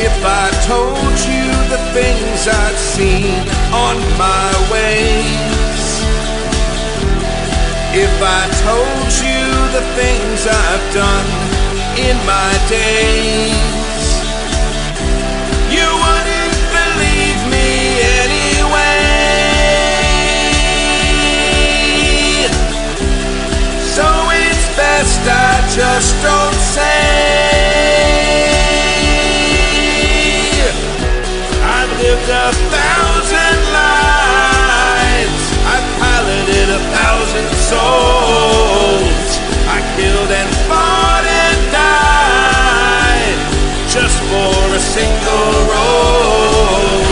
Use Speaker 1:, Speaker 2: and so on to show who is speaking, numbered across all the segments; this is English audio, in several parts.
Speaker 1: If I told you the things I've seen on my ways, if I told you the things I've done in my days, you wouldn't believe me anyway. So it's best I just don't say. I lived a thousand lives. I piloted a thousand souls. I killed and fought and died just for a single role.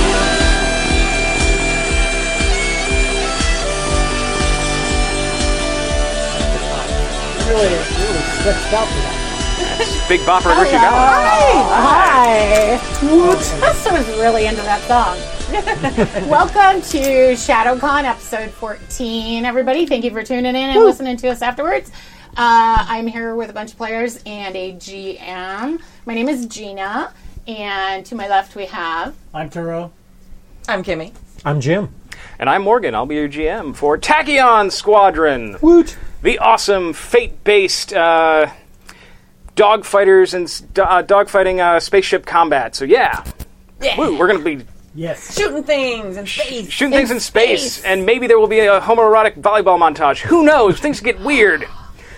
Speaker 2: Really, really stretched out for that.
Speaker 3: Big Bopper and Richie Valens.
Speaker 4: Hi. I was really into that song. Welcome to ShadowCon episode 14, everybody. Thank you for tuning in and listening to us afterwards. Uh, I'm here with a bunch of players and a GM. My name is Gina, and to my left we have.
Speaker 2: I'm Turo.
Speaker 5: I'm Kimmy.
Speaker 6: I'm Jim.
Speaker 3: And I'm Morgan. I'll be your GM for Tachyon Squadron,
Speaker 6: Woot.
Speaker 3: the awesome fate-based uh, dogfighters and s- do- uh, dogfighting uh, spaceship combat. So yeah,
Speaker 5: Yeah.
Speaker 3: Woo, we're gonna be
Speaker 2: Yes.
Speaker 5: Shooting things and space.
Speaker 3: shooting things in space, and maybe there will be a homoerotic volleyball montage. Who knows? Things get weird.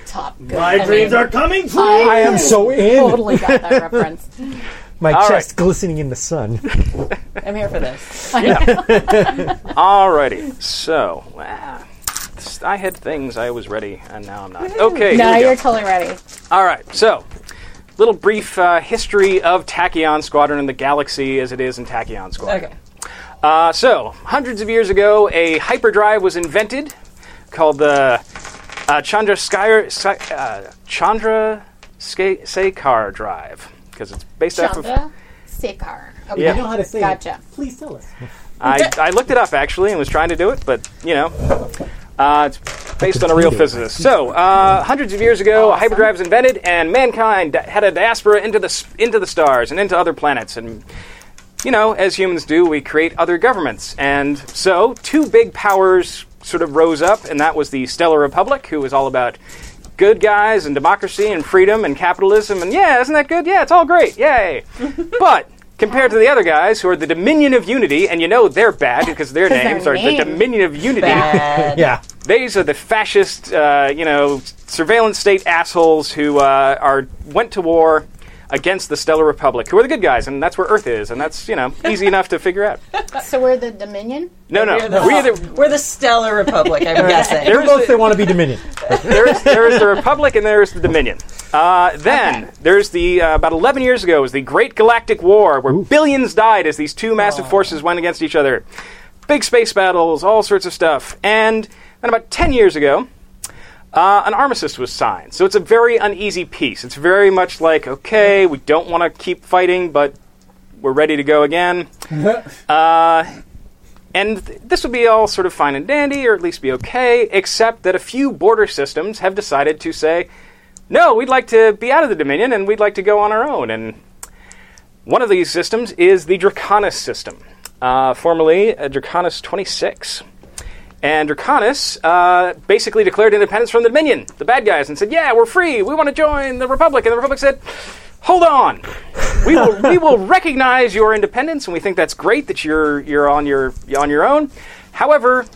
Speaker 4: Top Gun.
Speaker 2: My dreams are coming true.
Speaker 6: I am so in.
Speaker 4: Totally got that reference.
Speaker 6: My
Speaker 3: All
Speaker 6: chest glistening in the sun.
Speaker 5: I'm here for this.
Speaker 3: Alrighty, so ah, I had things I was ready, and now I'm not. Okay,
Speaker 4: No,
Speaker 3: here we go.
Speaker 4: you're totally ready.
Speaker 3: All right, so little brief uh, history of Tachyon Squadron and the galaxy as it is in Tachyon Squadron.
Speaker 5: Okay.
Speaker 3: Uh, so, hundreds of years ago, a hyperdrive was invented called the uh, Chandra Sky, Sky, uh, Chandra Ska- Sekar drive because it's based off of.
Speaker 4: Chandra Sekar. Okay.
Speaker 3: Yeah.
Speaker 2: You know how to say
Speaker 4: Gotcha.
Speaker 2: it. Please tell us.
Speaker 3: I, I looked it up actually and was trying to do it, but you know, uh, it's based on a real physicist. So, uh, hundreds of years ago, a hyperdrive was invented, and mankind di- had a diaspora into the s- into the stars and into other planets. And you know, as humans do, we create other governments. And so, two big powers sort of rose up, and that was the Stellar Republic, who was all about good guys and democracy and freedom and capitalism. And yeah, isn't that good? Yeah, it's all great. Yay! but compared to the other guys, who are the Dominion of Unity, and you know they're bad because their
Speaker 4: their
Speaker 3: names are
Speaker 4: names.
Speaker 3: the Dominion of Unity.
Speaker 5: Bad.
Speaker 6: Yeah.
Speaker 3: These are the fascist, uh, you know, surveillance state assholes who uh, are went to war against the Stellar Republic, who are the good guys, and that's where Earth is, and that's you know easy enough to figure out.
Speaker 4: So we're the Dominion?
Speaker 3: No, no,
Speaker 5: We're the,
Speaker 3: we are the,
Speaker 5: we're the Stellar Republic, I'm guessing.
Speaker 3: there
Speaker 6: They're
Speaker 3: is
Speaker 6: both
Speaker 3: the,
Speaker 6: they want to be Dominion.
Speaker 3: there is there is the Republic and there is the Dominion. Uh, then there's the uh, about 11 years ago was the Great Galactic War, where billions died as these two massive forces went against each other. Big space battles, all sorts of stuff, and then about 10 years ago. uh, an armistice was signed. So it's a very uneasy peace. It's very much like, okay, we don't want to keep fighting, but we're ready to go again. uh, and th- this will be all sort of fine and dandy, or at least be okay, except that a few border systems have decided to say, no, we'd like to be out of the Dominion and we'd like to go on our own. And one of these systems is the Draconis system, uh, formerly uh, Draconis 26. And Draconis uh, basically declared independence from the Dominion, the bad guys, and said, "Yeah, we're free. We want to join the Republic." And the Republic said, "Hold on, we will we will recognize your independence, and we think that's great that you're you're on your you're on your own. However,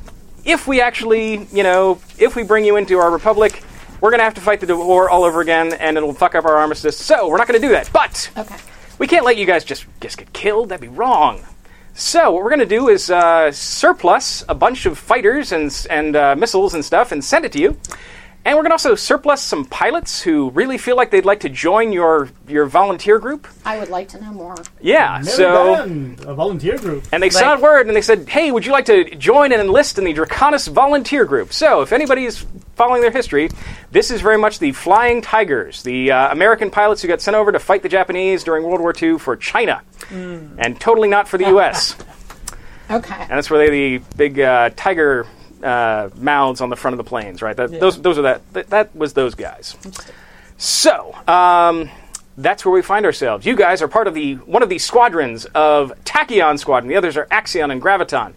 Speaker 3: if we actually you know if we bring you into our Republic, we're going to have to fight the war all over again, and it'll fuck up our armistice. So we're not going to do that. But
Speaker 4: Okay.
Speaker 3: we can't let you guys just just get killed. That'd be wrong. So what we're gonna do is uh, surplus a bunch of fighters and s- and uh, missiles and stuff and send it to you. And we're gonna also surplus some pilots who really feel like they'd like to join your your volunteer group.
Speaker 4: I would like to know more.
Speaker 3: Yeah.
Speaker 2: Mary
Speaker 3: so
Speaker 2: Dunn, a volunteer group.
Speaker 3: and they sent out word and they said, "Hey, would you like to join and enlist in the Draconis Volunteer Group?" So, if anybody is following their history, this is very much the Flying Tigers, the uh, American pilots who got sent over to fight the Japanese during World War II for China, and totally not for the U.S.
Speaker 4: Okay.
Speaker 3: and that's where they the big uh, tiger uh, mounds on the front of the planes, right? That, Those those are that, that that was those guys. So, um, that's where we find ourselves. You guys are part of the one of the squadrons of Tachyon Squadron. The others are Axion and Graviton.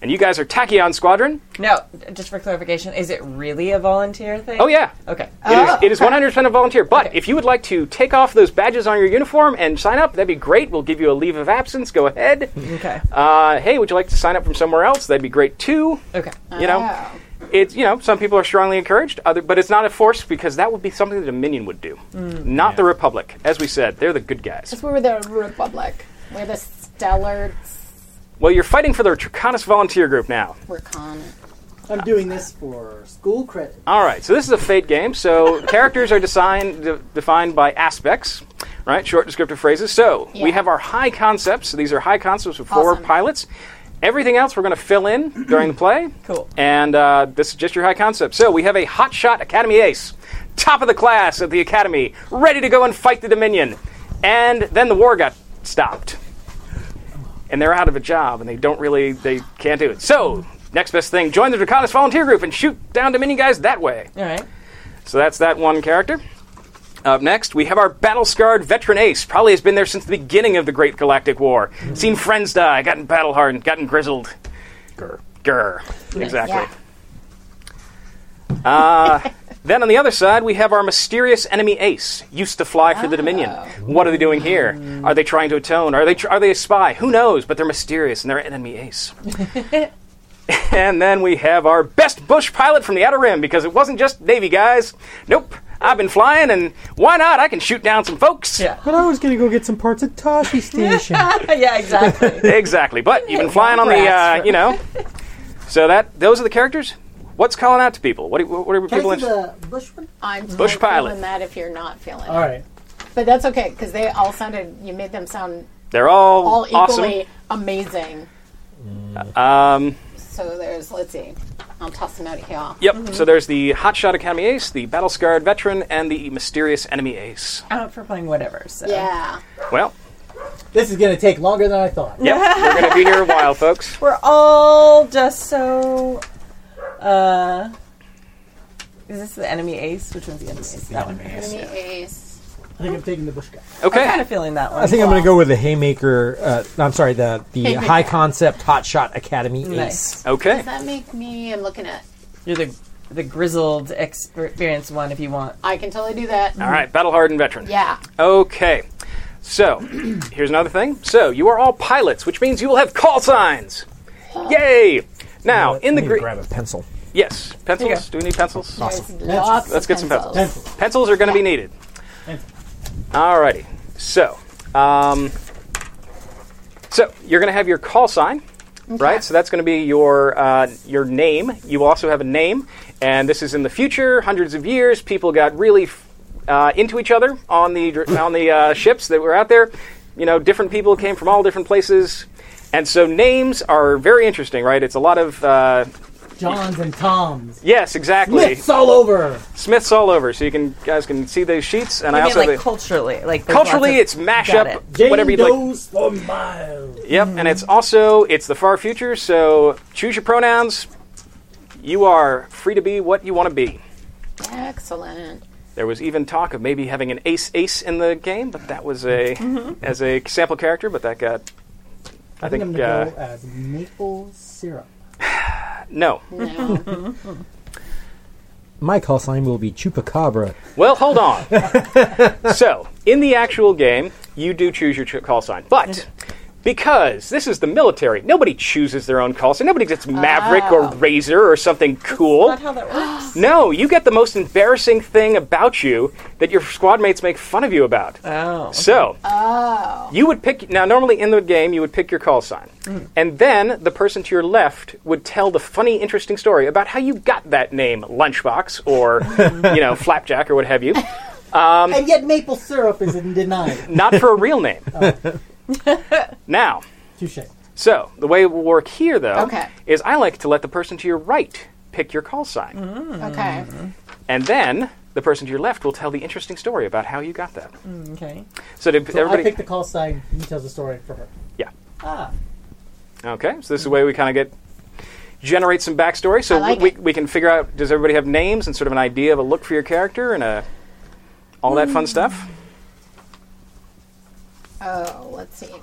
Speaker 3: And you guys are Tachyon Squadron.
Speaker 5: Now, just for clarification, is it really a volunteer thing?
Speaker 3: Oh yeah.
Speaker 5: Okay.
Speaker 3: It is- it is 100% volunteer. But if you would like to take off those badges on your uniform and sign up, that'd be great. We'll give you a leave of absence. Go ahead.
Speaker 5: Okay.
Speaker 3: Uh, hey, would you like to sign up from somewhere else? That'd be great too.
Speaker 5: Okay.
Speaker 3: You know,
Speaker 4: Oh.
Speaker 3: it's you know some people are strongly encouraged, other but it's not a force because that would be something the Dominion would do,
Speaker 4: Mm.
Speaker 3: not the Republic. As we said, they're the good guys.
Speaker 4: Because we were the Republic. We're the stellar
Speaker 3: Well, you're fighting for the Draconis Volunteer Group now.
Speaker 4: Recon.
Speaker 2: I'm doing this for school credit.
Speaker 3: All right, so this is a fate game. So characters are design, de- defined by aspects, right? Short descriptive phrases. So we
Speaker 4: Yeah.
Speaker 3: have our high concepts. These are high concepts with four
Speaker 4: Awesome.
Speaker 3: pilots. Everything else we're going to fill in during the play.
Speaker 5: Cool.
Speaker 3: And uh, this is just your high concept. So we have a hotshot Academy ace, top of the class at the Academy, ready to go and fight the Dominion. And then the war got stopped and they're out of a job and they don't really they can't do it. So next best thing, join the Draconis volunteer group and shoot down Dominion guys that way.
Speaker 5: All right.
Speaker 3: So that's that one character. Up next, we have our battle scarred veteran ace. Probably has been there since the beginning of the Great Galactic War. Seen friends die, gotten battle hardened, gotten grizzled. Grr. Grr. Exactly. Uh,
Speaker 4: Yeah.
Speaker 3: Then on the other side, we have our mysterious enemy Ace, used to fly for the Dominion. What are they doing here? Are they trying to atone? Are they tr- are they a spy? Who knows? But they're mysterious and they're enemy Ace. and then we have our best bush pilot from the Outer Rim because it wasn't just Navy guys. Nope. I've been flying, and why not? I can shoot down some folks.
Speaker 5: Yeah.
Speaker 6: But I was going to go get some parts at Tashi Station.
Speaker 5: Uh, yeah. Exactly.
Speaker 3: exactly. But you've been flying on the,
Speaker 5: Congrats
Speaker 3: uh,
Speaker 5: for-
Speaker 3: you know. So that those are the characters. What's calling out to people? What, do- what are
Speaker 2: Can
Speaker 3: people?
Speaker 2: I see
Speaker 3: interested-
Speaker 2: the bush one?
Speaker 4: I'm
Speaker 3: Bush
Speaker 4: feeling
Speaker 3: pilot.
Speaker 4: that if you're not feeling it.
Speaker 2: All right.
Speaker 4: But that's okay because they all sounded, you made them sound
Speaker 3: They're all,
Speaker 4: all
Speaker 3: awesome.
Speaker 4: equally amazing.
Speaker 3: Um,
Speaker 4: So there's, let's see, I'll toss them out here.
Speaker 3: Yep. So there's the Hotshot Academy Ace, the Battle Scarred Veteran, and the Mysterious Enemy Ace.
Speaker 5: I'm up for playing whatever. So.
Speaker 4: Yeah.
Speaker 3: Well,
Speaker 2: This is going to take longer than I thought.
Speaker 3: yep. we're going to be here a while, folks.
Speaker 5: We're all just so. Uh, is this the enemy ace? Which one's the enemy ace? That one. I'm
Speaker 4: Enemy ace.
Speaker 2: I think I'm taking the bush guy.
Speaker 5: kind
Speaker 3: Okay.
Speaker 5: of feeling that one.
Speaker 6: I think I'm going to go with the Haymaker. Uh, I'm sorry, the, the
Speaker 4: Haymaker.
Speaker 6: High Concept Hot Shot Academy Ace.
Speaker 5: Nice.
Speaker 3: Okay.
Speaker 4: Does that make me, I'm looking at,
Speaker 5: You're the the grizzled experience one if you want.
Speaker 4: I can totally do that.
Speaker 3: All right. Battle Hardened Veteran.
Speaker 4: Yeah.
Speaker 3: Okay. So here's another thing. So you are all pilots, which means you will have call signs. Yay! Now in the
Speaker 6: Let me
Speaker 3: gre-
Speaker 6: grab a pencil.
Speaker 3: yes,
Speaker 5: Here you
Speaker 3: pencils.
Speaker 5: go.
Speaker 3: Do we need pencils?
Speaker 4: There's lots of
Speaker 3: Let's get some pencils.
Speaker 2: Pencil.
Speaker 3: Pencils are going to be needed. Alrighty. So, um, so you're going to have your call sign, right? So that's going to be your uh, your name. You also have a name, and this is in the future, hundreds of years. People got really f- uh, into each other on the dr- on the uh, ships that were out there. You know, different people came from all different places, and so names are very interesting, right? It's a lot of uh,
Speaker 2: Johns and Toms.
Speaker 3: yes, exactly.
Speaker 2: Lips all over.
Speaker 3: Smith's all over, so you can guys can see those sheets. And
Speaker 5: I
Speaker 3: I
Speaker 5: mean,
Speaker 3: also
Speaker 5: like
Speaker 3: the-
Speaker 5: culturally, like there's
Speaker 3: culturally,
Speaker 5: lots
Speaker 3: it's
Speaker 5: of-
Speaker 3: mash
Speaker 5: Got
Speaker 3: up
Speaker 5: it.
Speaker 2: Jane
Speaker 3: whatever you'd like.
Speaker 2: Doe's for miles.
Speaker 3: Yep, and it's also it's the far future. So choose your pronouns. You are free to be what you want to be.
Speaker 4: Excellent.
Speaker 3: There was even talk of maybe having an ace ace in the game, but that was a as a sample character, but that got I
Speaker 2: I think
Speaker 3: think,
Speaker 2: I'm going
Speaker 3: uh,
Speaker 2: to go as maple syrup.
Speaker 3: no.
Speaker 4: No.
Speaker 6: My call sign will be Chupacabra.
Speaker 3: Well, hold on. so, in the actual game, you do choose your ch- call sign, but because this is the military, nobody chooses their own call sign. Nobody gets Maverick or Razor or something cool.
Speaker 5: Not how that works.
Speaker 3: No, you get the most embarrassing thing about you that your squad mates make fun of you about.
Speaker 5: oh.
Speaker 3: So, you would pick. Now, normally in the game, you would pick your call sign. And then the person to your left would tell the funny, interesting story about how you got that name, Lunchbox or, you know, Flapjack or what have you. um,
Speaker 2: and yet maple syrup is in denial.
Speaker 3: Not for a real name. now,
Speaker 2: Touche.
Speaker 3: so the way it will work here, though,
Speaker 4: Okay.
Speaker 3: is I like to let the person to your right pick your call sign.
Speaker 4: okay.
Speaker 3: And then the person to your left will tell the interesting story about how you got that.
Speaker 5: Okay.
Speaker 3: So, did
Speaker 2: So
Speaker 3: everybody.
Speaker 2: I pick the call sign. He tells the story for her.
Speaker 3: yeah.
Speaker 2: Ah.
Speaker 3: Okay, so this is the way we kind of get generate some backstory. So
Speaker 4: I like
Speaker 3: we,
Speaker 4: it.
Speaker 3: we can figure out does everybody have names and sort of an idea of a look for your character and a uh, all that fun stuff.
Speaker 4: Oh, let's see.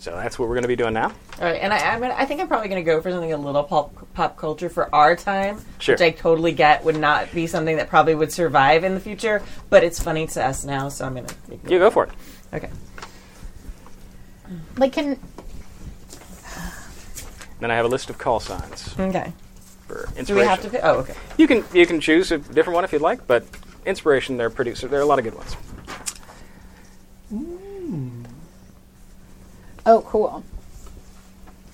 Speaker 3: So that's what we're going to be doing now.
Speaker 5: All right, and I, I'm gonna, I think I'm probably going to go for something a little pop pop culture for our time,
Speaker 3: Sure.
Speaker 5: which I totally get would not be something that probably would survive in the future, but it's funny to us now, so I'm going to.
Speaker 3: You go for it.
Speaker 5: Okay.
Speaker 4: Like, can
Speaker 3: Then I have a list of call signs
Speaker 5: Okay.
Speaker 3: for inspiration.
Speaker 5: Mm. Do we have to? Pick? Oh, okay.
Speaker 3: You can you can choose a different one if you'd like, but inspiration they're pretty. So there are a lot of good ones.
Speaker 4: oh, cool.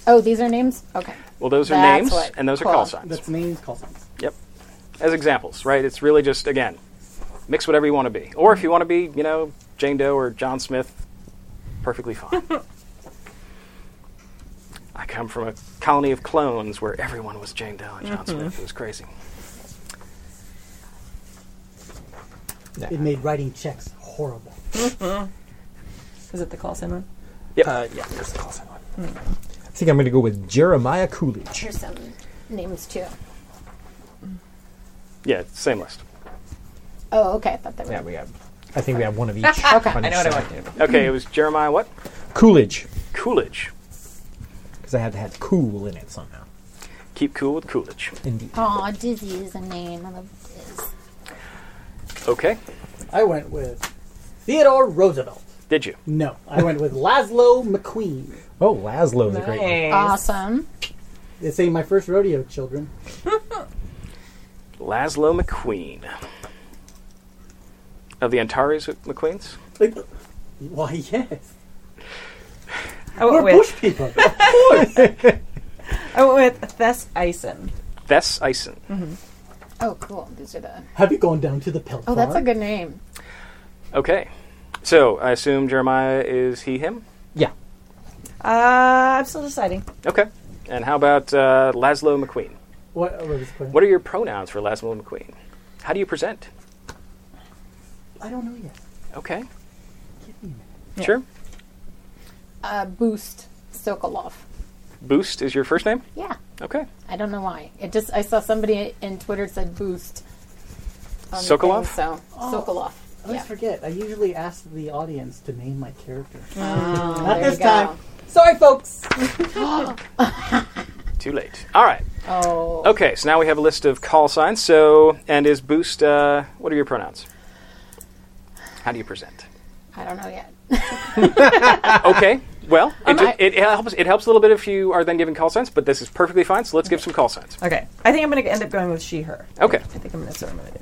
Speaker 4: Oh, these are names. Okay.
Speaker 3: Well, those are
Speaker 4: That's
Speaker 3: names
Speaker 4: what-
Speaker 3: and those are
Speaker 4: cool.
Speaker 3: call signs.
Speaker 2: That's names, call signs.
Speaker 3: Yep. As examples, right? It's really just again, mix whatever you want to be, or if you want to be, you know, Jane Doe or John Smith, perfectly fine. I come from a colony of clones where everyone was Jane Doe and John Smith. It was crazy.
Speaker 2: It made writing checks horrible.
Speaker 5: Is it the call sign one?
Speaker 6: Uh, yeah, that's the call sign one. I think I'm going to go with Jeremiah Coolidge.
Speaker 4: Here's some names too.
Speaker 3: Yeah, same list.
Speaker 4: Oh, okay. I thought they were.
Speaker 6: Yeah, we have. I think we have one of each.
Speaker 4: Okay.
Speaker 6: on
Speaker 5: I
Speaker 6: each
Speaker 5: know what I
Speaker 6: side.
Speaker 5: want to do.
Speaker 3: Okay, it was Jeremiah what?
Speaker 6: Coolidge,
Speaker 3: Coolidge.
Speaker 6: because I had to have cool in it somehow.
Speaker 3: Keep cool with Coolidge.
Speaker 6: Indeed.
Speaker 4: Aw, Dizzy is a name. I love Diz.
Speaker 3: Okay,
Speaker 2: I went with Theodore Roosevelt.
Speaker 3: did you?
Speaker 2: No, I went with Laszlo McQueen.
Speaker 6: Oh, Laszlo's a great one.
Speaker 5: Nice.
Speaker 4: Awesome.
Speaker 2: This ain't my first rodeo, children.
Speaker 3: Laszlo McQueen. Of the Antares McQueens?
Speaker 2: Like, why, yes.
Speaker 5: I went
Speaker 2: We're
Speaker 5: with
Speaker 2: bush people.
Speaker 5: I went with Thess Ison.
Speaker 3: Thess Ison.
Speaker 4: Oh, cool. These are the.
Speaker 2: Have you gone down to the Pelt?
Speaker 4: Oh, that's a good name.
Speaker 3: Okay. So I assume Jeremiah is he, him?
Speaker 6: Yeah.
Speaker 5: Uh, I'm still deciding.
Speaker 3: Okay. And how about uh, Laszlo McQueen?
Speaker 2: What, what is it?
Speaker 3: What are your pronouns for Laszlo McQueen? How do you present?
Speaker 2: I don't know yet.
Speaker 3: Okay. Sure.
Speaker 4: Uh, Boost Sokolov.
Speaker 3: Boost is your first name?
Speaker 4: Yeah.
Speaker 3: Okay.
Speaker 4: I don't know why. It just I saw somebody in Twitter said Boost. on the
Speaker 3: Sokolov?
Speaker 4: thing, so Sokolov.
Speaker 2: I always
Speaker 4: Yeah.
Speaker 2: forget. I usually ask the audience to name my character.
Speaker 4: Oh. Not
Speaker 2: this time.
Speaker 5: Sorry, folks.
Speaker 3: Too late. All right.
Speaker 4: Oh.
Speaker 3: Okay, so now we have a list of call signs. So, and is Boost, uh, what are your pronouns? How do you present?
Speaker 4: I don't know yet.
Speaker 3: Okay. Well, it,
Speaker 4: Um,
Speaker 3: ju-
Speaker 4: I-
Speaker 3: it helps. It helps a little bit if you are then giving call signs, but this is perfectly fine. So let's give some call signs.
Speaker 5: Okay, I think I'm going to end up going with she/her.
Speaker 3: Okay.
Speaker 5: I think I'm that's what I'm going to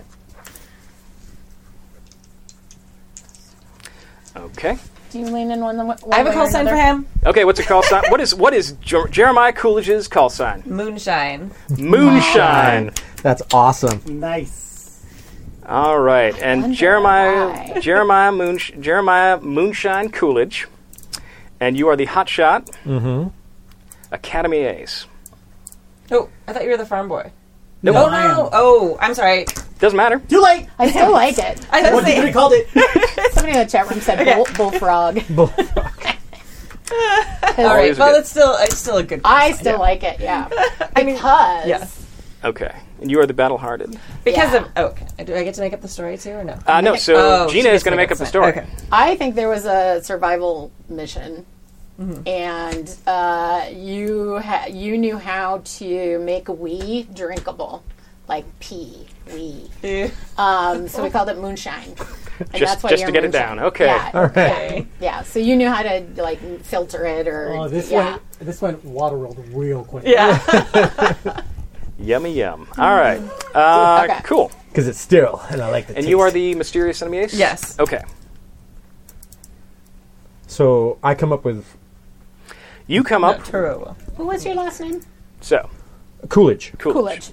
Speaker 5: do.
Speaker 3: Okay.
Speaker 4: Do you lean in one? the- one
Speaker 5: I have a
Speaker 4: way or
Speaker 5: call sign for
Speaker 4: another?
Speaker 5: him.
Speaker 3: Okay. What's a call sign? What is what is Jer- Jeremiah Coolidge's call sign?
Speaker 5: Moonshine.
Speaker 3: Moonshine.
Speaker 6: That's awesome.
Speaker 2: Nice.
Speaker 3: All right. And
Speaker 4: Wonder
Speaker 3: Jeremiah
Speaker 4: why.
Speaker 3: Jeremiah Moonsh Jeremiah Moonshine Coolidge, and you are the hotshot Academy Ace.
Speaker 5: Oh, I thought you were the farm boy.
Speaker 3: Nope.
Speaker 5: Oh no! Oh, I'm sorry.
Speaker 3: Doesn't matter.
Speaker 2: Too late.
Speaker 4: I still like it.
Speaker 5: I thought
Speaker 2: What
Speaker 5: say-
Speaker 2: did called it?
Speaker 4: Somebody in the chat room said bull, bullfrog.
Speaker 5: All right.
Speaker 3: Always a
Speaker 5: Well,
Speaker 3: good-
Speaker 5: it's still it's still a good.
Speaker 4: I still like it. Yeah.
Speaker 5: I mean,
Speaker 4: Because
Speaker 5: yeah.
Speaker 3: Okay. And you are the battle-hearted.
Speaker 5: Because
Speaker 4: Yeah.
Speaker 5: of oh, okay. I- Do I get to make up the story too, or no?
Speaker 3: Uh, no. So
Speaker 5: Oh, she
Speaker 3: Gina is
Speaker 5: gets to
Speaker 3: going to make up the story.
Speaker 5: Okay.
Speaker 4: I think there was a survival mission, and uh, you ha- you knew how to make wee drinkable, like pee wee.
Speaker 5: Yeah.
Speaker 4: Um, so we called it moonshine. And
Speaker 3: Just-
Speaker 4: that's why
Speaker 3: just
Speaker 4: you're
Speaker 3: to get it
Speaker 4: moonshine.
Speaker 3: down. Okay.
Speaker 4: Yeah,
Speaker 6: All right.
Speaker 5: Okay.
Speaker 4: yeah. So you knew how to like filter it or
Speaker 2: Oh, this
Speaker 4: yeah.
Speaker 2: went this went water rolled real quick.
Speaker 5: Yeah.
Speaker 3: Yummy yum. All right. Uh,
Speaker 4: Okay.
Speaker 3: Cool.
Speaker 6: Because it's still, and I like the
Speaker 3: And you are
Speaker 6: taste.
Speaker 3: the mysterious enemy ace?
Speaker 5: Yes.
Speaker 3: Okay.
Speaker 6: So I come up with
Speaker 3: You come
Speaker 5: no,
Speaker 3: up.
Speaker 5: Turo will.
Speaker 4: What was your last name?
Speaker 3: So,
Speaker 6: Coolidge.
Speaker 4: Coolidge.
Speaker 3: Coolidge.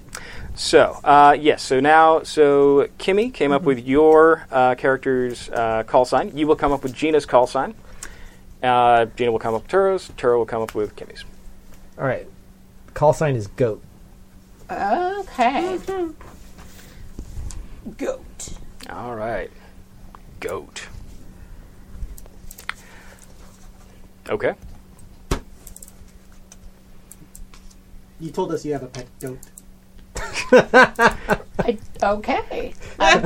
Speaker 3: So, uh, yes. So now, so Kimmy came up with your uh, character's uh, call sign. You will come up with Gina's call sign. Uh, Gina will come up with Turo's. Turo will come up with Kimmy's.
Speaker 6: All right. Call sign is goat.
Speaker 4: Okay.
Speaker 6: Mm-hmm.
Speaker 5: Goat.
Speaker 3: All right. Goat. Okay.
Speaker 2: You told us you have a pet goat.
Speaker 4: I, Okay. I would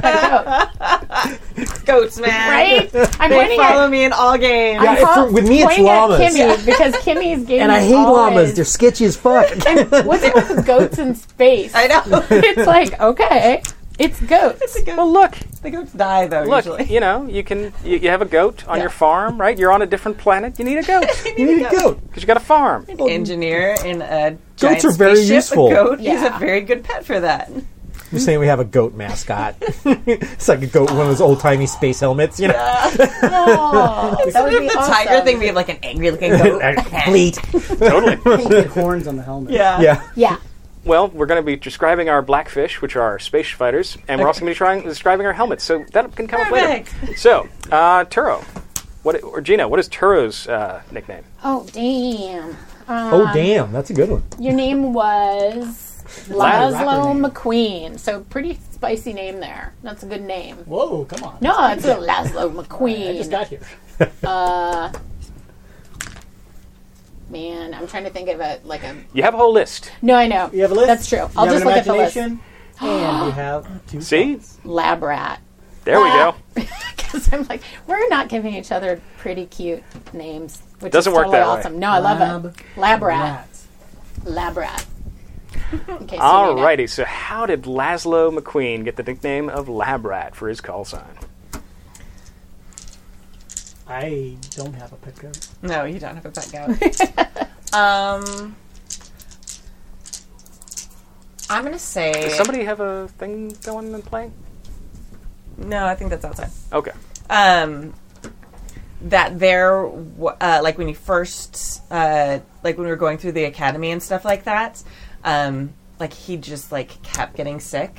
Speaker 4: play goat.
Speaker 5: Goats, man.
Speaker 4: Right? I'm
Speaker 5: They
Speaker 4: pointing
Speaker 5: follow
Speaker 4: at.
Speaker 5: me in all games.
Speaker 6: Yeah,
Speaker 4: I'm
Speaker 6: for- with me, it's
Speaker 4: pointing at
Speaker 6: llamas.
Speaker 4: Kimmy because Kimmy's game
Speaker 6: And I
Speaker 4: is
Speaker 6: hate
Speaker 4: always-
Speaker 6: llamas. They're sketchy as fuck.
Speaker 4: And what's it with goats in space?
Speaker 5: I know.
Speaker 4: It's like okay, it's goats.
Speaker 3: Well, look,
Speaker 5: the goats die though.
Speaker 3: look.
Speaker 5: usually.
Speaker 3: You know, you can you, you have a goat on your farm, right? You're on a different planet. You need a goat because
Speaker 6: you need a goat.
Speaker 3: you got a farm.
Speaker 5: engineer in a giant
Speaker 6: Goats are very
Speaker 5: spaceship,
Speaker 6: useful.
Speaker 5: A goat is
Speaker 4: Yeah.
Speaker 5: a very good pet for that.
Speaker 6: You're saying we have a goat mascot. it's like a goat, one of those old timey space helmets, you know?
Speaker 4: Oh, that would
Speaker 5: What
Speaker 4: be
Speaker 5: if the
Speaker 4: awesome.
Speaker 5: tiger thing, we have like an angry looking goat.
Speaker 6: Bleat.
Speaker 3: Totally.
Speaker 2: The horns on the helmet.
Speaker 5: yeah.
Speaker 6: Yeah.
Speaker 4: Yeah.
Speaker 3: Well, we're going to be describing our blackfish, which are our space fighters, and we're also going to be trying describing our helmets. So that can come up later.
Speaker 5: Perfect.
Speaker 3: So, uh, Turo, what or Gina, what is Turo's uh, nickname?
Speaker 4: Oh damn.
Speaker 6: Oh, damn. That's a good one.
Speaker 4: Your name was
Speaker 3: Laz-
Speaker 4: Laszlo McQueen. So pretty spicy name there. That's a good name.
Speaker 2: Whoa, come on.
Speaker 4: No, it's a Laszlo
Speaker 2: I just
Speaker 4: McQueen.
Speaker 2: got here.
Speaker 4: Man, I'm trying to think of a like a.
Speaker 3: You have a whole list.
Speaker 4: No, I know.
Speaker 2: You have a list?
Speaker 4: That's true. I'll
Speaker 2: you
Speaker 4: just
Speaker 2: have an
Speaker 4: look at the list.
Speaker 2: imagination, And you have two.
Speaker 3: See,
Speaker 4: Lab rat.
Speaker 3: there we go.
Speaker 4: Because I'm like, we're not giving each other pretty cute names, which
Speaker 3: Doesn't
Speaker 4: is
Speaker 3: work
Speaker 4: totally
Speaker 3: that way.
Speaker 4: awesome. No, I love
Speaker 2: Lab
Speaker 4: it. Lab rat.
Speaker 2: Rats.
Speaker 4: Lab rat. In case you need it.
Speaker 3: Alrighty, so how did Laszlo McQueen get the nickname of Lab Rat for his call sign?
Speaker 2: I don't have a pet goat.
Speaker 5: No, you don't have a pet goat. um, I'm gonna say
Speaker 3: Does somebody have a thing going and playing?
Speaker 5: no. I think that's outside.
Speaker 3: Okay.
Speaker 5: Um, that there, w- uh, like when you first, uh, like when we were going through the academy and stuff like that, um, like he just like kept getting sick.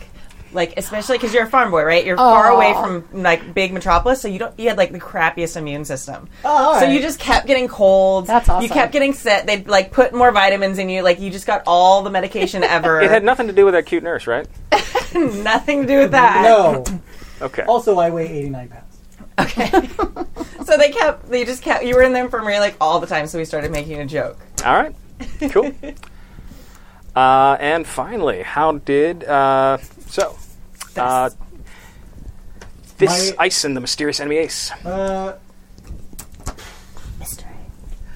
Speaker 5: Like especially because you're a farm boy, right? You're far away from like big metropolis, so you don't. You had like the crappiest immune system,
Speaker 2: all
Speaker 5: so
Speaker 2: right.
Speaker 5: you just kept getting colds.
Speaker 4: That's awesome.
Speaker 5: You kept getting sick. They would like put more vitamins in you. Like you just got all the medication ever.
Speaker 3: It had nothing to do with that cute nurse, right?
Speaker 5: nothing to do with that.
Speaker 2: No.
Speaker 3: Okay.
Speaker 2: also, I weigh 89 pounds.
Speaker 5: So they kept. They just kept. You were in the infirmary like all the time, so we started making a joke.
Speaker 3: Alright. Cool. uh, and finally, how did uh, so uh, this
Speaker 2: My-
Speaker 3: ice and the mysterious enemy ace?
Speaker 2: Uh,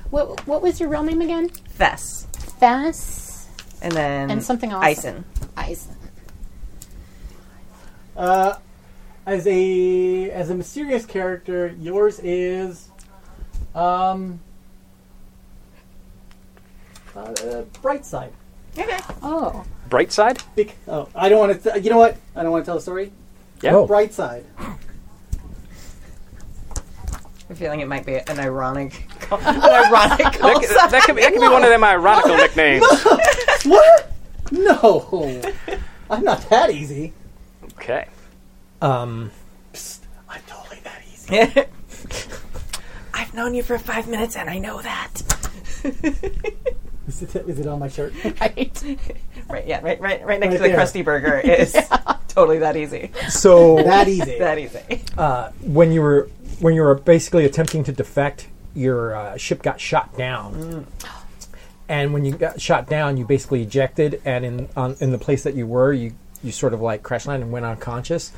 Speaker 4: What, what was your real name again?
Speaker 5: Fess.
Speaker 4: Fess
Speaker 5: And then
Speaker 4: and something else.
Speaker 5: Ison.
Speaker 4: Ice.
Speaker 2: Uh, as a as a mysterious character, yours is um uh, bright side.
Speaker 4: Oh.
Speaker 3: Bright side?
Speaker 2: Bec- oh, I don't want to. Th- you know what? I don't want to tell a story.
Speaker 3: Yeah.
Speaker 6: Oh.
Speaker 2: Bright side.
Speaker 5: I'm feeling it might be an ironic, call, an ironic call
Speaker 3: That, that, that could be, that could be one of them ironical nicknames.
Speaker 2: What? No, I'm not that easy.
Speaker 3: Okay.
Speaker 6: Um,
Speaker 2: Psst, I'm totally that easy.
Speaker 5: sign. I've known you for five minutes and I know that.
Speaker 2: Is it, is it on my shirt?
Speaker 4: Right.
Speaker 5: Right, yeah, right, right, right next
Speaker 2: Right
Speaker 5: to the
Speaker 2: there.
Speaker 5: crusty burger is totally that easy.
Speaker 6: so
Speaker 2: That easy.
Speaker 5: That easy.
Speaker 6: when you were when you were basically attempting to defect, your uh, ship got shot down. And when you got shot down, you basically ejected, and in on, in the place that you were, you you sort of like crash landed and went unconscious.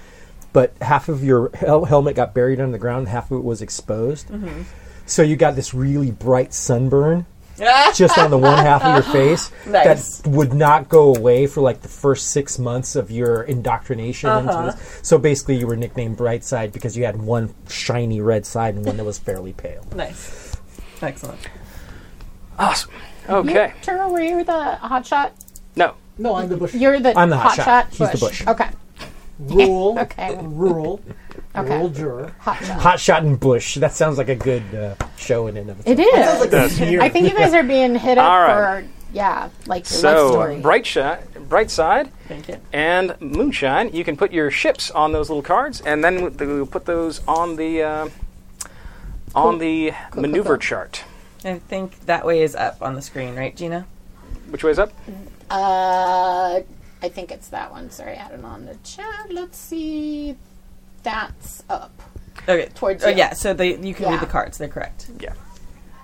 Speaker 6: But half of your hel- helmet got buried under the ground, half of it was exposed. So you got this really bright sunburn just on the one half of your face
Speaker 5: Nice.
Speaker 6: that would not go away for like the first six months of your indoctrination into this. So basically, you were nicknamed Bright Side because you had one shiny red side and one that was fairly pale.
Speaker 5: nice. Excellent.
Speaker 3: Awesome. Okay.
Speaker 4: You, Turo, were you the hot shot?
Speaker 3: No.
Speaker 2: No, I'm the bush.
Speaker 4: You're the,
Speaker 6: I'm the hot shot.
Speaker 4: shot.
Speaker 6: He's the
Speaker 4: bush.
Speaker 6: bush.
Speaker 4: Okay.
Speaker 2: Rule.
Speaker 4: Okay.
Speaker 2: Rule.
Speaker 4: Okay.
Speaker 2: Rule juror.
Speaker 4: Hot shot.
Speaker 6: Hot Shot and Bush. That sounds like a good uh, show in and of itself.
Speaker 4: It is.
Speaker 2: Here.
Speaker 4: I think you guys are being hit up
Speaker 3: All
Speaker 4: for
Speaker 3: right.
Speaker 4: yeah, like your life
Speaker 3: So
Speaker 4: story.
Speaker 3: bright shot, bright side,
Speaker 5: Thank you.
Speaker 3: and moonshine. You can put your ships on those little cards, and then w- we'll put those on the uh, on the maneuver chart.
Speaker 5: I think that way is up on the screen, right, Gina?
Speaker 3: Which way is up?
Speaker 4: Mm-hmm. Uh, I think it's that one. Sorry, I don't know on the chat. Let's see. That's up.
Speaker 5: Okay.
Speaker 4: Towards
Speaker 5: oh,
Speaker 4: you.
Speaker 5: yeah, so they, you can
Speaker 4: Yeah.
Speaker 5: read the cards. They're correct.
Speaker 3: Yeah.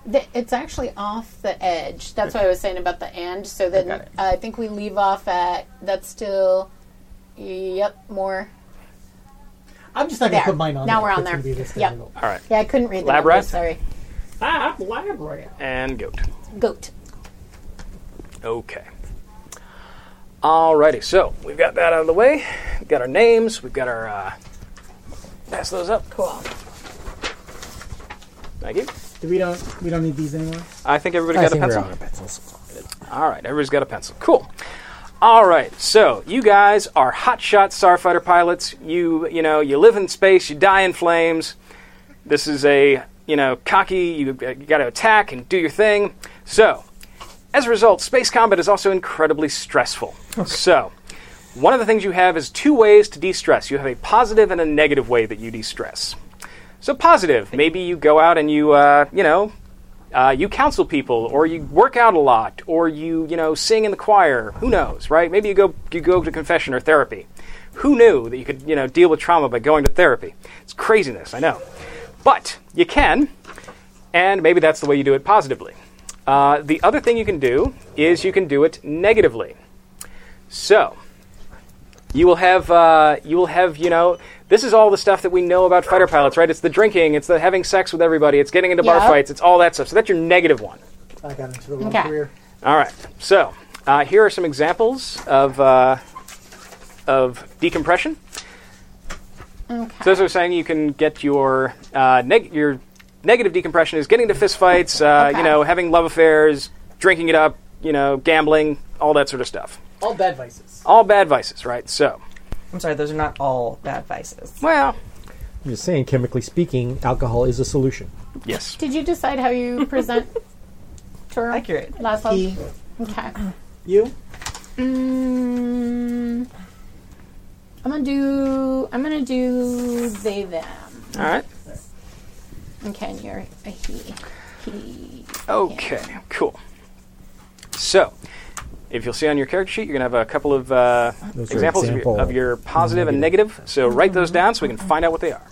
Speaker 4: The- It's actually off the edge. That's what I was saying about the and.
Speaker 5: I
Speaker 4: So
Speaker 5: got
Speaker 4: then uh,
Speaker 5: it.
Speaker 4: I think we leave off at that's still Yep, more.
Speaker 2: I'm just not going to
Speaker 4: There.
Speaker 2: put mine on.
Speaker 4: Now
Speaker 2: there.
Speaker 4: we're on
Speaker 2: It's gonna
Speaker 4: there.
Speaker 2: Be this
Speaker 4: Yep.
Speaker 2: difficult.
Speaker 3: All right.
Speaker 4: Yeah, I couldn't read the
Speaker 3: Lab
Speaker 4: numbers,
Speaker 3: rat?
Speaker 4: Sorry.
Speaker 2: Ah, lab rat.
Speaker 3: And goat.
Speaker 4: Goat.
Speaker 3: Okay. Alrighty, so we've got that out of the way. We've got our names. We've got our. Uh, pass those up.
Speaker 4: Cool.
Speaker 3: Thank you.
Speaker 2: Do we don't we don't need these anymore?
Speaker 3: I think everybody
Speaker 6: I
Speaker 3: got
Speaker 6: think
Speaker 3: a
Speaker 6: we're
Speaker 3: pencil.
Speaker 6: out of pencils.
Speaker 3: All right, everybody's got a pencil. Cool. All right, so you guys are hotshot starfighter pilots. You you know you live in space, you die in flames. This is a you know cocky. You, you got to attack and do your thing. So, as a result, space combat is also incredibly stressful. So, one of the things you have is two ways to de-stress. You have a positive and a negative way that you de-stress. So positive, maybe you go out and you uh, you know uh, you counsel people, or you work out a lot, or you you know sing in the choir. Who knows, right? Maybe you go you go to confession or therapy. Who knew that you could you know deal with trauma by going to therapy? It's craziness, I know, but you can, and maybe that's the way you do it positively. Uh, the other thing you can do is you can do it negatively. So you will have uh, you will have you know this is all the stuff that we know about fighter pilots, right? It's the drinking, it's the having sex with everybody, it's getting into bar
Speaker 4: Yeah.
Speaker 3: fights, it's all that stuff. So that's your negative one.
Speaker 2: I got into the wrong
Speaker 4: Okay.
Speaker 2: career.
Speaker 3: All right. So uh, here are some examples of uh, of decompression.
Speaker 4: Okay.
Speaker 3: So as I was saying, you can get your uh, neg- your negative decompression is getting into fistfights, uh,
Speaker 4: Okay.
Speaker 3: you know, having love affairs, drinking it up, you know, gambling, all that sort of stuff.
Speaker 2: All bad vices.
Speaker 3: All bad vices, right? So,
Speaker 5: I'm sorry, those are not all bad vices.
Speaker 3: well,
Speaker 6: I'm just saying, chemically speaking, alcohol is a solution.
Speaker 3: yes.
Speaker 4: Did you decide how you present term?
Speaker 5: Accurate.
Speaker 4: Last
Speaker 2: He,
Speaker 4: one. Okay.
Speaker 2: you.
Speaker 4: Mm, I'm gonna do. I'm gonna do they them.
Speaker 3: All right.
Speaker 4: Okay, and you're a he. He.
Speaker 3: Okay, cool. So, if you'll see on your character sheet, you're going to have a couple of uh,
Speaker 6: Those are
Speaker 3: examples of your,
Speaker 6: example
Speaker 3: of your positive and negative. So, write those down so we can find out what they are.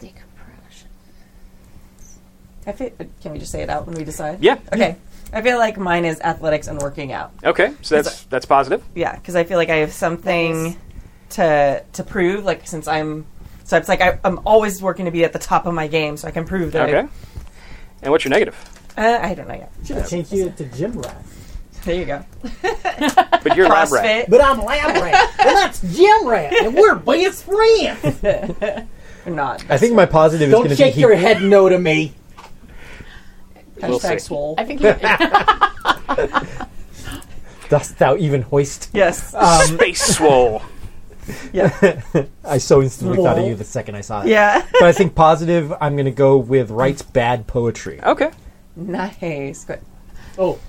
Speaker 4: Decompression.
Speaker 5: I feel, uh, can we just say it out when we decide?
Speaker 3: Yeah.
Speaker 5: Okay. I feel like mine is athletics and working out.
Speaker 3: Okay, so that's that's positive.
Speaker 5: Yeah, because I feel like I have something to to prove. Like since I'm, so it's like I, I'm always working to be at the top of my game, so I can prove that.
Speaker 3: Okay. And what's your negative?
Speaker 5: I, uh, I don't know yet.
Speaker 2: Should have changed you to gym rat.
Speaker 5: There you go.
Speaker 3: But you're a lab rat.
Speaker 5: CrossFit.
Speaker 2: But I'm lab rat. and that's gym rat, and we're best friends.
Speaker 5: Or not.
Speaker 6: I think my positive is going
Speaker 2: Don't
Speaker 6: to be
Speaker 2: shake
Speaker 6: heat.
Speaker 2: your head no to me.
Speaker 3: We'll
Speaker 5: Hashtag
Speaker 3: see.
Speaker 5: swole.
Speaker 4: I think you did.
Speaker 6: Dost thou even hoist?
Speaker 5: Yes.
Speaker 3: Space swole.
Speaker 5: yeah.
Speaker 6: I so instantly thought of
Speaker 2: Swole.
Speaker 6: you the second I saw it.
Speaker 5: yeah.
Speaker 6: But I think positive, I'm going to go with writes bad poetry.
Speaker 5: Oh.
Speaker 3: Okay.
Speaker 5: nice. Good.
Speaker 2: Oh,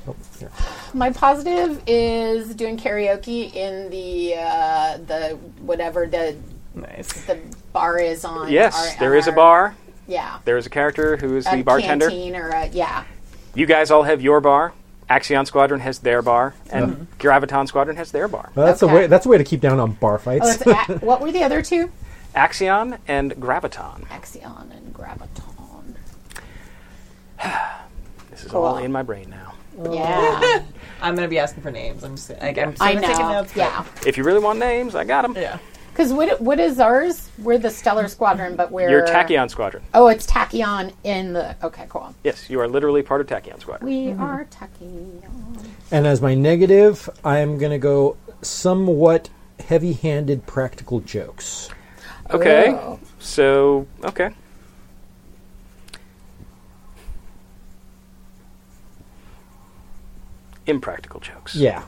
Speaker 4: My positive is doing karaoke in the uh, the whatever the
Speaker 5: Nice.
Speaker 4: the bar is on.
Speaker 3: Yes,
Speaker 4: our-
Speaker 3: there is a
Speaker 4: our-
Speaker 3: bar.
Speaker 4: Yeah.
Speaker 3: There is a character who is
Speaker 4: a
Speaker 3: the bartender.
Speaker 4: Canteen or a, yeah.
Speaker 3: You guys all have your bar. Axion Squadron has their bar, and Graviton Squadron has their bar.
Speaker 6: Well, that's
Speaker 4: Okay.
Speaker 6: a way. That's a way to keep down on bar fights.
Speaker 4: Oh, it's a, what were the other two?
Speaker 3: Axion and Graviton.
Speaker 4: Axion and Graviton.
Speaker 3: This is
Speaker 4: Cool.
Speaker 3: all in my brain now.
Speaker 5: Oh.
Speaker 4: Yeah,
Speaker 5: I'm gonna be asking for names. I'm just like I'm. Just
Speaker 4: I
Speaker 5: gonna take a
Speaker 4: know.
Speaker 5: note.
Speaker 4: Yeah,
Speaker 3: If you really want names, I got them.
Speaker 5: Yeah.
Speaker 4: because what what is ours? We're the Stellar Squadron, but we're
Speaker 3: You're Tachyon Squadron.
Speaker 4: Oh, it's Tachyon in the. Okay, cool.
Speaker 3: Yes, you are literally part of Tachyon Squadron.
Speaker 4: We are Tachyon.
Speaker 6: and as my negative, I'm going to go somewhat heavy-handed practical jokes.
Speaker 3: Okay.
Speaker 4: Oh.
Speaker 3: So, okay. Impractical jokes.
Speaker 6: Yeah.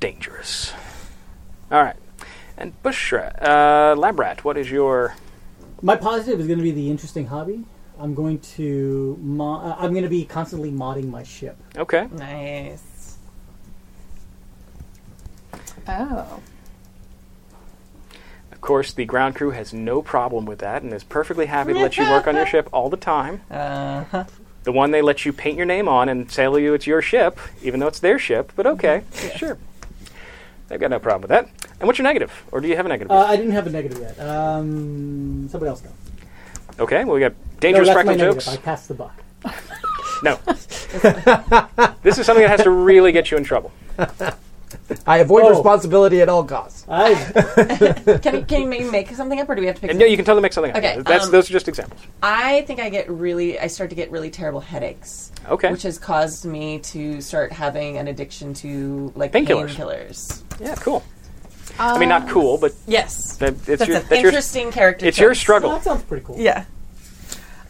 Speaker 3: Dangerous. All right. And Bushra, uh, Labrat, what is your.
Speaker 2: my positive is going to be the interesting hobby. I'm going to. Mo- uh, I'm going to be constantly modding my ship.
Speaker 3: Okay.
Speaker 5: Nice.
Speaker 4: Oh,
Speaker 3: Of course, the ground crew has no problem with that and is perfectly happy to let you work on your ship all the time.
Speaker 5: Uh huh.
Speaker 3: The one they let you paint your name on and tell you it's your ship, even though it's their ship, but okay.
Speaker 5: Mm-hmm.
Speaker 3: Sure. They've got no problem with that. And what's your negative? Or do you have a negative?
Speaker 2: Uh, I didn't have a negative yet. Um, somebody else go.
Speaker 3: Okay, well, we got
Speaker 2: No,
Speaker 3: dangerous
Speaker 2: that's my
Speaker 3: practical
Speaker 2: negative.
Speaker 3: jokes.
Speaker 2: I passed the buck.
Speaker 3: No. This is something that has to really get you in trouble.
Speaker 6: I avoid
Speaker 2: Oh.
Speaker 6: responsibility at all costs.
Speaker 2: I,
Speaker 5: Can, you- can you make something up, or do we have to pick?
Speaker 3: And yeah, you can totally make something up.
Speaker 5: Okay,
Speaker 3: That's,
Speaker 5: um,
Speaker 3: those are just examples.
Speaker 5: I think I get really, I start to get really terrible headaches.
Speaker 3: Okay.
Speaker 5: Which has caused me to start having an addiction to like
Speaker 3: Painkillers.
Speaker 5: painkillers.
Speaker 3: Yeah, cool. I mean, not cool, but
Speaker 5: Yes.
Speaker 3: that, it's
Speaker 5: Um, That's
Speaker 3: your
Speaker 5: an
Speaker 3: that's your
Speaker 5: interesting character.
Speaker 3: it's your
Speaker 5: choice.
Speaker 2: well,
Speaker 3: struggle.
Speaker 2: that sounds pretty cool.
Speaker 5: Yeah.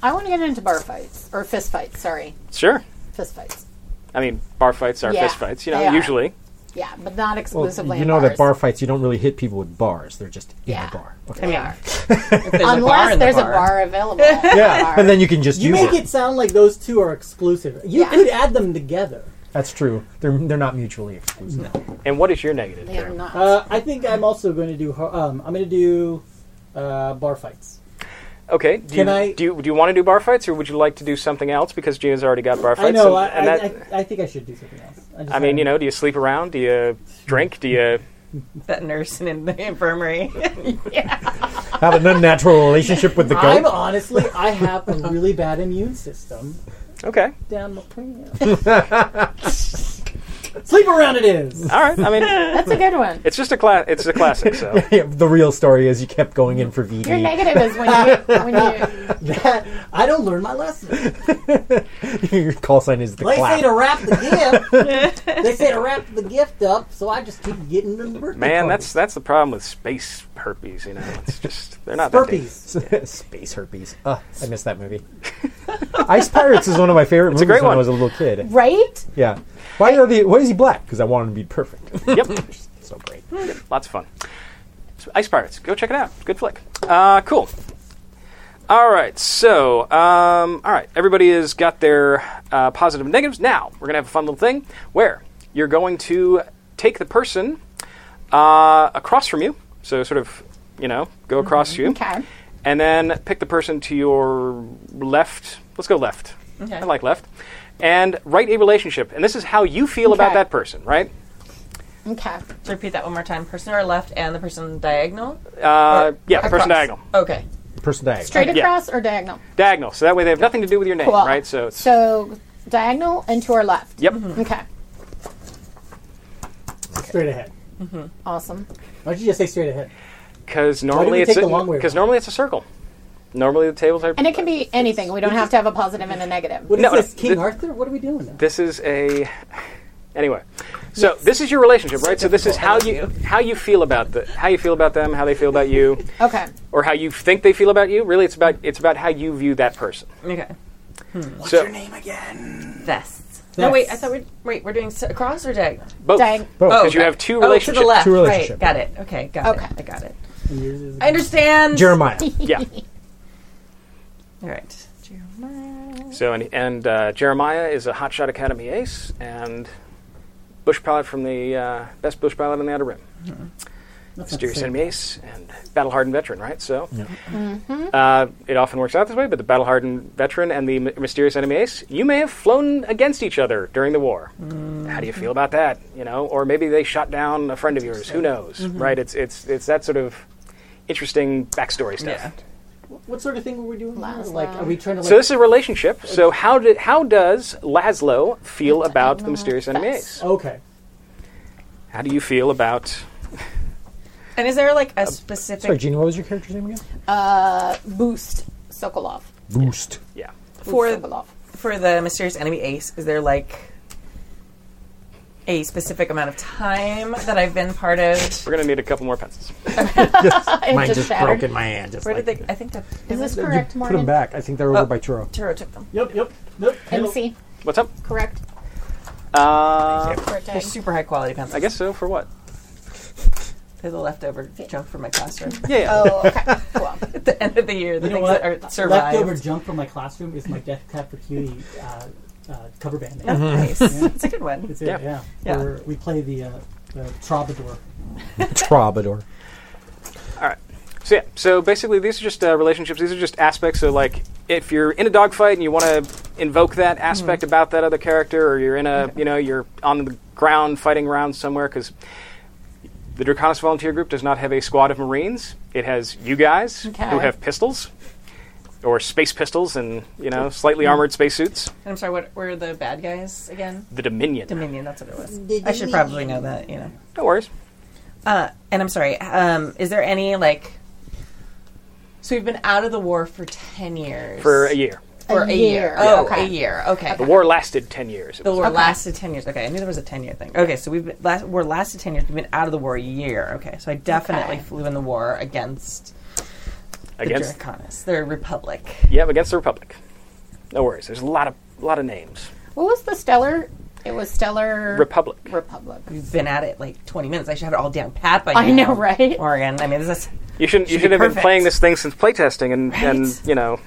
Speaker 4: I want to get into bar fights or fist fights. Sorry,
Speaker 3: Sure.
Speaker 4: fist fights.
Speaker 3: I mean, bar fights are
Speaker 4: Yeah,
Speaker 3: fist fights. You know,
Speaker 4: they are.
Speaker 3: usually.
Speaker 4: Yeah, but not
Speaker 6: Well,
Speaker 4: exclusively.
Speaker 6: you
Speaker 4: in
Speaker 6: know that bar
Speaker 4: bars.
Speaker 6: fights, you don't really hit people with bars. They're just
Speaker 4: Yeah.
Speaker 6: in a bar. Okay.
Speaker 5: I mean,
Speaker 4: Yeah.
Speaker 5: if there's a bar
Speaker 4: Unless
Speaker 5: in the
Speaker 4: there's
Speaker 5: bar.
Speaker 4: a bar available. yeah,
Speaker 6: And then you can just
Speaker 2: You
Speaker 6: use
Speaker 2: make
Speaker 6: it.
Speaker 2: it sound like those two are exclusive. You
Speaker 4: Yeah.
Speaker 2: could add them together.
Speaker 6: That's true. They're they're not mutually exclusive.
Speaker 3: And what is your negative?
Speaker 4: They are
Speaker 3: Karen?
Speaker 4: not.
Speaker 2: Uh, I think I'm also going to do. ho- Um, I'm going to do uh, bar fights.
Speaker 3: Okay. Do
Speaker 2: Can
Speaker 3: you,
Speaker 2: I-
Speaker 3: do you do you want to do bar fights, or would you like to do something else? Because Gina's already got bar fights.
Speaker 2: I know.
Speaker 3: and- and
Speaker 2: I,
Speaker 3: that-
Speaker 2: I, I, I think I should do something else. I, just
Speaker 3: I mean,
Speaker 2: haven't-
Speaker 3: you know, do you sleep around? Do you drink? Do you?
Speaker 5: That nurse in the infirmary.
Speaker 6: Have an unnatural relationship with the
Speaker 2: I'm
Speaker 6: goat.
Speaker 2: honestly, I have a really bad immune system.
Speaker 3: Okay.
Speaker 2: Down my pants. Sleep around it is.
Speaker 3: All right. I mean,
Speaker 4: That's a good one.
Speaker 3: it's just a class. It's a classic. So
Speaker 6: Yeah, the real story is you kept going in for VD.
Speaker 4: Your negative is when you when you
Speaker 2: I don't learn my lesson.
Speaker 6: Your call sign is the
Speaker 2: They say to wrap
Speaker 6: clap.
Speaker 2: the gift. they say to wrap the gift up, so I just keep getting them. birthday
Speaker 3: man,
Speaker 2: parties.
Speaker 3: that's that's the problem with space herpes. You know, it's just they're not that deep.
Speaker 2: herpes.
Speaker 6: Space herpes. Ugh, I missed that movie. Ice Pirates is one of my favorite movies
Speaker 3: a great
Speaker 6: when I
Speaker 3: one.
Speaker 6: was a little kid.
Speaker 4: right.
Speaker 6: Yeah. Why are the? Why is he black? Because I want him to be perfect.
Speaker 3: Yep.
Speaker 6: so great.
Speaker 3: Lots of fun. So, Ice Pirates. Go check it out. Good flick. Uh, cool. All right. So, um, all right. Everybody has got their uh, positive and negatives. Now we're gonna have a fun little thing where you're going to take the person uh, across from you. So sort of, you know, go across you.
Speaker 4: Okay.
Speaker 3: And then pick the person to your left. Let's go left.
Speaker 5: Okay.
Speaker 3: I like left. And write a relationship. And this is how you feel about
Speaker 4: Okay.
Speaker 3: that person, right?
Speaker 4: Okay.
Speaker 5: Repeat that one more time. Person to our left and the person diagonal.
Speaker 3: Uh, yeah,
Speaker 5: Across.
Speaker 3: person diagonal.
Speaker 5: Okay.
Speaker 6: Person diagonal.
Speaker 4: Straight
Speaker 3: Uh, Yeah.
Speaker 4: across or diagonal?
Speaker 3: diagonal. So that way they have nothing to do with your name,
Speaker 4: Cool.
Speaker 3: right? So it's
Speaker 4: So diagonal and to our left.
Speaker 3: yep.
Speaker 2: mm-hmm.
Speaker 4: Okay.
Speaker 2: Straight ahead.
Speaker 4: Awesome.
Speaker 2: Why don't you just say straight ahead?
Speaker 3: Because
Speaker 2: we
Speaker 3: normally it's
Speaker 2: take the long way
Speaker 3: because
Speaker 2: around?
Speaker 3: normally it's a circle. Normally the tables are.
Speaker 4: And it can be anything. We don't have to have a positive and a negative.
Speaker 2: What is
Speaker 3: No,
Speaker 2: this,
Speaker 3: no,
Speaker 2: King
Speaker 3: th-
Speaker 2: Arthur? What are we doing now?
Speaker 3: This is a. Anyway, so this is your relationship, right? So this is how
Speaker 5: difficult. I
Speaker 3: you
Speaker 5: love
Speaker 3: how you feel about the how you feel about them, how they feel about you,
Speaker 4: Okay.
Speaker 3: or how you think they feel about you. Really, it's about it's about how you view that person.
Speaker 5: Okay.
Speaker 3: What's so
Speaker 5: Vests. No,
Speaker 2: Vests.
Speaker 5: wait. I thought we wait. We're doing s- across or diagonal.
Speaker 3: both
Speaker 4: Diag-
Speaker 6: Both.
Speaker 3: because you
Speaker 5: okay.
Speaker 3: have two
Speaker 5: Oh,
Speaker 3: relationships.
Speaker 5: to the left.
Speaker 6: Two
Speaker 5: Right.
Speaker 6: relationship.
Speaker 5: Got it. Okay. Got
Speaker 4: Okay.
Speaker 5: it. I got it.
Speaker 2: And yours is-
Speaker 5: I understand.
Speaker 6: Jeremiah.
Speaker 3: Yeah.
Speaker 5: All right. Jeremiah.
Speaker 3: So and, and uh, Jeremiah is a hotshot Academy ace and bush pilot from the uh, best bush pilot in the Outer Rim.
Speaker 2: That's not the
Speaker 3: Mysterious
Speaker 2: same.
Speaker 3: enemy ace and battle hardened veteran, right? So uh, it often works out this way, but the battle hardened veteran and the m- mysterious enemy ace, you may have flown against each other during the war. How do you feel about that? You know, or maybe they shot down a friend of yours. Who knows, right? It's it's it's that sort of interesting backstory stuff.
Speaker 5: Yeah.
Speaker 2: What sort of thing were we doing? now?
Speaker 4: Last
Speaker 2: Like,
Speaker 4: round.
Speaker 2: are we trying to like?
Speaker 3: So this is a relationship. So how did how does Laszlo feel about the
Speaker 4: know
Speaker 3: mysterious enemy
Speaker 4: that's-
Speaker 3: ace?
Speaker 2: okay.
Speaker 3: How do you feel about?
Speaker 5: And is there like a specific?
Speaker 6: Sorry, Gene. What was your character's name again?
Speaker 4: Uh, boost Sokolov.
Speaker 6: Boost.
Speaker 3: Yeah,
Speaker 4: Boost
Speaker 5: For-
Speaker 4: Sokolov.
Speaker 5: for the mysterious enemy ace is there like a specific amount of time that i've been part of
Speaker 3: we're gonna need a couple more pencils.
Speaker 4: It
Speaker 6: Mine just,
Speaker 4: shattered.
Speaker 6: broke in my hand. Just
Speaker 5: where did
Speaker 6: like,
Speaker 5: they i think that
Speaker 4: Is this
Speaker 6: you
Speaker 4: correct,
Speaker 6: put them
Speaker 4: Morgan?
Speaker 6: back. I think they're
Speaker 3: Oh.
Speaker 6: over by Truro.
Speaker 5: Turo took them
Speaker 2: Yep. Yep. Nope.
Speaker 4: MC,
Speaker 3: What's up?
Speaker 4: correct?
Speaker 3: Uh,
Speaker 4: Correct.
Speaker 5: they're super high quality pencils
Speaker 3: I guess so. For what?
Speaker 5: they're the leftover junk from my classroom
Speaker 3: Yeah. yeah.
Speaker 4: Oh, okay. Cool.
Speaker 5: at the end of the year the
Speaker 2: You know
Speaker 5: things
Speaker 2: what?
Speaker 5: that are
Speaker 2: Leftover
Speaker 5: survived
Speaker 2: junk from my classroom is my Death Cab for Cutie uh, uh, cover band.
Speaker 5: that's
Speaker 2: name.
Speaker 5: nice it's a good one
Speaker 2: It's it, yeah.
Speaker 5: Yeah.
Speaker 2: Where we play the, uh, the troubadour.
Speaker 6: Troubadour.
Speaker 3: So yeah, so basically these are just uh, relationships. These are just aspects. So like, if you're in a dogfight and you want to invoke that aspect
Speaker 5: Hmm.
Speaker 3: about that other character, or you're in a, you know, you're on the ground fighting around somewhere, because the Draconis Volunteer Group does not have a squad of Marines. It has you guys
Speaker 4: Okay.
Speaker 3: who have pistols, or space pistols and you know slightly
Speaker 5: Hmm.
Speaker 3: armored spacesuits.
Speaker 5: I'm sorry, what were the bad guys again?
Speaker 3: The Dominion.
Speaker 5: Dominion, that's what it was. I should probably know that, you know.
Speaker 3: no worries.
Speaker 5: Uh, and I'm sorry, um, is there any, like. So we've been out of the war for 10 years.
Speaker 3: For a year,
Speaker 5: Or a, year.
Speaker 4: year.
Speaker 5: Oh,
Speaker 4: Okay.
Speaker 5: a year. Okay.
Speaker 3: the war lasted ten years. It
Speaker 5: The
Speaker 3: was-
Speaker 5: war lasted ten years. Okay, I knew there was a ten year thing. Okay, so we've been, last, we're lasted ten years. We've been out of the war a year. Okay, so I definitely
Speaker 4: Okay.
Speaker 5: flew in the war against
Speaker 3: against
Speaker 5: the Draconis, their republic.
Speaker 3: yeah, against the Republic. No worries. There's a lot of lot of names.
Speaker 4: What was the stellar? It was stellar
Speaker 3: Republic.
Speaker 4: Republic.
Speaker 5: We've been at it like twenty minutes. I should have it all down pat by now.
Speaker 4: I know, right?
Speaker 5: Oregon. I mean, this is
Speaker 3: You shouldn't. You
Speaker 5: Should be
Speaker 3: should have been
Speaker 5: perfect.
Speaker 3: playing this thing since playtesting and and
Speaker 5: Right.
Speaker 3: you know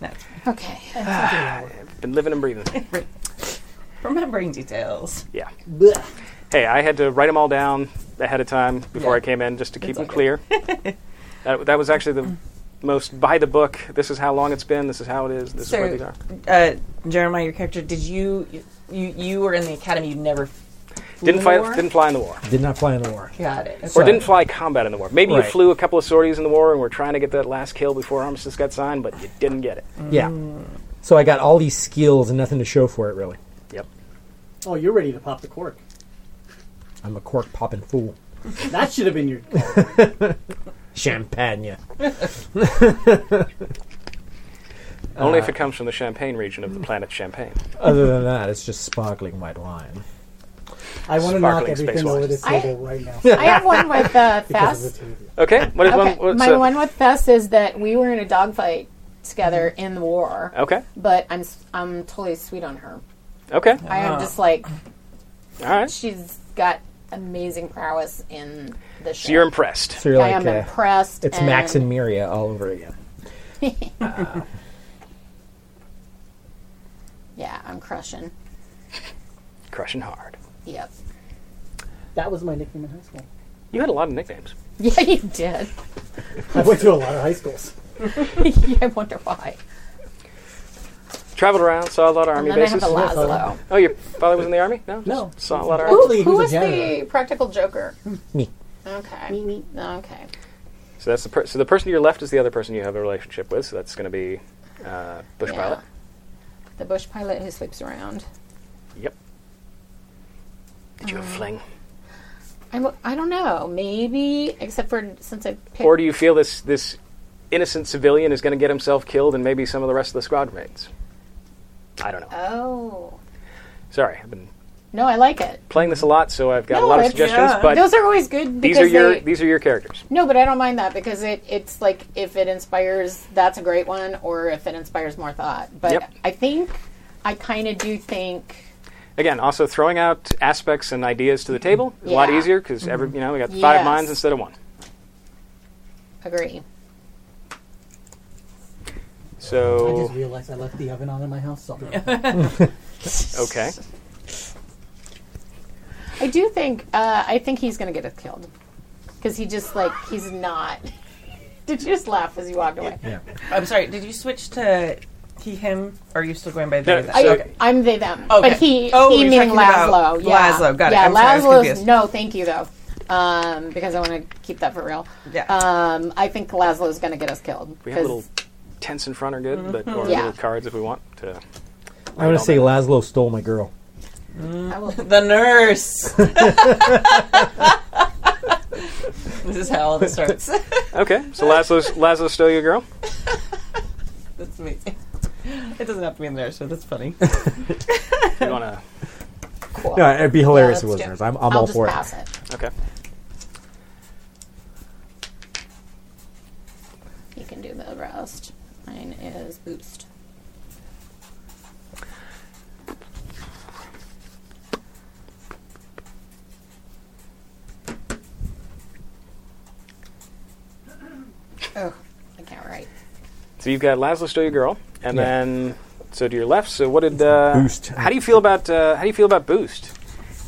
Speaker 5: no,
Speaker 4: Okay.
Speaker 3: been living and breathing.
Speaker 5: remembering details.
Speaker 3: yeah. Hey, I had to write them all down ahead of time before
Speaker 5: Yeah.
Speaker 3: I came in just to keep
Speaker 5: It's
Speaker 3: them
Speaker 5: okay.
Speaker 3: clear. that, that was actually the most by the book. This is how long it's been. This is how it is. This is where these
Speaker 5: So,
Speaker 3: are.
Speaker 5: uh, Jeremiah, your character, did you you you were in the academy? You never flew in
Speaker 3: Didn't
Speaker 5: the
Speaker 3: fly.
Speaker 5: war?
Speaker 3: Didn't fly in the war.
Speaker 6: Did not fly in the war.
Speaker 5: Got it.
Speaker 3: Or
Speaker 5: Okay.
Speaker 3: didn't fly combat in the war. Maybe
Speaker 6: Right.
Speaker 3: you flew a couple of sorties in the war and were trying to get that last kill before armistice got signed, but you didn't get it.
Speaker 6: Yeah. So I got all these skills and nothing to show for it, really.
Speaker 3: Yep.
Speaker 2: Oh, you're ready to pop the cork.
Speaker 6: I'm a cork popping fool.
Speaker 2: That should have been your.
Speaker 6: Champagne.
Speaker 3: Only if it comes from the Champagne region of the planet Champagne.
Speaker 6: Other than that, it's just sparkling white wine.
Speaker 7: I want to knock
Speaker 3: Sparkling space
Speaker 7: everything over
Speaker 3: wines.
Speaker 7: this table right now.
Speaker 4: I have one with uh,
Speaker 7: because of the
Speaker 4: Fess.
Speaker 7: two of you.
Speaker 3: Okay. What is
Speaker 4: Okay.
Speaker 3: one? What's
Speaker 4: My
Speaker 3: uh,
Speaker 4: one with Fess is that we were in a dogfight together in the war,
Speaker 3: Okay.
Speaker 4: but I'm s- I'm totally sweet on her.
Speaker 3: Okay.
Speaker 4: I am just like
Speaker 3: All right.
Speaker 4: she's got amazing prowess in the show.
Speaker 3: So you're impressed.
Speaker 6: So you're
Speaker 4: I
Speaker 6: like,
Speaker 4: am
Speaker 6: uh,
Speaker 4: impressed.
Speaker 6: it's
Speaker 4: and
Speaker 6: Max and Miria all over again.
Speaker 4: yeah, I'm crushing.
Speaker 3: Crushing hard.
Speaker 4: Yep.
Speaker 7: That was my nickname in high school.
Speaker 3: You had a lot of nicknames.
Speaker 4: Yeah, you did.
Speaker 7: I went to a lot of high schools.
Speaker 4: I wonder why.
Speaker 3: Traveled around, saw a lot of army
Speaker 4: and then
Speaker 3: bases.
Speaker 4: I have a Laszlo.
Speaker 3: Oh, your father was in the army? No.
Speaker 7: No.
Speaker 3: Just saw a lot of army.
Speaker 4: Who,
Speaker 7: Actually, he
Speaker 4: who
Speaker 7: was
Speaker 4: was
Speaker 7: a
Speaker 4: the
Speaker 7: janitor.
Speaker 4: practical joker?
Speaker 6: Me.
Speaker 4: Okay. Me,
Speaker 5: Oh.
Speaker 4: me. Okay.
Speaker 3: So that's the per- so the person to your left is the other person you have a relationship with. So that's going to be uh, bush
Speaker 4: Yeah.
Speaker 3: pilot.
Speaker 4: The bush pilot who sleeps around.
Speaker 3: Yep. Did you
Speaker 4: Mm.
Speaker 3: have a fling?
Speaker 4: I'm, I don't know. Maybe, except for since I picked.
Speaker 3: Or do you feel this this innocent civilian is going to get himself killed and maybe some of the rest of the squad mates? I don't know.
Speaker 4: oh.
Speaker 3: Sorry, I've been
Speaker 4: No, I like it.
Speaker 3: playing this a lot, so I've got
Speaker 4: No,
Speaker 3: a lot of
Speaker 4: it's- uh,
Speaker 3: suggestions.
Speaker 5: yeah.
Speaker 3: But
Speaker 4: Those are always good because
Speaker 3: these are your
Speaker 4: they,
Speaker 3: these are your characters.
Speaker 4: No, but I don't mind that because it it's like if it inspires, that's a great one, or if it inspires more thought. But
Speaker 3: Yep.
Speaker 4: I think I kind of do think.
Speaker 3: Again, also throwing out aspects and ideas to the table is a lot
Speaker 4: Yeah.
Speaker 3: easier because every you know we got five
Speaker 4: Yes.
Speaker 3: minds instead of one.
Speaker 4: Agree.
Speaker 7: I
Speaker 3: So
Speaker 7: just realized I left the oven on in my house. So
Speaker 3: okay,
Speaker 4: I do think. Uh, I think he's going to get us killed because he just like he's not. Did you just laugh as you walked away?
Speaker 5: I'm sorry. Did you switch to he him? Or are you still going by
Speaker 3: No,
Speaker 5: the?
Speaker 4: I,
Speaker 3: so- Okay.
Speaker 4: I'm they them.
Speaker 5: Okay.
Speaker 4: But he,
Speaker 5: Oh,
Speaker 4: he
Speaker 5: you're
Speaker 4: meaning
Speaker 5: talking about
Speaker 4: Laszlo. Yeah.
Speaker 5: Laszlo, got it.
Speaker 4: Yeah,
Speaker 5: I'm sorry, I was
Speaker 4: Laszlo's-
Speaker 5: confused.
Speaker 4: no, thank you though, um, because I want to keep that for real.
Speaker 5: Yeah.
Speaker 4: Um, I think Laszlo's going to get us killed.
Speaker 3: we have
Speaker 4: 'cause- Mm-hmm.
Speaker 3: little tents in front are good, but or
Speaker 4: Yeah.
Speaker 3: little cards if we want to.
Speaker 6: I'm going to say Laszlo stole my girl.
Speaker 4: I will-
Speaker 5: the nurse. this is how all this starts.
Speaker 3: Okay, so Laszlo's Laszlo stole your girl.
Speaker 5: that's amazing. It doesn't have to be the nurse, but that's funny.
Speaker 3: You want to?
Speaker 4: cool.
Speaker 6: No, it'd be hilarious
Speaker 4: Yeah,
Speaker 6: if it was
Speaker 4: let's
Speaker 6: nurse.
Speaker 4: do-
Speaker 6: I'm, I'm
Speaker 4: I'll
Speaker 6: all
Speaker 4: just
Speaker 6: for
Speaker 4: pass
Speaker 6: it.
Speaker 4: it.
Speaker 3: Okay.
Speaker 4: You can do the rest. Mine is boost. Oh, I can't write.
Speaker 3: So you've got Laszlo stole your girl, and
Speaker 6: Yeah.
Speaker 3: then so to your left. So what did uh,
Speaker 6: Boost.
Speaker 3: How do you feel about uh, how do you feel about boost?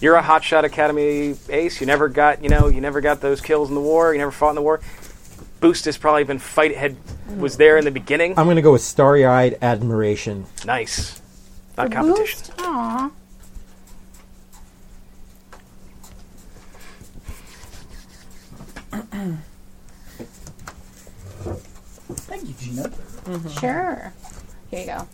Speaker 3: You're a hotshot academy ace. You never got you know you never got those kills in the war. You never fought in the war. Boost has probably been fight had was there in the beginning.
Speaker 6: I'm going to go with starry eyed admiration.
Speaker 3: nice, not competition.
Speaker 4: Boost? Aw.
Speaker 5: I
Speaker 8: Thank you, Gina.
Speaker 4: Mm-hmm. Sure. Here you go.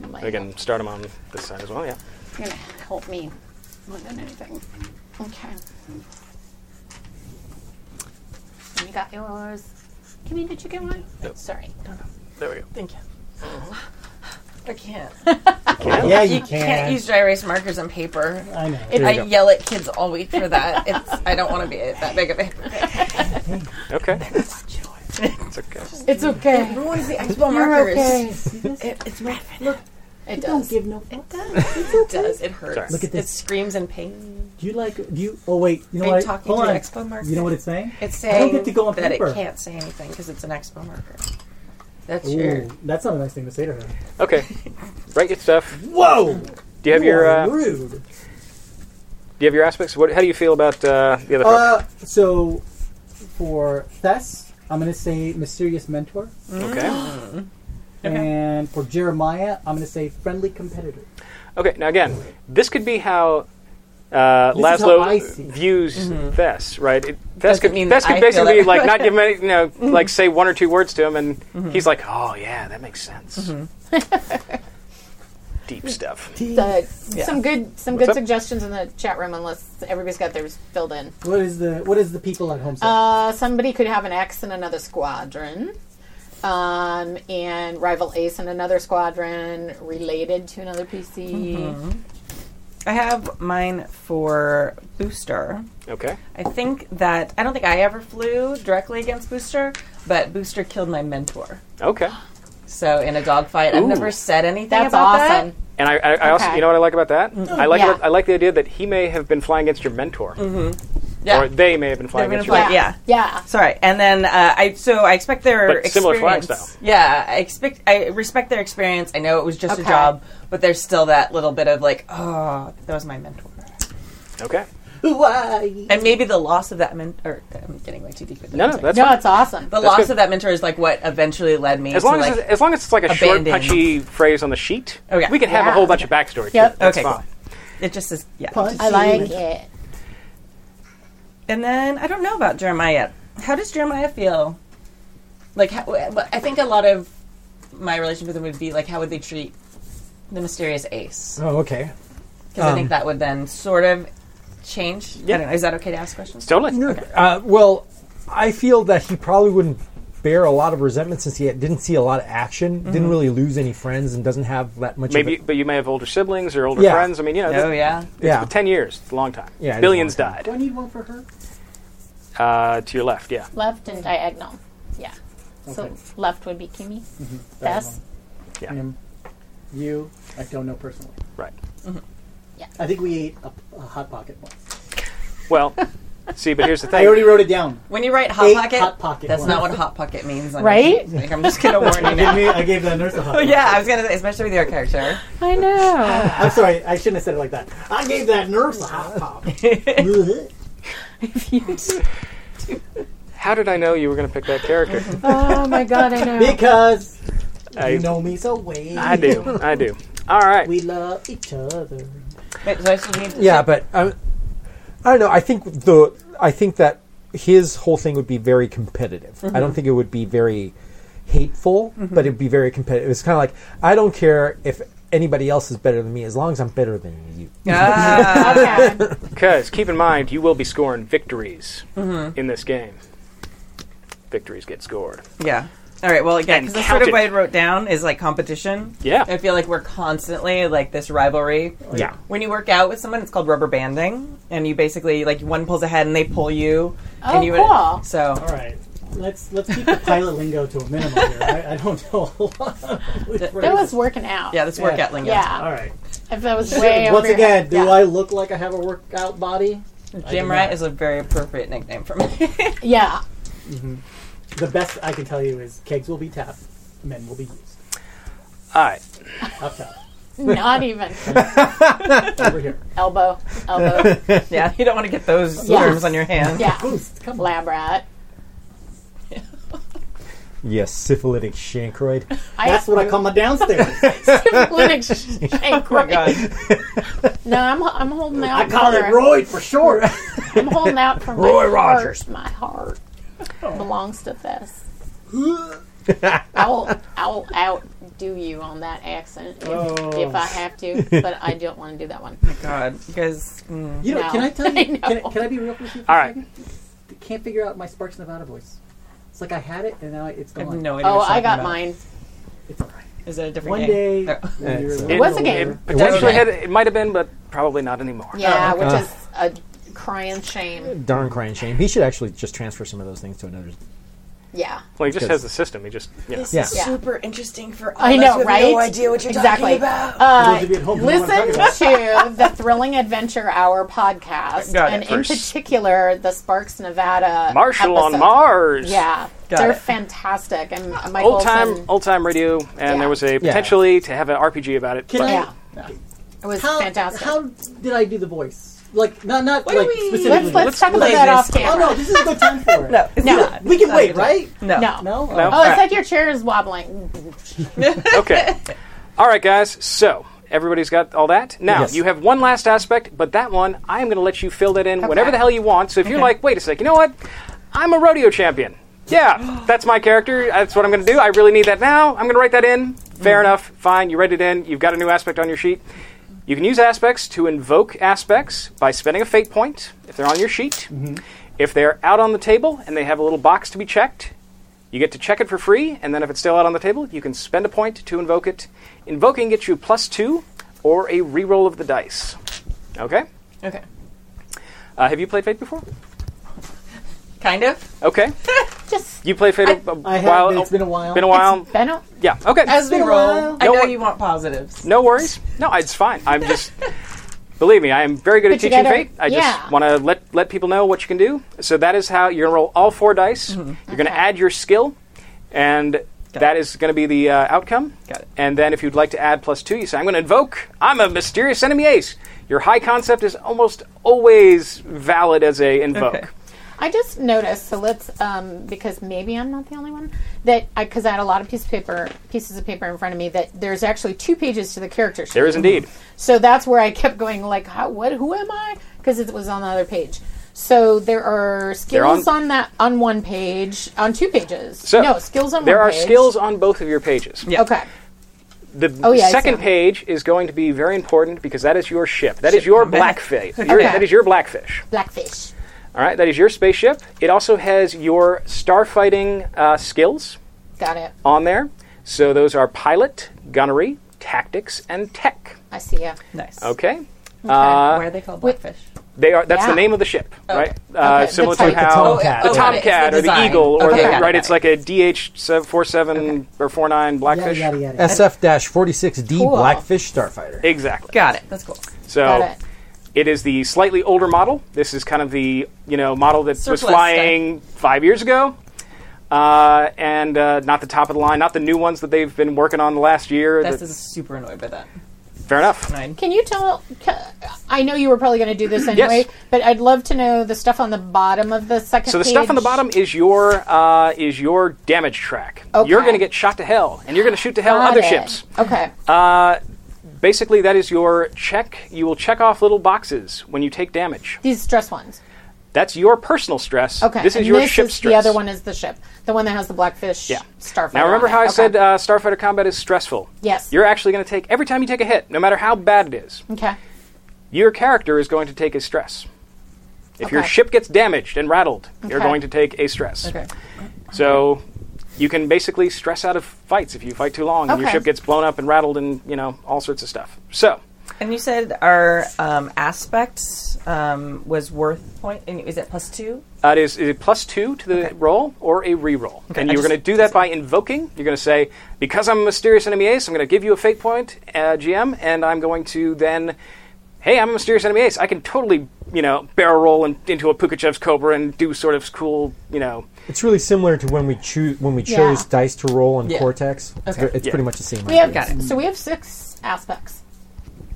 Speaker 4: You might
Speaker 3: We can start them on this side as well. Yeah.
Speaker 4: You're gonna help me more than anything. Okay. And you got yours. Kimmy, did you get one?
Speaker 3: Nope.
Speaker 4: Sorry.
Speaker 3: There we go.
Speaker 5: Thank you. I can't.
Speaker 8: Yeah, you,
Speaker 5: You can't use dry erase markers on paper.
Speaker 8: I know.
Speaker 5: It,
Speaker 6: There
Speaker 5: I
Speaker 6: you go.
Speaker 5: yell at kids all week for that. It's I don't want to be that big of a
Speaker 3: Okay. it's okay.
Speaker 4: It's okay.
Speaker 5: ruins the expo markers.
Speaker 4: It does.
Speaker 8: give no.
Speaker 5: It does. It hurts.
Speaker 3: Sorry.
Speaker 8: Look at
Speaker 5: It
Speaker 8: this.
Speaker 5: screams in pain.
Speaker 8: Do you like? Do you? Oh wait. You know
Speaker 5: Are you
Speaker 8: what?
Speaker 5: talking
Speaker 8: Hold
Speaker 5: to
Speaker 8: on.
Speaker 5: an expo marker?
Speaker 8: You know what it's saying?
Speaker 5: It's
Speaker 8: I don't
Speaker 5: saying
Speaker 8: get to go on
Speaker 5: that
Speaker 8: paper.
Speaker 5: it can't say anything because it's an expo marker. That's your.
Speaker 8: Ooh, that's not a nice thing to say to her.
Speaker 3: Okay. Write your stuff.
Speaker 8: Whoa!
Speaker 3: Do you have your uh, Do
Speaker 8: rude.
Speaker 3: you have your aspects? What? How do you feel about uh, the other? folk?
Speaker 8: Uh, so for Thess, I'm going to say mysterious mentor,
Speaker 3: Mm. okay.
Speaker 8: and for Jeremiah, I'm going to say friendly competitor.
Speaker 3: Okay. Now again, this could be how. Uh,
Speaker 8: This is how I
Speaker 3: Laszlo
Speaker 8: see it. Mm-hmm.
Speaker 3: views Thess, right? It,
Speaker 5: Doesn't
Speaker 3: Thess could,
Speaker 5: mean
Speaker 3: Thess
Speaker 5: that
Speaker 3: could
Speaker 5: I feel
Speaker 3: basically
Speaker 5: that
Speaker 3: like
Speaker 5: way.
Speaker 3: not give him any, you know, like say one or two words to him, and
Speaker 8: Mm-hmm.
Speaker 3: he's like, "Oh yeah, that makes sense." Deep stuff.
Speaker 4: The, Some good, some good
Speaker 3: up?
Speaker 4: suggestions in the chat room, unless everybody's got theirs filled in.
Speaker 8: What is the what is the people at home say?
Speaker 4: Uh, somebody could have an X in another squadron, um, and rival ace in another squadron related to another PC.
Speaker 8: Mm-hmm.
Speaker 5: I have mine for Booster.
Speaker 3: Okay.
Speaker 5: I think that I don't think I ever flew directly against Booster, but Booster killed my mentor.
Speaker 3: Okay.
Speaker 5: So in a dogfight, I've never said anything
Speaker 4: That's
Speaker 5: about that.
Speaker 4: awesome.
Speaker 3: And I, I, I also,
Speaker 4: Okay.
Speaker 3: you know what I like about that?
Speaker 8: Mm-hmm.
Speaker 3: I like,
Speaker 4: Yeah.
Speaker 3: about- I like the idea that he may have been flying against your mentor,
Speaker 5: Yeah.
Speaker 3: or they may have been flying
Speaker 5: They've been
Speaker 3: against
Speaker 5: flying-
Speaker 3: your.
Speaker 5: Yeah.
Speaker 4: Yeah.
Speaker 5: Sorry, and then uh, I so I expect their
Speaker 3: But similar flying
Speaker 5: experience.
Speaker 3: style.
Speaker 5: Yeah, I expect I respect their experience. I know it was just
Speaker 4: Okay.
Speaker 5: a job, but there's still that little bit of like, oh, that was my mentor,
Speaker 3: Okay.
Speaker 8: Why?
Speaker 5: and maybe the loss of that mentor. I'm getting way too deep into
Speaker 3: No, no,
Speaker 5: this.
Speaker 3: that's
Speaker 4: No,
Speaker 3: fine.
Speaker 4: it's awesome.
Speaker 5: the loss
Speaker 3: good.
Speaker 5: of that mentor is like what eventually led me
Speaker 3: As
Speaker 5: to
Speaker 3: long
Speaker 5: like
Speaker 3: as, it's, as long as it's like a short,
Speaker 5: abandon.
Speaker 3: punchy phrase on the sheet,
Speaker 5: Oh, yeah.
Speaker 3: we can have a
Speaker 4: Yeah.
Speaker 3: whole bunch of backstory. to
Speaker 4: Yep.
Speaker 3: it. That's
Speaker 5: Okay, cool.
Speaker 3: fine.
Speaker 5: it just is yeah.
Speaker 4: I like it.
Speaker 5: And then I don't know about Jeremiah yet. How does Jeremiah feel? Like, how, well, I think a lot of my relationship with him would be like, how would they treat the mysterious ace?
Speaker 6: Oh, okay.
Speaker 5: Because I think that would then sort of change. I don't know. Is that okay to ask questions?
Speaker 3: Totally.
Speaker 6: Uh, well, I feel that he probably wouldn't bear a lot of resentment since he didn't see a lot of action,
Speaker 4: Mm-hmm.
Speaker 6: didn't really lose any friends, and doesn't have that much.
Speaker 3: Maybe,
Speaker 6: Of a-
Speaker 3: but you may have older siblings or older
Speaker 6: Yeah.
Speaker 3: friends. I mean, you know,
Speaker 5: Oh
Speaker 3: this-
Speaker 5: yeah.
Speaker 6: yeah.
Speaker 3: ten years, it's a long time.
Speaker 6: Yeah, it is a
Speaker 3: Billions
Speaker 6: long time.
Speaker 8: Do I
Speaker 3: died.
Speaker 8: need one for her?
Speaker 3: Uh, to your left, yeah.
Speaker 4: Left and diagonal. Yeah. So
Speaker 8: Okay.
Speaker 4: left would be Kimmy. That's
Speaker 3: Yeah.
Speaker 8: Um, you, I don't know personally.
Speaker 3: Right.
Speaker 8: I think we ate a, a hot pocket once.
Speaker 3: Well, see, but here's the
Speaker 8: I
Speaker 3: thing.
Speaker 8: already wrote it down.
Speaker 5: When you write hot
Speaker 8: Eight
Speaker 5: pocket,
Speaker 8: Hot Pocket
Speaker 5: that's not
Speaker 8: ones.
Speaker 5: what hot pocket means, on
Speaker 4: Right?
Speaker 5: your sheet. Like, I'm just gonna warn you
Speaker 8: Give
Speaker 5: now.
Speaker 8: me, I gave that nurse a hot.
Speaker 5: Oh
Speaker 8: pocket.
Speaker 5: yeah, I was gonna say, especially with your character.
Speaker 4: I know.
Speaker 8: I'm sorry. I shouldn't have said it like that. I gave that nurse a hot pocket. Blech.
Speaker 3: How did I know you were going to pick that character?
Speaker 4: oh my god, I know.
Speaker 8: because
Speaker 3: I,
Speaker 8: you know me so well.
Speaker 3: I do. I do. All right.
Speaker 8: We love each other.
Speaker 5: Wait, so I still need to-
Speaker 6: yeah, but um, I don't know. I think the I think that his whole thing would be very competitive. I don't think it would be very hateful, but it'd be very competitive. It's kind of like I don't care if anybody else is better than me as long as I'm better than you.
Speaker 5: Ah,
Speaker 4: Okay.
Speaker 3: Because keep in mind, you will be scoring victories in this game. Victories get scored.
Speaker 5: Yeah. All right. Well, again,
Speaker 3: And
Speaker 5: because that's sort of
Speaker 3: counted.
Speaker 5: what I wrote down is like competition.
Speaker 3: Yeah.
Speaker 5: I feel like we're constantly like this rivalry.
Speaker 6: Yeah.
Speaker 5: When you work out with someone, it's called rubber banding, and you basically like one pulls ahead and they pull you.
Speaker 4: Oh,
Speaker 5: and you
Speaker 4: cool.
Speaker 5: So
Speaker 8: All right. Let's let's keep the pilot lingo to a minimum here. I, I don't know a lot. That
Speaker 4: That was working out.
Speaker 5: yeah, this workout lingo.
Speaker 4: Yeah.
Speaker 8: all right.
Speaker 4: If that was way
Speaker 8: Once
Speaker 4: over your
Speaker 8: again,
Speaker 4: head.
Speaker 8: do
Speaker 4: yeah.
Speaker 8: I look like I have a workout body?
Speaker 5: Gym
Speaker 8: not.
Speaker 5: rat is a very appropriate nickname for me.
Speaker 4: Yeah.
Speaker 8: The best I can tell you is kegs will be tapped, men will be used.
Speaker 3: All right.
Speaker 8: Up top,
Speaker 4: Not even.
Speaker 8: over here.
Speaker 4: Elbow. Elbow.
Speaker 5: yeah. You don't want to get those
Speaker 4: Yeah.
Speaker 5: terms on your hand.
Speaker 4: Yeah.
Speaker 8: Boost, come on.
Speaker 4: Lab rat.
Speaker 6: Yes, syphilitic shankroid.
Speaker 4: I
Speaker 8: That's what I call my downstairs.
Speaker 4: Linux. Hey,
Speaker 5: Oh my god.
Speaker 4: No, I'm I'm holding out.
Speaker 8: I call it
Speaker 4: for-
Speaker 8: Royd for short.
Speaker 4: I'm holding out for
Speaker 6: Roy
Speaker 4: my
Speaker 6: Rogers.
Speaker 4: Heart, my heart. belongs to this. I'll I'll outdo you on that accent if,
Speaker 8: Oh.
Speaker 4: if I have to, but I don't want to do that one.
Speaker 5: God, you guys. mm.
Speaker 7: You know,
Speaker 4: No.
Speaker 7: can I tell you?
Speaker 4: I
Speaker 7: can,
Speaker 4: know.
Speaker 7: I, can I be real with you? For
Speaker 3: All
Speaker 7: a
Speaker 3: right.
Speaker 7: second? I can't figure out my Sparks Nevada voice. It's like I had it and now it's
Speaker 5: I have
Speaker 7: gone.
Speaker 5: no idea.
Speaker 4: Oh,
Speaker 5: what you're
Speaker 4: I
Speaker 5: talking
Speaker 4: got
Speaker 5: about.
Speaker 4: mine.
Speaker 7: It's all right.
Speaker 5: Is that a different
Speaker 7: One
Speaker 5: game?
Speaker 7: day.
Speaker 8: Uh,
Speaker 5: Oh.
Speaker 7: when you're-
Speaker 6: It's-
Speaker 7: when
Speaker 4: was a
Speaker 7: you're
Speaker 4: game.
Speaker 7: older-
Speaker 3: Potentially,
Speaker 5: Okay.
Speaker 3: had, it might have been, but probably not anymore.
Speaker 4: Yeah,
Speaker 5: Oh,
Speaker 4: which
Speaker 6: Ah.
Speaker 4: is a crying shame.
Speaker 6: Darn crying shame. He should actually just transfer some of those things to another.
Speaker 4: Yeah.
Speaker 3: Well, he just
Speaker 6: Because-
Speaker 3: has the system. He just, you know.
Speaker 5: This
Speaker 6: Yeah.
Speaker 5: is
Speaker 4: Yeah.
Speaker 5: super interesting for all
Speaker 4: I
Speaker 5: of us
Speaker 4: know,
Speaker 5: with
Speaker 4: right?
Speaker 5: no idea what you're talking
Speaker 4: exactly.
Speaker 5: about.
Speaker 4: Uh,
Speaker 7: Those of you at home who don't wanna talk
Speaker 4: listen to the Thrilling Adventure Hour podcast,
Speaker 5: Got it.
Speaker 4: and in
Speaker 3: First.
Speaker 4: particular the Sparks Nevada
Speaker 3: Marshall on
Speaker 4: episode.
Speaker 3: Mars.
Speaker 4: Yeah,
Speaker 5: Got
Speaker 4: they're
Speaker 5: it.
Speaker 4: fantastic, and Mike
Speaker 3: Old time,
Speaker 4: Olson-
Speaker 3: old time radio, and there was a potentially to have an RPG about it.
Speaker 7: Can I-
Speaker 4: yeah, it was
Speaker 7: How,
Speaker 4: fantastic.
Speaker 7: how did I do the voice? Like not not
Speaker 5: do
Speaker 7: like
Speaker 5: we-
Speaker 7: specifically.
Speaker 4: let's let's talk about
Speaker 5: play
Speaker 4: that
Speaker 5: this
Speaker 4: off
Speaker 7: oh
Speaker 4: camera.
Speaker 7: no, this is a good time for it.
Speaker 5: no, it's
Speaker 4: No.
Speaker 5: not.
Speaker 7: we can
Speaker 5: Not
Speaker 7: wait,
Speaker 5: even-
Speaker 7: right?
Speaker 5: No.
Speaker 4: no,
Speaker 7: No.
Speaker 3: No.
Speaker 4: Oh, it's like your chair is wobbling.
Speaker 3: okay. All right, guys. So everybody's got all that. Now
Speaker 6: Yes.
Speaker 3: you have one last aspect, but that one I am going to let you fill that in whenever
Speaker 4: Okay.
Speaker 3: the hell you want. So if you're like, wait a sec, you know what? I'm a rodeo champion. Yeah, that's my character. That's what I'm going to do. I really need that now. I'm going to write that in. Fair
Speaker 4: Mm.
Speaker 3: enough. Fine. You write it in. You've got a new aspect on your sheet. You can use aspects to invoke aspects by spending a fate point if they're on your sheet.
Speaker 4: Mm-hmm.
Speaker 3: If they're out on the table and they have a little box to be checked, you get to check it for free, and then if it's still out on the table, you can spend a point to invoke it. Invoking gets you plus two or a reroll of the dice. Okay?
Speaker 5: Okay.
Speaker 3: Uh, have you played Fate before?
Speaker 5: Kind of.
Speaker 3: Okay.
Speaker 4: Just
Speaker 3: You played Fate a a
Speaker 7: I have.
Speaker 3: while.
Speaker 7: It's been a while.
Speaker 3: Been a while.
Speaker 4: Ben, oh,
Speaker 3: Yeah. Okay.
Speaker 5: As we
Speaker 7: been a
Speaker 5: roll,
Speaker 7: while.
Speaker 5: I
Speaker 3: No
Speaker 5: know
Speaker 3: one-
Speaker 5: you want positives.
Speaker 3: no worries. No, it's fine. I'm just. Believe me, I am very good at
Speaker 4: But you
Speaker 3: teaching
Speaker 4: gotta-
Speaker 3: Fate. I
Speaker 4: yeah.
Speaker 3: just want to let let people know what you can do. So that is how you're gonna roll all four dice. You're gonna
Speaker 4: Mm-hmm. Okay.
Speaker 3: add your skill, and that
Speaker 5: it.
Speaker 3: is gonna be the uh, outcome.
Speaker 5: Got it.
Speaker 3: And then if you'd like to add plus two, you say, I'm going to invoke, I'm a mysterious enemy ace. Your high concept is almost always valid as a invoke.
Speaker 5: Okay.
Speaker 4: I just noticed. So let's, um, because maybe I'm not the only one that, because I, had a lot of piece of paper, pieces of paper in front of me. That there's actually two pages to the character sheet.
Speaker 3: There is indeed.
Speaker 4: So that's where I kept going, like, how, what, who am I? Because it was on the other page. So there are skills
Speaker 3: on-
Speaker 4: on, that on one page, on two pages.
Speaker 3: So
Speaker 4: no skills on
Speaker 3: There
Speaker 4: one
Speaker 3: are
Speaker 4: page.
Speaker 3: skills on both of your pages.
Speaker 5: Yeah.
Speaker 4: Okay.
Speaker 3: The
Speaker 4: Oh, yeah, I
Speaker 3: second
Speaker 4: see.
Speaker 3: page is going to be very important because that is your ship. That is your blackfish. Your-
Speaker 4: Okay.
Speaker 3: That is your blackfish.
Speaker 4: Blackfish.
Speaker 3: All right, that is your spaceship. It also has your starfighting uh, skills
Speaker 4: Got it.
Speaker 3: on there. So those are pilot, gunnery, tactics, and tech.
Speaker 4: I see ya.
Speaker 5: Nice.
Speaker 3: Okay.
Speaker 5: Uh, Why are they called blackfish?
Speaker 3: They are. That's
Speaker 4: Yeah.
Speaker 3: the
Speaker 4: Oh.
Speaker 3: name of the ship, right?
Speaker 4: Okay, the
Speaker 3: Uh, similar
Speaker 4: type.
Speaker 3: to how
Speaker 6: The tomcat. Oh,
Speaker 3: the
Speaker 5: got it. It's
Speaker 3: tomcat
Speaker 5: the
Speaker 3: or the
Speaker 5: design.
Speaker 3: eagle or
Speaker 5: Okay,
Speaker 3: the,
Speaker 5: got it,
Speaker 3: right.
Speaker 5: got
Speaker 3: It's like a DH seven four seven or four
Speaker 7: Oh,
Speaker 3: nine
Speaker 7: Yada
Speaker 3: blackfish.
Speaker 7: yada yada.
Speaker 6: SF-46D
Speaker 4: Cool.
Speaker 6: Blackfish Starfighter.
Speaker 3: Exactly.
Speaker 5: Got it. That's cool.
Speaker 3: So
Speaker 4: Got it.
Speaker 3: it is the slightly older model. This is kind of the you know model that was
Speaker 5: Surplus
Speaker 3: flying five years ago, uh, and uh, not the top of the line, not the new ones that they've been working on the last year.
Speaker 5: This
Speaker 3: that-
Speaker 5: is super annoyed by that.
Speaker 3: fair enough.
Speaker 5: Nine.
Speaker 4: Can you tell? ca- I know you were probably going to do this anyway, but I'd love to know the stuff on the bottom of the second.
Speaker 3: So the stuff on the
Speaker 4: page.
Speaker 3: bottom is your uh, is your damage track.
Speaker 4: Okay.
Speaker 3: You're going to get shot to hell, and you're going to shoot to hell
Speaker 4: Got
Speaker 3: other
Speaker 4: it.
Speaker 3: ships.
Speaker 4: Okay.
Speaker 3: Uh, basically, that is your check. You will check off little boxes when you take damage.
Speaker 4: These stress ones.
Speaker 3: That's your personal stress.
Speaker 4: Okay.
Speaker 3: This is
Speaker 4: and
Speaker 3: your ship
Speaker 4: is-
Speaker 3: stress.
Speaker 4: The other one is the ship, the one that has the blackfish.
Speaker 3: Yeah.
Speaker 4: Starfighter.
Speaker 3: Now, remember
Speaker 4: on it.
Speaker 3: how I
Speaker 4: Okay.
Speaker 3: said uh, starfighter combat is stressful?
Speaker 4: Yes.
Speaker 3: You're actually going to take every time you take a hit, no matter how bad it is.
Speaker 4: Okay.
Speaker 3: Your character is going to take a stress. If your
Speaker 4: Okay.
Speaker 3: ship gets damaged and rattled, you're
Speaker 4: Okay.
Speaker 3: going to take a stress.
Speaker 5: Okay.
Speaker 3: So you can basically stress out of fights if you fight too long and your
Speaker 4: Okay.
Speaker 3: ship gets blown up and rattled and, you know, all sorts of stuff. So,
Speaker 5: And you said our um, aspect um, was worth point. And is it plus two?
Speaker 3: Uh, it is, is it plus two to the roll or a re-roll? and
Speaker 5: I
Speaker 3: you're
Speaker 5: just-
Speaker 3: going to do that by invoking. You're going to say, because I'm a mysterious enemy ace, I'm going to give you a fate point, uh, GM, and I'm going to then, hey, I'm a mysterious enemy ace. I can totally, you know, barrel roll in, into a Pukachev's Cobra and do sort of cool, you know.
Speaker 6: It's really similar to when we choose when we
Speaker 4: Yeah.
Speaker 6: chose dice to roll on
Speaker 5: Yeah.
Speaker 6: Cortex. It's,
Speaker 5: Okay.
Speaker 6: ve- it's
Speaker 3: Yeah.
Speaker 6: pretty much the same.
Speaker 4: We have
Speaker 5: Got it.
Speaker 4: so we have six aspects.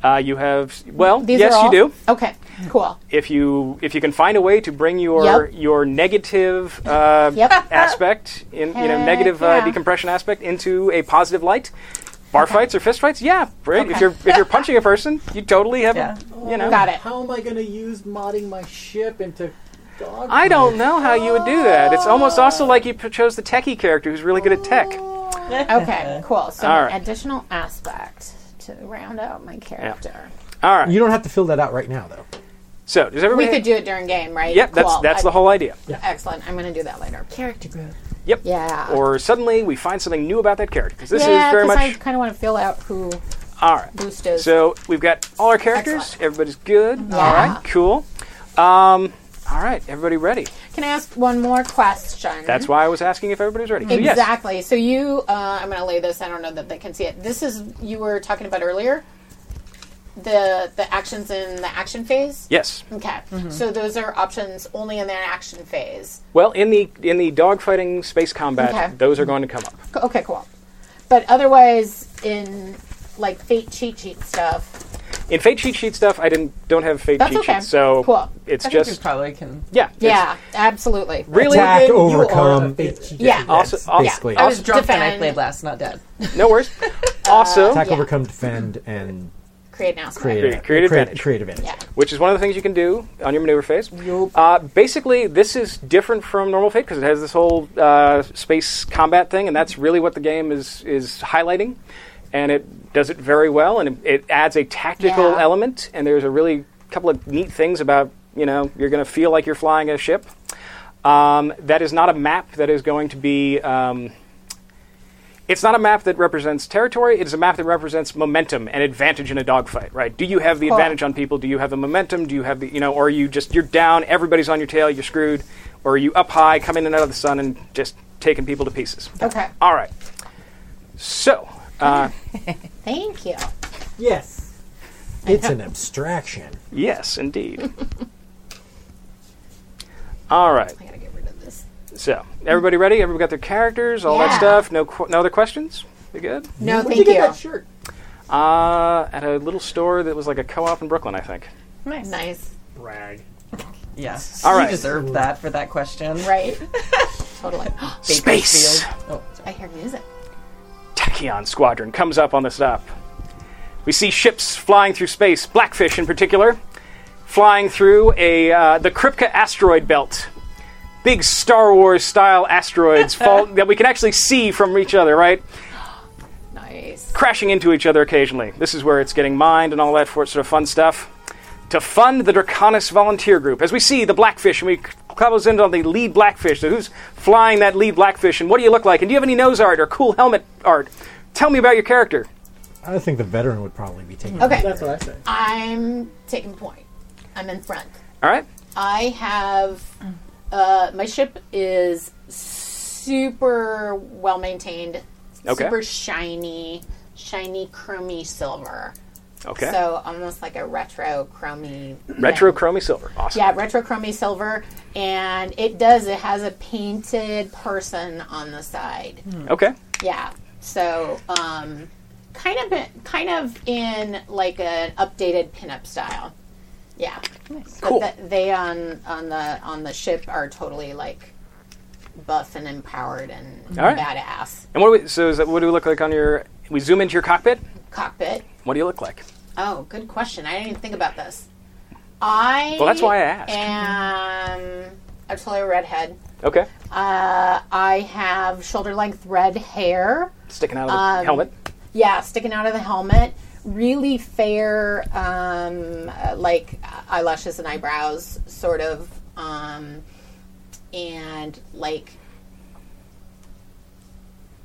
Speaker 3: Uh, you have, well,
Speaker 4: These
Speaker 3: yes,
Speaker 4: are all?
Speaker 3: you do.
Speaker 4: Okay, cool.
Speaker 3: If you if you can find a way to bring your
Speaker 4: Yep.
Speaker 3: your negative uh,
Speaker 4: Yep.
Speaker 3: aspect in you know
Speaker 4: Heck
Speaker 3: negative
Speaker 4: yeah.
Speaker 3: uh, decompression aspect into a positive light. Bar fights or fist fights? Yeah, right. If
Speaker 4: Okay.
Speaker 3: you're if you're punching a person, you totally have
Speaker 5: Yeah.
Speaker 3: a, you know.
Speaker 4: Got it.
Speaker 7: How am I going to use modding my ship into dog.
Speaker 3: I don't know how you would do that. It's almost also like you p- chose the techie character who's really good at tech.
Speaker 4: Okay, cool. So
Speaker 3: All
Speaker 4: an
Speaker 3: right.
Speaker 4: additional aspect to round out my character.
Speaker 3: All right.
Speaker 6: You don't have to fill that out right now, though.
Speaker 3: So does everybody?
Speaker 4: We could do it during game, right?
Speaker 3: Yep. That's
Speaker 4: Cool.
Speaker 3: that's
Speaker 4: I-
Speaker 3: the whole idea.
Speaker 4: Excellent. I'm going to do that later. Character group.
Speaker 3: Yep.
Speaker 4: Yeah.
Speaker 3: Or suddenly we find something new about that character 'cause this
Speaker 4: yeah,
Speaker 3: is very
Speaker 4: 'cause
Speaker 3: much.
Speaker 4: I kind of want to feel out who
Speaker 3: All right.
Speaker 4: Boost is.
Speaker 3: So we've got all our characters.
Speaker 4: Excellent.
Speaker 3: Everybody's good. All right. Cool. Um, all right. Everybody ready?
Speaker 4: Can I ask one more question?
Speaker 3: That's why I was asking if everybody's ready. So yes.
Speaker 4: Exactly. So you, uh, I'm going to lay this. I don't know that they can see it. This is you were talking about earlier. The the actions in the action phase.
Speaker 3: Yes.
Speaker 4: Okay. So those are options only in their action phase.
Speaker 3: Well, in the in the dogfighting space combat,
Speaker 4: Okay.
Speaker 3: those are going to come up.
Speaker 4: Co- Okay, cool. But otherwise, in like fate cheat sheet stuff.
Speaker 3: In fate cheat sheet stuff, I didn't don't have fate
Speaker 4: That's
Speaker 3: cheat
Speaker 4: okay.
Speaker 3: sheets, so
Speaker 4: Cool.
Speaker 3: it's
Speaker 5: I think we
Speaker 3: just
Speaker 5: probably can.
Speaker 3: yeah, it's
Speaker 4: Yeah, absolutely.
Speaker 3: really
Speaker 6: Attack,
Speaker 3: good.
Speaker 6: overcome.
Speaker 4: Yeah.
Speaker 3: Also,
Speaker 6: Yes,
Speaker 3: also-
Speaker 6: basically.
Speaker 5: I was
Speaker 4: Awesome.
Speaker 5: drunk when I
Speaker 4: Defend.
Speaker 5: played last, not dead.
Speaker 3: no worries. Also,
Speaker 6: Attack,
Speaker 4: Oh, Yeah.
Speaker 6: overcome, defend, and
Speaker 4: Create an aspect.
Speaker 6: create,
Speaker 3: Create-
Speaker 6: a-
Speaker 3: create
Speaker 6: create,
Speaker 3: advantage.
Speaker 6: create advantage.
Speaker 4: Yeah.
Speaker 3: which is one of the things you can do on your maneuver phase. Uh, basically, this is different from normal Fate because it has this whole uh, space combat thing, and that's really what the game is is highlighting. And it does it very well, and it, it adds a tactical
Speaker 4: Yeah.
Speaker 3: element. And there's a really couple of neat things about you know you're going to feel like you're flying a ship. Um, that is not a map that is going to be. Um, it's not a map that represents territory. It is a map that represents momentum and advantage in a dogfight, right? Do you have the
Speaker 4: Cool.
Speaker 3: advantage on people? Do you have the momentum? Do you have the, you know, or are you just, you're down, everybody's on your tail, you're screwed? Or are you up high, coming in and out of the sun and just taking people to pieces?
Speaker 4: Okay.
Speaker 3: All right. So, uh,
Speaker 4: Thank you.
Speaker 7: Yes.
Speaker 6: It's an abstraction.
Speaker 3: yes, indeed. All right.
Speaker 4: I gotta get rid of this.
Speaker 3: So, everybody ready? Everybody got their characters, all that
Speaker 4: Yeah.
Speaker 3: stuff? No, qu- no other questions? You good?
Speaker 4: No,
Speaker 7: Where'd you
Speaker 4: thank
Speaker 7: get
Speaker 4: you.
Speaker 7: that shirt?
Speaker 3: Uh, at a little store that was like a co-op in Brooklyn, I think.
Speaker 4: Nice. Nice.
Speaker 7: Brag.
Speaker 5: Yes.
Speaker 3: All right.
Speaker 5: You deserved that for that question.
Speaker 4: Right. totally.
Speaker 3: Space.
Speaker 5: Bakersfield. Oh,
Speaker 4: I hear music.
Speaker 3: Tachyon Squadron comes up on the stop. We see ships flying through space, Blackfish in particular, flying through a uh, the Kripke asteroid belt. Big Star Wars style asteroids fall, that we can actually see from each other, right?
Speaker 4: Nice.
Speaker 3: Crashing into each other occasionally. This is where it's getting mined and all that for sort of fun stuff. To fund the Draconis volunteer group, as we see the Blackfish, and we close in on the lead Blackfish. So who's flying that lead Blackfish, and what do you look like, and do you have any nose art or cool helmet art? Tell me about your character.
Speaker 6: I think the veteran would probably be taking.
Speaker 4: Okay.
Speaker 7: That's what I say.
Speaker 4: I'm taking point. I'm in front.
Speaker 3: All right.
Speaker 4: I have uh, my ship is super well maintained,
Speaker 3: Okay.
Speaker 4: super shiny, shiny chromy silver.
Speaker 3: Okay.
Speaker 4: So almost like a retro chromy.
Speaker 3: Retro chromy silver. Awesome.
Speaker 4: Yeah, retro chromy silver, and it does. It has a painted person on the side.
Speaker 3: Okay.
Speaker 4: Yeah. So, um, kind of, kind of in like an updated pinup style. Yeah.
Speaker 3: Cool.
Speaker 4: But the, they on on the on the ship are totally like buff and empowered and
Speaker 3: All right.
Speaker 4: badass
Speaker 3: And what do we? So is that, what do we look like on your? We zoom into your cockpit.
Speaker 4: cockpit.
Speaker 3: What do you look like?
Speaker 4: Oh, good question. I didn't even think about this. I
Speaker 3: Well, that's why I asked.
Speaker 4: Am a totally redhead.
Speaker 3: Okay.
Speaker 4: Uh, I have shoulder length red hair.
Speaker 3: Sticking out of the
Speaker 4: Um,
Speaker 3: helmet.
Speaker 4: Yeah, sticking out of the helmet. Really fair, um, uh, like eyelashes and eyebrows, sort of, um, and like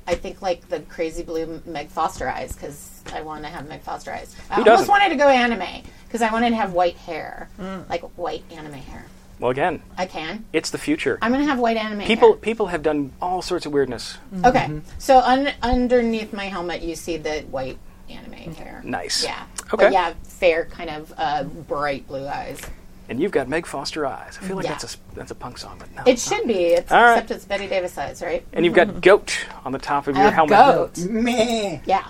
Speaker 4: I think like the crazy blue Meg Foster eyes because I want to have Meg Foster eyes. I
Speaker 3: doesn't? Mm.
Speaker 4: almost wanted to go anime because I wanted to have white hair, like white anime hair.
Speaker 3: Well, again,
Speaker 4: I can.
Speaker 3: it's the future.
Speaker 4: I'm gonna have white anime.
Speaker 3: people
Speaker 4: hair.
Speaker 3: people have done all sorts of weirdness.
Speaker 4: Okay,
Speaker 3: Mm-hmm.
Speaker 4: so un- underneath my helmet, you see the white anime hair.
Speaker 3: Mm-hmm. Nice.
Speaker 4: Yeah.
Speaker 3: Okay.
Speaker 4: But yeah, fair, kind of uh, bright blue eyes.
Speaker 3: And you've got Meg Foster eyes. I feel like
Speaker 4: Yeah.
Speaker 3: that's a s- that's a punk song, but no.
Speaker 4: It should be. It's,
Speaker 3: All right.
Speaker 4: Except it's Betty Davis eyes, right?
Speaker 3: and you've got goat on the top of
Speaker 4: I
Speaker 3: your
Speaker 4: have
Speaker 3: helmet.
Speaker 4: goat.
Speaker 7: Meh.
Speaker 4: Yeah.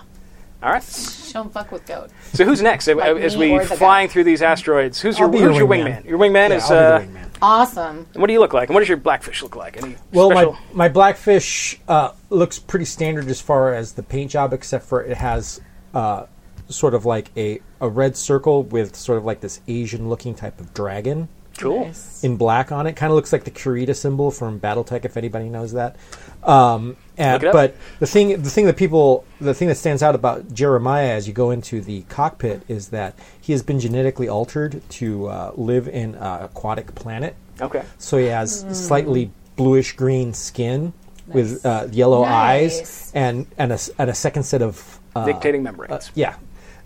Speaker 3: All right. So
Speaker 4: Don't fuck with goat.
Speaker 3: who's next? As
Speaker 4: me
Speaker 3: we
Speaker 4: or the
Speaker 3: flying through these asteroids, who's your
Speaker 6: be
Speaker 3: who's
Speaker 6: your
Speaker 3: your
Speaker 6: wingman.
Speaker 3: wingman? Your wingman
Speaker 6: Yeah,
Speaker 3: is.
Speaker 6: I'll
Speaker 3: uh,
Speaker 6: be the wingman.
Speaker 4: Awesome.
Speaker 3: What do you look like? And what does your blackfish look like? Any
Speaker 6: Well,
Speaker 3: special?
Speaker 6: my my blackfish uh, looks pretty standard as far as the paint job, except for it has uh, sort of like a a red circle with sort of like this Asian looking type of dragon
Speaker 3: Cool.
Speaker 6: in black on it. Kind of looks like the Kurita symbol from BattleTech, if anybody knows that. Um, and,
Speaker 3: Look it up.
Speaker 6: but the thing, the thing that people, the thing that stands out about Jeremiah as you go into the cockpit is that he has been genetically altered to uh, live in an aquatic planet.
Speaker 3: Okay.
Speaker 6: So he has slightly bluish green skin with uh, yellow
Speaker 4: Nice.
Speaker 6: eyes and and a, s- and a second set of uh,
Speaker 3: Dictating membranes.
Speaker 6: yeah,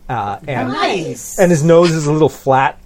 Speaker 6: uh, and
Speaker 4: Nice.
Speaker 6: and his nose is a little flat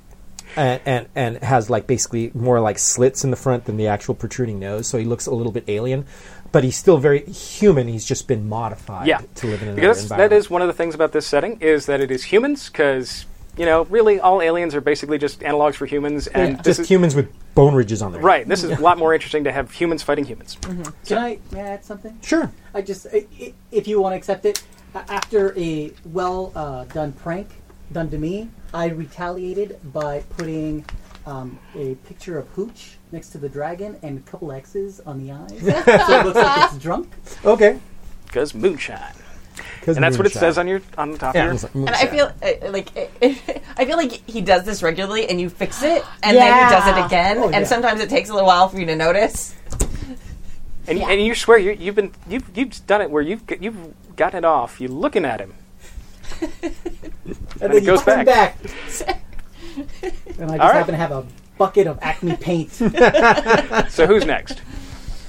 Speaker 6: and, and and has like basically more like slits in the front than the actual protruding nose so he looks a little bit alien but he's still very human he's just been modified
Speaker 3: yeah.
Speaker 6: to live in another
Speaker 3: because that's-
Speaker 6: environment
Speaker 3: that is one of the things about this setting is that it is humans because you know really all aliens are basically just analogs for humans and this
Speaker 6: just
Speaker 3: is,
Speaker 6: humans with bone ridges on their
Speaker 3: Right. This is a lot more interesting to have humans fighting humans.
Speaker 5: Mm-hmm.
Speaker 8: Can I may I add something?
Speaker 6: sure
Speaker 8: I just, i- i- if you want to accept it, a- after a well uh, done prank done to me, I retaliated by putting um, a picture of Hooch next to the dragon and a couple X's on the eyes, so it looks like it's drunk.
Speaker 6: okay
Speaker 3: Because moonshine.
Speaker 6: 'Cause
Speaker 3: And that's what it
Speaker 6: moonshot.
Speaker 3: says on your on the top
Speaker 6: yeah,
Speaker 3: of
Speaker 6: it's
Speaker 3: your.
Speaker 5: And
Speaker 6: like
Speaker 5: I
Speaker 6: moonshot.
Speaker 5: feel uh, like I feel like he does this regularly, and you fix it, and
Speaker 4: Yeah.
Speaker 5: then he does it again,
Speaker 8: Oh, yeah.
Speaker 5: and sometimes it takes a little while for you to notice.
Speaker 3: And, and you swear you, you've been you've, you've done it where you've g- you've got it off. You're looking at him.
Speaker 8: And
Speaker 3: it
Speaker 8: then you
Speaker 3: goes
Speaker 8: come back. and I just
Speaker 3: right.
Speaker 8: happen to have a bucket of Acme paint.
Speaker 3: So who's next?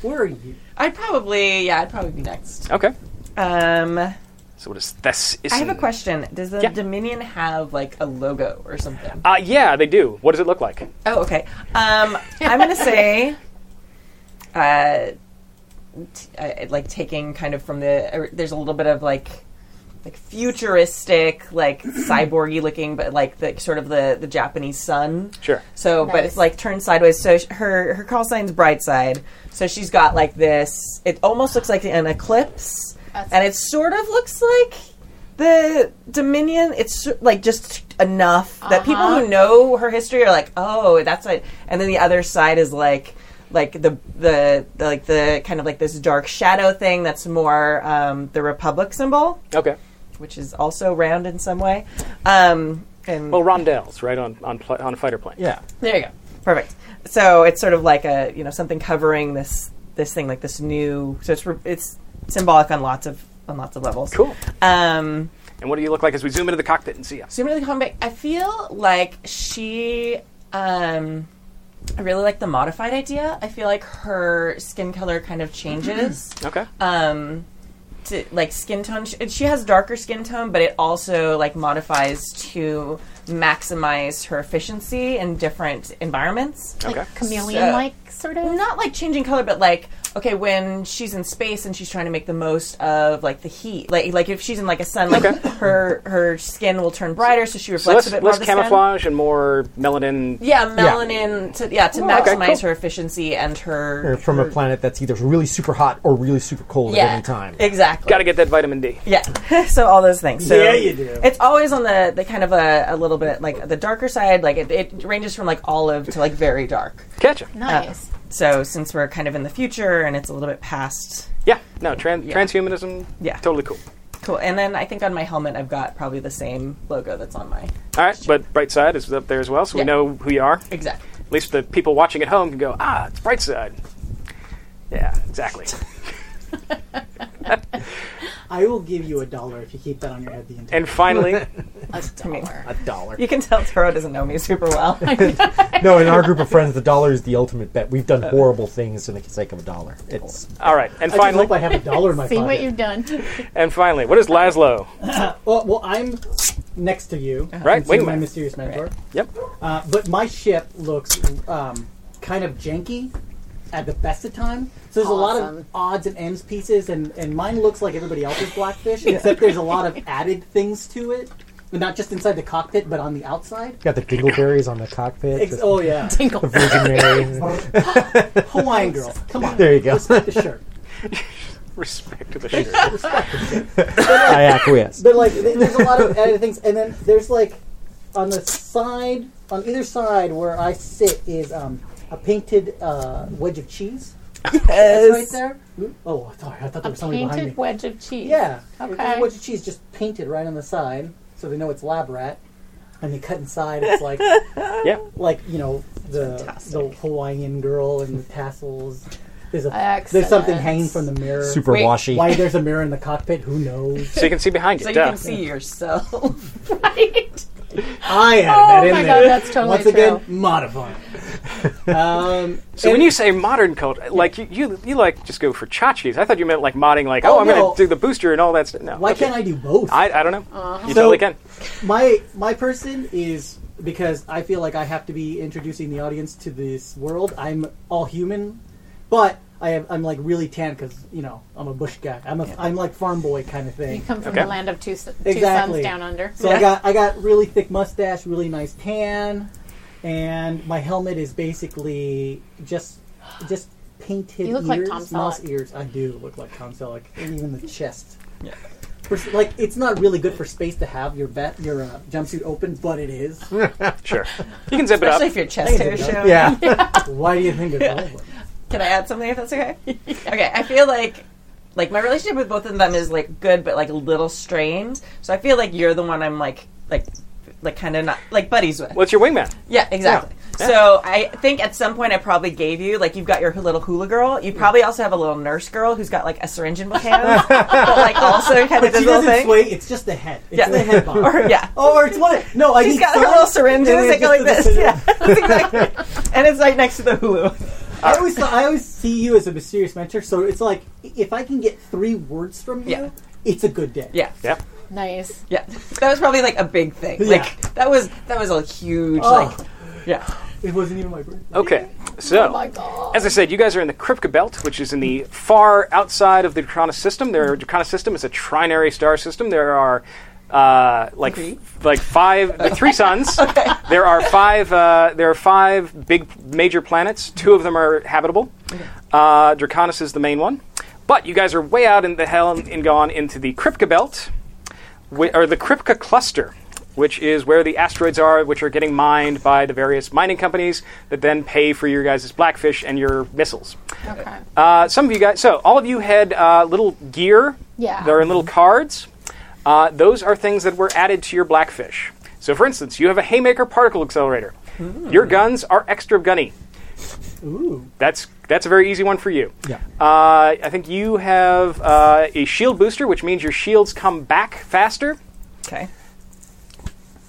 Speaker 8: Where are you?
Speaker 5: I'd probably yeah, I'd probably be next.
Speaker 3: Okay.
Speaker 5: Um,
Speaker 3: So what is this?
Speaker 5: I have a question. Does the
Speaker 3: Yeah.
Speaker 5: Dominion have like a logo or something?
Speaker 3: Uh, yeah, they do. What does it look like?
Speaker 5: Oh, okay. Um, I'm gonna say, uh, t- uh, like taking kind of from the or there's a little bit of like like futuristic, like cyborgy looking, but like the sort of the the Japanese sun.
Speaker 3: Sure.
Speaker 5: So, but
Speaker 4: Nice.
Speaker 5: it's like turned sideways. So sh- her her call sign's bright side. So she's got like this. It almost looks like an eclipse,
Speaker 4: That's-
Speaker 5: and it sort of looks like the Dominion. It's s- like just enough that people who know her history are like, oh, that's it. And then the other side is like. Like the, the the like the kind of like this dark shadow thing that's more um, the republic symbol
Speaker 3: Okay.
Speaker 5: which is also round in some way. Um, and
Speaker 3: Well, rondelles, right on on pl- on fighter plane.
Speaker 6: yeah
Speaker 5: there you go, perfect. So it's sort of like a you know something covering this this thing like this new. So it's re- it's symbolic on lots of on lots of levels.
Speaker 3: Cool.
Speaker 5: Um,
Speaker 3: And what do you look like as we zoom into the cockpit and see us?
Speaker 5: so you really come back. I feel like she. Um, I really like the modified idea. I feel like her skin color kind of changes.
Speaker 3: Okay.
Speaker 5: um to like skin tone she, she has darker skin tone but it also like modifies to maximize her efficiency in different environments
Speaker 3: okay.
Speaker 4: Chameleon like, sort of.
Speaker 5: not like changing color but like okay when she's in space and she's trying to make the most of like the heat like like if she's in like a sun like
Speaker 3: Okay.
Speaker 5: her her skin will turn brighter so she
Speaker 3: So
Speaker 5: reflects
Speaker 3: less,
Speaker 5: a bit more of
Speaker 3: less
Speaker 5: the sun.
Speaker 3: camouflage and more melanin.
Speaker 5: yeah melanin to yeah to maximize
Speaker 3: cool.
Speaker 5: her efficiency and her
Speaker 6: Or from a planet that's either really super hot or really super cold
Speaker 5: yeah
Speaker 6: at any time
Speaker 5: exactly
Speaker 3: Got to get that vitamin D.
Speaker 5: Yeah. so all those things. So
Speaker 8: Yeah, you do.
Speaker 5: It's always on the, the kind of a, a little bit like the darker side. Like it, it ranges from like olive to like very dark.
Speaker 3: Catch it.
Speaker 4: nice.
Speaker 5: So since we're kind of in the future and it's a little bit past,
Speaker 3: Yeah. No. Tran- Transhumanism.
Speaker 5: Yeah.
Speaker 3: Totally cool.
Speaker 5: cool. And then I think on my helmet I've got probably the same logo that's on my
Speaker 3: All right. But bright side is up there as well, so we
Speaker 5: Yeah.
Speaker 3: know who you are.
Speaker 5: exactly.
Speaker 3: At least the people watching at home can go, ah, it's bright side. Yeah. Exactly.
Speaker 8: I will give you a dollar if you keep that on your head the entire
Speaker 3: and finally,
Speaker 5: I mean,
Speaker 6: a dollar
Speaker 5: you can tell Toro doesn't know me super well.
Speaker 6: no in our group of friends the dollar is the ultimate bet we've
Speaker 3: Uh,
Speaker 6: done horrible things for the sake of a dollar it's
Speaker 3: all right. And
Speaker 8: I just
Speaker 3: finally,
Speaker 8: hope I have a dollar in my
Speaker 4: See
Speaker 8: pocket.
Speaker 4: what you've done.
Speaker 3: and finally, what is Laszlo?
Speaker 8: Oh, well, well, I'm next to you.
Speaker 3: Right. Wait
Speaker 8: considered
Speaker 3: a
Speaker 8: my
Speaker 3: minute.
Speaker 8: mysterious mentor.
Speaker 3: Yep.
Speaker 8: Uh, but my ship looks um, kind of janky at the best of time. So there's a lot
Speaker 4: Awesome.
Speaker 8: of odds and ends pieces, and, and mine looks like everybody else's Blackfish, except there's a lot of added things to it. And not just inside the cockpit, but on the outside.
Speaker 6: got the dingleberries on the cockpit
Speaker 8: Ex-
Speaker 6: the
Speaker 8: oh, yeah.
Speaker 6: the Virgin Mary.
Speaker 8: Hawaiian girl. Come on.
Speaker 6: There you go.
Speaker 8: Respect the shirt.
Speaker 3: Respect to the shirt.
Speaker 6: I acquiesce.
Speaker 8: But like, th- there's a lot of added things, and then there's like on the side, on either side where I sit is um, a painted uh, wedge of cheese. That's right there. Oop. Oh, sorry, I thought there was somebody behind me.
Speaker 4: Painted wedge of cheese.
Speaker 8: yeah,
Speaker 4: Okay.
Speaker 8: A wedge of cheese just painted right on the side, so they know it's lab rat. And you cut inside, it's like
Speaker 3: Yeah.
Speaker 8: like you know the, the
Speaker 5: fantastic.
Speaker 8: Hawaiian girl and the tassels. There's, a,
Speaker 4: Excellent.
Speaker 8: there's something hanging from the mirror.
Speaker 6: Super
Speaker 5: Wait,
Speaker 6: washy.
Speaker 8: Why there's a mirror in the cockpit? Who knows?
Speaker 3: So you can see behind you.
Speaker 5: So you
Speaker 3: duh.
Speaker 5: can see yourself.
Speaker 4: Right.
Speaker 8: I had that
Speaker 4: Oh
Speaker 8: in
Speaker 4: my
Speaker 8: there.
Speaker 4: god, that's totally
Speaker 8: Once
Speaker 4: true.
Speaker 8: again, modifying. um,
Speaker 3: So when you say modern culture, like you, you, you like just go for tchotchkes. I thought you meant like modding, like oh,
Speaker 8: Oh,
Speaker 3: I'm
Speaker 8: no.
Speaker 3: going to do the booster and all that stuff. No,
Speaker 8: why can't I do both?
Speaker 3: I? I, don't know. You
Speaker 8: So-
Speaker 3: totally can.
Speaker 8: my my person is because I feel like I have to be introducing the audience to this world. I'm all human, but I have, I'm like really tan because you know I'm a bush guy. I'm a am like farm boy kind of
Speaker 4: You
Speaker 8: thing.
Speaker 4: come from
Speaker 3: Okay.
Speaker 4: the land of two, s- two
Speaker 8: Exactly.
Speaker 4: suns down under.
Speaker 8: So I got I got really thick mustache, really nice tan, and my helmet is basically just just painted
Speaker 4: You look like
Speaker 8: ears,
Speaker 4: Tom
Speaker 8: mouse
Speaker 4: Selleck.
Speaker 8: ears. I do look like Tom Selleck, and even the chest. For s- Like it's not really good for space to have your bet your uh, jumpsuit open, but it is.
Speaker 3: Sure, you can zip it up.
Speaker 5: Especially if your chest hair
Speaker 8: Thank you.
Speaker 5: show.
Speaker 6: yeah.
Speaker 8: Why do you think it's over?
Speaker 5: Can I add something if that's okay? Okay, I feel like like my relationship with both of them is like good but like a little strained. So I feel like you're the one I'm like like like kind of not like buddies with.
Speaker 3: What's your wingman?
Speaker 5: Yeah, exactly. So I think at some point I probably gave you like you've got your little hula girl.
Speaker 8: Mm.
Speaker 5: You probably also have a little nurse girl who's got like a syringe in both hands, but like also kind of
Speaker 8: But
Speaker 5: this
Speaker 8: she
Speaker 5: little
Speaker 8: doesn't
Speaker 5: thing.
Speaker 8: sway. It's just the head. It's
Speaker 5: Yeah.
Speaker 8: the head bob.
Speaker 5: Or- yeah.
Speaker 8: Oh, or it's one. No, I
Speaker 5: She's
Speaker 8: need
Speaker 5: got her
Speaker 8: someone-
Speaker 5: little syringes
Speaker 8: Yeah,
Speaker 5: that go
Speaker 8: just
Speaker 5: like
Speaker 8: the
Speaker 5: this.
Speaker 8: syringe.
Speaker 5: Yeah, that's exactly. And it's right next to the hulu.
Speaker 8: I always thought, I always see you as a mysterious mentor. So it's like if I can get three words from you,
Speaker 5: Yeah.
Speaker 8: it's a good day.
Speaker 5: Yeah,
Speaker 3: Yeah.
Speaker 4: Nice.
Speaker 5: yeah. That was probably like a big thing.
Speaker 8: Yeah.
Speaker 5: Like that was that was a huge
Speaker 8: Oh.
Speaker 5: like yeah.
Speaker 8: It wasn't even my
Speaker 5: Oh.
Speaker 8: birthday.
Speaker 3: Okay, so as I said, you guys are in the Kripke Belt, which is in the far outside of the Draconis system. Their Draconis system is a trinary star system. There are uh, like f- like five, uh, three suns. There are five. Uh, there are five big major planets. Two of them are habitable. Uh, Draconis is the main one, but you guys are way out in the hell and, and gone into the Kripke Belt, whi- or the Kripke Cluster, which is where the asteroids are, which are getting mined by the various mining companies that then pay for your guys' blackfish and your missiles.
Speaker 4: Okay.
Speaker 3: Uh, some of you guys, so all of you had uh, little gear.
Speaker 4: Yeah.
Speaker 3: They're in little cards. Uh, those are things that were added to your blackfish. So, for instance, you have a haymaker particle accelerator. Your guns are extra gunny.
Speaker 8: Ooh.
Speaker 3: That's that's a very easy one for you.
Speaker 6: Yeah.
Speaker 3: Uh, I think you have uh, a shield booster, which means your shields come back faster.
Speaker 5: Okay.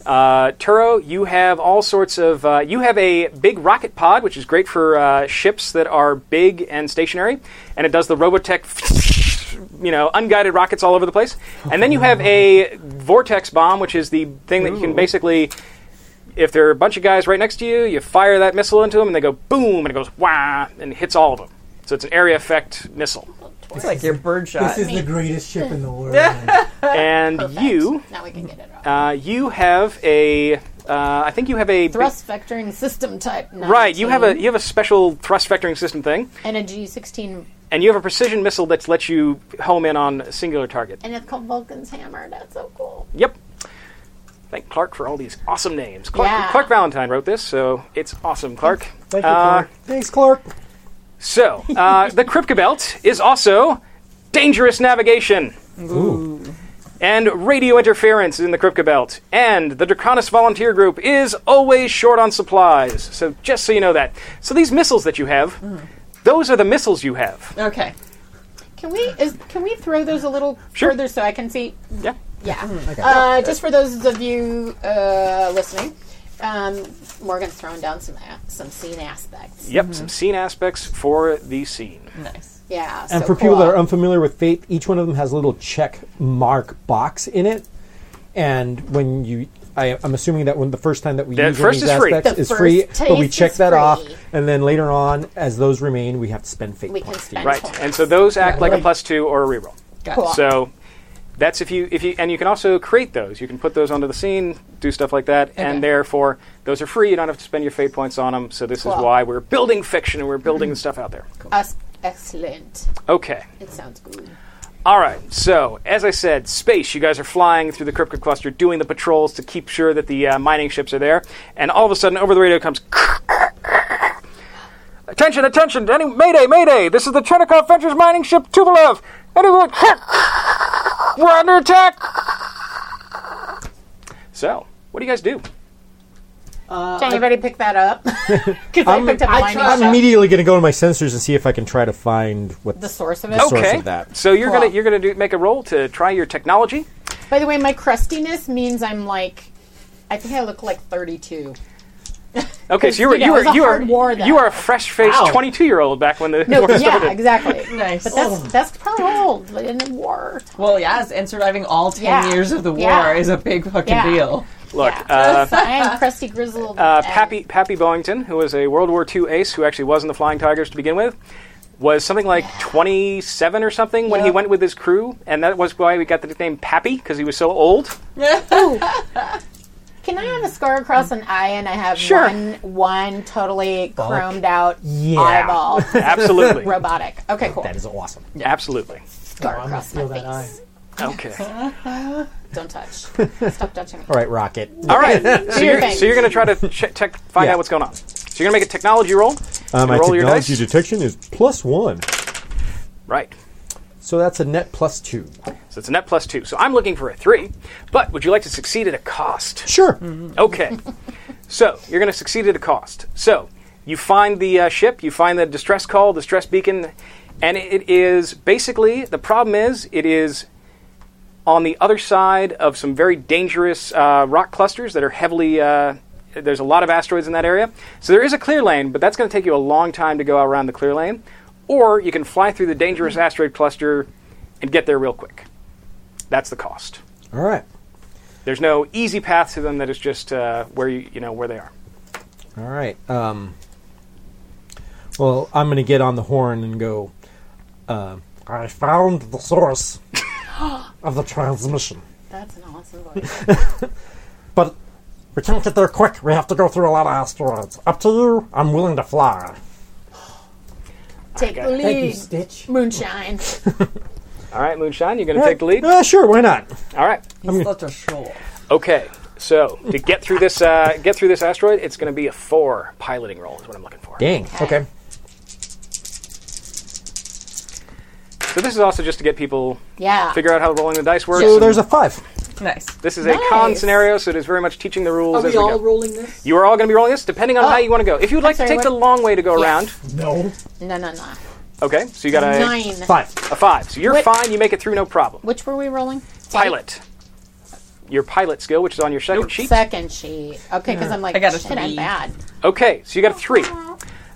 Speaker 3: Uh, Turo, you have all sorts of. Uh, you have a big rocket pod, which is great for uh, ships that are big and stationary, and it does the Robotech, you know, unguided rockets all over the place. And then you have a vortex bomb, which is the thing that you can basically. If there are a bunch of guys right next to you, you fire that missile into them, and they go boom, and it goes wah, and hits all of them. So it's an area effect missile.
Speaker 5: It's like your bird shot.
Speaker 8: This is the greatest ship in the world.
Speaker 3: and you,
Speaker 4: Now we can get it off.
Speaker 3: uh, you have a. Uh, I think you have a big-
Speaker 4: Thrust vectoring system type. 19,
Speaker 3: Right, you have a you have a special thrust vectoring system thing,
Speaker 4: and a G16,
Speaker 3: and you have a precision missile that lets you home in on a singular target.
Speaker 4: and it's called Vulcan's Hammer. That's so cool.
Speaker 3: Yep. Thank Clark for all these awesome names. Clark,
Speaker 4: Yeah.
Speaker 3: Clark Valentine wrote this, so it's awesome, Clark.
Speaker 6: Thank you,
Speaker 3: Uh,
Speaker 6: Clark. Thanks, Clark.
Speaker 3: So uh, the Kripke Belt is also dangerous navigation. And radio interference in the Kripke Belt. And the Draconis Volunteer Group is always short on supplies. So just so you know that. So these missiles that you have,
Speaker 6: Hmm.
Speaker 3: those are the missiles you have.
Speaker 5: Okay.
Speaker 4: Can we is can we throw those a little
Speaker 3: Sure.
Speaker 4: further so I can see?
Speaker 3: Yeah.
Speaker 4: Yeah.
Speaker 6: Mm,
Speaker 4: Uh, just for those of you uh, listening, um, Morgan's throwing down some a- some scene aspects.
Speaker 3: Yep, some scene aspects for the scene.
Speaker 5: Mm-hmm. Nice.
Speaker 4: Yeah. so
Speaker 6: And for people
Speaker 4: cool.
Speaker 6: that are unfamiliar with Fate, each one of them has a little check mark box in it. And when you, I, I'm assuming that when the first time that we
Speaker 3: The
Speaker 6: use
Speaker 3: first
Speaker 6: one
Speaker 3: is
Speaker 6: of
Speaker 3: free.
Speaker 6: these aspects
Speaker 4: The
Speaker 6: is free,
Speaker 4: first
Speaker 6: but we
Speaker 4: taste
Speaker 6: check
Speaker 4: is
Speaker 6: that off,
Speaker 4: free.
Speaker 6: and then later on, as those remain, we have to spend Fate
Speaker 4: We can
Speaker 6: points. to
Speaker 4: spend
Speaker 6: use.
Speaker 3: Right, and so those act like a plus two or a reroll.
Speaker 5: Got
Speaker 4: Cool.
Speaker 3: So that's if you if you and you can also create those. You can put those onto the scene, do stuff like that,
Speaker 5: Okay.
Speaker 3: and therefore those are free. You don't have to spend your fate points on them. So this is
Speaker 4: Cool.
Speaker 3: why we're building fiction and we're
Speaker 5: Mm-hmm.
Speaker 3: building stuff out there.
Speaker 4: Us- Uh, excellent.
Speaker 3: Okay.
Speaker 4: It sounds good.
Speaker 3: All right. So as I said, space. You guys are flying through the Kripke cluster, doing the patrols to keep sure that the uh, mining ships are there. And all of a sudden, over the radio comes. Attention! Attention! Any Mayday! Mayday! This is the Chernikov Ventures mining ship Tupolev. Anyone? We're under attack. So, what do you guys do?
Speaker 4: Did anybody pick that up? Because I
Speaker 6: I'm,
Speaker 4: picked up
Speaker 6: I
Speaker 4: mine.
Speaker 6: try- I'm immediately going to go to my sensors and see if I can try to find what
Speaker 4: the source of it.
Speaker 6: the source
Speaker 3: Okay.
Speaker 6: of that.
Speaker 3: So you're
Speaker 4: Cool.
Speaker 3: gonna you're gonna do, make a roll to try your technology.
Speaker 4: By the way, my crustiness means I'm like, I think I look like 32.
Speaker 3: Okay, so you were
Speaker 4: you know, it
Speaker 3: you were
Speaker 4: was a
Speaker 3: you were
Speaker 4: hard war then.
Speaker 3: you were a fresh faced
Speaker 2: Ow.
Speaker 3: twenty two year old back when the
Speaker 4: No,
Speaker 3: war
Speaker 4: yeah,
Speaker 3: started.
Speaker 4: exactly.
Speaker 5: Nice.
Speaker 4: But that's that's pretty old but in the war.
Speaker 5: Well, yes, and surviving all ten
Speaker 4: Yeah.
Speaker 5: years of the war
Speaker 4: Yeah.
Speaker 5: is a big fucking
Speaker 4: Yeah.
Speaker 5: deal.
Speaker 3: Look,
Speaker 4: Yeah.
Speaker 3: uh,
Speaker 4: I am crusty grizzled.
Speaker 3: uh,
Speaker 4: and-
Speaker 3: Pappy Pappy Bowington, who was a World War II ace, who actually was in the Flying Tigers to begin with, was something like twenty seven or something when he
Speaker 4: Yep.
Speaker 3: went with his crew, and that was why we got the nickname Pappy because he was so old.
Speaker 4: Can I have a scar across an eye and I have
Speaker 3: Sure.
Speaker 4: one one totally chromed out eyeball?
Speaker 3: Absolutely,
Speaker 4: Robotic. Okay, cool.
Speaker 6: That is awesome.
Speaker 3: absolutely.
Speaker 4: Scar
Speaker 7: I'm gonna
Speaker 4: across
Speaker 7: steal
Speaker 4: my
Speaker 7: that eye.
Speaker 4: face.
Speaker 3: Okay,
Speaker 4: Don't touch. Stop touching me.
Speaker 6: All right, Rocket.
Speaker 3: all right. So
Speaker 4: your
Speaker 3: you're
Speaker 4: thing.
Speaker 3: so you're gonna try to check, check find
Speaker 6: Yeah.
Speaker 3: out what's going on. So you're gonna make a technology roll.
Speaker 6: Uh, my
Speaker 3: roll your
Speaker 6: technology
Speaker 3: dice.
Speaker 6: detection is plus one.
Speaker 3: Right.
Speaker 6: So that's a net plus two.
Speaker 3: So it's a net plus two. So I'm looking for a three, but would you like to succeed at a cost?
Speaker 6: Sure.
Speaker 3: Okay. so you're going to succeed at a cost. So you find the uh, ship, you find the distress call, distress beacon, and it is basically the problem is it is on the other side of some very dangerous uh, rock clusters that are heavily. Uh, there's a lot of asteroids in that area, so there is a clear lane, but that's going to take you a long time to go around the clear lane, or you can fly through the dangerous asteroid cluster and get there real quick. That's the cost.
Speaker 6: All right.
Speaker 3: There's no easy path to them. That is just uh, where you you know where they are.
Speaker 6: All right. Um, well, I'm going to get on the horn and go. Uh, I found the source of the transmission,
Speaker 4: That's an awesome voice.
Speaker 6: but we can't get there quick. We have to go through a lot of asteroids. Up to you. I'm willing to fly.
Speaker 4: Take the
Speaker 7: Thank you,
Speaker 4: lead.
Speaker 7: Stitch.
Speaker 4: Moonshine.
Speaker 3: All right, Moonshine, you're going to take the lead.
Speaker 6: Uh, sure. Why not?
Speaker 3: All right.
Speaker 5: He's such a troll.
Speaker 3: Okay. So to get through this uh, get through this asteroid, it's going to be a four piloting roll is what I'm looking for.
Speaker 6: Dang. Okay.
Speaker 3: So this is also just to get people
Speaker 4: Yeah.
Speaker 3: figure out how rolling the dice works.
Speaker 6: So
Speaker 3: and
Speaker 6: there's a five.
Speaker 5: Nice.
Speaker 3: this is a con
Speaker 4: Nice.
Speaker 3: scenario, so it is very much teaching the rules
Speaker 7: Are
Speaker 3: as
Speaker 7: we
Speaker 3: we
Speaker 7: all
Speaker 3: go.
Speaker 7: rolling this?
Speaker 3: You are all going to be rolling this, depending on how you want to go. If you'd like
Speaker 4: Oh. sorry,
Speaker 3: to take
Speaker 4: what-
Speaker 3: the long way to go
Speaker 4: Yes.
Speaker 3: around,
Speaker 7: No.
Speaker 4: No, no, no.
Speaker 3: okay. So you got a
Speaker 4: Nine.
Speaker 6: Five.
Speaker 3: a five. So you're
Speaker 4: What-
Speaker 3: fine. You make it through no problem.
Speaker 4: Which were we rolling?
Speaker 3: Pilot. Your pilot skill, which is on your second sheet.
Speaker 4: Second sheet. Okay, because I'm like,
Speaker 5: I got a
Speaker 4: shit, I'm
Speaker 5: three.
Speaker 4: bad.
Speaker 3: Okay, so you got a three.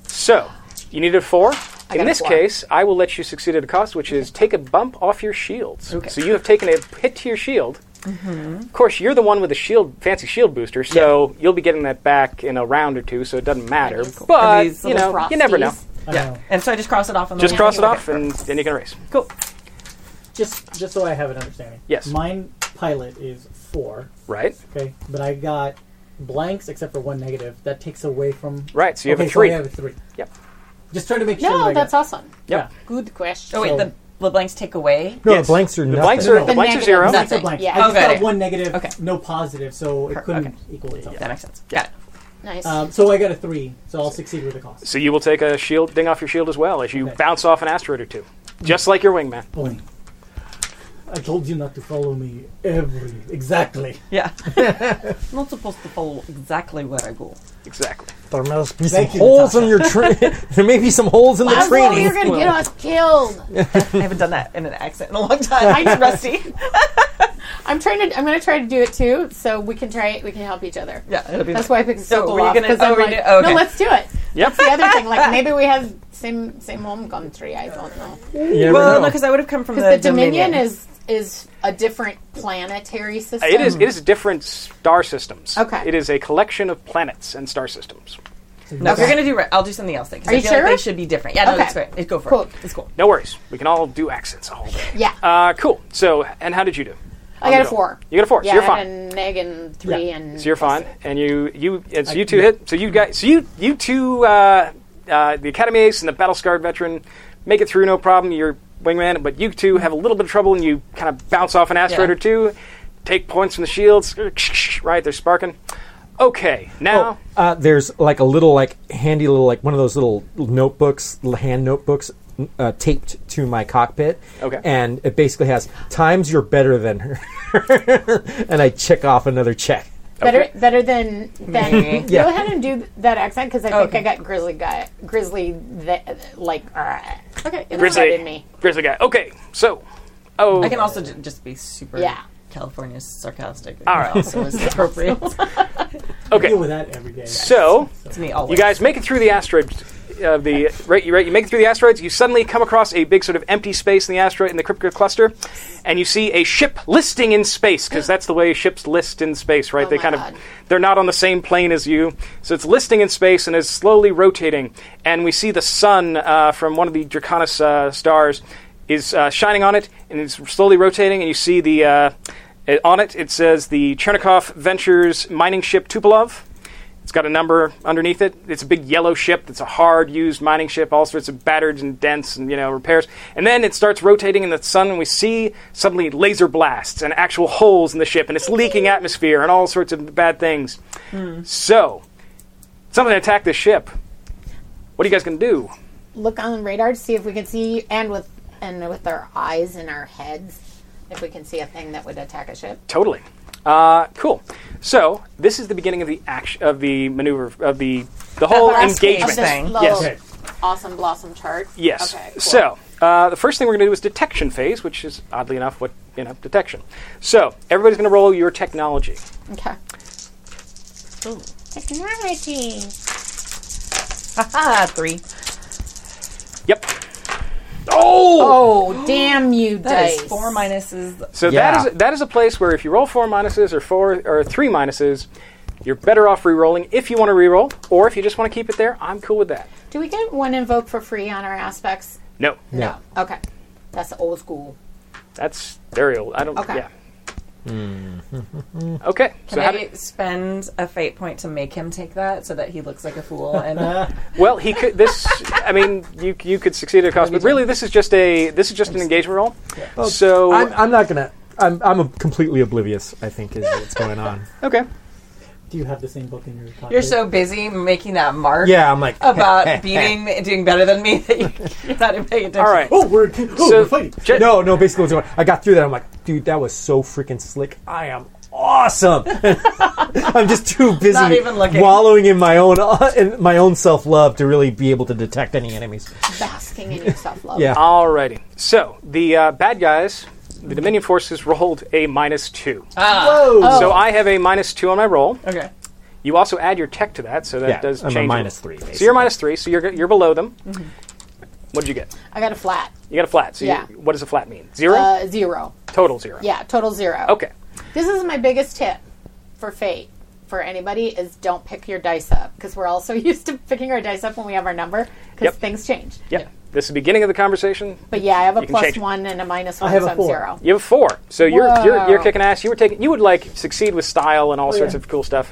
Speaker 3: So you needed a four.
Speaker 4: got
Speaker 3: In
Speaker 4: a
Speaker 3: this
Speaker 4: four.
Speaker 3: case, I will let you succeed at a cost, which is take a bump off your shields. So you have taken a hit to your shield. Of course, you're the one with the shield, fancy shield booster, so you'll be getting that back in a round or two, so it doesn't matter. But
Speaker 5: And these
Speaker 3: you
Speaker 5: little
Speaker 3: know, you never know.
Speaker 4: Frosties.
Speaker 5: Yeah. And so I just cross it off on the
Speaker 3: Just
Speaker 5: way.
Speaker 3: cross it
Speaker 5: Okay.
Speaker 3: off, and then you can erase.
Speaker 5: Cool.
Speaker 7: Just, just so I have an understanding.
Speaker 3: Yes.
Speaker 7: Mine pilot is four.
Speaker 3: Right,
Speaker 7: Okay, but I got blanks except for one negative. That takes away from.
Speaker 3: right. So you have
Speaker 7: okay,
Speaker 3: a three.
Speaker 7: So I have a three.
Speaker 3: Yep.
Speaker 7: Just trying to make sure.
Speaker 4: No,
Speaker 7: that I
Speaker 4: that's
Speaker 7: got-
Speaker 4: awesome.
Speaker 3: Yep.
Speaker 4: Good question.
Speaker 5: Oh wait, the the blanks take away.
Speaker 6: No,
Speaker 3: Yes.
Speaker 6: the blanks are
Speaker 3: The
Speaker 6: nothing.
Speaker 3: blanks are
Speaker 4: The
Speaker 3: the blanks are
Speaker 4: negative
Speaker 3: zero.
Speaker 4: numbers.
Speaker 7: That's a
Speaker 4: Nothing.
Speaker 7: blank.
Speaker 4: Yeah.
Speaker 7: I just
Speaker 5: Okay.
Speaker 7: got one negative,
Speaker 5: Okay.
Speaker 7: no positive, so it
Speaker 5: Per-
Speaker 7: couldn't
Speaker 5: okay.
Speaker 7: equal itself.
Speaker 5: That makes sense. Got it.
Speaker 4: Nice.
Speaker 7: Um, so I got a three, so I'll succeed with a cost.
Speaker 3: So you will take a shield ding off your shield as well as you
Speaker 7: Okay.
Speaker 3: bounce off an asteroid or two, just like your wingman.
Speaker 7: Pony. I told you not to follow me every. Exactly.
Speaker 5: Yeah. not supposed to follow exactly where I go.
Speaker 3: Exactly.
Speaker 6: There must be some
Speaker 7: Thank you,
Speaker 6: holes in your training. there may be some holes in the
Speaker 4: I know
Speaker 6: training.
Speaker 4: you're gonna get us killed.
Speaker 5: I haven't done that in an accent in a long time. I know, rusty.
Speaker 4: I'm trying to. I'm gonna try to do it too, so we can try. it. We can help each other.
Speaker 5: Yeah, it'll be.
Speaker 4: That's
Speaker 5: like-
Speaker 4: why I picked
Speaker 5: So
Speaker 4: so
Speaker 5: were you gonna- oh,
Speaker 4: I'm
Speaker 5: were you
Speaker 4: like,
Speaker 5: gonna- oh, okay.
Speaker 4: no, let's do it.
Speaker 3: Yep.
Speaker 4: The other thing, like maybe we have same same home country. I don't know.
Speaker 6: You never
Speaker 5: Well,
Speaker 6: know.
Speaker 5: no, because I would have come from the,
Speaker 4: Because the, Dominion, is is a different planetary system.
Speaker 3: It is. It is different star systems.
Speaker 4: Okay.
Speaker 3: It is a collection of planets and star systems.
Speaker 5: No, if you're gonna do right, I'll do something else. Then, 'cause
Speaker 4: Are
Speaker 5: I
Speaker 4: you
Speaker 5: feel like
Speaker 4: sure?
Speaker 5: they should be different? Yeah, no,
Speaker 4: Okay.
Speaker 5: that's great. It, go for
Speaker 4: Cool.
Speaker 5: it. It's cool.
Speaker 3: No worries. We can all do accents all day.
Speaker 4: Yeah.
Speaker 3: Uh, cool. So, and how did you do?
Speaker 4: I got a
Speaker 3: go.
Speaker 4: four.
Speaker 3: You got a four.
Speaker 4: Yeah,
Speaker 3: so you're
Speaker 4: I had
Speaker 3: fine.
Speaker 4: a neg and three and.
Speaker 3: So you're fine. And you, you, and so you two hit. So you guys, so you, you two, uh, uh, the Academy Ace and the Battle Scarred Veteran, make it through no problem. You're wingman, but you two have a little bit of trouble, and you kind of bounce off an asteroid
Speaker 5: Yeah.
Speaker 3: or two, take points from the shields. Right, they're sparking. Okay, now.
Speaker 6: Uh, there's like a little, like handy little, like one of those little notebooks, l- hand notebooks, n- uh, taped to my cockpit.
Speaker 3: Okay.
Speaker 6: And it basically has times you're better than her, and I check off another check.
Speaker 4: Better,
Speaker 3: Okay.
Speaker 4: better than than.
Speaker 6: Yeah.
Speaker 4: Go ahead and do that accent because I think
Speaker 5: Okay.
Speaker 4: I got grizzly guy, grizzly the, like. Uh, okay, it
Speaker 3: Grizzly.
Speaker 4: excited me.
Speaker 3: Grizzly guy. Okay, so. Oh.
Speaker 5: I can also j- just be super
Speaker 4: Yeah.
Speaker 5: California sarcastic.
Speaker 3: All right.
Speaker 5: So it's appropriate
Speaker 3: okay.
Speaker 2: Deal with that every day.
Speaker 3: So,
Speaker 5: to me always.
Speaker 3: you guys make it through the asteroid. Uh, the right, you right, you make it through the asteroids. You suddenly come across a big sort of empty space in the asteroid in the Kripke cluster, and you see a ship listing in space because that's the way ships list in space, right?
Speaker 4: Oh
Speaker 3: they
Speaker 4: my
Speaker 3: kind
Speaker 4: God.
Speaker 3: of they're not on the same plane as you, so it's listing in space and is slowly rotating. And we see the sun uh, from one of the Draconis uh, stars is uh, shining on it, and it's slowly rotating. And you see the uh, it- on it it says the Chernikov Ventures mining ship Tupolev. It's got a number underneath it. It's a big yellow ship that's a hard used mining ship, all sorts of battered and dents and you know repairs. And then it starts rotating in the sun and we see suddenly laser blasts and actual holes in the ship and it's leaking atmosphere and all sorts of bad things. Hmm. So something attacked this ship. What are you guys gonna do?
Speaker 4: Look on radar to see if we can see, and with and with our eyes and our heads, if we can see a thing that would attack a ship.
Speaker 3: Totally. Uh, cool. So this is the beginning of the action of the maneuver of the the whole
Speaker 5: blast phase
Speaker 3: engagement.
Speaker 4: Of this
Speaker 5: thing.
Speaker 4: little
Speaker 3: Yes.
Speaker 2: Okay.
Speaker 4: Awesome blossom chart.
Speaker 3: Yes.
Speaker 4: Okay, cool.
Speaker 3: So uh, the first thing we're going to do is detection phase, which is oddly enough what you know detection. So everybody's going to roll your technology.
Speaker 4: Okay. Technology. Haha, three.
Speaker 3: Yep. Oh.
Speaker 4: Oh, damn you,
Speaker 5: That is
Speaker 4: dice.
Speaker 5: four minuses.
Speaker 3: So
Speaker 6: Yeah.
Speaker 3: that is that is a place where if you roll four minuses or four or three minuses, you're better off re-rolling if you want to re-roll, or if you just want to keep it there. I'm cool with that.
Speaker 4: Do we get one invoke for free on our aspects?
Speaker 3: No,
Speaker 6: No.
Speaker 4: Okay. That's old school.
Speaker 3: that's very old. I don't.
Speaker 4: Okay.
Speaker 3: Yeah. Hmm. okay.
Speaker 5: Can
Speaker 3: so how
Speaker 5: I
Speaker 3: did,
Speaker 5: spend a fate point to make him take that so that he looks like a fool? And
Speaker 3: Well, he could. This, I mean, you you could succeed at a cost, but really, this is just a this is just an engagement roll. So
Speaker 6: I'm, I'm not gonna. I'm, I'm a- completely oblivious. I think is what's going on.
Speaker 3: okay,
Speaker 2: Do you have the same book in your pocket?
Speaker 5: you're so busy making that mark
Speaker 6: Yeah, I'm like
Speaker 5: about beating, doing better than me that you- you're not even paying attention.
Speaker 3: all right.
Speaker 2: Oh, we're, oh,
Speaker 3: So-
Speaker 2: we're fighting.
Speaker 3: Ju-
Speaker 6: No, no. Basically, what's going on? I got through that. I'm like, dude, that was so freaking slick. I am awesome. I'm just too busy
Speaker 5: Not even looking.
Speaker 6: wallowing in my own in my own self love to really be able to detect any enemies.
Speaker 4: Basking in your self love.
Speaker 6: Yeah.
Speaker 3: Alrighty. So the uh, bad guys, the Dominion forces rolled a minus two.
Speaker 4: Ah.
Speaker 2: Whoa.
Speaker 6: Oh.
Speaker 3: So I have a minus two on my roll.
Speaker 5: Okay.
Speaker 3: You also add your tech to that, so that
Speaker 6: yeah,
Speaker 3: does
Speaker 6: I'm
Speaker 3: change.
Speaker 6: a
Speaker 3: it.
Speaker 6: minus three. Basically.
Speaker 3: So you're minus three. So you're you're below them.
Speaker 4: Mm-hmm.
Speaker 3: What did you get?
Speaker 4: I got a flat.
Speaker 3: You got a flat. So you-
Speaker 4: Yeah.
Speaker 3: what does a flat mean? Zero.
Speaker 4: Uh, zero.
Speaker 3: Total zero.
Speaker 4: Yeah, total zero.
Speaker 3: Okay.
Speaker 4: This is my biggest tip for fate for anybody is don't pick your dice up because we're all so used to picking our dice up when we have our number because
Speaker 3: Yep.
Speaker 4: things change.
Speaker 3: Yep. This is the beginning of the conversation.
Speaker 4: But yeah, I have a
Speaker 3: can
Speaker 4: plus
Speaker 3: change it.
Speaker 4: one and a minus one,
Speaker 2: have
Speaker 4: so
Speaker 2: a
Speaker 4: I'm
Speaker 2: four.
Speaker 4: zero.
Speaker 3: You have a four, so you're, you're
Speaker 4: Wow. Oh,
Speaker 3: you're kicking ass. You were taking, you would like succeed with style and all sorts of cool stuff,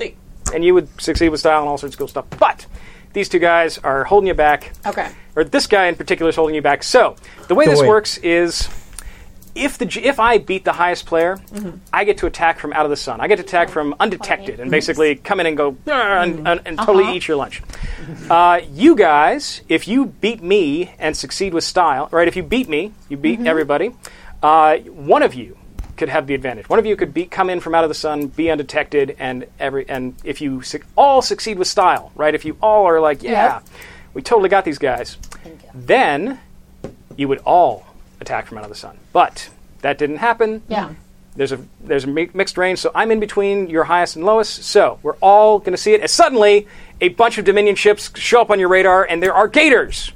Speaker 3: and you would succeed with style and all sorts of cool stuff. But these two guys are holding you back,
Speaker 4: Okay.
Speaker 3: or this guy in particular is holding you back. So the way
Speaker 6: The
Speaker 3: this
Speaker 6: way.
Speaker 3: works is, if the G- if I beat the highest player, I get to attack from out of the sun. I get to attack from undetected and basically come in and go "Arr," and, and, and totally eat your lunch. Uh, you guys, if you beat me and succeed with style, right? If you beat me, you beat everybody. Uh, one of you could have the advantage. One of you could be, come in from out of the sun, be undetected, and every and if you suc all succeed with style, right? If you all are like, yeah, we totally got these guys, then you would all attack from out of the sun. But that didn't happen.
Speaker 4: Yeah.
Speaker 3: There's a there's a mi- mixed range, so I'm in between your highest and lowest. So we're all going to see it. As suddenly, a bunch of Dominion ships show up on your radar, and there are Gators.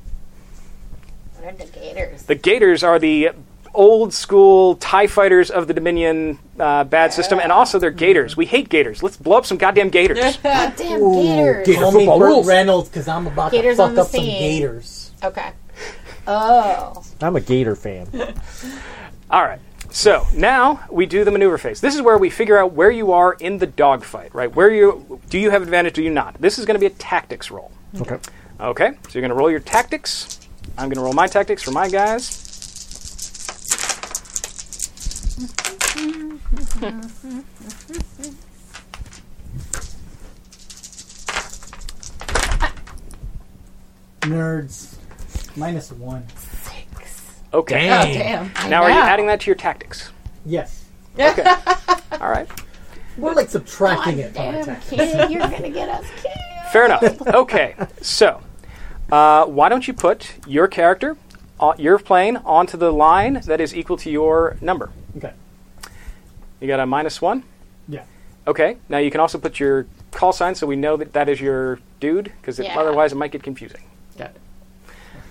Speaker 4: What are the gators?
Speaker 3: The Gators are the old school Tie Fighters of the Dominion uh, bad system, and also they're Gators. We hate Gators. Let's blow up some goddamn Gators.
Speaker 4: God damn gators.
Speaker 6: gator
Speaker 2: Call me
Speaker 6: football
Speaker 2: Burt
Speaker 6: rules.
Speaker 2: Reynolds because I'm about
Speaker 4: Gators
Speaker 2: to
Speaker 4: on
Speaker 2: fuck
Speaker 4: the
Speaker 2: up some
Speaker 4: scene.
Speaker 2: gators.
Speaker 4: Okay. Oh.
Speaker 6: I'm a Gator fan.
Speaker 3: All right. So now we do the maneuver phase. This is where we figure out where you are in the dogfight, right? Where you do you have advantage? Do you not? This is going to be a tactics roll.
Speaker 6: okay.
Speaker 3: Okay. So you're going to roll your tactics. I'm going to roll my tactics for my guys.
Speaker 2: Nerds. Minus one.
Speaker 3: Okay.
Speaker 5: Damn.
Speaker 3: Now are you
Speaker 4: Wow.
Speaker 3: adding that to your tactics?
Speaker 2: Yes.
Speaker 3: All right.
Speaker 7: More like subtracting it from a
Speaker 4: Damn
Speaker 7: text.
Speaker 4: kid, you're gonna get us killed.
Speaker 3: Fair enough. Okay, so uh, why don't you put your character, uh, your plane, onto the line that is equal to your number?
Speaker 2: Okay.
Speaker 3: You got a minus one.
Speaker 2: Yeah.
Speaker 3: Okay. Now you can also put your call sign, so we know that that is your dude, because
Speaker 4: Yeah.
Speaker 3: otherwise it might get confusing.
Speaker 5: Got it.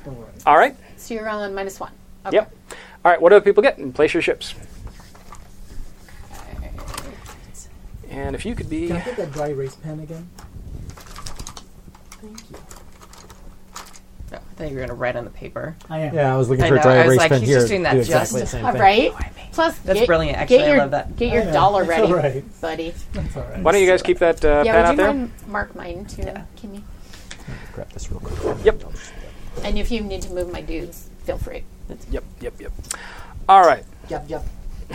Speaker 7: Don't worry.
Speaker 3: All right.
Speaker 4: So you're on minus one. Okay.
Speaker 3: Yep. All right. What do the people get? And place your ships. And if you could be,
Speaker 7: Can I get that dry erase pen again?
Speaker 5: No, I thought you were going to write on the paper.
Speaker 7: I am.
Speaker 6: Yeah, I was looking
Speaker 5: I
Speaker 6: for a
Speaker 5: know,
Speaker 6: dry
Speaker 5: I was
Speaker 6: erase
Speaker 5: like,
Speaker 6: pen
Speaker 5: he's
Speaker 6: here.
Speaker 5: just doing that
Speaker 6: Do exactly
Speaker 5: just-
Speaker 6: the same
Speaker 4: All
Speaker 6: thing.
Speaker 4: right. Plus,
Speaker 5: Oh, That's
Speaker 4: get-
Speaker 5: brilliant, actually.
Speaker 4: Get
Speaker 5: I
Speaker 4: your,
Speaker 5: love that.
Speaker 4: Get your
Speaker 7: Yeah,
Speaker 4: dollar
Speaker 7: that's all
Speaker 4: ready,
Speaker 7: right.
Speaker 4: buddy.
Speaker 7: That's all right.
Speaker 3: why don't you guys keep that uh, pen
Speaker 4: Yeah,
Speaker 3: out
Speaker 4: would you
Speaker 3: there?
Speaker 4: mind mark mine too, Kimmy?
Speaker 6: Grab this real quick.
Speaker 3: Yep.
Speaker 4: And if you need to move my dudes, feel free.
Speaker 3: Yep. Yep. Yep. All right.
Speaker 7: Yep, yep.
Speaker 4: Give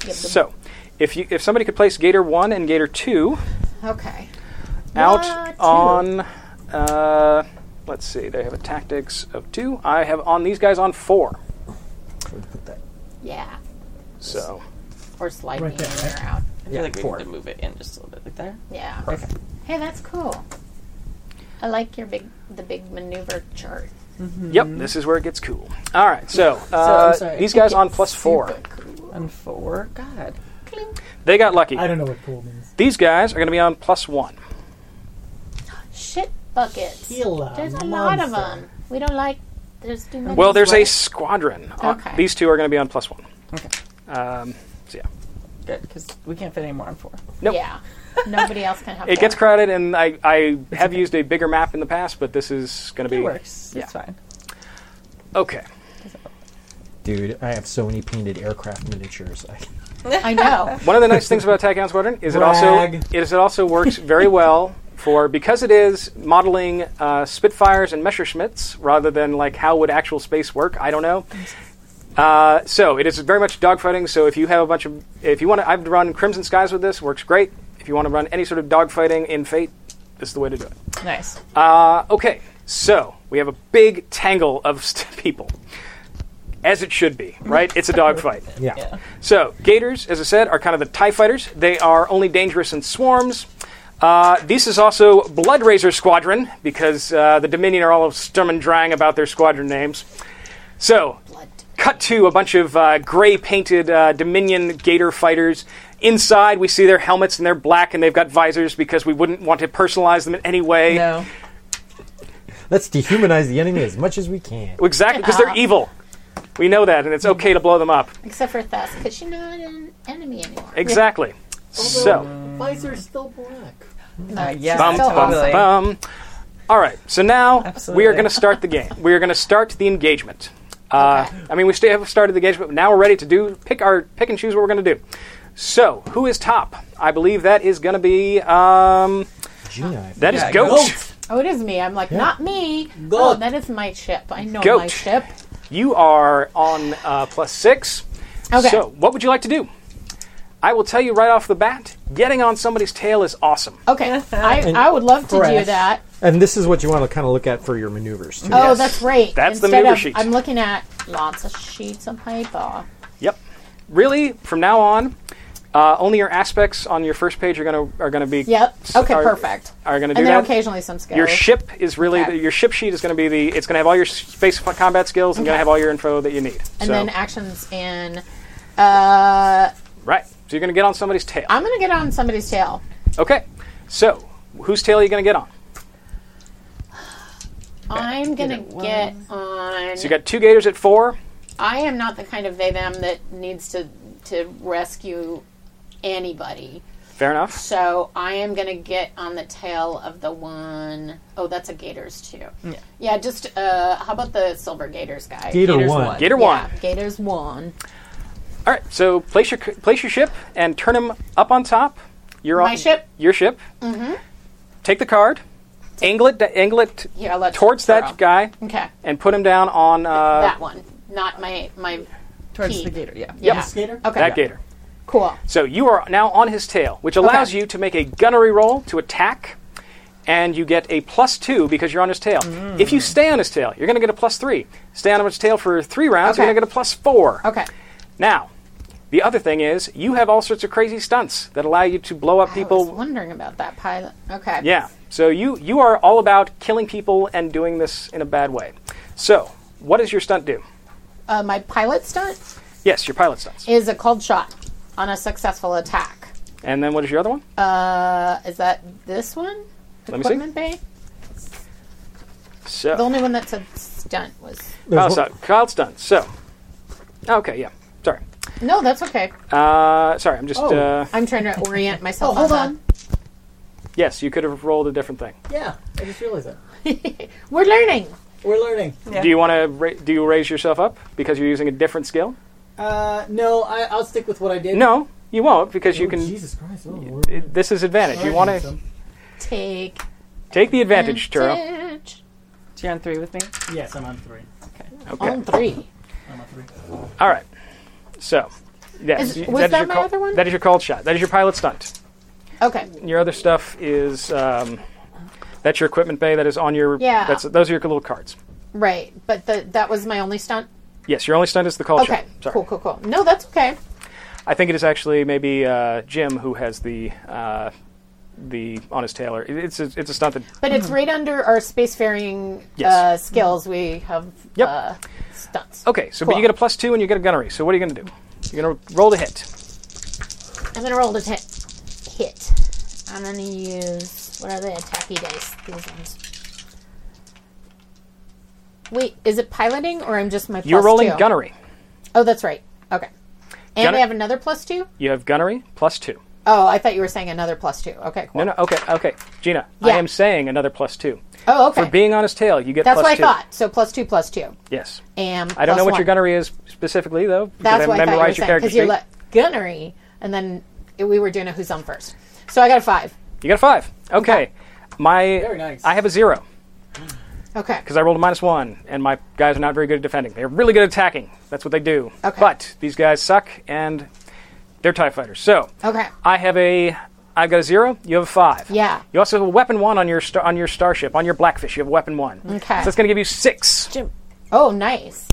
Speaker 4: them-
Speaker 3: So, if you if somebody could place Gator one and Gator two
Speaker 4: okay.
Speaker 3: out
Speaker 4: Ah, two.
Speaker 3: on, uh, let's see, they have a tactics of two. I have on these guys on four.
Speaker 4: Yeah.
Speaker 3: So
Speaker 4: Or slide
Speaker 7: Right
Speaker 4: me
Speaker 7: there,
Speaker 4: in or out.
Speaker 5: I feel like we need to move it in just a little bit like there.
Speaker 4: Yeah.
Speaker 5: Perfect.
Speaker 4: Hey, that's cool. I like your big, the big maneuver chart.
Speaker 3: yep, this is where it gets cool. All right, so,
Speaker 7: I'm
Speaker 3: uh,
Speaker 7: sorry.
Speaker 3: these guys on plus four.
Speaker 4: Super cool.
Speaker 5: And four. God.
Speaker 3: They got lucky.
Speaker 7: I don't know what cool means.
Speaker 3: These guys are going to be on plus one.
Speaker 4: Shit buckets.
Speaker 7: Gila
Speaker 4: There's a lot of
Speaker 7: monster.
Speaker 4: them. We don't like. There's too many.
Speaker 3: Well, there's a squadron. on-
Speaker 4: Okay.
Speaker 3: these two are going to be on plus one.
Speaker 5: Okay.
Speaker 3: Um, so yeah,
Speaker 5: Good, because we can't fit any more on four.
Speaker 3: nope.
Speaker 4: Yeah. Nobody else can have.
Speaker 3: It gets
Speaker 4: four.
Speaker 3: crowded, and I, I have used a bigger map in the past, but this is going to be
Speaker 5: It works. It's
Speaker 3: yeah.
Speaker 5: fine.
Speaker 3: Okay.
Speaker 6: Dude, I have so many painted aircraft miniatures. I,
Speaker 4: I know.
Speaker 3: One of the nice things about Tachyon Squadron is it also
Speaker 6: Brag.
Speaker 3: it is it also works very well for because it is modeling uh, Spitfires and Messerschmitts rather than like how would actual space work. I don't know. Uh, so it is very much dogfighting. So if you have a bunch of if you want to, I've run Crimson Skies with this. Works great. If you want to run any sort of dogfighting in Fate, this is the way to do it.
Speaker 5: Nice.
Speaker 3: Uh, okay, so we have a big tangle of st- people, as it should be, right? It's a dogfight.
Speaker 6: yeah.
Speaker 5: yeah.
Speaker 3: So, gators, as I said, are kind of the TIE fighters. They are only dangerous in swarms. Uh, this is also Blood Razor Squadron, because uh, the Dominion are all sturm and drang about their squadron names. So,
Speaker 4: Blood.
Speaker 3: cut to a bunch of uh, gray painted uh, Dominion Gator fighters. Inside, we see their helmets, and they're black, and they've got visors because we wouldn't want to personalize them in any way.
Speaker 5: No.
Speaker 6: Let's dehumanize the enemy as much as we can.
Speaker 3: Exactly, because they're evil. We know that, and it's okay to blow them up.
Speaker 4: Except for Thess, because she's not an enemy anymore.
Speaker 3: Exactly. So.
Speaker 7: The visor's still black.
Speaker 5: Uh, yeah.
Speaker 3: Bum,
Speaker 4: So
Speaker 3: bum,
Speaker 5: totally.
Speaker 3: bum. Um, All right, so now we are
Speaker 5: Absolutely.
Speaker 3: going to start the game. We are going to start the engagement. Uh, I mean, we still have started the engagement, but now we're ready to do pick our pick and choose what we're going to do. So, who is top? I believe that is going to be um,
Speaker 6: Gina, I
Speaker 3: that is
Speaker 5: Yeah,
Speaker 3: goat.
Speaker 5: Goat.
Speaker 4: Oh, it is me. I'm like, not me.
Speaker 7: Goat.
Speaker 4: Oh, that is my ship. I know my
Speaker 3: Goat.
Speaker 4: ship.
Speaker 3: You are on uh, plus six.
Speaker 4: Okay.
Speaker 3: So, what would you like to do? I will tell you right off the bat. Getting on somebody's tail is awesome.
Speaker 4: Okay, I, I would love to do
Speaker 7: fresh.
Speaker 4: that.
Speaker 6: And this is what you want to kind of look at for your maneuvers too.
Speaker 4: Oh,
Speaker 3: Yes.
Speaker 4: that's great.
Speaker 3: That's the
Speaker 4: Instead
Speaker 3: maneuver
Speaker 4: of-
Speaker 3: sheet.
Speaker 4: I'm looking at lots of sheets of paper.
Speaker 3: Yep. Really, from now on, uh, only your aspects on your first page are gonna are gonna be.
Speaker 4: Yep. Okay,
Speaker 3: are-
Speaker 4: perfect.
Speaker 3: Are gonna do
Speaker 4: And then
Speaker 3: that.
Speaker 4: occasionally some skills.
Speaker 3: Your ship is really
Speaker 4: Okay.
Speaker 3: the, your ship sheet is gonna be the it's gonna have all your space fo- combat skills and gonna
Speaker 4: Okay.
Speaker 3: have all your info that you need.
Speaker 4: and
Speaker 3: so,
Speaker 4: then actions in. Uh,
Speaker 3: right. So you're gonna get on somebody's tail.
Speaker 4: I'm gonna get on somebody's tail.
Speaker 3: okay. So whose tail are you gonna get on?
Speaker 4: I'm gonna get on.
Speaker 3: So you got two gators at four.
Speaker 4: I am not the kind of they them that needs to to rescue anybody.
Speaker 3: Fair enough.
Speaker 4: So I am gonna get on the tail of the one oh that's a Gators too. Yeah. Yeah. Just uh, how about the Silver Gators guy?
Speaker 6: Gator
Speaker 5: Gator's
Speaker 6: one.
Speaker 5: one.
Speaker 3: Gator
Speaker 4: Yeah,
Speaker 3: one.
Speaker 4: Gators one.
Speaker 3: All right. So place your c- place your ship and turn him up on top. You're
Speaker 4: My
Speaker 3: on
Speaker 4: ship?
Speaker 3: Your ship. Mm-hmm. Take the card. Angle it. Angle it
Speaker 4: Here, I'll let
Speaker 3: towards
Speaker 4: Earl.
Speaker 3: that guy.
Speaker 4: Okay,
Speaker 3: and put him down on uh,
Speaker 4: that one, not my my.
Speaker 5: Towards
Speaker 4: Key.
Speaker 5: the gator, yeah. Oh,
Speaker 4: Yeah.
Speaker 7: Skater?
Speaker 4: Okay.
Speaker 3: that gator.
Speaker 4: Cool.
Speaker 3: So you are now on his tail, which allows you to make a gunnery roll to attack, and you get a plus two because you're on his tail. If
Speaker 4: Mm.
Speaker 3: you stay on his tail, you're going to get a plus three. Stay on his tail for three rounds,
Speaker 4: Okay.
Speaker 3: you're going to get a plus four.
Speaker 4: Okay.
Speaker 3: Now, The other thing is, you have all sorts of crazy stunts that allow you to blow up
Speaker 4: I was
Speaker 3: people.
Speaker 4: wondering about that pilot. Okay.
Speaker 3: Yeah. So you you are all about killing people and doing this in a bad way. So, what does your stunt do?
Speaker 4: Uh, my pilot stunt
Speaker 3: Yes, your pilot stunts.
Speaker 4: is a cold shot on a successful attack.
Speaker 3: And then what is your other one?
Speaker 4: Uh, is that this one?
Speaker 3: Let me see.
Speaker 4: Equipment bay.
Speaker 3: So,
Speaker 4: The only one that said stunt was.
Speaker 5: Oh,
Speaker 3: pilot stunt. Pilot stunt. So, okay, yeah. Sorry.
Speaker 4: No, that's okay.
Speaker 3: Uh, sorry, I'm just.
Speaker 7: Oh.
Speaker 3: Uh,
Speaker 4: I'm trying to orient myself.
Speaker 7: Oh, hold
Speaker 4: the-
Speaker 7: on.
Speaker 3: yes, you could have rolled a different thing.
Speaker 7: Yeah, I just realized that.
Speaker 4: We're learning.
Speaker 7: We're learning.
Speaker 5: Yeah.
Speaker 3: Do you want to? Ra- do you raise yourself up because you're using a different skill?
Speaker 7: Uh, no, I, I'll stick with what I did. Oh,
Speaker 3: No, you won't because you can.
Speaker 2: Jesus Christ! Oh, Lord.
Speaker 3: it- this is advantage. You want to
Speaker 4: Take.
Speaker 3: take the advantage, Turo.
Speaker 4: advantage.
Speaker 5: You're on three with me.
Speaker 7: Yes, I'm on three.
Speaker 3: Okay.
Speaker 4: On three.
Speaker 7: I'm on three.
Speaker 3: All right. So, yes,
Speaker 4: Is-
Speaker 3: you-
Speaker 4: was that
Speaker 3: your
Speaker 4: my
Speaker 3: call-
Speaker 4: other one?
Speaker 3: That is your cold shot. That is your pilot stunt.
Speaker 4: Okay.
Speaker 3: Your other stuff is um, that's your equipment bay. That is on your.
Speaker 4: Yeah.
Speaker 3: That's those are your little cards.
Speaker 4: Right. But the, that was my only stunt.
Speaker 3: Yes, your only stunt is the cold shot.
Speaker 4: Okay.
Speaker 3: Oh, Sorry.
Speaker 4: Cool, cool, cool. No, that's okay.
Speaker 3: I think it is actually maybe uh, Jim who has the uh, the on his tailor. It- It's a, it's a stunt that
Speaker 4: But it's right under our spacefaring
Speaker 3: Mm-hmm. Yes.
Speaker 4: uh, skills. We have
Speaker 3: Yep.
Speaker 4: uh, stunts.
Speaker 3: Okay, so but
Speaker 4: Cool.
Speaker 3: you get a plus two and you get a gunnery. So what are you going to do? You're going to roll to hit.
Speaker 4: I'm gonna roll the hit. Hit. I'm gonna use what are the attacky dice? These ones. Wait, is it piloting or I'm just my?
Speaker 3: You're
Speaker 4: plus
Speaker 3: rolling
Speaker 4: two?
Speaker 3: gunnery.
Speaker 4: Oh, that's right. Okay. And
Speaker 3: Gunner-
Speaker 4: I have another plus two.
Speaker 3: You have gunnery plus two.
Speaker 4: Oh, I thought you were saying another plus two. Okay, cool.
Speaker 3: No, no, okay, okay, Gina. I
Speaker 4: Yeah.
Speaker 3: am saying another plus two
Speaker 4: Oh, okay.
Speaker 3: for being on his tail. You get
Speaker 4: that's
Speaker 3: plus
Speaker 4: what I
Speaker 3: two.
Speaker 4: thought. So plus two, plus two,
Speaker 3: Yes.
Speaker 4: and
Speaker 3: I don't know what
Speaker 4: one.
Speaker 3: your gunnery is specifically though. because
Speaker 4: That's
Speaker 3: I
Speaker 4: what I thought you were
Speaker 3: memorized your
Speaker 4: saying
Speaker 3: character
Speaker 4: because you
Speaker 3: sheet.
Speaker 4: let gunnery, and then it- we were doing a who's on first. So I got a five.
Speaker 3: You got a five. Okay. My
Speaker 7: Very nice.
Speaker 3: I have a zero
Speaker 4: Okay.
Speaker 3: because I rolled a minus one, and my guys are not very good at defending. They're really good at attacking. That's what they do.
Speaker 4: Okay.
Speaker 3: But these guys suck, and they're tie fighters. So
Speaker 4: Okay.
Speaker 3: I have a. I've got a zero. You have a five.
Speaker 4: Yeah.
Speaker 3: You also have a weapon one on your star, on your starship on your Blackfish. You have weapon one.
Speaker 4: Okay.
Speaker 3: So that's going to give you six. So
Speaker 4: Oh, nice.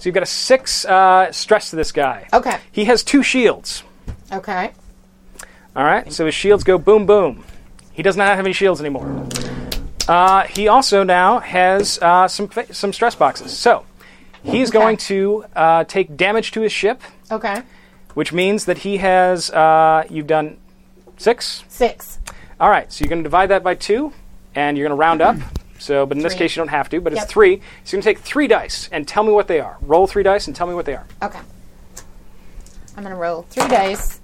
Speaker 3: you've got a six uh, stress to this guy.
Speaker 4: Okay.
Speaker 3: He has two shields.
Speaker 4: Okay.
Speaker 3: All right. So his shields go boom boom. He does not have any shields anymore. Uh, he also now has uh, some fa- some stress boxes. So he's going to uh, take damage to his ship,
Speaker 4: Okay.
Speaker 3: which means that he has. Uh, you've done six.
Speaker 4: Six.
Speaker 3: All right, so you're going to divide that by two, and you're going to round up. So, but in this case, you don't have to, but
Speaker 4: Yep.
Speaker 3: it's three. So you're going to take three dice and tell me what they are. Roll three dice and tell me what they are.
Speaker 4: Okay. I'm gonna roll three dice,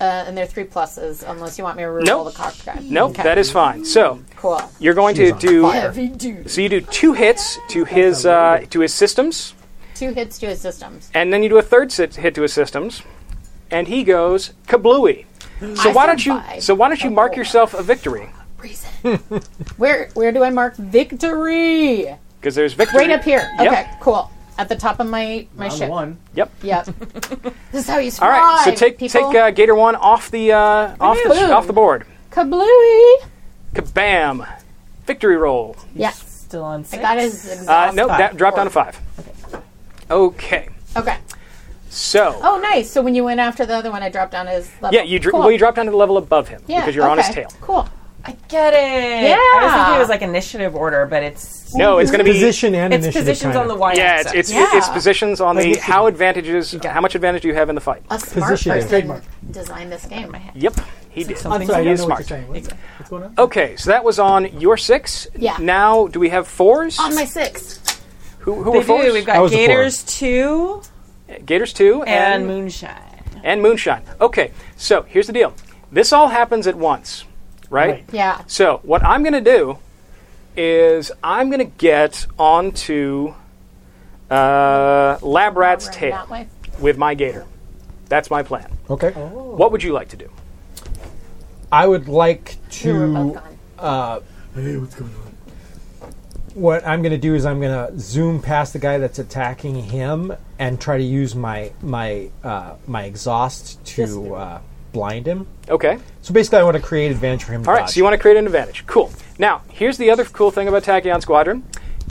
Speaker 4: uh, and they're three pluses, unless you want me to roll
Speaker 3: Nope.
Speaker 4: the cock guy.
Speaker 3: Nope,
Speaker 4: Okay.
Speaker 3: that is fine. So
Speaker 4: cool.
Speaker 3: you're going to do.
Speaker 4: Heavy duty.
Speaker 3: So you do two hits to his uh, to his systems,
Speaker 4: Two hits to his systems.
Speaker 3: and then you do a third sit- hit to his systems, and he goes kablooey. So
Speaker 4: I
Speaker 3: why don't you?
Speaker 4: survived.
Speaker 3: So why don't you mark yourself a victory?
Speaker 4: Reason. where where do I mark victory?
Speaker 3: Because there's victory
Speaker 4: Right up here.
Speaker 3: Yep.
Speaker 4: Okay. Cool. At the top of my my ship.
Speaker 7: One.
Speaker 3: Yep.
Speaker 4: Yep. this is how you
Speaker 3: All
Speaker 4: survive.
Speaker 3: right. So take
Speaker 4: people.
Speaker 3: take uh, Gator One off the uh, off the,
Speaker 4: Kaboom.
Speaker 3: off the board.
Speaker 4: kablooey.
Speaker 3: Kabam! Victory roll.
Speaker 4: Yes.
Speaker 5: Still on six.
Speaker 4: I got his
Speaker 3: Uh,
Speaker 4: exhaust.
Speaker 3: no,
Speaker 5: five.
Speaker 3: that dropped down to five. Okay,
Speaker 4: Okay.
Speaker 3: so
Speaker 4: Oh, nice. So when you went after the other one, I dropped down his level.
Speaker 3: yeah, you dr-
Speaker 4: Cool.
Speaker 3: well, you drop down to the level above him
Speaker 4: Yeah,
Speaker 3: because you're on his
Speaker 4: okay.
Speaker 3: tail.
Speaker 4: Cool.
Speaker 5: I get it.
Speaker 4: Yeah.
Speaker 5: I was thinking it was like initiative order, but it's
Speaker 3: No, it's going to be
Speaker 6: Position and
Speaker 5: it's
Speaker 6: initiative.
Speaker 5: positions
Speaker 6: kinda.
Speaker 5: on the y
Speaker 3: Yeah, it's it's,
Speaker 4: Yeah.
Speaker 3: it's positions on the how advantages how much advantage do you have in the fight.
Speaker 4: A smart
Speaker 6: Position.
Speaker 4: person
Speaker 6: Trademark.
Speaker 4: designed this game. I had.
Speaker 3: Yep, he did.
Speaker 5: something.
Speaker 7: I'm sorry, I
Speaker 3: He
Speaker 7: don't
Speaker 3: is
Speaker 7: know what
Speaker 3: smart. Oh.
Speaker 7: you're saying. What's, what's going on?
Speaker 3: Okay, so that was on your six.
Speaker 4: Yeah.
Speaker 3: Now, do we have fours?
Speaker 4: On my six.
Speaker 3: who who
Speaker 5: We
Speaker 3: were fours?
Speaker 5: do. We've
Speaker 6: I
Speaker 5: got
Speaker 6: was a four.
Speaker 5: Gators two
Speaker 3: Gators two
Speaker 5: and Moonshine.
Speaker 3: and moonshine. Okay, so here's the deal. This all happens at once, right?
Speaker 4: Yeah.
Speaker 3: So what I'm going to do is I'm going to get onto uh, Lab Rat's
Speaker 4: Right
Speaker 3: tail
Speaker 4: that way.
Speaker 3: with my gator. That's my plan.
Speaker 6: Okay.
Speaker 4: Oh.
Speaker 3: What would you like to do?
Speaker 6: I would like
Speaker 4: We were both
Speaker 6: to.
Speaker 4: gone.
Speaker 2: Hey, what's going on?
Speaker 6: What I'm going to do is I'm going to zoom past the guy that's attacking him and try to use my my uh, my exhaust to uh, blind him.
Speaker 3: Okay.
Speaker 6: So basically, I want to create advantage for him. To
Speaker 3: All right.
Speaker 6: dodge.
Speaker 3: So you want to create an advantage. Cool. Now here's the other cool thing about Tachyon Squadron.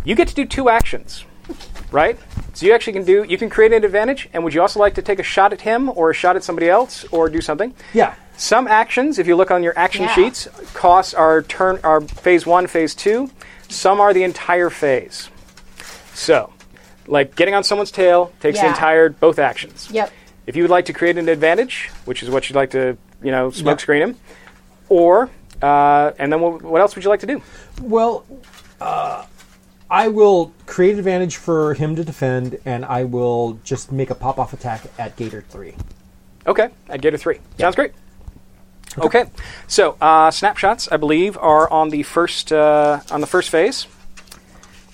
Speaker 3: You get to do two actions. right? So you actually can do you can create an advantage. And would you also like to take a shot at him or a shot at somebody else or do something?
Speaker 6: Yeah.
Speaker 3: Some actions, if you look on your action
Speaker 4: Yeah.
Speaker 3: sheets, costs are turn are phase one, phase two. Some are the entire phase. So, like getting on someone's tail takes the
Speaker 4: Yeah.
Speaker 3: entire both actions.
Speaker 4: Yep.
Speaker 3: If you would like to create an advantage, which is what you'd like to, you know, smoke screen him, or uh, and then what, what else would you like to do?
Speaker 6: Well, uh, I will create advantage for him to defend, and I will just make a pop off attack at Gator 3.
Speaker 3: Okay, I'd get a three. Sounds great. Okay, so uh, snapshots, I believe, are on the first uh, on the first phase.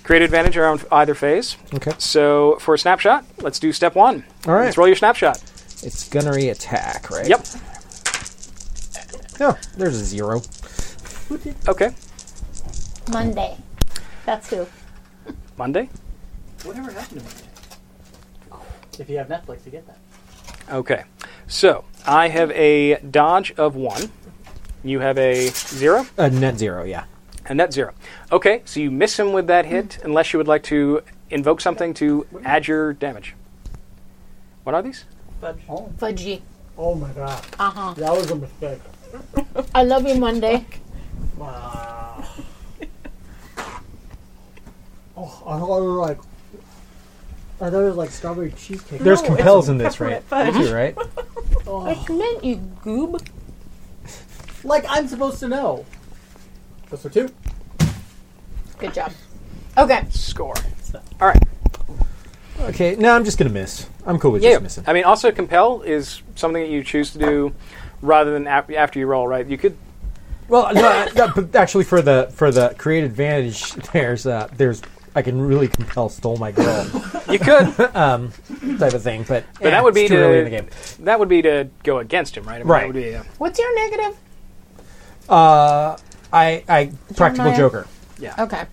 Speaker 3: Create advantage are on either phase.
Speaker 6: Okay.
Speaker 3: So for a snapshot, let's do step one.
Speaker 6: All right.
Speaker 3: Let's roll your snapshot.
Speaker 6: It's gunnery attack, right?
Speaker 3: Yep.
Speaker 6: No, there's a zero.
Speaker 3: Okay.
Speaker 4: Monday. That's who.
Speaker 3: Monday.
Speaker 7: Whatever happened to me? If you have Netflix, you get that.
Speaker 3: Okay. So I have a dodge of one. You have a zero.
Speaker 6: A net zero, yeah.
Speaker 3: And net zero. Okay, so you miss him with that hit, unless you would like to invoke something to add your damage. What are these?
Speaker 7: Oh,
Speaker 4: Fudgy.
Speaker 8: Oh my god.
Speaker 4: Uh huh.
Speaker 8: That was a mistake.
Speaker 4: I love you, Monday.
Speaker 8: Wow. oh, I thought it was like. I thought it was like strawberry cheesecake.
Speaker 6: There's
Speaker 5: No,
Speaker 6: compels
Speaker 5: it's
Speaker 6: in this, right?
Speaker 5: peppermint
Speaker 6: Too, right?
Speaker 4: What you meant, you goob?
Speaker 7: like I'm supposed to know.
Speaker 8: That's a two.
Speaker 4: Good job. Okay.
Speaker 3: Score. All right.
Speaker 6: Okay, no, I'm just going to miss. I'm cool with
Speaker 3: Yeah.
Speaker 6: just missing.
Speaker 3: I mean, also compel is something that you choose to do rather than af- after you roll, right? You could.
Speaker 6: well, no, I- no, but actually, for the for the create advantage, there's uh, there's I can really compel stole my girl
Speaker 3: You could.
Speaker 6: type of thing, but,
Speaker 3: But that would be
Speaker 6: too early in the
Speaker 3: to-
Speaker 6: game.
Speaker 3: that would be to go against him, right? I mean,
Speaker 6: Right.
Speaker 3: That would be, uh,
Speaker 4: What's your negative?
Speaker 6: Uh, I I practical
Speaker 4: Jeremiah.
Speaker 6: joker.
Speaker 4: Okay.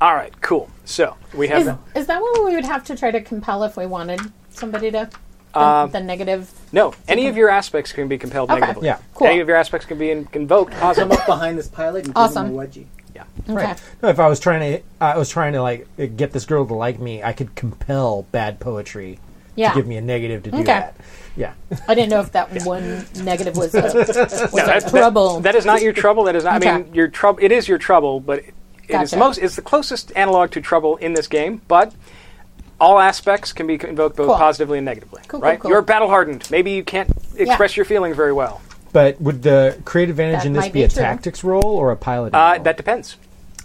Speaker 3: all right. Cool. So we have.
Speaker 4: Is, is that what we would have to try to compel if we wanted somebody to? The,
Speaker 3: Uh,
Speaker 4: the negative.
Speaker 3: no. Any of your aspects can be compelled
Speaker 4: Okay.
Speaker 3: negatively.
Speaker 6: Yeah.
Speaker 4: Cool.
Speaker 3: Any of your aspects can be in- invoked
Speaker 7: I'm
Speaker 3: positively.
Speaker 7: up behind this pilot and
Speaker 4: Awesome.
Speaker 7: give him a wedgie.
Speaker 3: yeah.
Speaker 4: Okay.
Speaker 6: No, if I was trying to, I was trying to like get this girl to like me. I could compel bad poetry
Speaker 4: Yeah.
Speaker 6: to give me a negative to do
Speaker 4: Okay.
Speaker 6: that. Yeah,
Speaker 4: I didn't know if that one negative was a, was a
Speaker 3: That- that-
Speaker 4: trouble.
Speaker 3: that is not your trouble. That is not. I
Speaker 4: Okay.
Speaker 3: mean, your trouble. It is your trouble, but it is
Speaker 4: Gotcha.
Speaker 3: most. It's the closest analog to trouble in this game. But all aspects can be invoked both
Speaker 4: Cool.
Speaker 3: positively and negatively.
Speaker 4: Cool, cool,
Speaker 3: right?
Speaker 4: cool.
Speaker 3: You're battle hardened. Maybe you can't express your feelings very well.
Speaker 6: but would the create advantage
Speaker 4: That
Speaker 6: in this
Speaker 4: might
Speaker 6: be,
Speaker 4: be
Speaker 6: a
Speaker 4: true.
Speaker 6: tactics roll or a pilot?
Speaker 3: Uh,
Speaker 6: roll?
Speaker 3: that depends.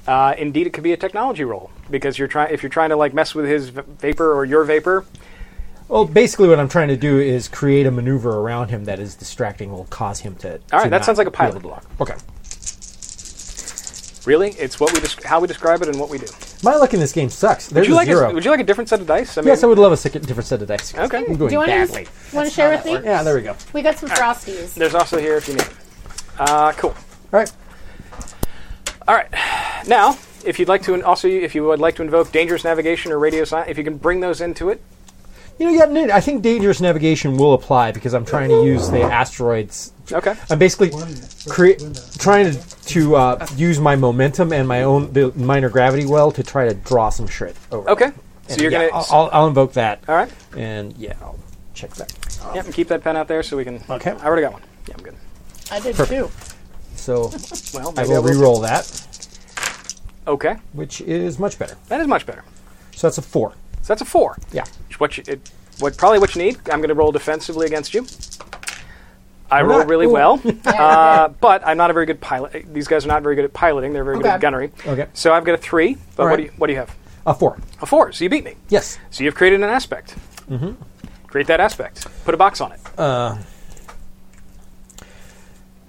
Speaker 3: Uh, indeed, it could be a technology role because you're trying. If you're trying to like mess with his v- vapor or your vapor,
Speaker 6: well, basically, what I'm trying to do is create a maneuver around him that is distracting, will cause him to.
Speaker 3: All right,
Speaker 6: to
Speaker 3: that
Speaker 6: not
Speaker 3: sounds like a
Speaker 6: be able
Speaker 3: pilot.
Speaker 6: to block. Okay,
Speaker 3: really, it's what we desc- how we describe it and what we do.
Speaker 6: my luck in this game sucks. There's
Speaker 3: Would you
Speaker 6: a
Speaker 3: like?
Speaker 6: zero.
Speaker 3: A, would you like a different set of dice? I mean,
Speaker 6: yes, I would love a sec- different set of dice.
Speaker 3: Okay.
Speaker 6: I'm
Speaker 4: Do
Speaker 6: going
Speaker 4: you want
Speaker 6: badly.
Speaker 4: to want to share with me?
Speaker 6: Yeah, there we go. All
Speaker 4: We got some frosties.
Speaker 3: there's also here if you need. it. Uh, cool.
Speaker 6: right.
Speaker 3: All right. Now, if you'd like to, and also if you would like to invoke dangerous navigation or radio science, if you can bring those into it,
Speaker 6: You know, yeah, no, I think dangerous navigation will apply because I'm trying to use the asteroids.
Speaker 3: Okay.
Speaker 6: I'm basically crea- trying to, to uh, use my momentum and my own the minor gravity well to try to draw some shit over.
Speaker 3: Okay. So
Speaker 6: And
Speaker 3: you're
Speaker 6: yeah,
Speaker 3: gonna-
Speaker 6: I'll, I'll, I'll invoke that.
Speaker 3: all right.
Speaker 6: And yeah, I'll check that.
Speaker 3: Yep. and keep that pen out there so we can.
Speaker 6: Okay.
Speaker 3: I already got one. Yeah, I'm good.
Speaker 4: I did too.
Speaker 6: So
Speaker 3: Well,
Speaker 6: I
Speaker 3: maybe
Speaker 6: will re-roll that,
Speaker 3: Okay,
Speaker 6: which is much better.
Speaker 3: that is much better.
Speaker 6: So that's a four.
Speaker 3: So that's a four.
Speaker 6: Yeah.
Speaker 3: It's What you, it, what probably what you need? I'm going to roll defensively against you. I
Speaker 6: We're
Speaker 3: roll
Speaker 6: not-
Speaker 3: really
Speaker 6: ooh.
Speaker 3: well, uh, but I'm not a very good pilot. These guys are not very good at piloting; they're very good at
Speaker 4: Okay.
Speaker 3: gunnery.
Speaker 6: Okay.
Speaker 3: So I've got a three. But
Speaker 6: All right.
Speaker 3: what do you what do you have?
Speaker 6: A four.
Speaker 3: A four. So you beat me.
Speaker 6: Yes.
Speaker 3: So you've created an aspect. Mm-hmm. Create that aspect. Put a box on it.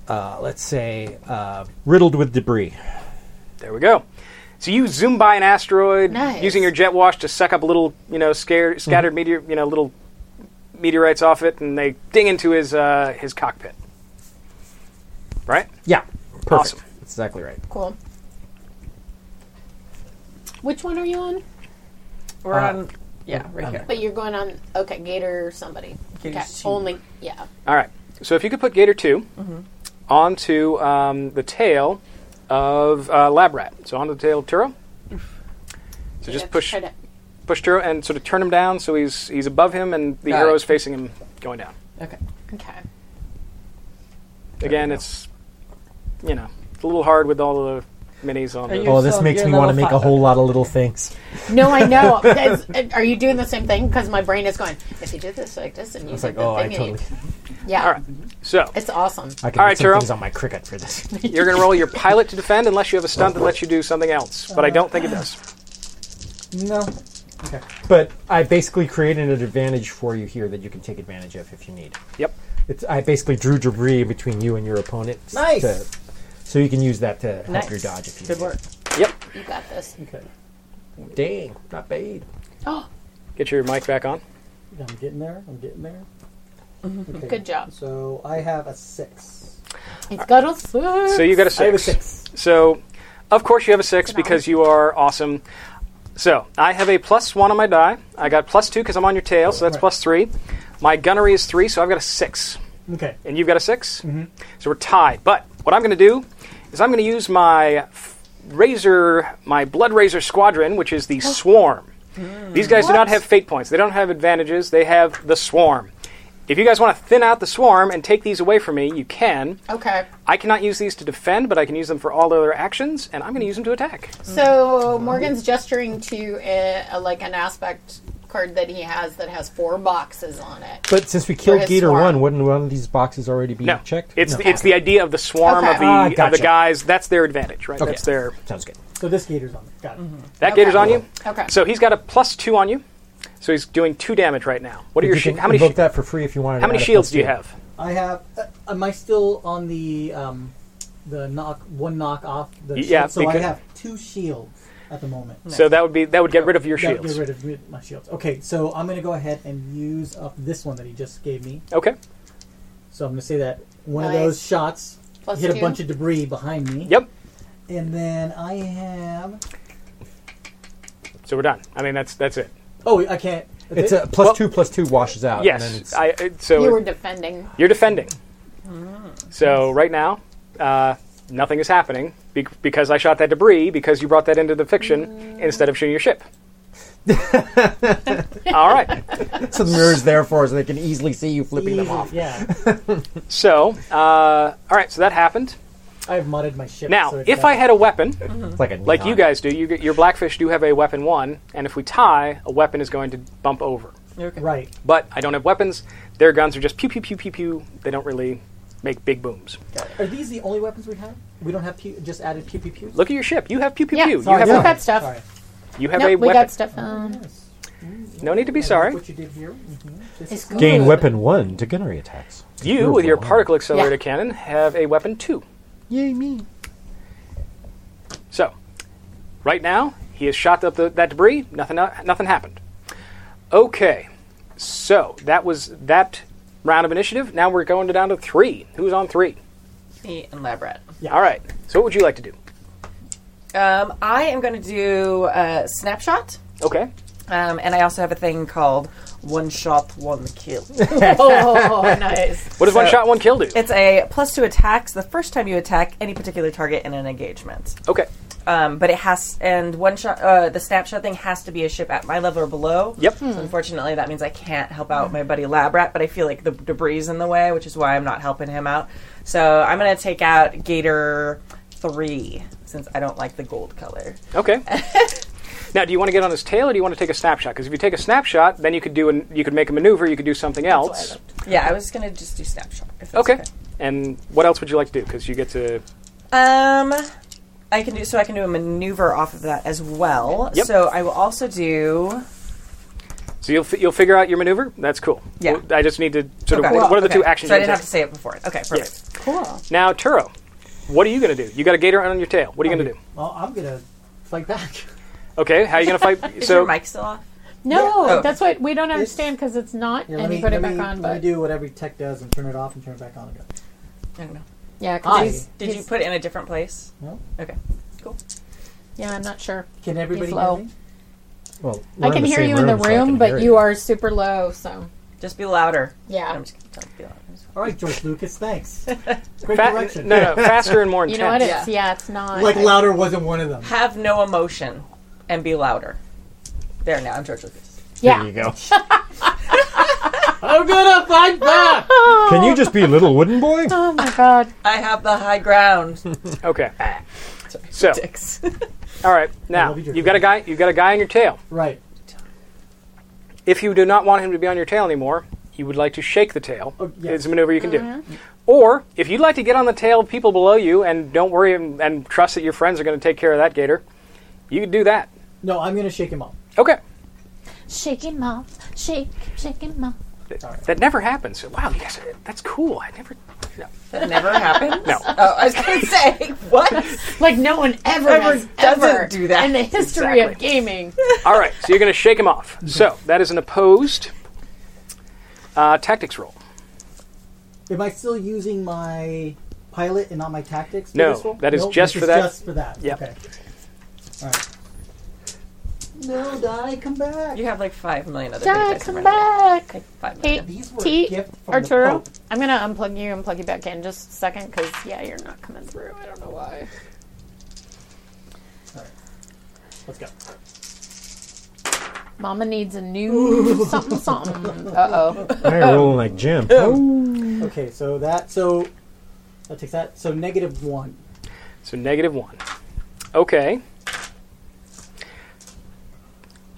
Speaker 6: Uh, let's say uh, riddled with debris.
Speaker 3: There we go. So you zoom by an asteroid
Speaker 4: Nice.
Speaker 3: using your jet wash to suck up little, you know,
Speaker 6: Mm-hmm.
Speaker 3: scared, scattered meteor, you know, little meteorites off it, and they ding into his uh, his cockpit. Right?
Speaker 6: Yeah. Perfect.
Speaker 3: Awesome.
Speaker 6: That's exactly right.
Speaker 4: Cool. Which one are you on?
Speaker 5: We're
Speaker 6: Uh,
Speaker 5: on. Yeah,
Speaker 6: Um,
Speaker 5: right here.
Speaker 4: But you're going on okay, Gator or somebody.
Speaker 5: Gator
Speaker 4: okay.
Speaker 5: two.
Speaker 4: Only yeah.
Speaker 3: All right. So if you could put Gator 2 onto um, the tail of uh, Labrat, so onto the tail of Turo. So
Speaker 4: You have
Speaker 3: just
Speaker 4: to
Speaker 3: push
Speaker 4: try to
Speaker 3: push Turo and sort of turn him down so he's he's above him and the
Speaker 5: Got
Speaker 3: arrow
Speaker 5: it.
Speaker 3: is facing him going down.
Speaker 5: Okay.
Speaker 4: Okay.
Speaker 3: Again, it's you know it's a little hard with all of the minis on.
Speaker 5: Are
Speaker 3: the-
Speaker 5: you-
Speaker 6: Oh, this
Speaker 5: so
Speaker 6: makes
Speaker 5: you're
Speaker 6: me want to
Speaker 5: level
Speaker 6: make a
Speaker 5: five.
Speaker 6: whole lot of little things.
Speaker 4: No, I know. That's- uh, Are you doing the same thing? Because my brain is going. If you did this like this, and you
Speaker 6: It's
Speaker 4: said
Speaker 6: like,
Speaker 4: the
Speaker 6: oh, I
Speaker 4: thing, and you-"
Speaker 6: totally.
Speaker 4: yeah,
Speaker 3: All right, so
Speaker 4: it's awesome.
Speaker 6: I can
Speaker 3: All
Speaker 6: All
Speaker 3: right,
Speaker 6: right, some
Speaker 3: Turo.
Speaker 6: things on my cricket for this.
Speaker 3: you're going to roll your pilot to defend unless you have a stunt that lets you do something else, but I don't think it does.
Speaker 8: No.
Speaker 6: But I basically created an advantage for you here that you can take advantage of if you need.
Speaker 3: Yep.
Speaker 6: It's, I basically drew debris between you and your opponent. s-
Speaker 8: Nice.
Speaker 6: to- so you can use that to help
Speaker 5: Nice.
Speaker 6: your dodge if you
Speaker 5: Good
Speaker 6: need.
Speaker 5: work.
Speaker 3: Yep.
Speaker 4: You got this.
Speaker 6: Dang, not bad.
Speaker 4: Oh,
Speaker 3: Get your mic back on.
Speaker 7: I'm getting there. I'm getting there. Okay.
Speaker 4: Mm-hmm. good job.
Speaker 7: So I have a six.
Speaker 4: It's got a sword.
Speaker 3: So you got a
Speaker 7: I have a six.
Speaker 3: So, of course, you have a six because you are awesome. So, I have a plus one on my die. I got plus two because I'm on your tail, so that's plus three. My gunnery is three, so I've got a six.
Speaker 7: Okay.
Speaker 3: And you've got a 6 Mm-hmm. So we're tied. But what I'm going to do is I'm going to use my f- Razor, my Blood Razor Squadron, which is the Swarm. These guys do not have fate points, they don't have advantages, they have the Swarm. If you guys want to thin out the Swarm and take these away from me, you can.
Speaker 4: okay.
Speaker 3: I cannot use these to defend, but I can use them for all other actions, and I'm going to use them to attack.
Speaker 4: So Morgan's gesturing to a, a, like an aspect card that he has that has four boxes on it.
Speaker 6: But since we killed
Speaker 4: his
Speaker 6: Gator
Speaker 4: swarm.
Speaker 6: One, wouldn't one of these boxes already be
Speaker 3: No,
Speaker 6: checked?
Speaker 3: it's
Speaker 6: No.
Speaker 3: the, it's the idea of the swarm
Speaker 4: Okay.
Speaker 3: of the
Speaker 6: Ah,
Speaker 3: of the
Speaker 6: gotcha.
Speaker 3: guys. That's their advantage, right? That's their
Speaker 6: Sounds good.
Speaker 7: So this gator's on. it. Got it.
Speaker 3: that
Speaker 4: Okay.
Speaker 3: gator's on you.
Speaker 4: Okay.
Speaker 3: So he's got a plus two on you. So he's doing two damage right now. What are
Speaker 6: If
Speaker 3: your
Speaker 6: you
Speaker 3: shi
Speaker 6: can
Speaker 3: how many
Speaker 6: invoke
Speaker 3: shi-
Speaker 6: that for free if you want.
Speaker 3: how many shields do you have?
Speaker 7: I have. Uh, am I still on the um, the knock one knock off? The
Speaker 3: Y- yeah,
Speaker 7: shield? So I
Speaker 3: because-
Speaker 7: have two shields at the moment.
Speaker 3: So that would be that would get rid of your
Speaker 7: Gotta
Speaker 3: shields.
Speaker 7: Get rid of me- my shields. Okay, so I'm gonna go ahead and use up this one that he just gave me.
Speaker 3: Okay.
Speaker 7: So I'm gonna say that one
Speaker 4: Nice.
Speaker 7: of those shots
Speaker 4: Plus
Speaker 7: hit
Speaker 4: two.
Speaker 7: a bunch of debris behind me.
Speaker 3: Yep.
Speaker 7: And then I have.
Speaker 3: So we're done. I mean that's that's it.
Speaker 7: Oh, I can't.
Speaker 6: It's a plus two plus two washes out. And then
Speaker 3: Yes.
Speaker 6: it's,
Speaker 3: I it- so
Speaker 4: You were defending.
Speaker 3: you're defending.
Speaker 4: Mm.
Speaker 3: So right now, uh, nothing is happening be- because I shot that debris because you brought that into the
Speaker 4: Mm.
Speaker 3: fiction instead of shooting your ship. All right.
Speaker 6: some mirrors there for us, so they can easily see you flipping them off.
Speaker 7: Yeah,
Speaker 3: So, uh, all right, so that happened.
Speaker 7: I've modded my ship.
Speaker 3: Now,
Speaker 7: so it
Speaker 3: if
Speaker 7: got-
Speaker 3: I had a weapon,
Speaker 4: Mm-hmm.
Speaker 6: It's like a
Speaker 3: like
Speaker 6: neon.
Speaker 3: you guys do, you, get- your blackfish do have a weapon one, and if we tie, a weapon is going to bump over.
Speaker 5: Okay.
Speaker 7: right,
Speaker 3: But I don't have weapons. Their guns are just pew pew pew pew pew. They don't really make big booms.
Speaker 7: are these the only weapons we have? We don't have pew, just added pew pew pew.
Speaker 3: Look at your ship. You have pew pew
Speaker 4: Yeah,
Speaker 3: pew.
Speaker 4: sorry,
Speaker 3: you have,
Speaker 4: we
Speaker 3: a-
Speaker 4: got stuff.
Speaker 7: Sorry.
Speaker 3: you have
Speaker 4: Nope,
Speaker 3: a
Speaker 4: we
Speaker 3: weapon.
Speaker 4: got stuff. Um,
Speaker 7: Yes.
Speaker 3: No need to be sorry.
Speaker 7: What you did here. mhm. This
Speaker 4: it's
Speaker 7: is
Speaker 4: good.
Speaker 6: Gain weapon one to gunnery attacks.
Speaker 3: You, with your
Speaker 6: Beautiful.
Speaker 3: particle accelerator
Speaker 4: Yeah.
Speaker 3: cannon, have a weapon two.
Speaker 6: Yay me!
Speaker 3: So, right now, he has shot up the, that debris. Nothing, uh, nothing happened. Okay, so that was that round of initiative. Now we're going to down to three. Who's on three?
Speaker 5: Me and Lab Rat.
Speaker 3: All right. So, what would you like to do?
Speaker 5: Um, I am going to do uh, snapshot,
Speaker 3: Okay.
Speaker 5: um, and I also have a thing called one shot, one kill.
Speaker 4: Oh, nice.
Speaker 3: What does one
Speaker 5: So-
Speaker 3: shot, one kill do?
Speaker 5: it's a plus two attacks the first time you attack any particular target in an engagement.
Speaker 3: Okay.
Speaker 5: Um, but it has and one shot. Uh, the snapshot thing has to be a ship at my level or below.
Speaker 3: Yep.
Speaker 5: So unfortunately, that means I can't help out my buddy Lab Rat. But I feel like the debris is in the way, which is why I'm not helping him out. So I'm gonna take out Gator three since I don't like the gold color.
Speaker 3: Okay. now, do you want to get on his tail, or do you want to take a snapshot? Because if you take a snapshot, then you could do an, you could make a maneuver, you could do something else.
Speaker 5: Yeah, I was gonna just do snapshot. if that's
Speaker 3: Okay. And what else would you like to do? Because you get to
Speaker 5: Um, I can do so. I can do a maneuver off of that as well.
Speaker 3: Yep.
Speaker 5: So I will also do.
Speaker 3: so you'll fi- you'll figure out your maneuver. That's cool.
Speaker 5: Yeah.
Speaker 3: Well, I just need to sort
Speaker 5: Okay.
Speaker 3: of what, what are the
Speaker 5: Okay.
Speaker 3: two actions?
Speaker 5: So I
Speaker 3: you
Speaker 5: didn't have
Speaker 3: take?
Speaker 5: to say it before. Okay, perfect.
Speaker 3: Yes.
Speaker 4: Cool.
Speaker 3: Now, Turo, what are you going to do? You got a gator on your tail. What are you
Speaker 5: Um,
Speaker 3: going to do?
Speaker 7: Well, I'm gonna fight back.
Speaker 3: Okay, how are you going to fight?
Speaker 5: Is
Speaker 3: so,
Speaker 5: your mic still off?
Speaker 4: No,
Speaker 5: Yeah. Oh.
Speaker 4: that's what we don't understand because it's not,
Speaker 7: Here,
Speaker 4: and
Speaker 7: let
Speaker 4: you
Speaker 7: me-
Speaker 4: put it
Speaker 7: let
Speaker 4: back
Speaker 7: me-
Speaker 4: on.
Speaker 7: Let me
Speaker 4: But
Speaker 7: do what every tech does and turn it off and turn it back on again.
Speaker 5: I don't know.
Speaker 4: yeah, 'cause
Speaker 7: I-
Speaker 4: he's-
Speaker 5: Did you
Speaker 4: he's-
Speaker 5: put it in a different place?
Speaker 7: No.
Speaker 5: Okay.
Speaker 4: Yeah, I'm not sure.
Speaker 7: Can everybody
Speaker 4: low.
Speaker 7: hear me?
Speaker 6: Well,
Speaker 4: I can hear you in the room, but you are super low. So
Speaker 5: Just be louder.
Speaker 4: yeah,
Speaker 5: I'm just gonna tell you to be louder.
Speaker 7: All right, George Lucas, thanks. Great
Speaker 3: fa-
Speaker 7: direction.
Speaker 3: no, no, faster and more
Speaker 4: you
Speaker 3: intense.
Speaker 4: know what?
Speaker 5: Yeah.
Speaker 4: It's yeah, it's not
Speaker 7: Like louder wasn't one of them.
Speaker 5: Have no emotion and be louder. There now, I'm George Lucas.
Speaker 4: Yeah.
Speaker 6: There you go.
Speaker 2: I'm gonna fight back.
Speaker 6: Can you just be a little wooden boy?
Speaker 4: Oh my god.
Speaker 5: I have the high ground.
Speaker 3: Okay. So,
Speaker 5: Dicks.
Speaker 3: all right. Now
Speaker 7: love you,
Speaker 3: you've got a guy. You've got a guy on your tail.
Speaker 7: Right.
Speaker 3: If you do not want him to be on your tail anymore, you would like to shake the tail.
Speaker 7: Oh, yeah.
Speaker 3: It's a maneuver you can
Speaker 4: Mm-hmm.
Speaker 3: do. Or if you'd like to get on the tail of people below you and don't worry and, and trust that your friends are going to take care of that gator, you could do that.
Speaker 7: No, I'm gonna shake him up.
Speaker 3: Okay.
Speaker 4: Shake him off. Shake, shake him off.
Speaker 3: That never happens. Wow, you guys, are- that's cool. I never.
Speaker 5: That never happens.
Speaker 3: No.
Speaker 5: Oh, I was gonna say what?
Speaker 4: Like no one ever,
Speaker 5: Ever
Speaker 4: has
Speaker 5: doesn't
Speaker 4: ever
Speaker 5: do that.
Speaker 4: in the history of
Speaker 3: Exactly.
Speaker 4: gaming.
Speaker 3: All right, so you're going to shake him off. So that is an opposed uh, tactics roll.
Speaker 7: Am I still using my pilot and not my tactics? for
Speaker 3: No,
Speaker 7: this one?
Speaker 3: that is
Speaker 7: Nope,
Speaker 3: just
Speaker 7: this
Speaker 3: for that.
Speaker 7: Just for that.
Speaker 3: Yep.
Speaker 7: Okay. All right. No, die, come back.
Speaker 5: You have like five million other
Speaker 4: Dad,
Speaker 5: pages in
Speaker 4: come
Speaker 5: front of you.
Speaker 4: back.
Speaker 5: Like five
Speaker 4: Hey,
Speaker 5: million.
Speaker 7: These were a
Speaker 4: T.
Speaker 7: gift from the
Speaker 4: Arturo,
Speaker 7: Pope.
Speaker 4: I'm gonna unplug you and plug you back in just a second because yeah, you're not coming through. I don't know why.
Speaker 7: Let's go.
Speaker 4: Mama needs a new something something. Uh oh.
Speaker 6: I'm rolling like Jim. Oh,
Speaker 7: Okay, so that so that takes that. So negative one.
Speaker 3: So negative one. Okay.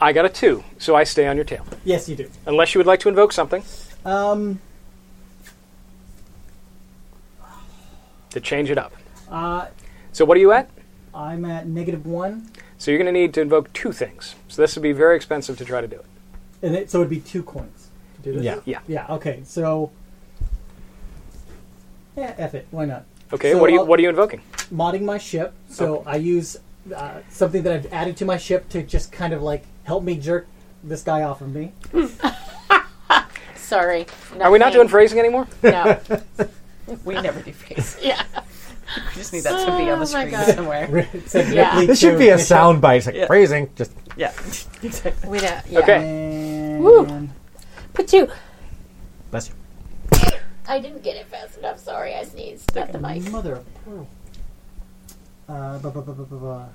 Speaker 3: I got a two, so I stay on your tail.
Speaker 7: Yes, you do.
Speaker 3: Unless you would like to invoke something
Speaker 7: Um,
Speaker 3: to change it up.
Speaker 7: uh,
Speaker 3: So what are you at?
Speaker 7: I'm at negative one,
Speaker 3: So you're going to need to invoke two things. So this would be very expensive to try to do it.
Speaker 7: and it, so it'd be two coins to do this.
Speaker 6: yeah.
Speaker 3: Yeah.
Speaker 7: Yeah. Okay. So. Yeah. F it. Why not?
Speaker 3: Okay.
Speaker 7: So
Speaker 3: what are you
Speaker 7: I'll-
Speaker 3: What are you invoking?
Speaker 7: modding my ship, so I use uh, something that I've added to my ship to just kind of like help me jerk this guy off of me.
Speaker 4: Sorry.
Speaker 3: Are we not doing
Speaker 4: Nothing.
Speaker 3: phrasing anymore?
Speaker 4: No.
Speaker 5: We never do face.
Speaker 4: Yeah.
Speaker 5: We just need that to be on
Speaker 4: Oh my
Speaker 5: the screen
Speaker 4: God.
Speaker 5: somewhere.
Speaker 7: It said
Speaker 4: Yeah.
Speaker 7: Ripley
Speaker 6: This should
Speaker 7: to
Speaker 6: be a
Speaker 7: Bishop,
Speaker 6: sound bite. It's like
Speaker 5: Yeah.
Speaker 6: phrasing. Just
Speaker 5: Yeah. Exactly.
Speaker 4: We don't. Yeah.
Speaker 3: Okay.
Speaker 7: And
Speaker 4: Woo. Put you.
Speaker 6: bless you.
Speaker 4: I didn't get it fast enough. Sorry, I sneezed at the mic.
Speaker 7: mother of pearl. Uh, bu- bu- bu- bu- bu- bu-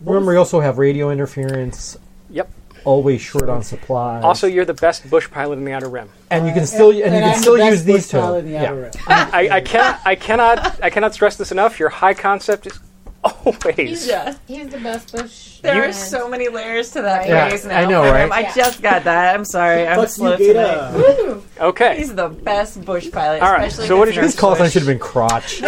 Speaker 6: Remember, you also have radio interference.
Speaker 3: Yep.
Speaker 6: Always short on supplies.
Speaker 3: Also, you're the best bush pilot in the Outer Rim.
Speaker 6: and you can still and, you
Speaker 7: I'm
Speaker 6: can
Speaker 7: the
Speaker 6: still
Speaker 7: best
Speaker 6: use these
Speaker 7: bush
Speaker 6: two.
Speaker 7: pilot in the
Speaker 6: yeah.
Speaker 7: outer rim.
Speaker 3: I, I cannot. I cannot. I cannot stress this enough. Your high concept is always.
Speaker 5: Yeah.
Speaker 4: He's the best bush.
Speaker 5: There are
Speaker 4: man.
Speaker 5: so many layers to that
Speaker 6: Yeah,
Speaker 5: phrase now.
Speaker 6: I know, right?
Speaker 5: I
Speaker 4: Yeah.
Speaker 5: just got that. I'm sorry. I'm
Speaker 7: Fuck
Speaker 5: slow
Speaker 7: you,
Speaker 5: today.
Speaker 7: Gata.
Speaker 3: Okay.
Speaker 5: He's the best bush pilot.
Speaker 3: All right,
Speaker 5: Especially
Speaker 3: so
Speaker 5: if
Speaker 3: what
Speaker 5: it's
Speaker 3: is your-
Speaker 6: These
Speaker 5: North
Speaker 6: calls I
Speaker 5: Bush.
Speaker 6: should have been crotch.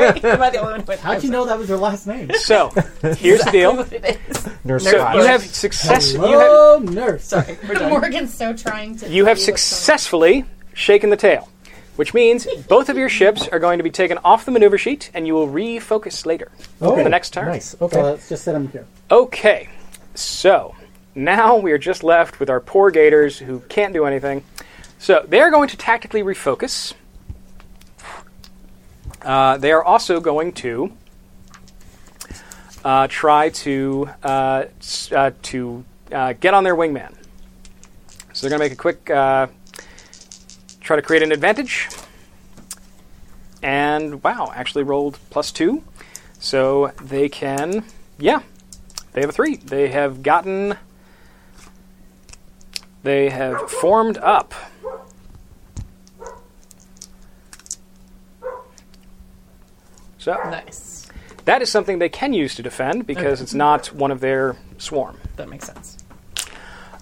Speaker 5: Am I the only one with
Speaker 7: How'd you know that was her last name?
Speaker 3: so here's the deal.
Speaker 5: what it is?
Speaker 6: Nurse
Speaker 3: So
Speaker 6: crotch.
Speaker 3: you have success. You have,
Speaker 7: Hello, nurse.
Speaker 5: Sorry, we're done.
Speaker 4: Morgan's so trying to.
Speaker 3: you have
Speaker 4: be with someone.
Speaker 3: successfully shaken the tail, which means both of your ships are going to be taken off the maneuver sheet, and you will refocus later for
Speaker 6: Okay,
Speaker 3: the next turn.
Speaker 6: Nice.
Speaker 7: So
Speaker 6: Okay.
Speaker 7: let's just set him here.
Speaker 3: Okay, so now we are just left with our poor Gators who can't do anything. So they are going to tactically refocus. Uh, they are also going to uh, try to uh, s- uh, to uh, get on their wingman. So they're going to make a quick uh, try to create an advantage. And wow, actually rolled plus two, so they can yeah they have a three. They have gotten. They have formed up. So
Speaker 5: Nice.
Speaker 3: that is something they can use to defend because it's not one of their swarm.
Speaker 5: That makes sense.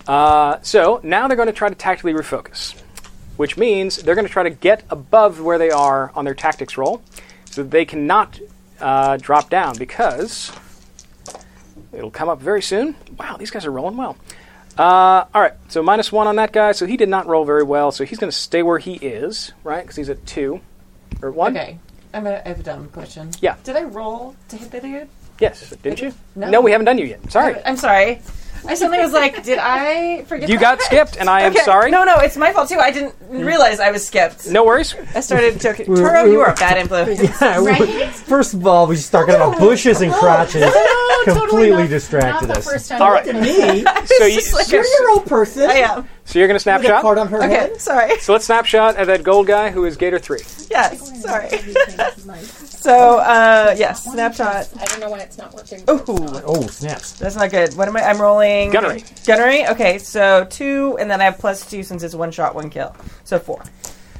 Speaker 3: Uh, so now they're going to try to tactically refocus, which means they're going to try to get above where they are on their tactics roll, so that they cannot uh, drop down because it'll come up very soon. Wow, these guys are rolling well. Uh, all right, so minus one on that guy, so he did not roll very well, so he's going to stay where he is, right? Because he's at two or one.
Speaker 5: Okay, I'm a, I have a dumb question.
Speaker 3: Yeah.
Speaker 5: Did I roll to hit the dude?
Speaker 3: Yes, didn't you?
Speaker 5: No.
Speaker 3: we haven't done you yet. Sorry,
Speaker 5: I'm sorry. I suddenly was like, did I forget?
Speaker 3: you
Speaker 5: that?
Speaker 3: got skipped, and I am
Speaker 5: Okay.
Speaker 3: sorry.
Speaker 5: No, no, it's my fault too. I didn't realize I was skipped.
Speaker 3: No worries.
Speaker 5: I started joking. Turo, you are a bad influence.
Speaker 6: Yeah, we-
Speaker 4: Right?
Speaker 6: First of all, we just start talking about bushes and crotches. completely
Speaker 4: Totally not-
Speaker 6: distracted
Speaker 4: not the
Speaker 6: us.
Speaker 4: first time.
Speaker 3: All
Speaker 4: you
Speaker 3: right.
Speaker 4: did it.
Speaker 7: Me?
Speaker 3: So you,
Speaker 5: just like
Speaker 3: so,
Speaker 5: a-
Speaker 7: You're old person.
Speaker 5: I am.
Speaker 3: so you're going to
Speaker 7: With a
Speaker 3: snapshot.
Speaker 7: card on her
Speaker 5: Okay,
Speaker 7: head.
Speaker 5: sorry.
Speaker 3: So let's snapshot at that gold guy who is Gator 3.
Speaker 5: Yes, sorry.
Speaker 8: Nice.
Speaker 5: So, uh, yes, snapshot.
Speaker 4: I don't know why it's not working.
Speaker 5: Ooh,
Speaker 6: Oh, snaps.
Speaker 5: that's not good. What am I? I'm rolling.
Speaker 3: Gunnery.
Speaker 5: Gunnery? Okay, so two, and then I have plus two since it's one shot, one kill. So four.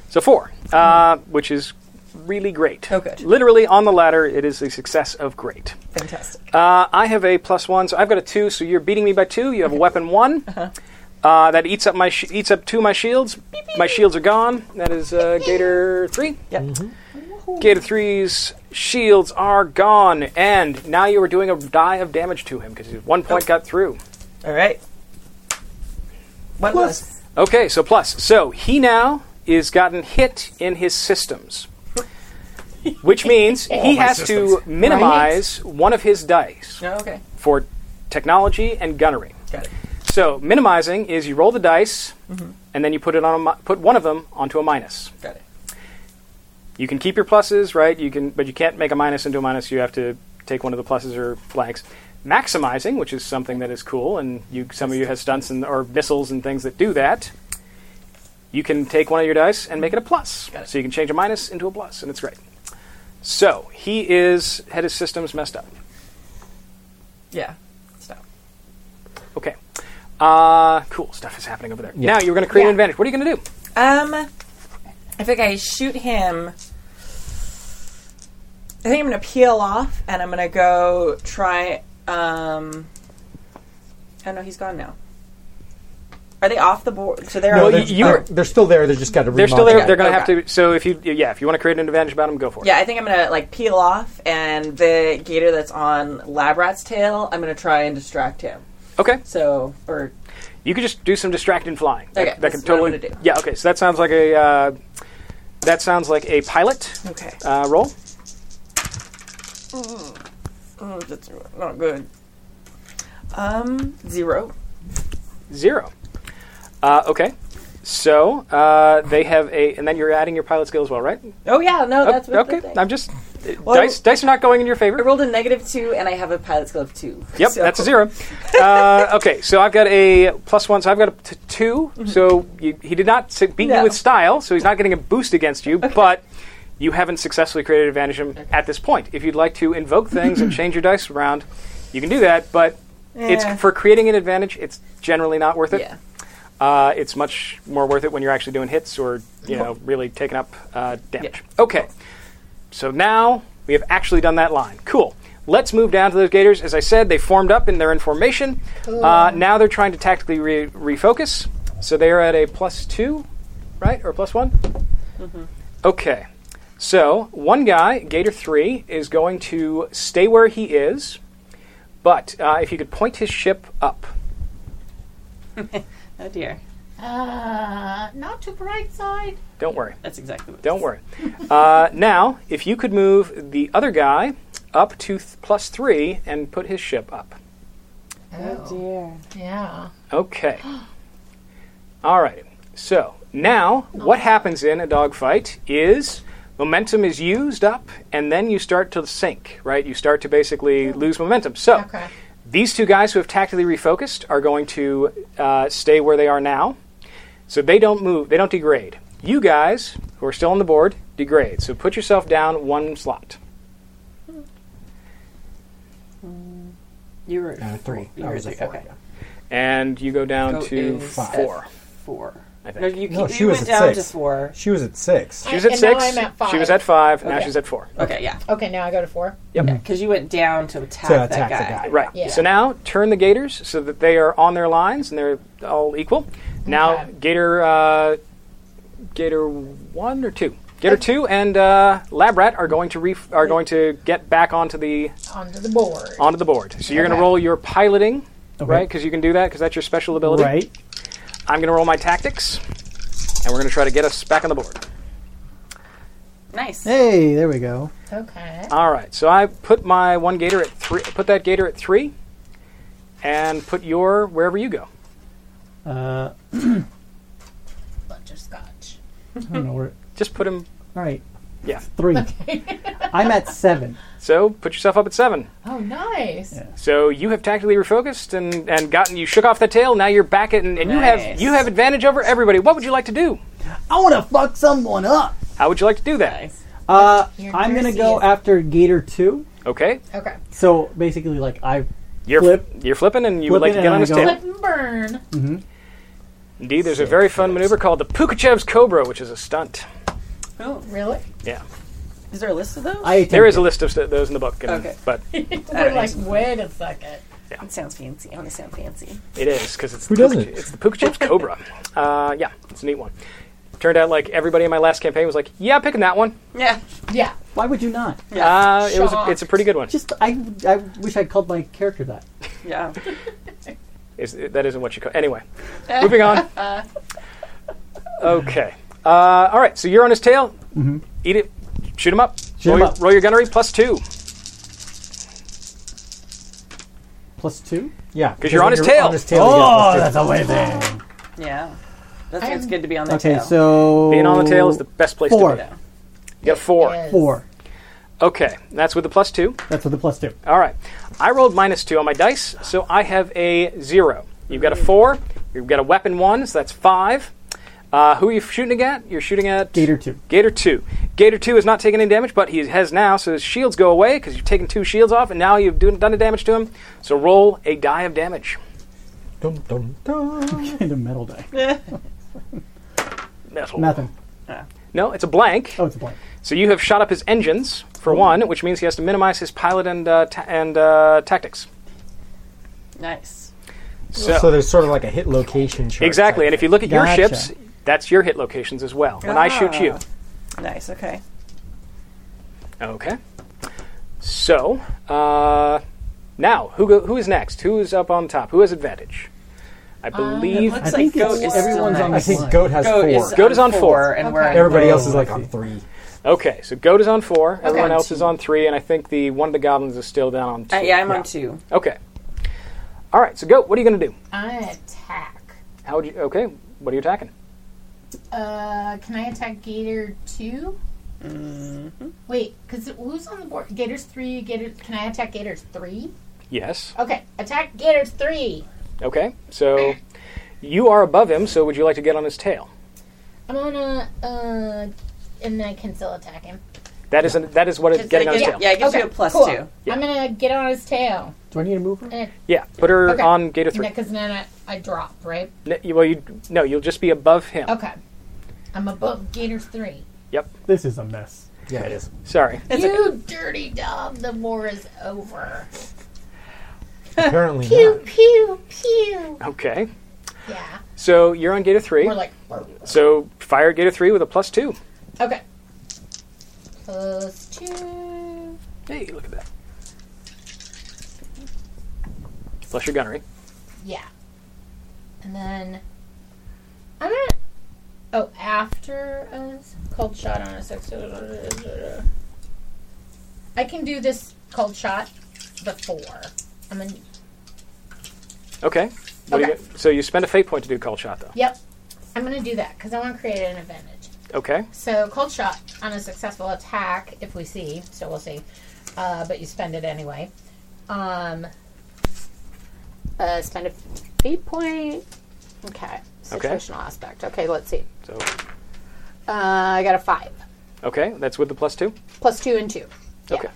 Speaker 3: So four, uh, which is really great.
Speaker 5: Oh, good.
Speaker 3: Literally on the ladder, it is a success of great.
Speaker 5: Fantastic.
Speaker 3: Uh, I have a plus one, so I've got a two. So you're beating me by two. You have a weapon one.
Speaker 5: Uh-huh.
Speaker 3: Uh, that eats up my sh- eats up two of my shields. My shields are gone. That is uh, Gator three.
Speaker 5: Yep.
Speaker 3: mm-hmm. Gator three's shields are gone, and now you are doing a die of damage to him because one point got through.
Speaker 5: All right. One plus.
Speaker 3: Okay, so plus. So he now is gotten hit in his systems, which means he has to minimize one of his dice
Speaker 5: Oh, okay.
Speaker 3: for technology and gunnery.
Speaker 5: Got it.
Speaker 3: So minimizing is you roll the dice, and then you put it on a, mi- put one of them onto a minus.
Speaker 5: Got it.
Speaker 3: You can keep your pluses, right? You can, but you can't make a minus into a minus. You have to take one of the pluses or blanks. Maximizing, which is something that is cool, and you, some of you have stunts and or missiles and things that do that. You can take one of your dice and make it a plus,
Speaker 5: Got it.
Speaker 3: so you can change a minus into a plus, and it's great. So he is had his systems messed up.
Speaker 5: Yeah. Stop.
Speaker 3: Okay, uh, cool stuff is happening over there. Now you're going to create an
Speaker 4: Yeah.
Speaker 3: advantage. What are you going to do?
Speaker 5: Um, I think I shoot him. I think I'm gonna peel off, and I'm gonna go try. Um, oh no, he's gone now. Are they off the board? So they're
Speaker 6: No,
Speaker 5: on
Speaker 3: Well,
Speaker 6: they're,
Speaker 5: the,
Speaker 3: you-
Speaker 6: uh, they're still there. They're just got to.
Speaker 3: They're still there.
Speaker 5: Yeah,
Speaker 3: They're going to
Speaker 5: okay.
Speaker 3: have to. So if you, yeah, if you want to create an advantage about them, go for it.
Speaker 5: yeah. I think I'm gonna like peel off, and the gator that's on Labrat's tail, I'm gonna try and distract him.
Speaker 3: Okay.
Speaker 5: So, or
Speaker 3: You could just do some distracted flying. That-
Speaker 5: Okay,
Speaker 3: That,
Speaker 5: that's
Speaker 3: can
Speaker 5: what I'm
Speaker 3: totally.
Speaker 5: gonna do.
Speaker 3: Yeah. Okay. So that sounds like a. Uh, that sounds like a pilot
Speaker 5: okay,
Speaker 3: uh, roll.
Speaker 5: oh, that's not good. Um, zero.
Speaker 3: Zero. Uh, okay. So uh, they have a, and then you're adding your pilot skill as well, right?
Speaker 5: Oh yeah, no, that's what the
Speaker 3: okay.
Speaker 5: thing.
Speaker 3: I'm just. dice, dice are not going in your favor.
Speaker 5: I rolled a negative two, and I have a pilot skill of two.
Speaker 3: Yep,
Speaker 5: So-
Speaker 3: that's a zero. uh, okay, so I've got a plus one, so I've got a t- 2 So you, he did not s- beat you
Speaker 5: Mm-hmm. No.
Speaker 3: with style, so he's not getting a boost against you, but you haven't successfully created advantage him at this point. If you'd like to invoke things and change your dice around, you can do that, but
Speaker 5: Yeah.
Speaker 3: it's for creating an advantage, it's generally not worth it.
Speaker 5: Yeah.
Speaker 3: Uh, it's much more worth it when you're actually doing hits or you know really taking up uh, damage. Okay, so now we have actually done that line. Cool. Let's move down to those gators. As I said, they formed up and they're in formation. Uh, now they're trying to tactically re- refocus. So they are at a plus two, right, or plus one? Okay. So one guy, Gator Three, is going to stay where he is. But uh, if he could point his ship up,
Speaker 5: Oh dear.
Speaker 4: Uh, not too bright side.
Speaker 3: don't worry.
Speaker 5: That's exactly what.
Speaker 3: Don't worry. Uh, now, if you could move the other guy up to th- plus three and put his ship up.
Speaker 4: Yeah.
Speaker 3: Okay. All right. So now, what happens in a dogfight is momentum is used up, and then you start to sink. Right? You start to basically lose momentum. So
Speaker 4: Okay.
Speaker 3: these two guys who have tactically refocused are going to uh, stay where they are now. So they don't move. They don't degrade. You guys who are still on the board degrade. So put yourself down one slot.
Speaker 9: You were at
Speaker 6: Uh, three.
Speaker 9: You
Speaker 6: I
Speaker 9: were
Speaker 6: was
Speaker 9: at
Speaker 6: at
Speaker 9: three,
Speaker 6: four,
Speaker 9: okay.
Speaker 6: yeah.
Speaker 3: And you go down
Speaker 9: Go
Speaker 3: to
Speaker 9: is at
Speaker 3: four.
Speaker 9: Four.
Speaker 3: I think.
Speaker 9: No, you,
Speaker 6: No,
Speaker 9: you
Speaker 6: she was
Speaker 9: went
Speaker 6: at
Speaker 9: down
Speaker 6: six.
Speaker 9: to four.
Speaker 6: She was at six.
Speaker 3: She was at
Speaker 4: and
Speaker 3: six.
Speaker 4: Now I'm at five.
Speaker 3: She was at five. Now
Speaker 9: Okay.
Speaker 3: she's at four.
Speaker 9: Okay, yeah.
Speaker 4: Okay, now I go to four.
Speaker 9: Because you went down to attack,
Speaker 6: To attack
Speaker 9: that guy.
Speaker 6: the guy.
Speaker 3: Right.
Speaker 4: Yeah.
Speaker 3: So now turn the gators so that they are on their lines and they're all equal. Now
Speaker 4: Okay.
Speaker 3: gator, uh, gator one or two, gator two and uh, Labrat are going to ref- are going to get back onto the
Speaker 4: Onto the board.
Speaker 3: onto the board. So you're going to
Speaker 9: Okay.
Speaker 3: roll your piloting, right? 'Cause
Speaker 6: Okay.
Speaker 3: right? Because you can do that because that's your special ability.
Speaker 6: Right.
Speaker 3: I'm going to roll my tactics, and we're going to try to get us back on the board.
Speaker 5: Nice.
Speaker 8: Hey, there we go.
Speaker 4: Okay.
Speaker 3: All right. So I put my one gator at three. Put that gator at three, and put your wherever you go.
Speaker 8: Uh,
Speaker 4: Bunch of scotch.
Speaker 8: I don't know where.
Speaker 3: Just put him
Speaker 8: All right.
Speaker 3: Yeah.
Speaker 8: Three. I'm at seven.
Speaker 3: So put yourself up at seven.
Speaker 4: Oh, nice.
Speaker 3: So you have tactically refocused and, and gotten you shook off the tail. Now you're back at and, and you have
Speaker 5: Nice.
Speaker 3: you have advantage over everybody. What would you like to do?
Speaker 8: I want to fuck someone up.
Speaker 3: How would you like to do that?
Speaker 5: Nice.
Speaker 2: Uh,
Speaker 4: Your
Speaker 2: I'm gonna
Speaker 4: jersey
Speaker 2: go
Speaker 4: is-
Speaker 2: after Gator Two.
Speaker 3: Okay,
Speaker 4: Okay.
Speaker 2: So basically, like I
Speaker 3: you're
Speaker 2: Flip.
Speaker 3: you're flipping, and you would like
Speaker 2: Flipping
Speaker 3: to get
Speaker 2: and I
Speaker 3: on his
Speaker 2: go-
Speaker 3: tail.
Speaker 4: Flip and burn.
Speaker 3: Indeed, there's a very fun maneuver called the Pukachev's Cobra, which is a stunt.
Speaker 4: Really?
Speaker 3: Yeah,
Speaker 5: Is there a list of those?
Speaker 2: I
Speaker 3: there is
Speaker 2: attempt
Speaker 3: a list of st- those in the book, and,
Speaker 9: Okay.
Speaker 3: but
Speaker 4: We're like, wait a second.
Speaker 9: It sounds fancy. I want to sound fancy.
Speaker 3: it is because it's
Speaker 6: Who
Speaker 3: the
Speaker 6: doesn't?
Speaker 3: Pukache- it's the Pukachev's Cobra. Uh, yeah, it's a neat one. Turned out like everybody in my last campaign was like, "Yeah, I'm picking that one."
Speaker 5: yeah.
Speaker 4: Yeah.
Speaker 2: it. Why would you not?
Speaker 3: Uh, it was a,
Speaker 4: Shocked.
Speaker 3: it's a pretty good one.
Speaker 2: Just I
Speaker 7: I wish I'd called my character that.
Speaker 5: Yeah.
Speaker 3: Is, that isn't what you call. Anyway, moving on. Okay. Uh, all right. So you're on his tail. Mm-hmm. Eat it. Shoot him up.
Speaker 2: Shoot
Speaker 3: roll,
Speaker 2: him
Speaker 3: your,
Speaker 2: up.
Speaker 3: roll your gunnery plus two
Speaker 2: plus two.
Speaker 6: Yeah,
Speaker 3: because you're on his tail.
Speaker 6: On his tail. Oh,
Speaker 2: that's a way there.
Speaker 5: Yeah. That's why
Speaker 4: I'm-
Speaker 5: it's good to be on the
Speaker 2: Okay,
Speaker 5: tail.
Speaker 2: so
Speaker 3: Being on the tail is the best place
Speaker 2: Four.
Speaker 3: to be. You got a four.
Speaker 4: Yes.
Speaker 2: four.
Speaker 3: Okay. That's with the plus two.
Speaker 2: That's with the plus two.
Speaker 3: All right. I rolled minus two on my dice, so I have a zero. You've got a four. You've got a weapon one, so that's five. Uh, who are you shooting at? You're shooting at
Speaker 2: Gator two.
Speaker 3: Gator 2. Gator 2 has not taken any damage, but he has now, so his shields go away because you've taken two shields off, and now you've do- done the damage to him. So roll a die of damage.
Speaker 6: dum, dum, dum.
Speaker 2: Kind of metal die.
Speaker 3: Metal.
Speaker 2: Nothing.
Speaker 3: No, it's a blank.
Speaker 2: Oh, it's a blank.
Speaker 3: So you have shot up his engines, for one, which means he has to minimize his pilot and, uh, ta- and uh, tactics.
Speaker 5: nice.
Speaker 3: So,
Speaker 6: So there's sort of like a hit location chart.
Speaker 3: exactly, and if you look at
Speaker 6: Gotcha.
Speaker 3: your ships, that's your hit locations as well. When I shoot you.
Speaker 5: Nice. Okay.
Speaker 3: Okay. So, uh, now, who, go- who is next? Who is up on top? Who has advantage? I believe.
Speaker 5: Looks
Speaker 2: I
Speaker 5: like
Speaker 2: think
Speaker 5: goat
Speaker 2: it's-
Speaker 5: is still
Speaker 7: everyone's on
Speaker 6: I
Speaker 5: next.
Speaker 6: think Goat has
Speaker 5: Goat
Speaker 6: four.
Speaker 5: is,
Speaker 3: Goat is on
Speaker 5: four,
Speaker 3: four.
Speaker 5: and we're
Speaker 4: Okay.
Speaker 5: on
Speaker 6: Everybody
Speaker 2: Oh,
Speaker 6: else is like
Speaker 2: I
Speaker 6: on
Speaker 2: see.
Speaker 6: three.
Speaker 3: Okay, so goat is on four. Everyone
Speaker 4: on
Speaker 3: else is on three, and I think the one of the goblins is still down on two.
Speaker 5: Uh, yeah, I'm on two.
Speaker 3: Okay. All right, so goat, what are you going to do?
Speaker 4: I attack.
Speaker 3: How would you? Okay, what are you attacking?
Speaker 4: Uh, can I attack Gator 2
Speaker 5: Mm-hmm.
Speaker 4: Wait, because who's on the board? Gators three. Gator. Can I attack Gators three?
Speaker 3: Yes.
Speaker 4: Okay, attack Gators three.
Speaker 3: Okay, so you are above him. So would you like to get on his tail?
Speaker 4: I'm gonna uh, and I can still attack him.
Speaker 3: That is an, that is what is
Speaker 5: It's
Speaker 3: getting on
Speaker 5: like
Speaker 3: his
Speaker 5: a-
Speaker 3: tail.
Speaker 5: Yeah, it gives
Speaker 4: Okay,
Speaker 5: you a plus
Speaker 4: cool.
Speaker 5: two.
Speaker 4: I'm gonna get on his tail.
Speaker 7: Do I need to move her?
Speaker 3: Yeah, put her
Speaker 4: Okay.
Speaker 3: on Gator three.
Speaker 4: Because then I, I drop, right?
Speaker 3: N- you- well, you no, you'll just be above him.
Speaker 4: Okay. I'm above Gators three.
Speaker 2: This is a mess.
Speaker 6: Yeah, it is.
Speaker 3: Sorry.
Speaker 4: you dirty dog. The war is over.
Speaker 6: Apparently
Speaker 4: Pew
Speaker 6: not.
Speaker 4: pew pew.
Speaker 3: Okay,
Speaker 4: Yeah.
Speaker 3: so you're on Gator three.
Speaker 4: We're like.
Speaker 3: so fire Gator three with a plus two.
Speaker 4: Okay. Plus two.
Speaker 3: Hey, look at that. Plus your gunnery.
Speaker 4: Yeah. And then I'm gonna. Oh, after a s- cold shot on a six. I can do this cold shot before. I'm gonna.
Speaker 3: Okay. What do you
Speaker 4: Okay.
Speaker 3: get? so you spend a fate point to do cold shot, though.
Speaker 4: Yep. I'm gonna do that because I want to create an advantage.
Speaker 3: Okay.
Speaker 4: So cold shot on a successful attack, if we see. So we'll see. Uh, but you spend it anyway. Um. Uh, spend a fate point. Okay.
Speaker 3: Okay.
Speaker 4: Situational aspect. Okay, let's see.
Speaker 3: So,
Speaker 4: Uh, I got a five.
Speaker 3: okay, that's with the plus two.
Speaker 4: Plus two and two. Yeah.
Speaker 3: Okay.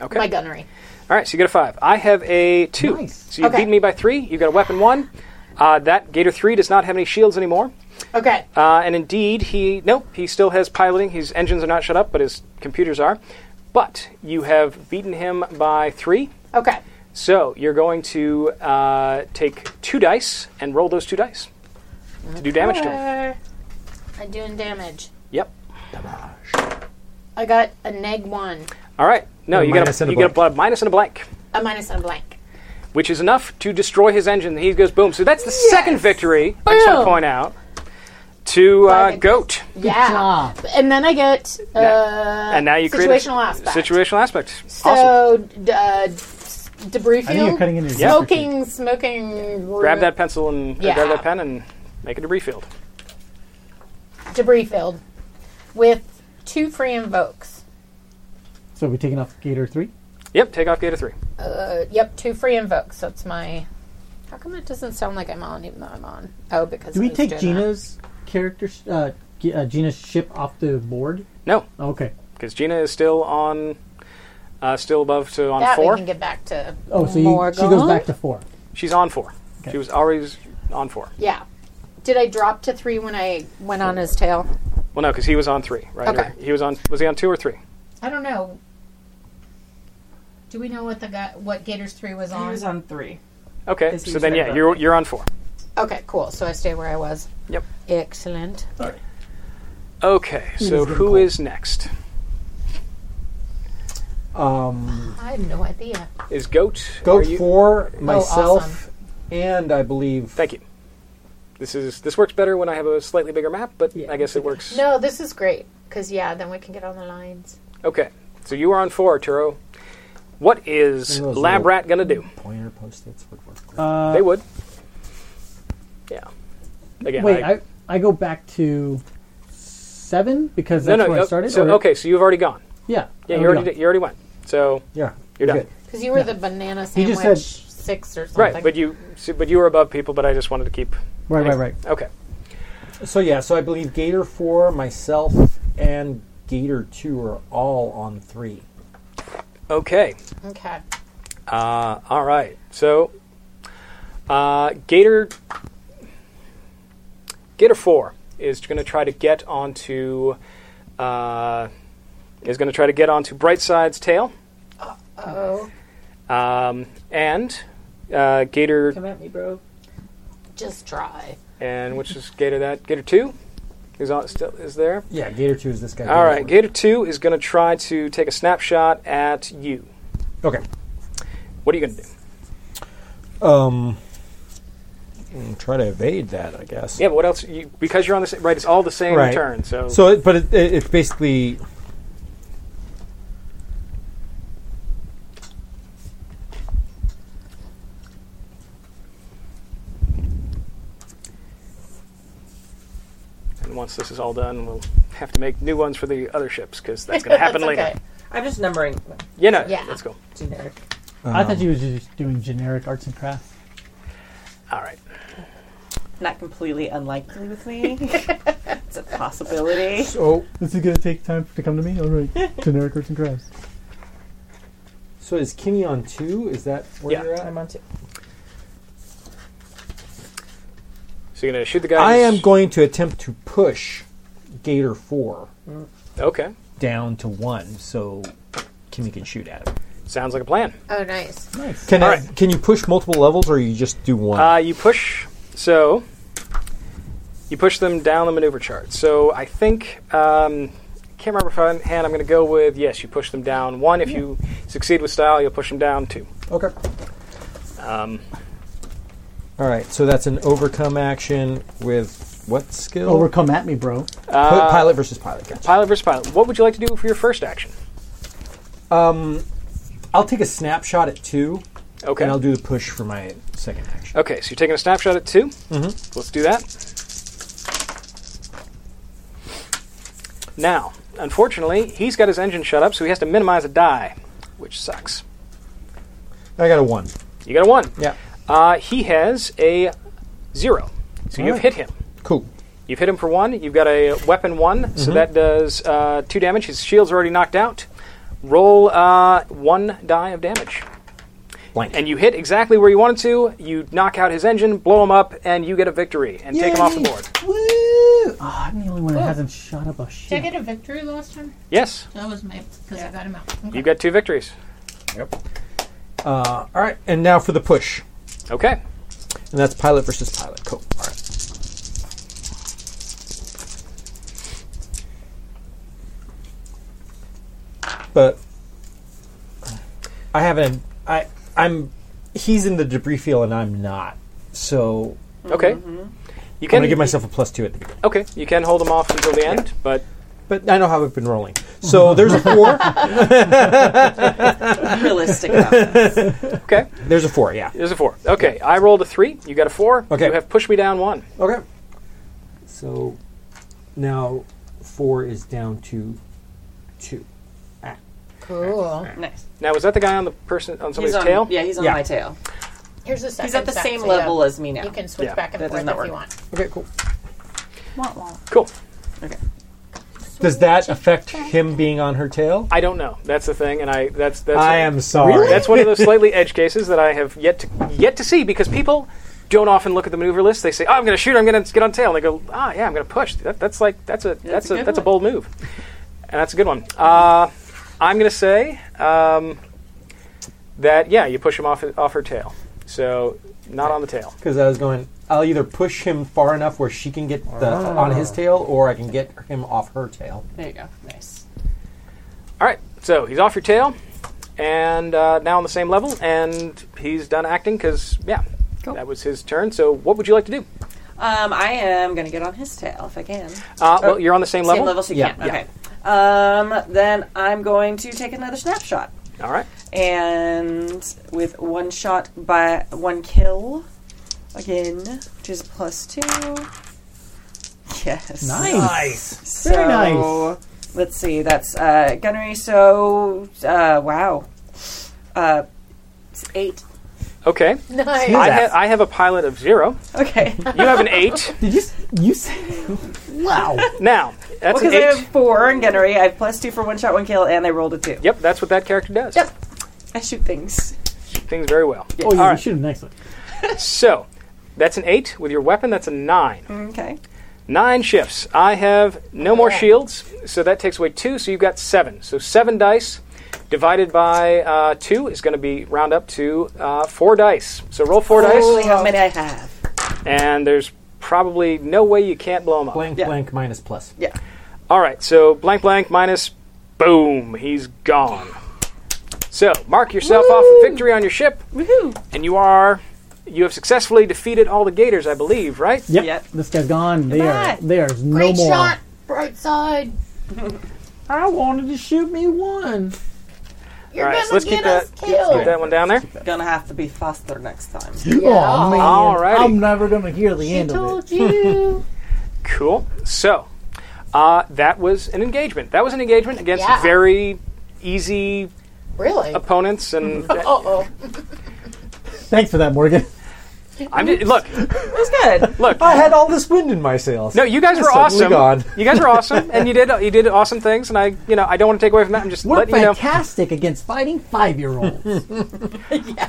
Speaker 3: Okay.
Speaker 4: My gunnery.
Speaker 3: All right, so you get a five. I have a two. So you
Speaker 4: Okay.
Speaker 3: beat me by three. You got a weapon one. Uh, that Gator three does not have any shields anymore.
Speaker 4: Okay.
Speaker 3: Uh, and indeed, he nope, he still has piloting. His engines are not shut up, but his computers are. But you have beaten him by three.
Speaker 4: Okay.
Speaker 3: So you're going to uh, take two dice and roll those two dice to do damage to him.
Speaker 4: Uh, I'm doing damage.
Speaker 3: Yep.
Speaker 4: I got a neg one,
Speaker 3: All right. No,
Speaker 6: With a
Speaker 3: you get
Speaker 6: minus
Speaker 3: a,
Speaker 6: and a
Speaker 3: you get a bl- minus and a blank,
Speaker 4: a minus and a blank.
Speaker 3: which is enough to destroy his engine. He goes boom. So that's the second victory. I just want to
Speaker 4: Boom.
Speaker 3: point out to uh,
Speaker 4: Blank.
Speaker 3: Goat,
Speaker 4: yeah. And then I get uh,
Speaker 3: and now you
Speaker 4: situational
Speaker 3: create a,
Speaker 4: aspect.
Speaker 3: Situational aspect. awesome.
Speaker 4: So d- uh, s- debris
Speaker 2: I think you're
Speaker 4: field.
Speaker 2: cutting into your
Speaker 4: smoking, smoking.
Speaker 3: Grab that pencil and or
Speaker 4: Yeah.
Speaker 3: grab that pen and make a debris field.
Speaker 4: debris field with two free invokes.
Speaker 2: So we're taking off Gator three.
Speaker 3: Yep. Take off Gator three.
Speaker 4: Uh, yep, two free invokes. So it's my. How come it doesn't sound like I'm on, even though I'm on? Oh, because
Speaker 7: Do we
Speaker 4: it was
Speaker 7: take
Speaker 4: doing that.
Speaker 7: Gina's character, sh- uh, G- uh, Gina's ship off the board?
Speaker 3: No,
Speaker 7: Okay.
Speaker 3: because Gina is still on, uh, still above to on
Speaker 4: That we
Speaker 3: four.
Speaker 4: can get back to.
Speaker 7: Oh, so you, she goes
Speaker 4: Morgan.
Speaker 7: back to four.
Speaker 3: She's on four. She was always on four.
Speaker 4: Yeah. Did I drop to three when I went on his tail?
Speaker 3: Well, no, because he was on three, right? Or
Speaker 4: Okay.
Speaker 3: he was on. Was he on two or three?
Speaker 4: I don't know. Do we know what the guy, what Gators three was on?
Speaker 5: He was on three.
Speaker 3: Okay,
Speaker 5: Because he
Speaker 3: so
Speaker 5: was
Speaker 3: then
Speaker 5: right
Speaker 3: yeah,
Speaker 5: above
Speaker 3: you're
Speaker 5: me.
Speaker 3: you're on four.
Speaker 4: Okay, cool. So I stay where I was.
Speaker 3: Yep.
Speaker 4: Excellent.
Speaker 3: Okay, so who is next?
Speaker 6: Um,
Speaker 4: I have no idea.
Speaker 3: Is goat?
Speaker 6: go
Speaker 3: are you- Oh,
Speaker 6: for myself and I believe.
Speaker 3: Thank you. This is this works better when I have a slightly bigger map, but I guess it works.
Speaker 4: No, this is great because yeah, then we can get on the lines.
Speaker 3: Okay, so you are on four, Arturo. What is
Speaker 6: One of those
Speaker 3: Lab
Speaker 6: little-
Speaker 3: Rat gonna do?
Speaker 6: Pointer post-its would work. great.
Speaker 7: Uh,
Speaker 3: They would. Yeah. Again,
Speaker 7: Wait,
Speaker 3: I,
Speaker 7: I, I go back to seven because
Speaker 3: no,
Speaker 7: that's
Speaker 3: no.
Speaker 7: where
Speaker 3: uh,
Speaker 7: I started.
Speaker 3: so
Speaker 7: or- Oh,
Speaker 3: okay, so you've already gone.
Speaker 7: yeah,
Speaker 3: Yeah,
Speaker 7: I
Speaker 3: you
Speaker 7: would
Speaker 3: already
Speaker 7: go.
Speaker 3: did, you already went. So
Speaker 6: yeah,
Speaker 3: you're done.
Speaker 6: good.
Speaker 4: Because you were the banana
Speaker 7: You
Speaker 4: sandwich
Speaker 7: just said-
Speaker 4: six or something.
Speaker 3: Right, but you so- but you were above people, but I just wanted to keep.
Speaker 7: Right, right, right.
Speaker 3: Okay.
Speaker 6: So yeah, so I believe Gator Four, myself, and Gator Two are all on three.
Speaker 3: Okay.
Speaker 4: okay.
Speaker 3: Uh, all right. So, uh, Gator Gator Four is going to try to get onto uh, is going to try to get onto Brightside's tail,
Speaker 4: Oh,
Speaker 3: um, and uh, Gator
Speaker 5: Come at me, bro.
Speaker 4: just try.
Speaker 3: and which is Gator that Gator Two is on, still is there.
Speaker 6: Yeah, Gator Two is this guy.
Speaker 3: All right.
Speaker 6: Gator
Speaker 3: Gator Two is going to try to take a snapshot at you.
Speaker 6: four. okay.
Speaker 3: What are you going to do?
Speaker 6: Um, mm, try to evade that, I guess.
Speaker 3: Yeah. But what else? You, because you're on the sa- right. It's all the same
Speaker 6: Right.
Speaker 3: turn. So.
Speaker 6: So, it, but it, it, it's basically.
Speaker 3: And once this is all done, we'll have to make new ones for the other ships because that's going to happen
Speaker 4: That's
Speaker 3: later.
Speaker 4: okay.
Speaker 5: I'm just numbering
Speaker 3: You know,
Speaker 4: Yeah.
Speaker 3: let's go.
Speaker 5: generic.
Speaker 7: I thought you were just doing generic arts and crafts.
Speaker 3: All right.
Speaker 5: Not completely unlikely with me. it's a possibility.
Speaker 6: So,
Speaker 8: This is gonna take time to come to me. All right, generic arts and crafts.
Speaker 6: so is Kimmy on two? Is that where
Speaker 3: Yeah.
Speaker 6: you're at?
Speaker 5: I'm on two.
Speaker 3: So you're going to shoot the guys.
Speaker 6: I am going to attempt to push Gator Four
Speaker 3: Okay.
Speaker 6: down to one, so Kimmy can shoot at it.
Speaker 3: Sounds like a plan.
Speaker 4: Oh, nice.
Speaker 6: Can
Speaker 3: All
Speaker 6: I-
Speaker 3: right.
Speaker 6: can you push multiple levels, or you just do one?
Speaker 3: Uh, you push. So you push them down the maneuver chart. So I think. Um, can't remember if I hand. I'm going to go with yes. You push them down one. If you succeed with style, you'll push them down two.
Speaker 6: okay.
Speaker 3: Um,
Speaker 6: All right. So that's an overcome action with what skill?
Speaker 7: Overcome Oh, at me, bro.
Speaker 3: Uh,
Speaker 6: Pi- pilot versus pilot. Gotcha.
Speaker 3: pilot versus pilot. What would you like to do for your first action?
Speaker 6: I'll take a snapshot at two,
Speaker 3: Okay.
Speaker 6: and I'll do the push for my second action.
Speaker 3: Okay, so you're taking a snapshot at 2 Mm-hmm. Let's do that. Now, unfortunately, he's got his engine shut up, so he has to minimize a die, which sucks.
Speaker 6: I got a one.
Speaker 3: You got a one.
Speaker 6: Yeah.
Speaker 3: Uh, he has a zero, so you've
Speaker 6: Alright.
Speaker 3: hit him.
Speaker 6: Cool.
Speaker 3: You've hit him for one. You've got a weapon one, so that does uh, two damage. His shield's already knocked out. Roll uh, one die of damage.
Speaker 6: Blank.
Speaker 3: and you hit exactly where you wanted to. You knock out his engine, blow him up, and you get a victory and take him off the board.
Speaker 7: Woo! Oh, I'm the only one that hasn't shot up a
Speaker 4: Did I
Speaker 7: ship.
Speaker 4: get a victory last time?
Speaker 3: Yes,
Speaker 4: That was my because I got him out.
Speaker 3: you got two victories.
Speaker 6: Uh, all right. And now for the push,
Speaker 3: Okay,
Speaker 6: and that's pilot versus pilot. Cool. All right. But I haven't. I I'm. He's in the debris field, and I'm not. So
Speaker 3: okay. You
Speaker 6: I'm
Speaker 3: can
Speaker 6: gonna give myself a plus two at the beginning.
Speaker 3: Okay, you can hold him off until the end, but
Speaker 6: But I know how I've been rolling. So there's a four.
Speaker 5: Realistic. level.
Speaker 3: okay.
Speaker 6: there's a four. Yeah.
Speaker 3: There's a four. Okay, I rolled a three. You got a four.
Speaker 6: Okay.
Speaker 3: You have pushed me down one.
Speaker 6: Okay. So now four is down to two.
Speaker 4: Cool.
Speaker 5: nice.
Speaker 3: Now was that the guy on the person on somebody's
Speaker 5: he's on,
Speaker 3: tail?
Speaker 5: Yeah, he's on
Speaker 6: Yeah.
Speaker 5: my tail.
Speaker 4: Here's the second.
Speaker 5: He's at the
Speaker 4: set,
Speaker 5: same
Speaker 4: so
Speaker 5: level
Speaker 4: yeah,
Speaker 5: as me now.
Speaker 4: You can switch
Speaker 3: Yeah,
Speaker 4: back and
Speaker 5: that does
Speaker 4: forth
Speaker 5: not
Speaker 4: if you
Speaker 5: work.
Speaker 4: want.
Speaker 6: Okay. Cool.
Speaker 3: Cool.
Speaker 5: Okay.
Speaker 6: Does that affect him being on her tail?
Speaker 3: I don't know. That's the thing, and I that's that's.
Speaker 6: I am sorry.
Speaker 3: That's one of those slightly edge cases that I have yet to yet to see because people don't often look at the maneuver list. They say, "Oh, I'm going to shoot. I'm going to get on tail." And they go, "Ah, yeah, I'm going to push." That, that's like that's a that's,
Speaker 5: a
Speaker 3: a,
Speaker 5: good
Speaker 3: that's a
Speaker 5: one.
Speaker 3: bold move, and that's a good one. Uh, I'm going to say um, that yeah, you push him off off her tail, so not on the tail.
Speaker 6: Because I was going, I'll either push him far enough where she can get the, on his tail, or I can get him off her tail.
Speaker 5: There you go. Nice.
Speaker 3: All right, so he's off your tail, and uh, now on the same level, and he's done acting because yeah, that was his turn. So what would you like to do?
Speaker 5: Um, I am going to get on his tail if I can.
Speaker 3: Uh, well, you're on the same level.
Speaker 5: Same level she
Speaker 6: Yeah,
Speaker 5: can. Okay. Um, then I'm going to take another snapshot.
Speaker 3: All right.
Speaker 5: And with one shot by one kill again, which is plus two. Yes.
Speaker 6: Nice.
Speaker 5: So, Very nice. Let's see. That's uh, gunnery. So, uh, wow. Uh, it's eight.
Speaker 3: Okay.
Speaker 4: Nice.
Speaker 3: I, ha- I have a pilot of zero.
Speaker 5: Okay.
Speaker 3: You have an eight.
Speaker 6: Did you s- you say? Wow.
Speaker 7: Oh,
Speaker 3: Now that's
Speaker 5: Because
Speaker 3: an
Speaker 5: I
Speaker 3: eight.
Speaker 5: have four in gunnery. I have plus two for one shot, one kill, and I rolled a two.
Speaker 3: Yep, that's what that character does.
Speaker 5: Yep. I shoot things.
Speaker 3: Things very well.
Speaker 2: Oh, yeah,
Speaker 3: All
Speaker 2: you
Speaker 3: right.
Speaker 2: shoot him next one.
Speaker 3: So that's an eight with your weapon. That's a nine.
Speaker 5: Okay.
Speaker 3: Nine shifts. I have no more shields, so that takes away two. So you've got seven. So seven dice divided by uh, two is going to be round up to uh, four dice. So roll four
Speaker 5: Actually,
Speaker 3: dice,
Speaker 5: how many I have?
Speaker 3: and there's probably no way you can't blow them up.
Speaker 6: Blank
Speaker 5: Yeah.
Speaker 6: blank minus plus.
Speaker 5: Yeah.
Speaker 3: All right, so blank blank minus boom, he's gone. So mark yourself off a victory on your ship,
Speaker 5: Woohoo.
Speaker 3: and you are you have successfully defeated all the gators, I believe, right?
Speaker 2: Yep.
Speaker 5: Yep.
Speaker 2: This guy's gone. They are,
Speaker 5: Goodbye.
Speaker 2: there's no
Speaker 4: Great
Speaker 2: more.
Speaker 4: shot. Bright side.
Speaker 2: I wanted to shoot me one.
Speaker 4: You're
Speaker 3: All right,
Speaker 4: gonna
Speaker 3: so let's
Speaker 4: get
Speaker 3: keep
Speaker 4: us
Speaker 3: that- Put
Speaker 4: killed.
Speaker 3: that one down there.
Speaker 5: Gonna have to be faster next time.
Speaker 2: Oh, man.
Speaker 3: All righty.
Speaker 2: I'm never going to hear the
Speaker 4: She
Speaker 2: end of it.
Speaker 4: told you.
Speaker 3: Cool. So uh, that was an engagement. That was an engagement against
Speaker 4: Yeah.
Speaker 3: very easy
Speaker 4: really?
Speaker 3: opponents, and
Speaker 4: oh.
Speaker 2: Thanks for that, Morgan.
Speaker 3: I'm just, look,
Speaker 5: It was good.
Speaker 3: look.
Speaker 6: I had all this wind in my sails.
Speaker 3: No, you guys were
Speaker 6: Suddenly
Speaker 3: awesome.
Speaker 6: gone.
Speaker 3: You guys were awesome, and you did you did awesome things, and I you know I don't want to take away from that. I'm just
Speaker 2: We're
Speaker 3: letting you know.
Speaker 2: fantastic against fighting five-year-olds.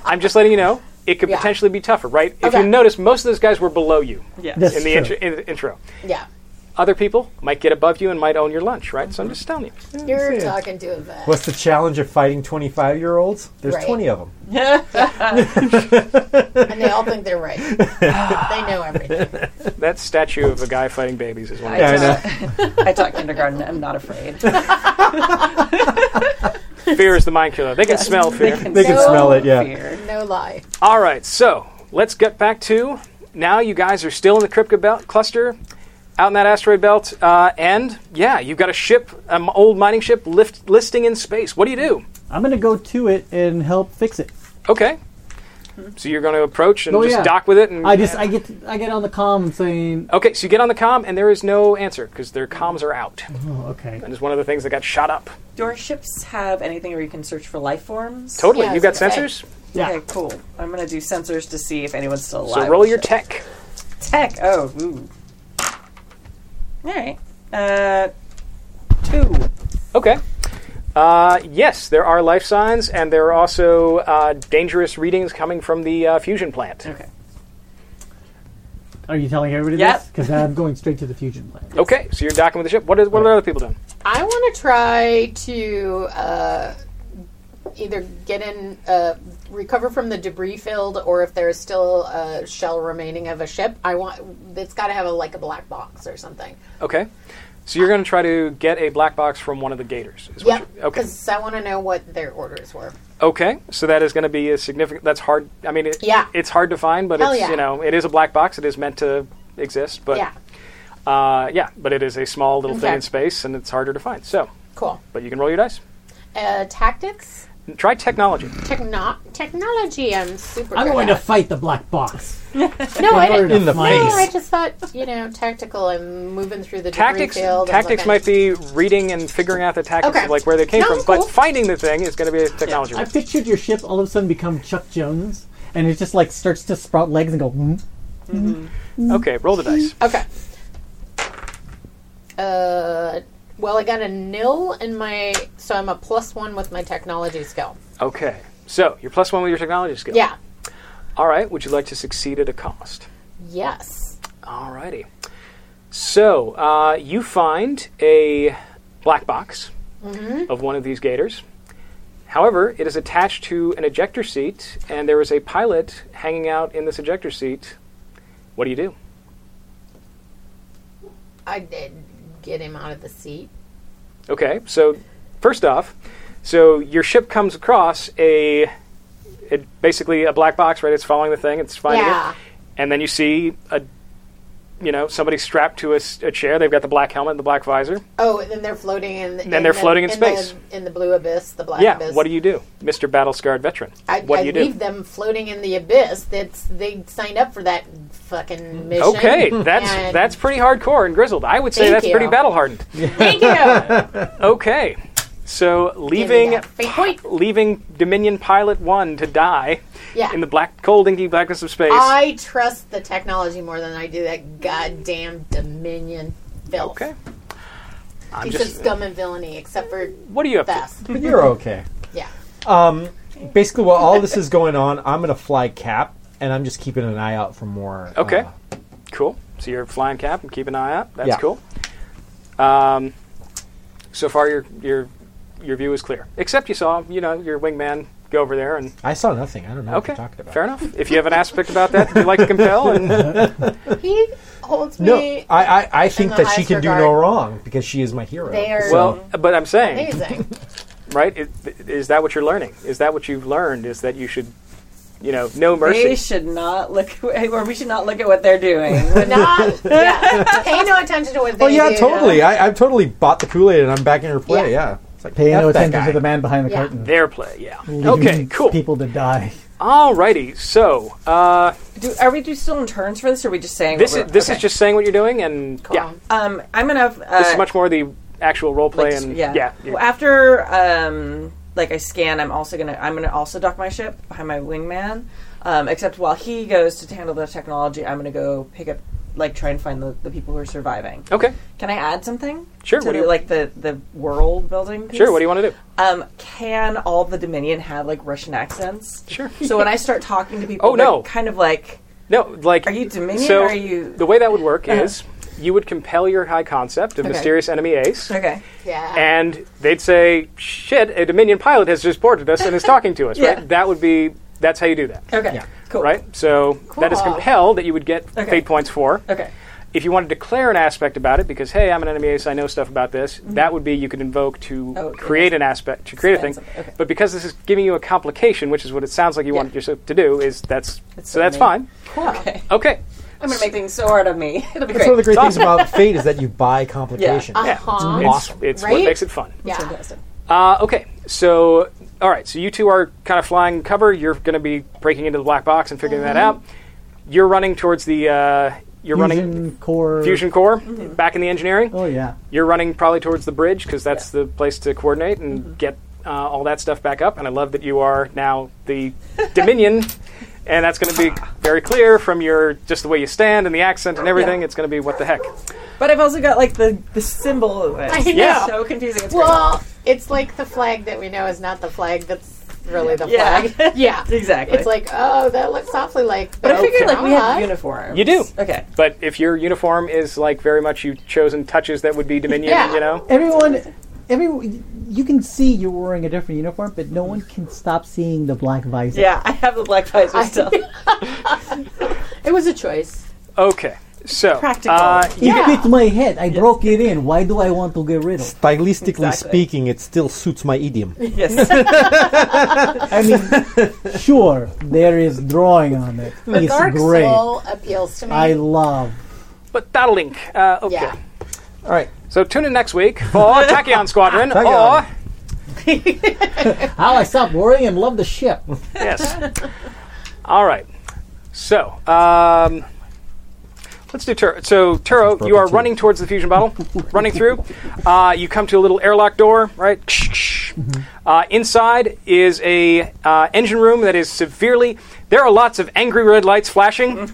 Speaker 3: I'm just letting you know it could
Speaker 4: Yeah.
Speaker 3: potentially be tougher, right? If
Speaker 4: Okay.
Speaker 3: you notice, most of those guys were below you
Speaker 5: Yeah.
Speaker 2: This-
Speaker 3: in the,
Speaker 2: True.
Speaker 3: intro, in the intro.
Speaker 4: Yeah.
Speaker 3: Other people might get above you and might own your lunch, right?
Speaker 4: Mm-hmm.
Speaker 3: So I'm just telling you.
Speaker 4: You're talking to a vet.
Speaker 6: What's the challenge of fighting 25 year olds? There's
Speaker 4: Right.
Speaker 6: 20 of them.
Speaker 4: And they all think they're right. they know everything.
Speaker 3: That statue of a guy fighting babies is one. Of
Speaker 5: I
Speaker 3: those.
Speaker 5: taught, I taught kindergarten. I'm not afraid.
Speaker 3: Fear is the mind killer. They can smell fear.
Speaker 6: They can
Speaker 4: No
Speaker 6: smell it, yeah.
Speaker 5: Fear.
Speaker 4: No lie.
Speaker 3: All right, so let's get back to now. You guys are still in the Kripke belt cluster, out in that asteroid belt, uh, and yeah, you've got a ship, an old mining ship, lift, listing in space. What do you do?
Speaker 2: I'm going to go to it and help fix it.
Speaker 3: Okay, so you're going to approach and
Speaker 2: Oh,
Speaker 3: just
Speaker 2: yeah.
Speaker 3: dock with it, and
Speaker 2: I just, I get, I get on the comm saying,
Speaker 3: okay. So you get on the comm, and there is no answer because their comms are out.
Speaker 2: oh, okay.
Speaker 3: That is one of the things that got shot up.
Speaker 5: Do our ships have anything where you can search for life forms?
Speaker 3: Totally,
Speaker 4: Yeah,
Speaker 3: you've got
Speaker 4: it's okay.
Speaker 3: sensors.
Speaker 2: Yeah.
Speaker 5: Okay, cool. I'm gonna do sensors to see if anyone's still alive.
Speaker 3: So roll
Speaker 5: with
Speaker 3: your
Speaker 5: it.
Speaker 3: tech.
Speaker 5: tech. Oh, ooh. All right. Uh, two.
Speaker 3: Okay. Uh, yes, there are life signs, and there are also uh, dangerous readings coming from the uh, fusion plant.
Speaker 5: Okay.
Speaker 2: Are you telling everybody
Speaker 5: Yep.
Speaker 2: this? Because I'm going straight to the fusion plant.
Speaker 3: Okay, so you're docking with the ship. What, is, what are other people doing?
Speaker 4: I want to try to uh, either get in, uh, recover from the debris field, or if there's still a shell remaining of a ship, I want it's got to have a like a black box or something.
Speaker 3: Okay, so you're going to try to get a black box from one of the gators. Is
Speaker 4: Yep.
Speaker 3: what you're- Okay.
Speaker 4: Because I want to know what their orders were.
Speaker 3: Okay. So that is going to be a significant. That's hard. I mean, it,
Speaker 4: Yeah.
Speaker 3: it's hard to find, but
Speaker 4: Hell
Speaker 3: it's
Speaker 4: yeah.
Speaker 3: you know it is a black box. It is meant to exist, but
Speaker 4: yeah.
Speaker 3: uh, yeah, but it is a small little thing
Speaker 4: Okay.
Speaker 3: in space, and it's harder to find. So,
Speaker 4: Cool.
Speaker 3: but you can roll your dice.
Speaker 4: Uh, tactics,
Speaker 3: Try technology.
Speaker 4: Techno- technology. I'm super.
Speaker 2: I'm
Speaker 4: good
Speaker 2: going
Speaker 4: at.
Speaker 2: to fight the black box.
Speaker 4: No, I didn't.
Speaker 6: In the
Speaker 4: No,
Speaker 6: face.
Speaker 4: I just thought you know tactical. I'm moving through the debris
Speaker 3: Tactics.
Speaker 4: field. and
Speaker 3: Tactics
Speaker 4: looking.
Speaker 3: might be reading and figuring out the tactics
Speaker 4: Okay.
Speaker 3: of like where they came
Speaker 4: No,
Speaker 3: from,
Speaker 4: it's
Speaker 3: but
Speaker 4: cool.
Speaker 3: finding the thing is going to be a technology.
Speaker 2: I
Speaker 3: roll.
Speaker 2: pictured your ship all of a sudden become Chuck Jones, and it just like starts to sprout legs and go. Mm.
Speaker 3: Okay, roll the dice.
Speaker 4: Okay. Uh, Well, I got a nil in my, so I'm a plus one with my technology skill.
Speaker 3: Okay. So you're plus one with your technology skill.
Speaker 4: Yeah.
Speaker 3: All right. Would you like to succeed at a cost?
Speaker 4: Yes.
Speaker 3: All righty. So uh, you find a black box of one of these gators. However, it is attached to an ejector seat, and there is a pilot hanging out in this ejector seat. What do you do?
Speaker 4: I did get him out of the seat.
Speaker 3: Okay, so first off, so your ship comes across a, it, basically a black box, right? It's following the thing, it's finding
Speaker 4: Yeah.
Speaker 3: it, and then you see a, you know, somebody strapped to a, s- a chair. They've got the black helmet and the black visor.
Speaker 4: Oh, and then they're floating in. The,
Speaker 3: then they're floating in space.
Speaker 4: the, in the blue abyss, the black
Speaker 3: yeah.
Speaker 4: abyss.
Speaker 3: What do you do, Mister Battle Scarred Veteran?
Speaker 4: I,
Speaker 3: what
Speaker 4: I
Speaker 3: do you
Speaker 4: leave
Speaker 3: do?
Speaker 4: them floating in the abyss. That's they signed up for that fucking mission.
Speaker 3: Okay, that's
Speaker 4: And-
Speaker 3: that's pretty hardcore and grizzled. I would say
Speaker 4: Thank
Speaker 3: that's pretty
Speaker 4: you.
Speaker 3: battle hardened.
Speaker 4: Thank you.
Speaker 3: Okay, so
Speaker 4: me
Speaker 3: leaving
Speaker 4: that fate point.
Speaker 3: leaving Dominion Pilot One to die
Speaker 4: Yeah.
Speaker 3: in the black cold inky blackness of space.
Speaker 4: I trust the technology more than I do that goddamn Dominion filth.
Speaker 3: Okay. I'm
Speaker 4: Piece of
Speaker 3: just.
Speaker 4: scum and villainy, except for
Speaker 3: What are you up to?
Speaker 4: theft.
Speaker 6: But you're okay.
Speaker 4: yeah.
Speaker 6: Basically, while all this is going on, I'm going to fly Cap, and I'm just keeping an eye out for more.
Speaker 3: Okay.
Speaker 6: uh,
Speaker 3: Cool. So you're flying cap and keep an eye out. That's
Speaker 6: Yeah.
Speaker 3: cool. Um, so far your your your view is clear. Except you saw you know your wingman go over there and
Speaker 6: I saw nothing. I don't know what
Speaker 3: okay
Speaker 6: you're talking about.
Speaker 3: fair enough. If you have an aspect about that, you'd like to compel and
Speaker 4: He holds
Speaker 6: No,
Speaker 4: me.
Speaker 6: I, I, I think
Speaker 4: the
Speaker 6: that she
Speaker 4: highest
Speaker 6: can do no
Speaker 4: regard.
Speaker 6: wrong because she is my hero.
Speaker 4: They are-
Speaker 3: well. But I'm saying
Speaker 4: Amazing.
Speaker 3: right is, is that what you're learning? Is that what you've learned? Is that you should you know no mercy?
Speaker 5: They should not look, or we should not look at what they're doing.
Speaker 4: Not. Yeah. Pay no attention to what they
Speaker 6: Oh yeah,
Speaker 4: do.
Speaker 6: totally. I, I've totally bought the Kool Aid and I'm backing her play. Yeah, it's like
Speaker 8: Pay
Speaker 6: F
Speaker 8: no
Speaker 6: that
Speaker 8: attention
Speaker 6: guy.
Speaker 8: to the man behind the
Speaker 4: Yeah.
Speaker 8: curtain.
Speaker 3: Their play, yeah.
Speaker 8: Leaving
Speaker 3: Okay, cool.
Speaker 8: People to die.
Speaker 3: Alrighty, so uh,
Speaker 5: Do, are we do still in turns for this, or are we just saying
Speaker 3: this
Speaker 5: what
Speaker 3: is
Speaker 5: we're-
Speaker 3: this
Speaker 5: okay.
Speaker 3: is just saying what you're doing, and
Speaker 4: Cool.
Speaker 3: yeah,
Speaker 5: Um, I'm gonna. Have, uh,
Speaker 3: this is much more the actual role play,
Speaker 5: like,
Speaker 3: and
Speaker 5: yeah.
Speaker 3: yeah,
Speaker 5: Well, after um, like I scan, I'm also gonna I'm gonna also dock my ship behind my wingman. Um, except while he goes to handle the technology, I'm gonna go pick up like try and find the, the people who are surviving.
Speaker 3: okay,
Speaker 5: Can I add something?
Speaker 3: Sure,
Speaker 5: To
Speaker 3: what do
Speaker 5: the,
Speaker 3: you-
Speaker 5: like the the world building. Piece?
Speaker 3: sure. What do you want to do?
Speaker 5: Um, can all the Dominion have like Russian accents?
Speaker 3: Sure.
Speaker 5: So when I start talking to people,
Speaker 3: Oh, no.
Speaker 5: they're kind of like
Speaker 3: No, like
Speaker 5: Are you Dominion
Speaker 3: So
Speaker 5: or are you- Uh-huh.
Speaker 3: the way that would work is you would compel your high concept of
Speaker 5: Okay.
Speaker 3: mysterious enemy ace,
Speaker 5: okay.
Speaker 4: Yeah.
Speaker 3: and they'd say, "Shit, a Dominion pilot has just boarded us and is talking to us."
Speaker 5: Yeah.
Speaker 3: Right? That would be that's how you do that.
Speaker 5: Okay. Cool.
Speaker 3: Right. So that is
Speaker 4: Cool.
Speaker 3: compel that you would get
Speaker 5: Okay.
Speaker 3: fate points for.
Speaker 5: Okay.
Speaker 3: If you want to declare an aspect about it, because hey, I'm an enemy ace, I know stuff about this, that would be you could invoke to
Speaker 5: Mm-hmm. Oh, okay.
Speaker 3: create an aspect to create a
Speaker 5: Expand
Speaker 3: thing.
Speaker 5: something, okay.
Speaker 3: But because this is giving you a complication, which is what it sounds like you
Speaker 5: Yeah.
Speaker 3: wanted yourself to do, is that's
Speaker 5: That's
Speaker 3: so that's
Speaker 5: amazing.
Speaker 3: fine. Okay.
Speaker 5: I'm gonna make things so hard on me. It'll be
Speaker 6: That's
Speaker 5: great.
Speaker 6: one of the great things about Fate is that you buy complication.
Speaker 4: Uh
Speaker 3: Yeah.
Speaker 4: huh.
Speaker 3: It's,
Speaker 6: Awesome.
Speaker 3: it's what
Speaker 4: Right?
Speaker 3: makes it fun.
Speaker 4: Yeah.
Speaker 5: Fantastic.
Speaker 3: Uh, okay, so all right, so you two are kind of flying cover. You're going to be breaking into the black box and figuring that
Speaker 5: Mm-hmm.
Speaker 3: out. You're running towards the. Uh, you're running
Speaker 8: Fusion core.
Speaker 3: fusion core
Speaker 5: Mm-hmm.
Speaker 3: back in the engineering.
Speaker 8: Oh yeah.
Speaker 3: You're running probably towards the bridge because that's the place to coordinate and get uh, all that stuff back up. And I love that you are now the Dominion, and that's going to be very clear from your just the way you stand and the accent and everything. It's going to be what the heck.
Speaker 5: But I've also got like the, the symbol of it.
Speaker 4: I know.
Speaker 3: Yeah.
Speaker 5: so confusing. It's
Speaker 4: Well, it's like the flag that we know is not the flag that's really the
Speaker 5: Yeah.
Speaker 4: flag. yeah.
Speaker 5: great. exactly.
Speaker 4: It's like, oh, that looks awfully like.
Speaker 5: but I figured like we have
Speaker 4: uniform.
Speaker 5: uniforms.
Speaker 3: You do.
Speaker 5: Okay.
Speaker 3: But if your uniform is like very much you chosen touches that would be Dominion,
Speaker 4: Yeah.
Speaker 3: you know.
Speaker 8: Everyone, every you can see you're wearing a different uniform, but no one can stop seeing the black visor.
Speaker 5: Yeah, I have the black visor still.
Speaker 4: It was a choice.
Speaker 3: Okay, so
Speaker 5: Practical.
Speaker 3: Uh,
Speaker 8: It
Speaker 4: Yeah.
Speaker 8: hit my head. I broke it in. Why do I want to get rid of? it?
Speaker 6: Stylistically
Speaker 5: Exactly.
Speaker 6: speaking, it still suits my idiom.
Speaker 4: Uh,
Speaker 5: yes.
Speaker 8: I mean, sure, there is drawing on it.
Speaker 4: The
Speaker 8: it's
Speaker 4: dark
Speaker 8: great.
Speaker 4: soul appeals to me.
Speaker 8: I love.
Speaker 3: but that'll link. Uh, okay.
Speaker 4: yeah.
Speaker 6: All right,
Speaker 3: So tune in next week for Tachyon Squadron,
Speaker 6: Tachyon.
Speaker 3: or
Speaker 8: How I stopped worrying and love the ship.
Speaker 3: yes. All right. So um, let's do Turo. So Turo, you are
Speaker 6: too.
Speaker 3: running towards the fusion bottle, running through. Uh, you come to a little airlock door, right? Uh, inside is a uh, engine room that is severely. There are lots of angry red lights flashing.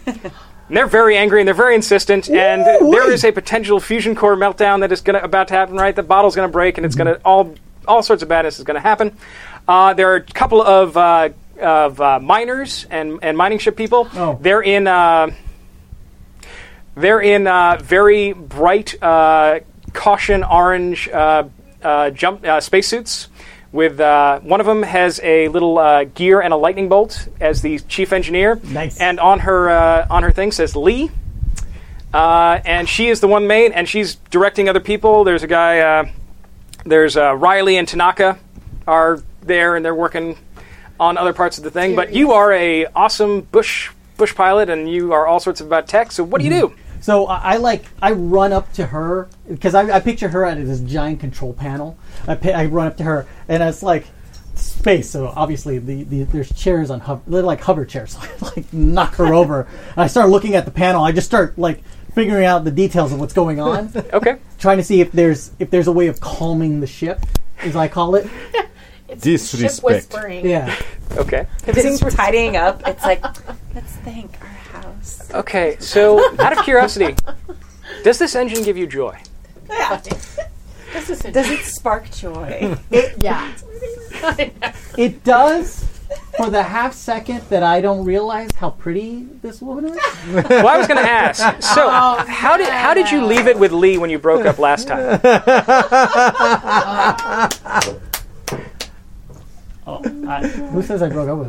Speaker 3: And they're very angry and they're very insistent. and there is a potential fusion core meltdown that is gonna, about to happen. Right, the bottle's going to break, and it's going to all all sorts of badness is going to happen. Uh, there are a couple of uh, of uh, miners and and mining ship people.
Speaker 10: Oh.
Speaker 3: They're in. Uh, they're in uh, very bright uh, caution orange uh, uh, jump uh, spacesuits. With uh, one of them has a little uh, gear and a lightning bolt as the chief engineer.
Speaker 11: Nice.
Speaker 3: And on her uh, on her thing says Lee, uh, and she is the one mate, and she's directing other people. There's a guy. Uh, there's uh, Riley and Tanaka are there, and they're working on other parts of the thing. But you are a awesome bush bush pilot, and you are all sorts of about tech. So what do you do?
Speaker 8: So I, I like I run up to her because I, I picture her at this giant control panel. I, pi- I run up to her and it's like space. So obviously the, the there's chairs on hover, they're like hover chairs. So I like knock her over. And I start looking at the panel. I just start like figuring out the details of what's going on,
Speaker 3: Okay.
Speaker 8: trying to see if there's if there's a way of calming the ship, as I call it.
Speaker 4: It's
Speaker 12: Disrespect.
Speaker 4: Ship whispering.
Speaker 8: Yeah.
Speaker 3: Okay.
Speaker 5: Everything's tidying up. It's like, let's thank our house.
Speaker 3: Okay. So out of curiosity, does this engine give you joy?
Speaker 4: This is
Speaker 5: Does it spark joy?
Speaker 4: yeah.
Speaker 8: It does for the half second that I don't realize how pretty this woman is.
Speaker 3: Well, I was going to ask. So how did how did you leave it with Lee when you broke up last time?
Speaker 8: I, who says I broke up with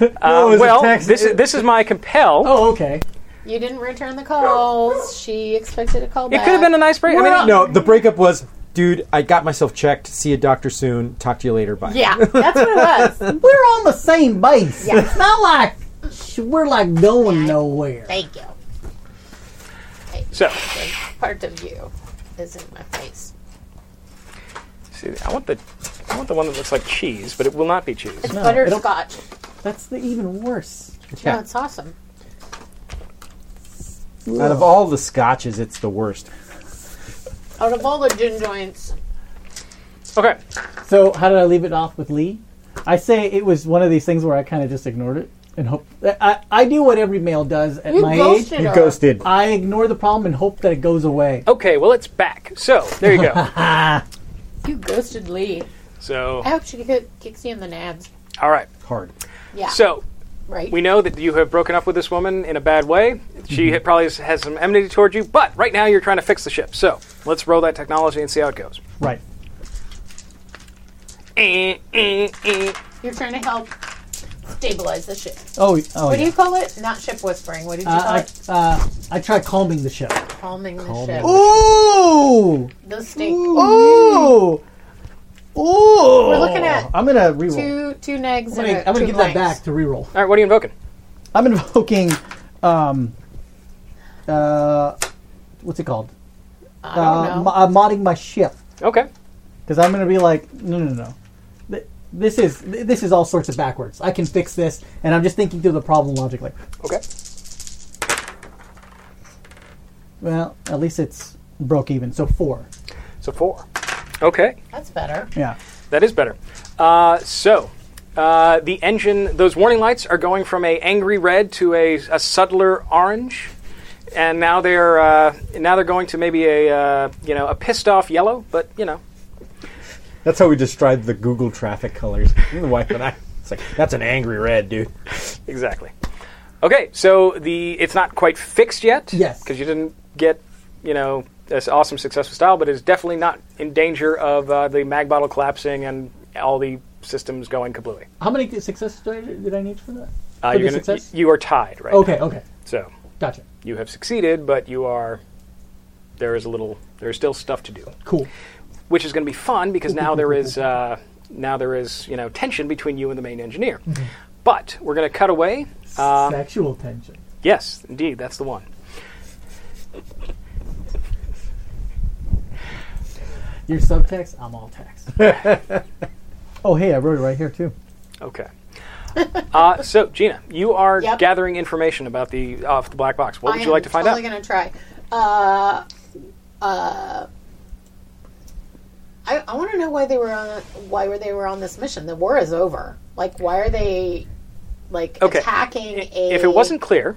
Speaker 8: her?
Speaker 3: Uh,
Speaker 6: was a
Speaker 3: well,
Speaker 6: text.
Speaker 3: this is this is my compel.
Speaker 8: Oh, okay.
Speaker 4: You didn't return the calls. She expected a call
Speaker 3: It
Speaker 4: back.
Speaker 3: could have been a nice break. I mean,
Speaker 6: No, the breakup was, dude, I got myself checked. See a doctor soon. Talk to you later. Bye.
Speaker 4: Yeah, that's what it was.
Speaker 8: We're on the same base. It's not like sh- we're like going nowhere.
Speaker 4: Thank you.
Speaker 3: So,
Speaker 4: Part of you is in my face.
Speaker 3: see, I want the I want the one that looks like cheese, but it will not be cheese.
Speaker 4: It's butterscotch.
Speaker 8: That's the even worse.
Speaker 4: No, it's awesome.
Speaker 6: Out of all the scotches, it's the worst.
Speaker 4: Out of all the gin joints,
Speaker 3: Okay.
Speaker 8: So how did I leave it off with Lee? I say it was one of these things where I kind of just ignored it and hope. I, I do what every male does at
Speaker 4: you
Speaker 8: my age.
Speaker 4: ghosted her.
Speaker 6: Ghosted.
Speaker 4: Uh,
Speaker 8: I ignore the problem and hope that it goes away.
Speaker 3: Okay. Well, it's back. So there you go.
Speaker 4: You ghosted Lee.
Speaker 3: So
Speaker 4: I hope she could- kicks you in the nabs.
Speaker 3: all right.
Speaker 6: Hard.
Speaker 4: Yeah.
Speaker 3: So
Speaker 4: right.
Speaker 3: we know that you have broken up with this woman in a bad way. She had- probably has- has some enmity toward you, but right now you're trying to fix the ship. So let's roll that technology and see how it goes.
Speaker 8: Right.
Speaker 3: Eh, eh, eh.
Speaker 4: You're trying to help stabilize the ship.
Speaker 8: Oh. Oh.
Speaker 4: What do
Speaker 8: yeah.
Speaker 4: you call it? Not ship whispering. What did you call
Speaker 8: uh,
Speaker 4: it?
Speaker 8: I, uh, I try calming the ship.
Speaker 4: Calming the ship.
Speaker 8: Ooh.
Speaker 4: The stink.
Speaker 8: Ooh. Ooh. We're
Speaker 4: looking at
Speaker 8: I'm gonna reroll.
Speaker 4: Two two negs and
Speaker 8: I'm gonna,
Speaker 4: a,
Speaker 8: I'm gonna
Speaker 4: two
Speaker 8: give that
Speaker 4: blanks.
Speaker 8: back to reroll.
Speaker 3: All right. What are you invoking?
Speaker 8: I'm invoking, um, uh, what's it called?
Speaker 4: I
Speaker 8: Uh,
Speaker 4: don't know.
Speaker 8: mo- uh, modding my ship
Speaker 3: Okay.
Speaker 8: because I'm gonna be like, no, no, no. Th- This is th- this is all sorts of backwards. I can fix this, and I'm just thinking through the problem logically.
Speaker 3: Okay.
Speaker 8: Well, at least it's broke even. So four.
Speaker 3: So four. Okay.
Speaker 4: That's better.
Speaker 8: Yeah.
Speaker 3: That is better. Uh, so, uh, the engine, those warning lights are going from a angry red to a, a subtler orange, and now they're uh, now they're going to maybe a uh, you know a pissed off yellow, but you know
Speaker 6: That's how we describe the Google traffic colors. The wife and I. It's like that's an angry red, dude.
Speaker 3: exactly. Okay, so the it's not quite fixed yet.
Speaker 8: Yes.
Speaker 3: because you didn't get you know this awesome successful style, but it's definitely not in danger of uh, the mag bottle collapsing and all the systems going kablooey.
Speaker 8: How many successes did I, did I need for that?
Speaker 3: Uh,
Speaker 8: For the
Speaker 3: you're gonna,
Speaker 8: success?
Speaker 3: you are tied right.
Speaker 8: Okay.
Speaker 3: now.
Speaker 8: Okay.
Speaker 3: so.
Speaker 8: Gotcha.
Speaker 3: you have succeeded, but you are there is a little there is still stuff to do,
Speaker 8: Cool.
Speaker 3: which is going to be fun because now there is uh, now there is you know tension between you and the main engineer.
Speaker 8: Mm-hmm.
Speaker 3: But we're going to cut away. Uh,
Speaker 8: Sexual tension.
Speaker 3: yes, indeed, that's the one.
Speaker 8: Your subtext. I'm all text. oh hey, I wrote it right here too.
Speaker 3: Okay. Uh, so Gina, you are
Speaker 4: Yep.
Speaker 3: gathering information about the off the black box. What would you like to find
Speaker 4: totally
Speaker 3: out?
Speaker 4: gonna try. Uh, uh, I, I want to know why they were on why were they were on this mission. The war is over. Like, why are they like
Speaker 3: Okay.
Speaker 4: attacking a?
Speaker 3: If it wasn't clear,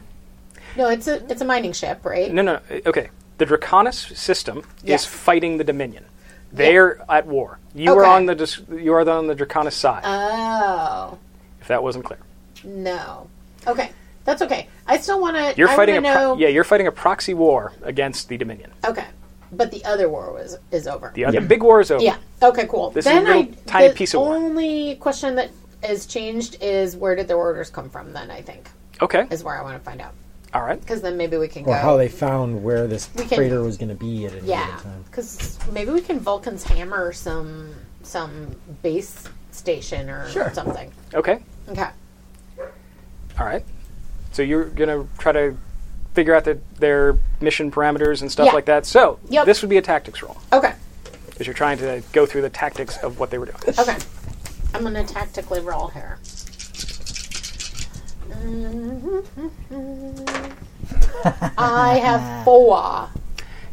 Speaker 4: No, it's a it's a mining ship, right?
Speaker 3: No, no, no. Okay. The Draconis system
Speaker 4: Yes.
Speaker 3: is fighting the Dominion. They're at war. You are
Speaker 4: Okay.
Speaker 3: on the dis- you are on the Draconis side.
Speaker 4: Oh
Speaker 3: if that wasn't clear,
Speaker 4: no. Okay, that's okay. I still want to.
Speaker 3: you're
Speaker 4: I
Speaker 3: fighting a
Speaker 4: wanna
Speaker 3: pro-
Speaker 4: know,
Speaker 3: yeah you're fighting a proxy war against the Dominion.
Speaker 4: Okay, but the other war was is over.
Speaker 3: The other big war is over.
Speaker 4: Yeah. Okay. Cool.
Speaker 3: This is a
Speaker 4: then I
Speaker 3: little tiny
Speaker 4: the
Speaker 3: piece of war.
Speaker 4: only question that is changed is where did their orders come from? Then I think
Speaker 3: Okay.
Speaker 4: is where I want to find out
Speaker 3: All right.
Speaker 4: because then maybe we can go.
Speaker 6: Or how they found where this
Speaker 4: We can-
Speaker 6: crater was going to be at any
Speaker 4: yeah.
Speaker 6: given time.
Speaker 4: Because maybe we can Vulcan's hammer some some base station or something.
Speaker 3: Okay.
Speaker 4: Okay.
Speaker 3: All right. So you're gonna try to figure out the, their mission parameters and stuff
Speaker 4: Yeah.
Speaker 3: like that. So
Speaker 4: Yep.
Speaker 3: this would be a tactics roll
Speaker 4: Okay.
Speaker 3: because you're trying to go through the tactics of what they were doing.
Speaker 4: Okay. I'm gonna tactically roll here. I have four. I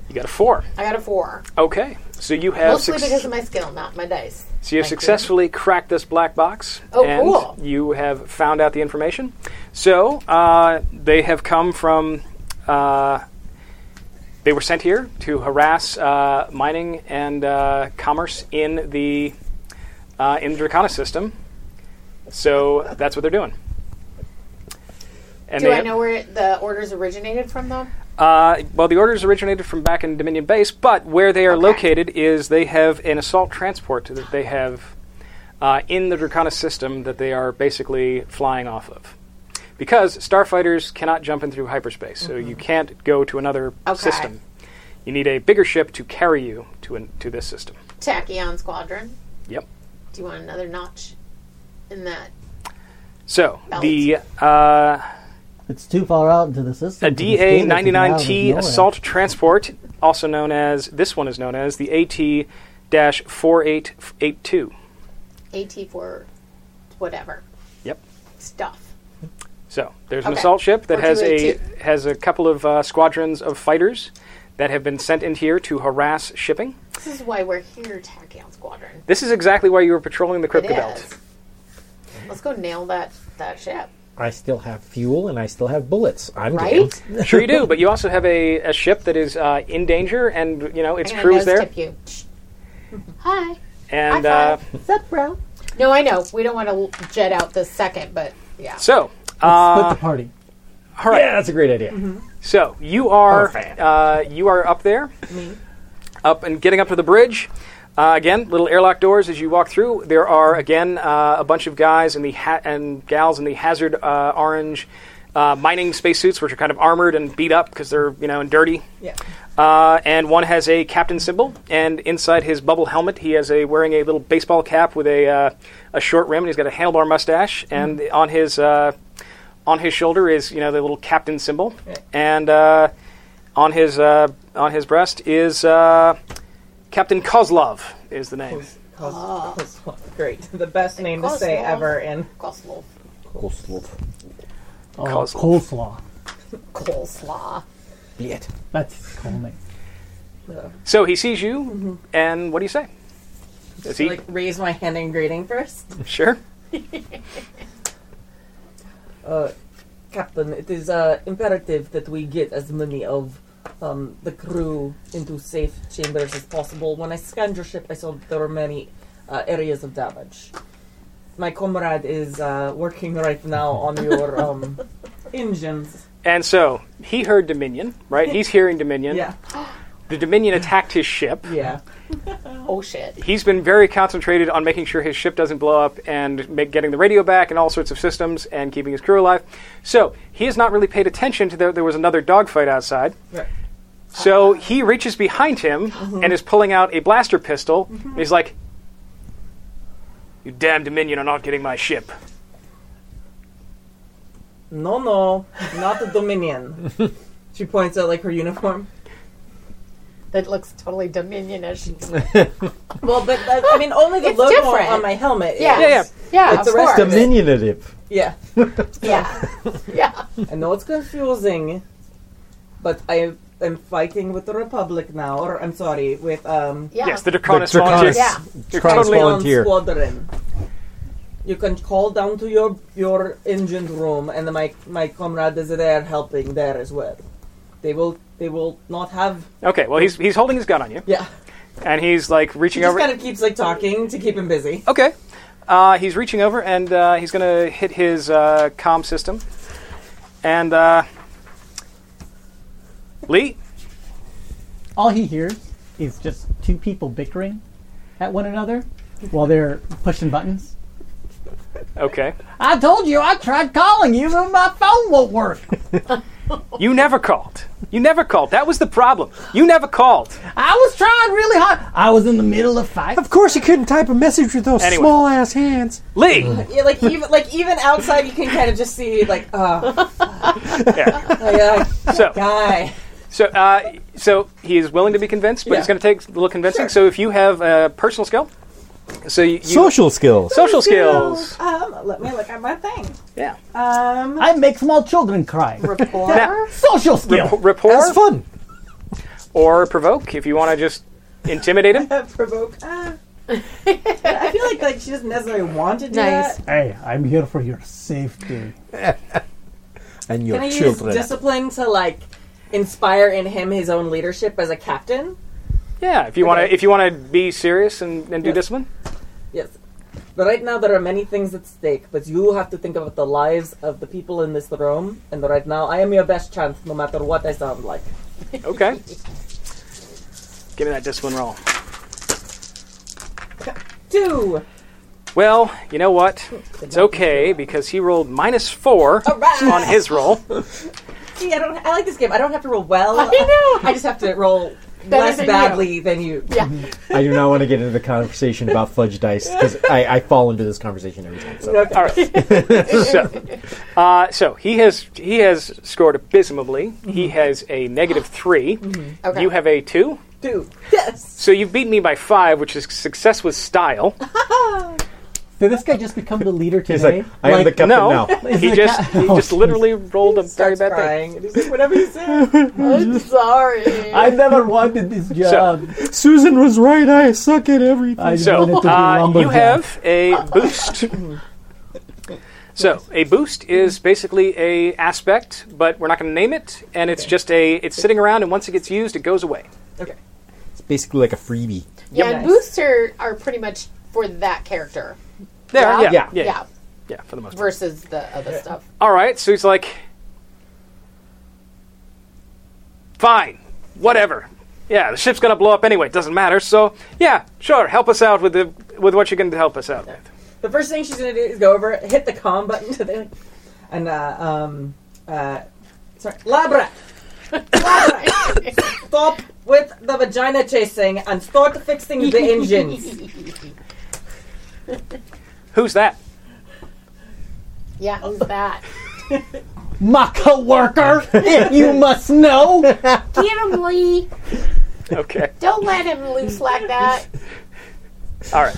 Speaker 3: You got a four.
Speaker 4: got a four.
Speaker 3: Okay. So you have
Speaker 4: Mostly
Speaker 3: suc-
Speaker 4: because of my skill, not my dice.
Speaker 3: so
Speaker 4: Thank you.
Speaker 3: you have successfully cracked this black box,
Speaker 4: Oh,
Speaker 3: and
Speaker 4: cool.
Speaker 3: you have found out the information. So uh, they have come from. Uh, they were sent here to harass uh, mining and uh, commerce in the uh, in the Dracana system. So that's what they're doing. And
Speaker 4: Do
Speaker 3: they,
Speaker 4: I know where the orders originated from, though?
Speaker 3: Uh, well, the orders originated from back in Dominion Base, but where they are located is they have an assault transport that they have uh, in the Dracana system that they are basically flying off of. Because starfighters cannot jump in through hyperspace, so you can't go to another
Speaker 4: Okay.
Speaker 3: system. You need a bigger ship to carry you to an, to this system.
Speaker 4: Tachyon Squadron.
Speaker 3: Yep.
Speaker 4: Do you want another notch in that?
Speaker 3: So
Speaker 4: Balance.
Speaker 3: the uh,
Speaker 8: It's too far out into the
Speaker 3: A
Speaker 8: system. for this
Speaker 3: DA
Speaker 8: data to get out of
Speaker 3: 99T
Speaker 8: nowhere.
Speaker 3: assault transport, also known as this one is known as the AT 4882.
Speaker 4: AT for whatever
Speaker 3: Yep.
Speaker 4: stuff.
Speaker 3: So there's an
Speaker 4: Okay.
Speaker 3: assault ship that has a
Speaker 4: 4282.
Speaker 3: has a couple of uh, squadrons of fighters that have been sent in here to harass shipping.
Speaker 4: This is why we're here, Tachyon Squadron.
Speaker 3: This is exactly why you were patrolling the
Speaker 4: It
Speaker 3: Crypto Belt.
Speaker 4: is. Let's go nail that that ship.
Speaker 6: I still have fuel and I still have bullets. I'm
Speaker 4: Right?
Speaker 6: game.
Speaker 3: Sure you do, but you also have a, a ship that is uh, in danger, and you know its
Speaker 4: I'm gonna
Speaker 3: crew is
Speaker 4: nose
Speaker 3: there.
Speaker 4: Tip you. Hi.
Speaker 3: And
Speaker 4: High
Speaker 3: uh,
Speaker 4: five. No, I know. We don't want to jet out this second, but yeah.
Speaker 3: so,
Speaker 8: Split
Speaker 3: uh,
Speaker 8: the party.
Speaker 3: all right.
Speaker 6: Yeah, that's a great idea.
Speaker 3: So you are
Speaker 6: Perfect.
Speaker 3: uh, you are up there, up and getting up to the bridge. Uh, again, little airlock doors as you walk through. There are again uh, a bunch of guys in the ha- and gals in the hazard uh, orange uh, mining spacesuits, which are kind of armored and beat up because they're you know and dirty.
Speaker 5: Yeah.
Speaker 3: Uh, and one has a captain symbol, and inside his bubble helmet, he has a wearing a little baseball cap with a uh, a short rim, and he's got a handlebar mustache. And on his uh, on his shoulder is you know the little captain symbol, and uh, on his uh, on his breast is uh, Captain Kozlov is the name.
Speaker 5: Great. The best name to say
Speaker 4: Coleslaw.
Speaker 5: ever in
Speaker 4: Coleslaw.
Speaker 8: Oh,
Speaker 3: Coleslaw.
Speaker 8: coleslaw.
Speaker 4: Coleslaw.
Speaker 6: Be it.
Speaker 8: That's his call name.
Speaker 3: So he sees you, and what do you say? Does he
Speaker 5: like raise my hand in greeting first.
Speaker 3: sure?
Speaker 13: Captain, it is uh, imperative that we get as many of um, the crew into safe chambers as possible. When I scanned your ship, I saw that there were many uh, areas of damage. My comrade is uh, working right now on your um, engines.
Speaker 3: And so he heard Dominion, right? He's hearing Dominion.
Speaker 13: Yeah,
Speaker 3: The Dominion attacked his ship.
Speaker 13: yeah.
Speaker 4: Oh shit.
Speaker 3: he's been very concentrated on making sure his ship doesn't blow up and make, getting the radio back and all sorts of systems and keeping his crew alive. So he has not really paid attention to that there was another dogfight outside.
Speaker 13: Right.
Speaker 3: So he reaches behind him and is pulling out a blaster pistol. And he's like, "You damn Dominion are not getting my ship."
Speaker 13: No, no, not the Dominion. she points at like her uniform.
Speaker 4: That looks totally dominionish.
Speaker 13: Well, but that, I mean, only the
Speaker 4: It's
Speaker 13: logo
Speaker 4: different.
Speaker 13: on my helmet. is-
Speaker 4: Yeah.
Speaker 3: Yeah, yeah.
Speaker 4: Yeah,
Speaker 13: It's
Speaker 4: of
Speaker 13: the rest
Speaker 4: course.
Speaker 13: of it.
Speaker 6: Dominative.
Speaker 13: yeah.
Speaker 4: yeah. yeah.
Speaker 13: I know it's confusing, but I am fighting with the Republic now, or I'm sorry, with um
Speaker 4: Yeah.
Speaker 3: Yes, the Draconis
Speaker 6: The Draconis
Speaker 3: volunteers.
Speaker 4: Yeah.
Speaker 3: You're
Speaker 6: Draconis
Speaker 3: totally
Speaker 6: volunteer.
Speaker 13: Squadron.
Speaker 5: You can call down to your your engine room, and my my comrade is there helping there as well. They will they will not have
Speaker 3: Okay, well he's he's holding his gun on you,
Speaker 5: yeah.
Speaker 3: and he's like
Speaker 5: He
Speaker 3: reaching
Speaker 5: just
Speaker 3: over.
Speaker 5: kind of keeps like talking to keep him busy.
Speaker 3: Okay, uh, he's reaching over and uh, he's gonna hit his uh, comm system, and uh, Lee.
Speaker 8: All he hears is just two people bickering at one another while they're pushing buttons.
Speaker 3: Okay,
Speaker 8: I told you I tried calling you, but my phone won't work.
Speaker 3: you never called. You never called. That was the problem. You never called.
Speaker 8: I was trying really hard. I was in the middle of fight.
Speaker 6: Of course, you couldn't type a message with those
Speaker 3: Anyway.
Speaker 6: small ass hands.
Speaker 3: Lee.
Speaker 5: Yeah, like even like even outside, you can kind of just see like oh
Speaker 3: Yeah.
Speaker 5: yeah,
Speaker 3: So.
Speaker 5: guy.
Speaker 3: So, uh, so he is willing to be convinced, but it's
Speaker 5: Yeah.
Speaker 3: going to take a little convincing. So, if you have a personal skill, so you, you
Speaker 6: Social skills.
Speaker 3: social skills,
Speaker 4: Um, let me look at my thing.
Speaker 3: yeah,
Speaker 4: Um,
Speaker 8: I make small children cry.
Speaker 4: rapport.
Speaker 8: Social skill.
Speaker 3: Rap- rapport
Speaker 6: That's fun.
Speaker 3: or provoke, if you want to just intimidate him.
Speaker 5: provoke. Ah. I feel like like she doesn't necessarily want to do
Speaker 4: Nice.
Speaker 5: that.
Speaker 8: Hey, I'm here for your safety.
Speaker 6: And
Speaker 5: Can I
Speaker 6: your
Speaker 5: use
Speaker 6: children.
Speaker 5: discipline to like inspire in him his own leadership as a captain?
Speaker 3: Yeah, if you want to, if you want to be serious and, and do
Speaker 5: Yeah.
Speaker 3: discipline.
Speaker 5: Yes. But right now there are many things at stake, but you have to think about the lives of the people in this room, and right now I am your best chance no matter what I sound like.
Speaker 3: Okay, give me that discipline roll.
Speaker 5: Two.
Speaker 3: Well, you know what? It's okay because he rolled minus four
Speaker 5: Alright.
Speaker 3: on his roll.
Speaker 5: See, I don't I like this game. I don't have to roll well. I
Speaker 4: know.
Speaker 5: I just have to roll
Speaker 4: Better
Speaker 5: less
Speaker 4: than
Speaker 5: badly than you.
Speaker 4: Yeah.
Speaker 6: I do not want to get into the conversation about fudge dice because I, I fall into this conversation every time. So.
Speaker 5: Okay.
Speaker 3: All right. so, uh, so he has he has scored abysmally.
Speaker 5: Mm-hmm.
Speaker 3: He has a negative three.
Speaker 4: Okay.
Speaker 3: You have a two.
Speaker 5: Two. Yes.
Speaker 3: So you've beaten me by five, which is success with style.
Speaker 8: Did this guy just become the leader today?
Speaker 6: He's like, I am the captain now.
Speaker 3: no, he
Speaker 8: it a
Speaker 3: just
Speaker 8: ca-
Speaker 3: he just literally rolled a very
Speaker 5: "Oh." Starts
Speaker 3: bad thing.
Speaker 5: crying. And he's like, whatever you say.
Speaker 4: I'm sorry.
Speaker 8: I never wanted this job.
Speaker 6: Susan was right. I suck at everything.
Speaker 8: I
Speaker 3: So
Speaker 8: wanted to be
Speaker 3: uh, you
Speaker 8: lumberjack.
Speaker 3: have a boost. so a boost is basically a aspect, but we're not going to name it, and it's just a it's sitting around, and once it gets used, it goes away.
Speaker 6: It's basically like a freebie.
Speaker 4: yeah, boosts are, are pretty much for that character.
Speaker 3: There, yeah,
Speaker 4: yeah,
Speaker 3: yeah, yeah, yeah, for the most part.
Speaker 4: Versus the other stuff.
Speaker 3: All right, so he's like, fine, whatever. Yeah, the ship's gonna blow up anyway. Doesn't matter. So yeah, sure, help us out with the with what you're gonna help us out with.
Speaker 5: The first thing she's gonna do is go over, hit the com button to the, and uh, um, uh, sorry, Labra. Labra, stop with the vagina chasing and start fixing the engines.
Speaker 3: Who's that?
Speaker 4: Yeah, who's that?
Speaker 8: My coworker, you must know.
Speaker 4: Get him, Lee.
Speaker 3: Okay.
Speaker 4: Don't let him loose like that.
Speaker 3: All right.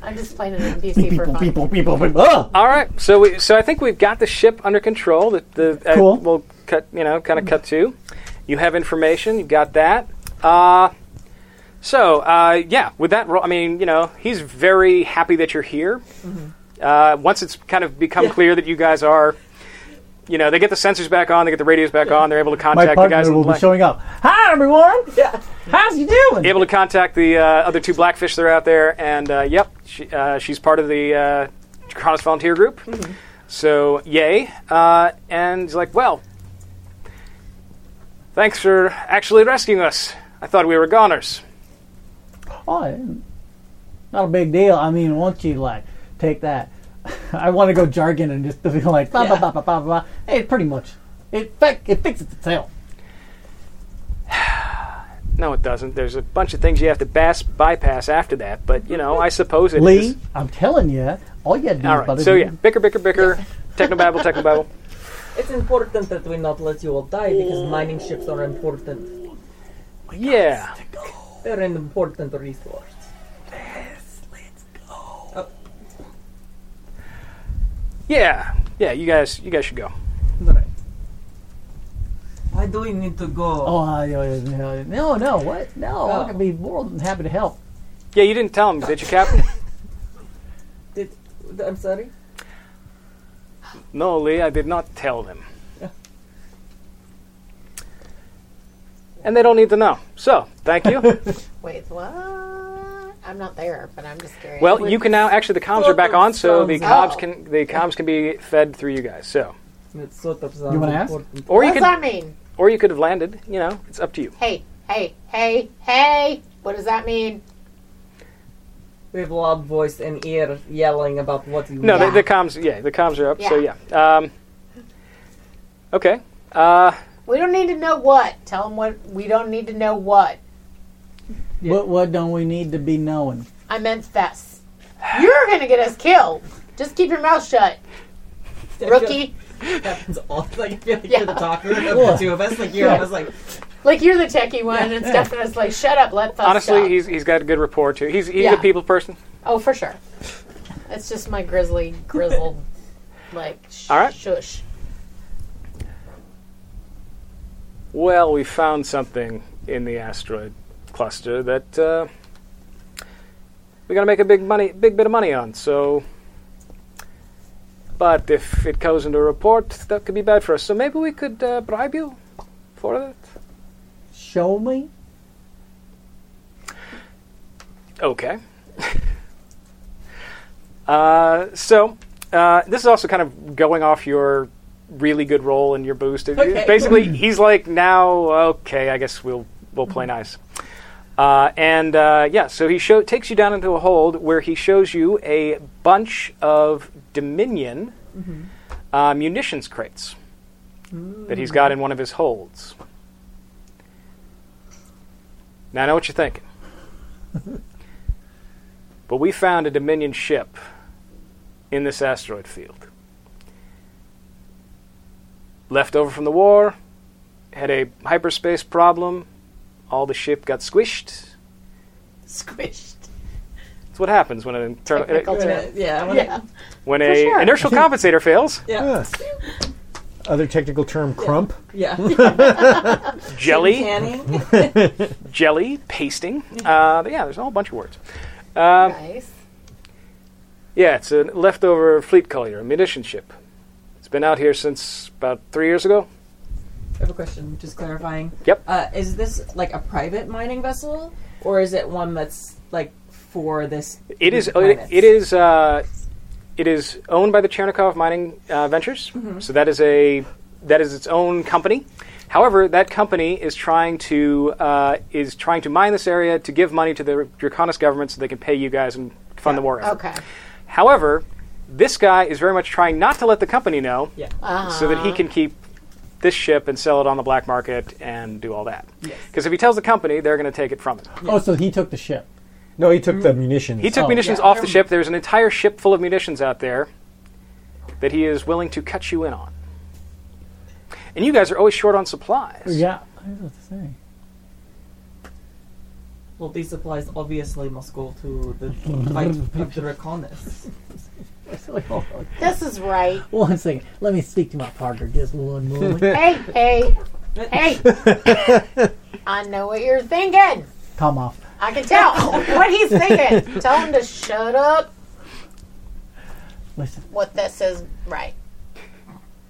Speaker 4: I'm just playing an NPC for
Speaker 8: People,
Speaker 4: fun.
Speaker 8: people, people, people. Oh,
Speaker 3: All right. So we so I think we've got the ship under control. The, the uh,
Speaker 8: Cool.
Speaker 3: We'll cut. You know, kind of cut to. You have information. You've got that. Uh, so uh, yeah, with that role, I mean, you know, he's very happy that you're here.
Speaker 8: Mm-hmm.
Speaker 3: Uh, once it's kind of become clear that you guys are. You know, they get the sensors back on, they get the radios back on, they're able to
Speaker 8: my
Speaker 3: contact the
Speaker 8: partner
Speaker 3: guys. in
Speaker 8: will be
Speaker 3: black-
Speaker 8: showing up. Hi, everyone.
Speaker 5: Yeah.
Speaker 8: How's you doing?
Speaker 3: able to contact the uh, other two blackfish that are out there, and uh, yep, she, uh, she's part of the uh, Draconis volunteer group. So yay! Uh, and he's like, well, thanks for actually rescuing us. I thought we were goners.
Speaker 8: Oh, not a big deal. I mean, once you like take that, I want to go jargon and just be like blah blah blah blah blah blah. Hey, pretty much it fi- it fixes itself.
Speaker 3: No, it doesn't. There's a bunch of things you have to bas- bypass after that, but you know, I suppose it is.
Speaker 8: Lee, I'm telling you, all you had to do
Speaker 3: All
Speaker 8: is bother
Speaker 3: right. So
Speaker 8: me.
Speaker 3: yeah, bicker, bicker, bicker. Technobabble, technobabble.
Speaker 5: It's important that we not let you all die because mining ships are important.
Speaker 3: Yeah.
Speaker 5: They're an important resource.
Speaker 3: Yeah. Yeah. You guys, you guys should go.
Speaker 5: Right. Why do we need to go?
Speaker 8: Oh, I- I- I- no, no, what? No,
Speaker 5: Oh.
Speaker 8: I'm gonna be more than happy to help.
Speaker 3: Yeah, you didn't tell him, did you, Captain?
Speaker 5: Did, I'm sorry.
Speaker 3: No, Lee, I did not tell them. And they don't need to know. So, thank you.
Speaker 4: Wait, what? I'm not there, but I'm just curious.
Speaker 3: well, you can now actually the comms are back on, so the
Speaker 4: Sounds-
Speaker 3: comms can the comms can be fed through you guys. So,
Speaker 5: It's sort of uh,
Speaker 3: You wanna ask?
Speaker 5: important.
Speaker 3: or you
Speaker 4: What
Speaker 3: could
Speaker 4: does that mean?
Speaker 3: or you could have landed. You know, it's up to you.
Speaker 4: Hey, hey, hey, hey! What does that mean?
Speaker 5: We have loud voice and ear yelling about what you.
Speaker 3: No,
Speaker 5: want.
Speaker 3: the, the comms. Yeah, the comms are up. So
Speaker 4: Yeah.
Speaker 3: yeah. Um, okay. Uh,
Speaker 4: We don't need to know what. Tell them what. We don't need to know what.
Speaker 8: What what don't we need to be knowing?
Speaker 4: I meant this. You're gonna get us killed. Just keep your mouth shut, rookie.
Speaker 5: happens all like I feel like
Speaker 4: Yeah.
Speaker 5: you're the talker of the two of us. Like you're
Speaker 4: Yeah.
Speaker 5: almost like
Speaker 4: Like you're the techie one, and Stefan is like, "Shut up, let us
Speaker 3: honestly,
Speaker 4: talk."
Speaker 3: he's he's got a good rapport too. He's he's
Speaker 4: Yeah.
Speaker 3: a people person.
Speaker 4: Oh, for sure. It's just my grizzly grizzled, like sh-
Speaker 3: All right.
Speaker 4: shush.
Speaker 3: Well, we found something in the asteroid cluster that uh, we're gonna make a big money, big bit of money on. So, but if it goes into a report, that could be bad for us. So maybe we could uh, bribe you for that.
Speaker 8: Show me.
Speaker 3: Okay. uh, so uh, this is also kind of going off your really good role and your boost.
Speaker 14: Okay.
Speaker 3: Basically, he's like now. Okay, I guess we'll we'll play nice. Uh, and uh, yeah, so he show, takes you down into a hold where he shows you a bunch of Dominion uh, munitions crates that he's got in one of his holds. Now I know what you're thinking. But we found a Dominion ship in this asteroid field. Left over from the war, had a hyperspace problem, all the ship got squished.
Speaker 4: Squished.
Speaker 3: That's what happens when an internal
Speaker 4: Technical term.
Speaker 5: Yeah,
Speaker 4: yeah.
Speaker 5: when it-
Speaker 3: when
Speaker 5: For
Speaker 3: a
Speaker 5: sure.
Speaker 3: inertial compensator fails.
Speaker 5: Yeah.
Speaker 6: Other technical term, crump.
Speaker 5: Yeah.
Speaker 3: Jelly,
Speaker 6: Canning.
Speaker 3: jelly, pasting. Uh, but yeah, there's a whole bunch of words. Um,
Speaker 4: nice.
Speaker 3: Yeah, it's a leftover fleet collier, a munition ship. It's been out here since about three years ago.
Speaker 5: I have a question, just clarifying.
Speaker 3: Yep.
Speaker 5: Uh, is this like a private mining vessel, or is it one that's like for this?
Speaker 3: It is.
Speaker 5: these
Speaker 3: It,
Speaker 5: planets?
Speaker 3: it is. Uh, it is owned by the Chernikov Mining uh, Ventures.
Speaker 5: Mhm.
Speaker 3: So that is a that is its own company. However, that company is trying to uh, is trying to mine this area to give money to the Draconis government so they can pay you guys and fund the war effort.
Speaker 4: Okay.
Speaker 3: However, this guy is very much trying not to let the company know, so that he
Speaker 4: Uh-huh.
Speaker 3: can keep this ship and sell it on the black market and do all that. Because if he tells the company, they're going to take it from him.
Speaker 8: Oh, so he took the ship.
Speaker 6: No, he took the munitions.
Speaker 3: He took
Speaker 8: Oh,
Speaker 3: munitions
Speaker 8: yeah.
Speaker 3: off the ship. There's an entire ship full of munitions out there that he is willing to cut you in on. And you guys are always short on supplies.
Speaker 8: Yeah, I was about to say.
Speaker 5: Well, these supplies obviously must go to the fight of the Draconis.
Speaker 4: This is right.
Speaker 8: One second. Let me speak to my partner just one moment.
Speaker 4: hey, hey, hey! I know what you're thinking.
Speaker 8: Come off.
Speaker 4: I can tell
Speaker 8: Oh,
Speaker 4: what he's thinking. Tell him to shut up.
Speaker 8: Listen,
Speaker 4: What this is right.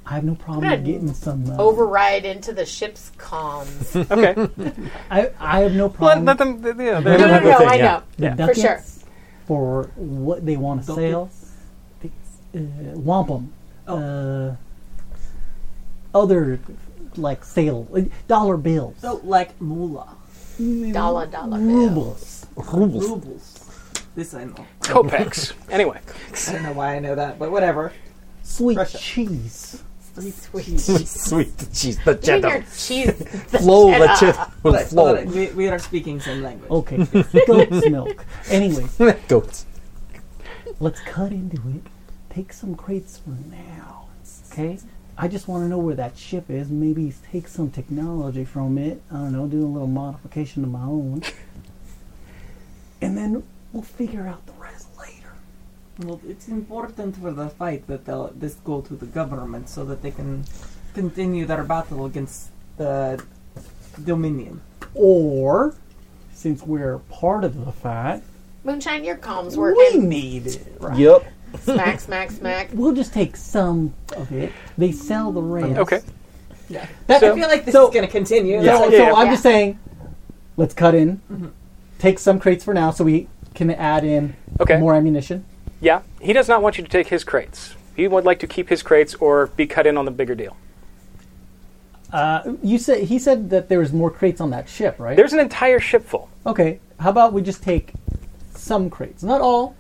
Speaker 8: I have no problem
Speaker 4: Good.
Speaker 8: getting some. Uh,
Speaker 4: Override into the ship's comms.
Speaker 3: Okay.
Speaker 8: I, I have no
Speaker 3: Let,
Speaker 8: problem.
Speaker 3: let them. th-
Speaker 8: No,
Speaker 3: Yeah, they're-
Speaker 4: No, no, no, I
Speaker 8: Yeah.
Speaker 4: know.
Speaker 8: The
Speaker 4: For sure.
Speaker 8: ducats For what they want to sell. Uh, wampum. Uh, other, like, sale. uh, Dollar bills.
Speaker 5: So, like moolah,
Speaker 4: Dollar, dollar bill.
Speaker 8: Rubles. Rubles.
Speaker 5: rubles. This I know.
Speaker 3: Copex. Anyway,
Speaker 5: I don't know why I know that, but whatever.
Speaker 8: Sweet
Speaker 5: Russia.
Speaker 8: cheese.
Speaker 4: Sweet.
Speaker 6: Sweet cheese, the
Speaker 4: Give me your
Speaker 6: cheddar.
Speaker 4: cheese.
Speaker 6: Flow the
Speaker 4: cheddar.
Speaker 6: cheddar. will
Speaker 5: But- but
Speaker 6: Flow.
Speaker 5: we, we are speaking same language.
Speaker 3: Oh.
Speaker 8: Okay. Goat's milk. Anyways,
Speaker 6: Goats.
Speaker 8: let's cut into it. Take some crates for now. Okay? I just want to know where that ship is. Maybe take some technology from it. I don't know, do a little modification to my own. And then we'll figure out the rest later.
Speaker 5: Well, it's important for the fight that they'll, this go to the government so that they can continue their battle against the Dominion.
Speaker 8: Or, since we're part of the fight,
Speaker 4: Moonshine, your comms
Speaker 8: we
Speaker 4: working.
Speaker 8: need it, right?
Speaker 6: Yep.
Speaker 4: Smack, smack, smack.
Speaker 8: We'll just take some of it. They sell the rest.
Speaker 3: Okay.
Speaker 8: That,
Speaker 5: I feel like this
Speaker 8: So-
Speaker 5: is going to continue.
Speaker 8: Yeah,
Speaker 5: Like,
Speaker 8: so I'm
Speaker 4: Yeah.
Speaker 8: just saying, let's cut in, take some crates for now, so we can add in
Speaker 3: Okay.
Speaker 8: more ammunition.
Speaker 3: Yeah, he does not want you to take his crates. He would like to keep his crates or be cut in on the bigger deal.
Speaker 8: Uh, you said he said that there was more crates on that ship, right?
Speaker 3: There's an entire ship full.
Speaker 8: okay. How about we just take some crates, not all,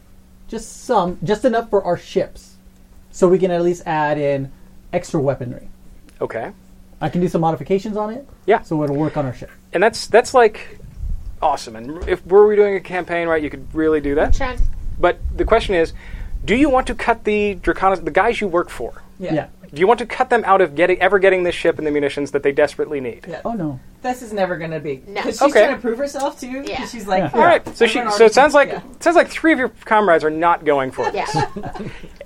Speaker 8: just some, just enough for our ships, so we can at least add in extra weaponry.
Speaker 3: Okay.
Speaker 8: I can do some modifications on it.
Speaker 3: Yeah.
Speaker 8: So it'll work on our ship.
Speaker 3: And that's that's like awesome. And if were we doing a campaign, right, you could really do that.
Speaker 4: Trent,
Speaker 3: But the question is, do you want to cut the Draconis, the guys you work for?
Speaker 8: Yeah.
Speaker 3: Do you want to cut them out of getting ever getting this ship and the munitions that they desperately need?
Speaker 8: Oh no.
Speaker 5: This is never going to be.
Speaker 4: No.
Speaker 5: 'Cause she's
Speaker 3: Okay.
Speaker 5: trying to prove herself too. 'cause
Speaker 4: Yeah.
Speaker 5: She's like,
Speaker 8: Yeah.
Speaker 3: All right. So she,
Speaker 5: Everyone
Speaker 3: so
Speaker 5: already-
Speaker 3: it sounds like
Speaker 5: yeah.
Speaker 3: it sounds like three of your comrades are not going for it.
Speaker 4: yeah.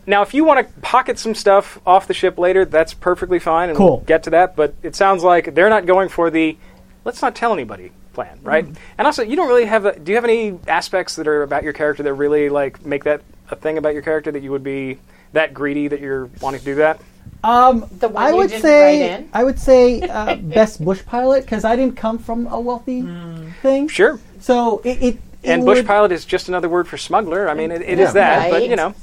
Speaker 3: Now, if you want to pocket some stuff off the ship later, that's perfectly fine, and
Speaker 8: Cool.
Speaker 3: we'll get to that. But it sounds like they're not going for the let's not tell anybody plan, right? And also, you don't really have. A, do you have any aspects that are about your character that really like make that a thing about your character that you would be that greedy that you're wanting to do that?
Speaker 8: Um,
Speaker 4: The one
Speaker 8: I
Speaker 4: you
Speaker 8: would
Speaker 4: didn't
Speaker 8: say
Speaker 4: write in?
Speaker 8: I would say uh, best bush pilot because I didn't come from a wealthy thing.
Speaker 3: Sure.
Speaker 8: So it. it it
Speaker 3: And
Speaker 8: would,
Speaker 3: bush pilot is just another word for smuggler. I mean, it, it is
Speaker 6: Yeah.
Speaker 3: that, but
Speaker 4: Right.
Speaker 3: you know,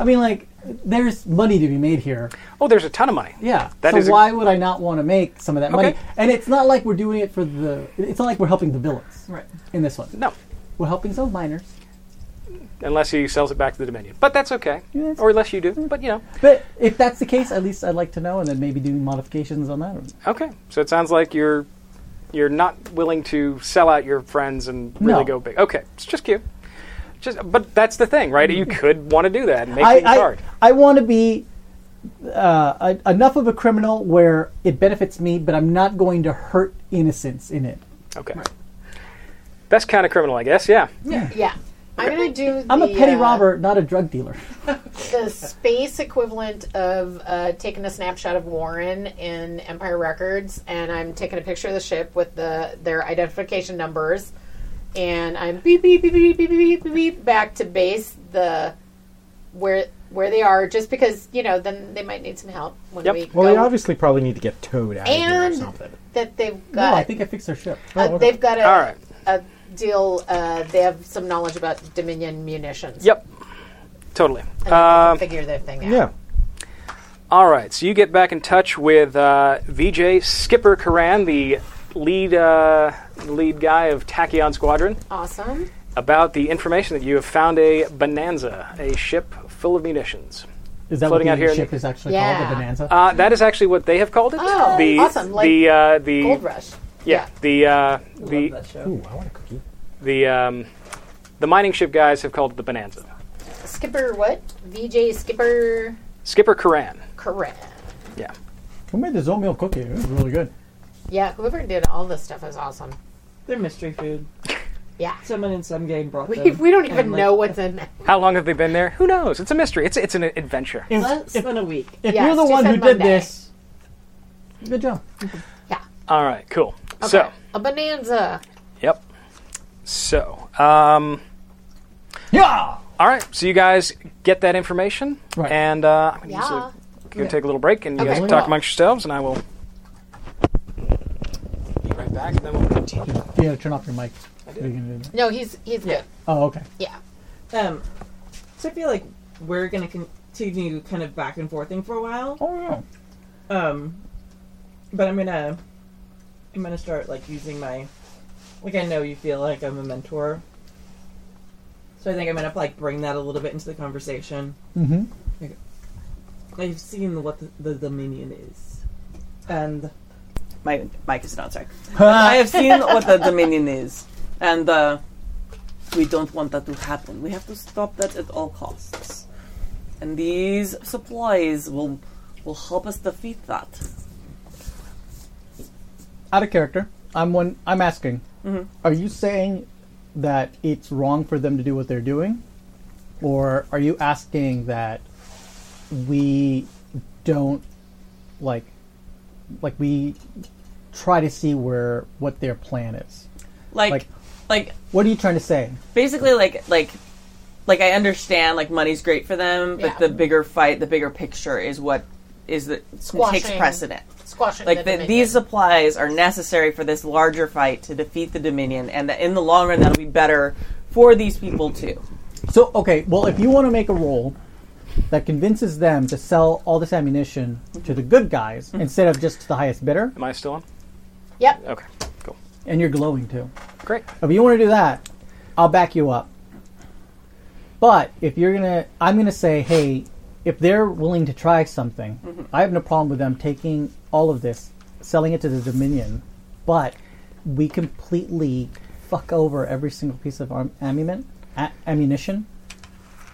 Speaker 8: I mean, like, there's money to be made here.
Speaker 3: oh, there's a ton of money.
Speaker 8: Yeah.
Speaker 3: That
Speaker 8: so
Speaker 3: is a-
Speaker 8: why would I not want to make some of that money?
Speaker 3: Okay.
Speaker 8: And it's not like we're doing it for the. It's not like we're helping the villains.
Speaker 5: Right.
Speaker 8: In this one,
Speaker 3: No,
Speaker 8: we're helping some miners.
Speaker 3: unless he sells it back to the Dominion, but that's okay,
Speaker 8: that's-
Speaker 3: or unless you do. But you know,
Speaker 8: But if that's the case, at least I'd like to know, and then maybe do modifications on that.
Speaker 3: Okay, so it sounds like you're you're not willing to sell out your friends and
Speaker 8: No.
Speaker 3: really go big. Okay, it's just cute. Just, but that's the thing, right? You could want to do that and make
Speaker 8: Mm. I
Speaker 3: things
Speaker 8: I,
Speaker 3: hard.
Speaker 8: I want to be uh, a, enough of a criminal where it benefits me, but I'm not going to hurt innocence in it.
Speaker 3: Okay, that's kind of criminal, I guess. Yeah.
Speaker 4: Yeah. I'm going to do
Speaker 8: I'm
Speaker 4: the,
Speaker 8: a petty
Speaker 4: uh,
Speaker 8: robber, not a drug dealer.
Speaker 4: the space equivalent of uh, taking a snapshot of Warren in Empire Records, and I'm taking a picture of the ship with the their identification numbers, and I'm beep beep beep beep beep beep beep, beep back to base the where where they are, just because you know then they might need some help when
Speaker 3: Yep.
Speaker 4: we
Speaker 6: Well,
Speaker 4: go
Speaker 6: they obviously probably need to get towed out of
Speaker 4: And-
Speaker 6: here or something.
Speaker 4: that they've
Speaker 8: no,
Speaker 4: got
Speaker 8: Oh, I think I fixed their ship. Oh,
Speaker 4: uh, they've got a,
Speaker 3: All right.
Speaker 4: a deal. Uh, they have some knowledge about Dominion munitions.
Speaker 3: Yep. Um, Totally.
Speaker 4: and uh, figure their thing out.
Speaker 6: Yeah.
Speaker 3: All right, so you get back in touch with uh, VJ Skipper Karan, the lead uh, lead guy of Tachyon Squadron.
Speaker 4: Awesome.
Speaker 3: about the information that you have found a bonanza, a ship full of munitions.
Speaker 8: Is that
Speaker 3: floating
Speaker 8: what
Speaker 3: out
Speaker 8: the
Speaker 3: here in
Speaker 8: ship
Speaker 3: the-
Speaker 8: is actually
Speaker 4: Yeah.
Speaker 8: called? The Bonanza?
Speaker 3: Uh, that is actually what they have called it.
Speaker 4: Oh,
Speaker 3: the,
Speaker 4: awesome, like
Speaker 3: the uh, the
Speaker 4: Gold Rush.
Speaker 3: yeah, the uh, the
Speaker 5: That show.
Speaker 6: Ooh, I want a cookie.
Speaker 3: the um, the mining ship guys have called it the bonanza.
Speaker 4: Skipper what? VJ Skipper
Speaker 3: Skipper Karan.
Speaker 4: Correct.
Speaker 3: Yeah.
Speaker 8: Who made this oatmeal cookie? It was really good.
Speaker 4: Yeah, whoever did all this stuff is awesome.
Speaker 5: They're mystery food.
Speaker 4: Yeah.
Speaker 5: Someone in some game brought
Speaker 4: We,
Speaker 5: them.
Speaker 4: we don't even
Speaker 5: And, like,
Speaker 4: know what's in that.
Speaker 3: How long have they been there? Who knows? It's a mystery. It's it's an adventure.
Speaker 8: If,
Speaker 5: Less
Speaker 8: if-
Speaker 5: than a week.
Speaker 8: if
Speaker 4: Yeah,
Speaker 8: you're the
Speaker 4: it's
Speaker 8: one
Speaker 4: just
Speaker 8: who
Speaker 4: on
Speaker 8: did
Speaker 4: Monday.
Speaker 8: this, good job.
Speaker 3: All right, cool. So,
Speaker 4: A bonanza.
Speaker 3: yep. So, um,
Speaker 8: Yeah.
Speaker 3: all right. So you guys get that information,
Speaker 8: Right.
Speaker 3: and uh, I'm gonna use
Speaker 4: Yeah.
Speaker 3: a- go take a little break, and you
Speaker 4: Okay.
Speaker 3: guys can talk amongst yourselves, and I will be right back. And then we'll continue.
Speaker 8: You gotta turn off your mic. Are you gonna do that?
Speaker 4: No, he's he's good.
Speaker 8: Oh, okay.
Speaker 4: Yeah.
Speaker 5: Um, so I feel like we're going to continue kind of back and forthing for a while.
Speaker 8: Oh no.
Speaker 5: Um, but I'm gonna, I'm gonna start like using my, like I know you feel like I'm a mentor, so I think I'm gonna like bring that a little bit into the conversation.
Speaker 8: Mm-hmm.
Speaker 5: I've seen what the, the Dominion is, and
Speaker 15: My mic is not sorry. I have seen what the Dominion is, and uh, we don't want that to happen. We have to stop that at all costs. And these supplies will will help us defeat that.
Speaker 8: out of character. I'm one. I'm asking.
Speaker 4: Mm-hmm.
Speaker 8: Are you saying that it's wrong for them to do what they're doing, or are you asking that we don't like, like we try to see where what their plan is?
Speaker 15: Like,
Speaker 8: Like-
Speaker 15: like
Speaker 8: What are you trying to say?
Speaker 15: basically like like
Speaker 5: like I understand like money's great for them, but
Speaker 4: Yeah.
Speaker 5: the bigger fight, the bigger picture is what is the takes
Speaker 4: Squashing-
Speaker 5: precedent.
Speaker 4: Squashing
Speaker 5: Like
Speaker 4: the
Speaker 5: the, these supplies are necessary for this larger fight to defeat the Dominion, and that in the long run that'll be better for these people too.
Speaker 8: So okay, well, if you want to make a roll that convinces them to sell all this ammunition to the good guys instead of just to the highest bidder,
Speaker 3: Am I still on?
Speaker 4: Yep.
Speaker 3: Okay, cool.
Speaker 8: and you're glowing too.
Speaker 3: Great.
Speaker 8: If you want to do that, I'll back you up. But if you're gonna, I'm gonna say, hey, if they're willing to try something, I have no problem with them taking all of this, selling it to the Dominion, but we completely fuck over every single piece of arm- ammunition, a- ammunition,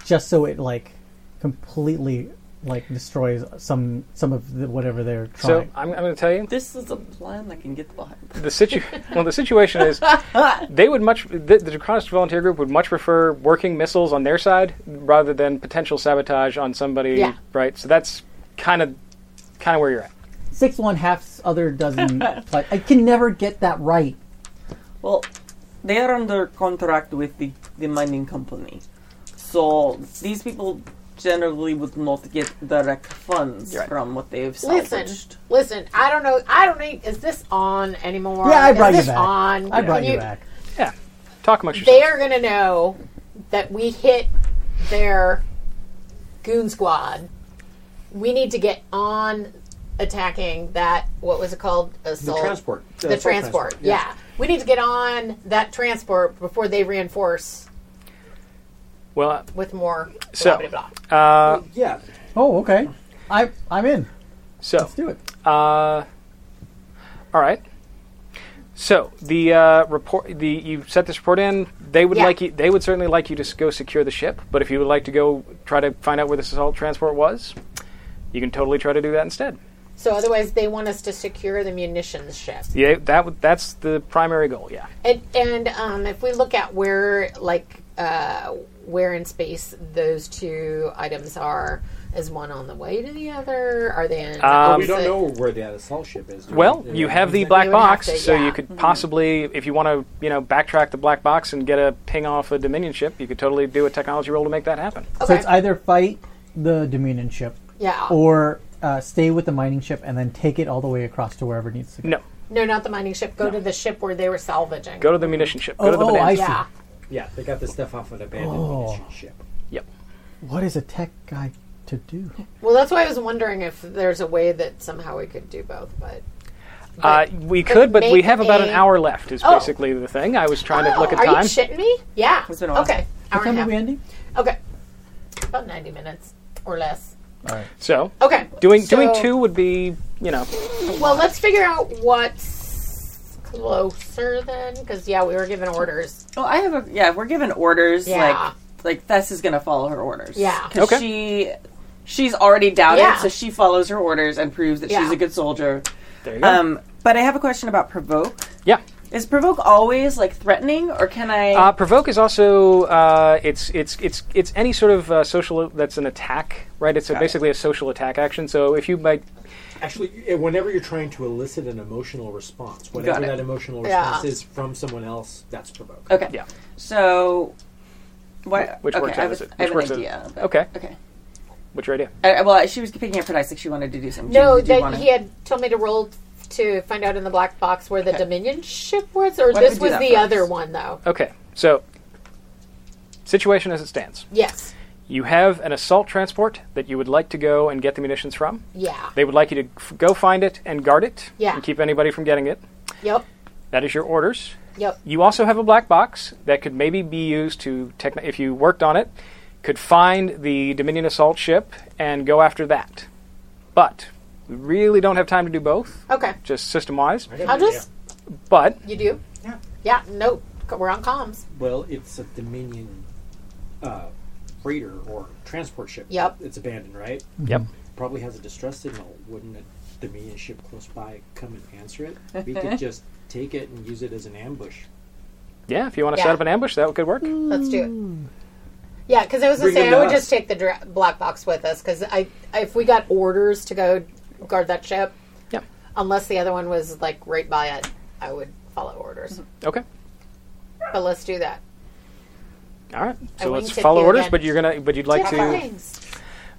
Speaker 8: just so it like completely like destroys some some of the, whatever they're
Speaker 3: So
Speaker 8: trying.
Speaker 3: I'm, I'm going to tell you
Speaker 5: This is a plan that can get behind.
Speaker 3: the situ. well, the situation is they would much the, the Draconis Volunteer Group would much prefer working missiles on their side rather than potential sabotage on somebody.
Speaker 4: Yeah.
Speaker 3: Right. So that's kind of kind of where you're at.
Speaker 8: Six one half's other dozen. like, I can never get that right.
Speaker 5: Well, they are under contract with the, the mining company. So these people generally would not get direct funds from what they've
Speaker 4: Listen,
Speaker 5: salvaged.
Speaker 4: listen. I don't know. I don't think is this on anymore.
Speaker 8: Yeah, I brought
Speaker 4: is
Speaker 8: you
Speaker 4: this
Speaker 8: back.
Speaker 4: On.
Speaker 8: I brought
Speaker 4: Can
Speaker 8: you back.
Speaker 3: Yeah. Talk amongst yourselves.
Speaker 4: They are going to know that we hit their goon squad. We need to get on attacking that. What was it called? Assault.
Speaker 6: transport.
Speaker 4: The,
Speaker 6: Assault
Speaker 4: transport.
Speaker 6: transport,
Speaker 4: Yeah. We need to get on that transport before they reinforce
Speaker 3: Well,
Speaker 4: with more.
Speaker 3: So-
Speaker 4: blah, blah, blah.
Speaker 3: uh,
Speaker 6: Yeah.
Speaker 8: Oh, okay. I I'm in.
Speaker 3: so
Speaker 8: Let's do it.
Speaker 3: Uh, all right. So the uh, report, the you set this report in. They would
Speaker 4: Yeah.
Speaker 3: like you. They would certainly like you to s- go secure the ship. But if you would like to go try to find out where this assault transport was, you can totally try to do that instead.
Speaker 4: So otherwise, they want us to secure the munitions ship.
Speaker 3: Yeah, that would- that's the primary goal. Yeah.
Speaker 4: And, and um, if we look at where, like, uh, where in space those two items are, is one on the way to the other? Are they in?
Speaker 3: Um,
Speaker 6: we don't know where the assault ship is. do we?
Speaker 3: Well,
Speaker 6: Yeah,
Speaker 3: you have the
Speaker 6: exactly.
Speaker 3: black
Speaker 4: You would have
Speaker 3: box,
Speaker 4: to-
Speaker 3: so
Speaker 4: yeah. Mm-hmm.
Speaker 3: you could possibly, if you want to, you know, backtrack the black box and get a ping off a Dominion ship, you could totally do a technology roll to make that happen.
Speaker 4: Okay.
Speaker 8: So it's either fight the Dominion ship
Speaker 4: yeah.
Speaker 8: or uh, stay with the mining ship and then take it all the way across to wherever it needs to go.
Speaker 3: No,
Speaker 4: no, not the mining ship. Go to the ship where they were salvaging.
Speaker 3: go to the munition ship. Go
Speaker 8: Oh,
Speaker 3: to the
Speaker 8: oh,
Speaker 3: bonanza.
Speaker 8: I see.
Speaker 4: yeah.
Speaker 6: Yeah, they got the stuff off an abandoned
Speaker 8: Oh.
Speaker 6: munition ship.
Speaker 3: Yep.
Speaker 8: What is a tech guy to do?
Speaker 4: Well, that's why I was wondering if there's a way that somehow we could do both. But
Speaker 3: Uh, we could, but we
Speaker 4: make
Speaker 3: have about an
Speaker 4: a-
Speaker 3: hour left. Is
Speaker 4: Oh.
Speaker 3: basically the thing. I was trying to look
Speaker 4: are
Speaker 3: at time.
Speaker 4: you shitting me? Yeah.
Speaker 5: It's been a while.
Speaker 4: Okay.
Speaker 8: What
Speaker 4: Hour and
Speaker 8: time
Speaker 4: a
Speaker 8: are we
Speaker 4: half.
Speaker 8: ending?
Speaker 4: Okay. About ninety minutes or less.
Speaker 3: so
Speaker 4: Okay.
Speaker 3: doing
Speaker 4: Oh, so-
Speaker 3: doing two would be you know
Speaker 4: Well, let's figure out what's closer then, because yeah, we were given orders.
Speaker 5: Oh, I have a yeah. We're given orders
Speaker 4: Yeah.
Speaker 5: like like Thess is gonna follow her orders.
Speaker 4: Yeah.
Speaker 5: because
Speaker 3: Okay.
Speaker 5: she she's already doubted,
Speaker 4: Yeah.
Speaker 5: so she follows her orders and proves that she's
Speaker 4: Yeah.
Speaker 5: a good soldier.
Speaker 3: there you go.
Speaker 5: Um, but I have a question about provoke.
Speaker 3: yeah.
Speaker 5: Is provoke always like threatening, or can I?
Speaker 3: Uh, provoke is also uh, it's it's it's it's any sort of uh, social that's an attack, right? It's a, basically a social attack action. So if you might,
Speaker 6: Actually, y- whenever you're trying to elicit an emotional response,
Speaker 5: Got
Speaker 6: whatever
Speaker 5: it.
Speaker 6: that emotional
Speaker 4: Yeah.
Speaker 6: response is from someone else, that's provoke.
Speaker 5: okay,
Speaker 3: yeah,
Speaker 5: So, what?
Speaker 3: Which
Speaker 5: okay,
Speaker 3: works
Speaker 5: I
Speaker 3: out,
Speaker 5: was-
Speaker 3: is it?
Speaker 5: I
Speaker 3: Which
Speaker 5: have
Speaker 3: works
Speaker 5: an
Speaker 3: out.
Speaker 5: idea. but-
Speaker 3: Okay.
Speaker 5: Okay.
Speaker 3: what's your idea?
Speaker 5: I, I- well, she was picking up her dice like she wanted to do something.
Speaker 4: No,
Speaker 5: Did you
Speaker 4: that
Speaker 5: wanna-
Speaker 4: he had told me to roll to find out in the black box where the
Speaker 5: Okay.
Speaker 4: Dominion ship was, or
Speaker 5: Why don't we
Speaker 4: this
Speaker 5: do
Speaker 4: was
Speaker 5: that
Speaker 4: the
Speaker 5: first?
Speaker 4: other one though.
Speaker 3: Okay, so situation as it stands,
Speaker 4: Yes.
Speaker 3: you have an assault transport that you would like to go and get the munitions from.
Speaker 4: Yeah.
Speaker 3: They would like you to f- go find it and guard it
Speaker 4: Yeah.
Speaker 3: and keep anybody from getting it.
Speaker 4: Yep.
Speaker 3: That is your orders.
Speaker 4: Yep.
Speaker 3: You also have a black box that could maybe be used to, techn- if you worked on it, could find the Dominion assault ship and go after that. But we really don't have time to do both,
Speaker 4: Okay.
Speaker 3: just system wise.
Speaker 4: I'll just.
Speaker 3: But
Speaker 4: You do.
Speaker 6: Yeah.
Speaker 4: Yeah. No. c- We're on comms.
Speaker 6: Well, it's a Dominion uh, freighter or transport ship.
Speaker 4: Yep.
Speaker 6: It's abandoned, right?
Speaker 3: yep,
Speaker 6: Probably has a distress signal. Wouldn't a Dominion ship close by come and answer it? We could just take it and use it as an ambush.
Speaker 3: yeah. If you want to
Speaker 4: Yeah. Mm.
Speaker 3: set up an ambush, that could work.
Speaker 4: Let's do it.
Speaker 5: Hmm.
Speaker 4: Yeah, because I was gonna
Speaker 6: Bring
Speaker 4: say
Speaker 6: them
Speaker 4: I would
Speaker 6: to
Speaker 4: just
Speaker 6: us.
Speaker 4: take the dra- black box with us because I if we got orders to go guard that ship,
Speaker 3: Yeah.
Speaker 4: unless the other one was like right by
Speaker 3: Mm-hmm.
Speaker 4: it, I would follow orders.
Speaker 3: Okay.
Speaker 4: But let's do that.
Speaker 3: All right.
Speaker 9: I
Speaker 3: So
Speaker 9: wouldn't
Speaker 3: let's
Speaker 9: tip
Speaker 3: follow
Speaker 9: you
Speaker 3: orders,
Speaker 9: again.
Speaker 3: but you're gonna, but you'd like
Speaker 9: Tip
Speaker 3: to,
Speaker 9: things.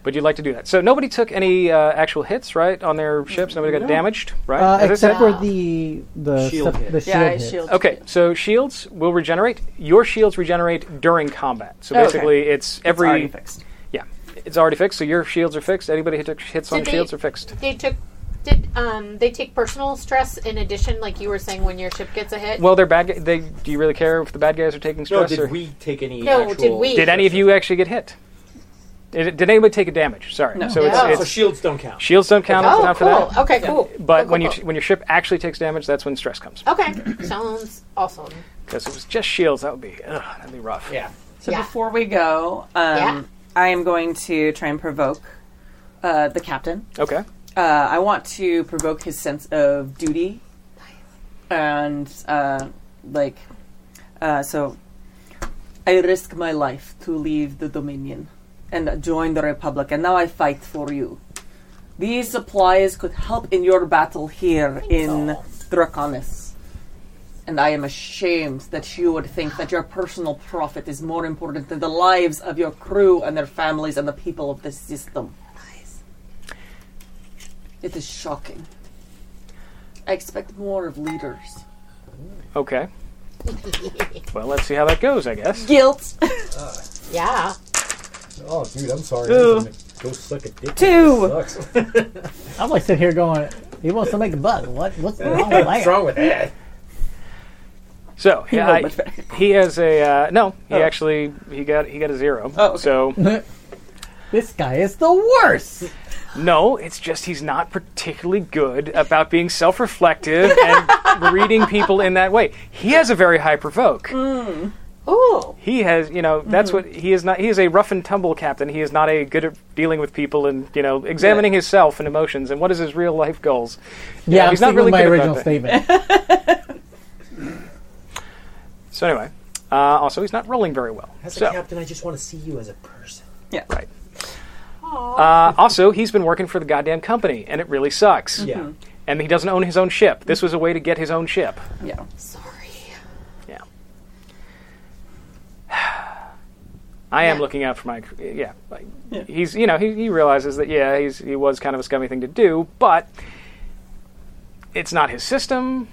Speaker 3: but you'd like to do that. So nobody took any uh, actual hits, right, on their ships. Nobody got
Speaker 8: No.
Speaker 3: damaged, right?
Speaker 8: Uh,
Speaker 3: As I
Speaker 8: except
Speaker 3: said-
Speaker 8: for the the
Speaker 3: Shield
Speaker 8: sep-
Speaker 3: hit.
Speaker 8: the shield hit.
Speaker 3: Okay, so shields will regenerate. Your shields regenerate during combat. So
Speaker 8: Oh, okay.
Speaker 3: basically, it's
Speaker 8: It's
Speaker 3: every.
Speaker 8: already fixed.
Speaker 3: Yeah, it's already fixed. So your shields are fixed. Anybody who took hits on
Speaker 9: Did they-
Speaker 3: shields are fixed.
Speaker 9: They took. Did um, they take personal stress in addition, like you were saying, when your ship gets a hit?
Speaker 3: Well, they're bad. Guy- they do you really care if the bad guys are taking
Speaker 9: No,
Speaker 3: stress?
Speaker 9: did
Speaker 3: or-
Speaker 9: we take any No, did actual- we?
Speaker 3: Did any of you actually get hit? Did, did anybody take a damage? Sorry.
Speaker 9: No.
Speaker 3: So
Speaker 9: No.
Speaker 3: it's,
Speaker 9: So
Speaker 3: it's
Speaker 16: shields don't count.
Speaker 3: Shields don't count.
Speaker 9: Oh,
Speaker 3: not for
Speaker 9: cool.
Speaker 3: that.
Speaker 9: Okay, cool.
Speaker 3: But
Speaker 9: Cool,
Speaker 3: when
Speaker 9: cool, Oh.
Speaker 3: you when your ship actually takes damage, that's when stress comes.
Speaker 9: Okay, sounds awesome.
Speaker 3: Because if it was just shields, that would be ugh, that'd be rough. Yeah.
Speaker 5: So before we go, um,
Speaker 3: Yeah.
Speaker 5: I am going to try and provoke uh, the captain.
Speaker 3: Okay.
Speaker 5: Uh, I want to provoke his sense of duty, and uh, like, uh, so I risk my life to leave the Dominion and join the Republic, and now I fight for you. These supplies could help in your battle here in Draconis. And I am ashamed that you would think that your personal profit is more important than the lives of your crew and their families and the people of this system. It is shocking. I expect more of leaders.
Speaker 3: Okay. well, let's see how that goes. I guess.
Speaker 5: Guilt.
Speaker 9: yeah.
Speaker 17: Oh, dude, I'm sorry.
Speaker 8: Two.
Speaker 17: I'm gonna Go suck a dick.
Speaker 8: Two.
Speaker 17: That sucks.
Speaker 8: I'm like sitting here going, he wants to make a buck. What? What's wrong with that?
Speaker 3: So
Speaker 8: He
Speaker 3: yeah,
Speaker 8: rolled
Speaker 3: I-
Speaker 8: much
Speaker 3: he has a uh, no. He
Speaker 8: Oh.
Speaker 3: actually he got he got a zero. Oh, so
Speaker 8: This guy is the worst.
Speaker 3: no, it's just he's not particularly good about being self-reflective and reading people in that way. He has a very high provoke.
Speaker 5: Mm.
Speaker 9: Ooh.
Speaker 3: He has, you know, that's
Speaker 16: Mm-hmm.
Speaker 3: what he is not. He is a rough and tumble captain. He is not a good at dealing with people and you know examining himself and emotions and what is his real life goals. You
Speaker 8: Yeah,
Speaker 3: know,
Speaker 8: I'm
Speaker 3: he's not
Speaker 8: sticking with
Speaker 3: really
Speaker 8: my
Speaker 3: good
Speaker 8: original
Speaker 3: about that.
Speaker 8: statement.
Speaker 3: So anyway, uh, also he's not rolling very well.
Speaker 16: As
Speaker 3: so
Speaker 16: a captain, I just want to see you as a person.
Speaker 5: Yeah.
Speaker 3: Right. Uh, also, he's been working for the goddamn company, and it really sucks.
Speaker 16: Yeah. Mhm.
Speaker 3: And he doesn't own his own ship. This was a way to get his own ship.
Speaker 5: Yeah.
Speaker 9: Sorry.
Speaker 3: Yeah. I am looking out for my. Yeah. like, He's, you know, he, he realizes that, yeah, he's, he was kind of a scummy thing to do, but it's not his system.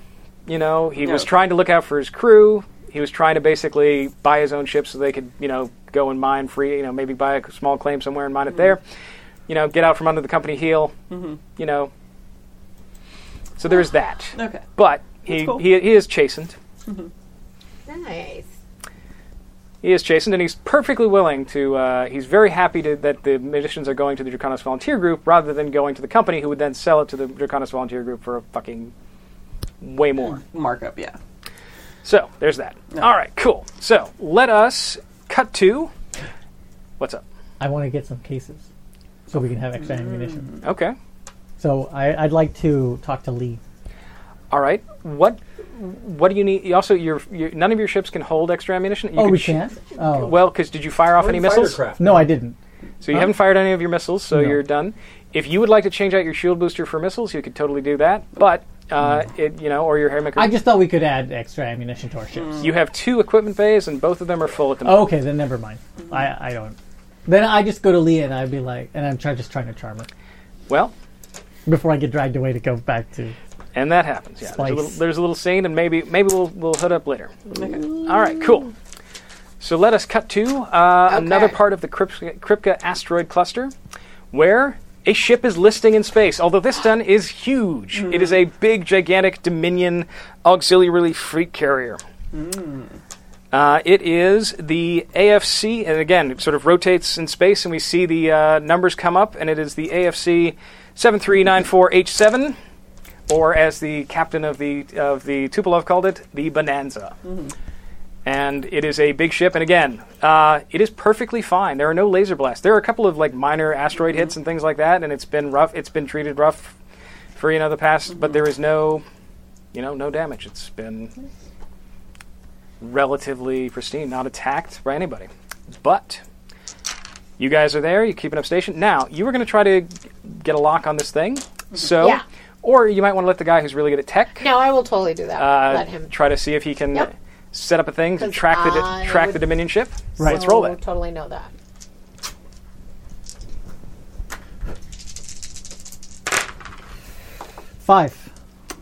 Speaker 3: You know, he was
Speaker 16: No.
Speaker 3: trying to look out for his crew. He was trying to basically buy his own ship so they could, you know, go and mine free, you know, maybe buy a small claim somewhere and mine it there. You know, get out from under the company heel,
Speaker 5: Mhm.
Speaker 3: you know. So there's that.
Speaker 5: Okay.
Speaker 3: But
Speaker 5: That's
Speaker 3: he,
Speaker 5: cool.
Speaker 3: he, he is chastened.
Speaker 9: Nice.
Speaker 3: He is chastened, and he's perfectly willing to. Uh, he's very happy to, that the munitions are going to the Draconis Volunteer Group rather than going to the company, who would then sell it to the Draconis Volunteer Group for a fucking way more
Speaker 5: markup. Yeah.
Speaker 3: So there's that. All right, cool. So let us cut to. What's up?
Speaker 8: I want to get some cases so we can have
Speaker 4: Mm.
Speaker 8: extra ammunition.
Speaker 3: Okay.
Speaker 8: So I, I'd like to talk to Lee.
Speaker 3: All right. What? What do you need? you Also, your, your none of your ships can hold extra ammunition. You
Speaker 8: Oh, we
Speaker 3: sh-
Speaker 8: can't? Oh.
Speaker 3: Well, because did you fire off
Speaker 8: We're
Speaker 3: any
Speaker 8: in
Speaker 3: missiles?
Speaker 8: fighter craft. No, I didn't.
Speaker 3: So you
Speaker 8: Huh?
Speaker 3: haven't fired any of your missiles, so
Speaker 8: No.
Speaker 3: you're done. If you would like to change out your shield booster for missiles, you could totally do that. But uh, it, you know, or your haymaker.
Speaker 8: Hmm. I just thought we could add extra ammunition to our ships.
Speaker 3: you have two equipment bays, and both of them are full at the moment.
Speaker 8: Okay, then never mind. I, I don't. Then I just go to Lee and I'd be like, and I'm try, just trying to charm her
Speaker 3: Well,
Speaker 8: before I get dragged away to go back to.
Speaker 3: and that happens. Yeah, there's
Speaker 8: Spice.
Speaker 3: a, little, there's a little scene, and maybe maybe we'll we'll hood up later. All right, cool. So let us cut to uh, another part of the Kripka, Kripka asteroid cluster, where a ship is listing in space. Although this done is huge, It is a big, gigantic Dominion auxiliary freight carrier. Uh, it is the AFC, and again, it sort of rotates in space, and we see the uh, numbers come up, and it is the AFC 7394H7, or as the captain of the of the Tupolev called it, the Bonanza. And it is a big ship, and again, uh, it is perfectly fine. There are no laser blasts. There are a couple of like minor asteroid hits and things like that, and it's been rough. It's been treated rough for you know the past, but there is no, you know, no damage. It's been relatively pristine, not attacked by anybody. But you guys are there. You're keeping up station. Now you were going to try to get a lock on this thing, so
Speaker 9: Yeah.
Speaker 3: or you might want to let the guy who's really good at tech
Speaker 9: No, I will totally do that.
Speaker 3: uh,
Speaker 9: Let him.
Speaker 3: try to see if he can.
Speaker 9: Yep.
Speaker 3: set up a thing to
Speaker 9: 'Cause
Speaker 3: track the
Speaker 9: I
Speaker 3: di- track
Speaker 9: would
Speaker 3: the Dominion ship.
Speaker 9: Right.
Speaker 3: Let's roll
Speaker 9: so
Speaker 3: it.
Speaker 9: Totally know that.
Speaker 8: Five.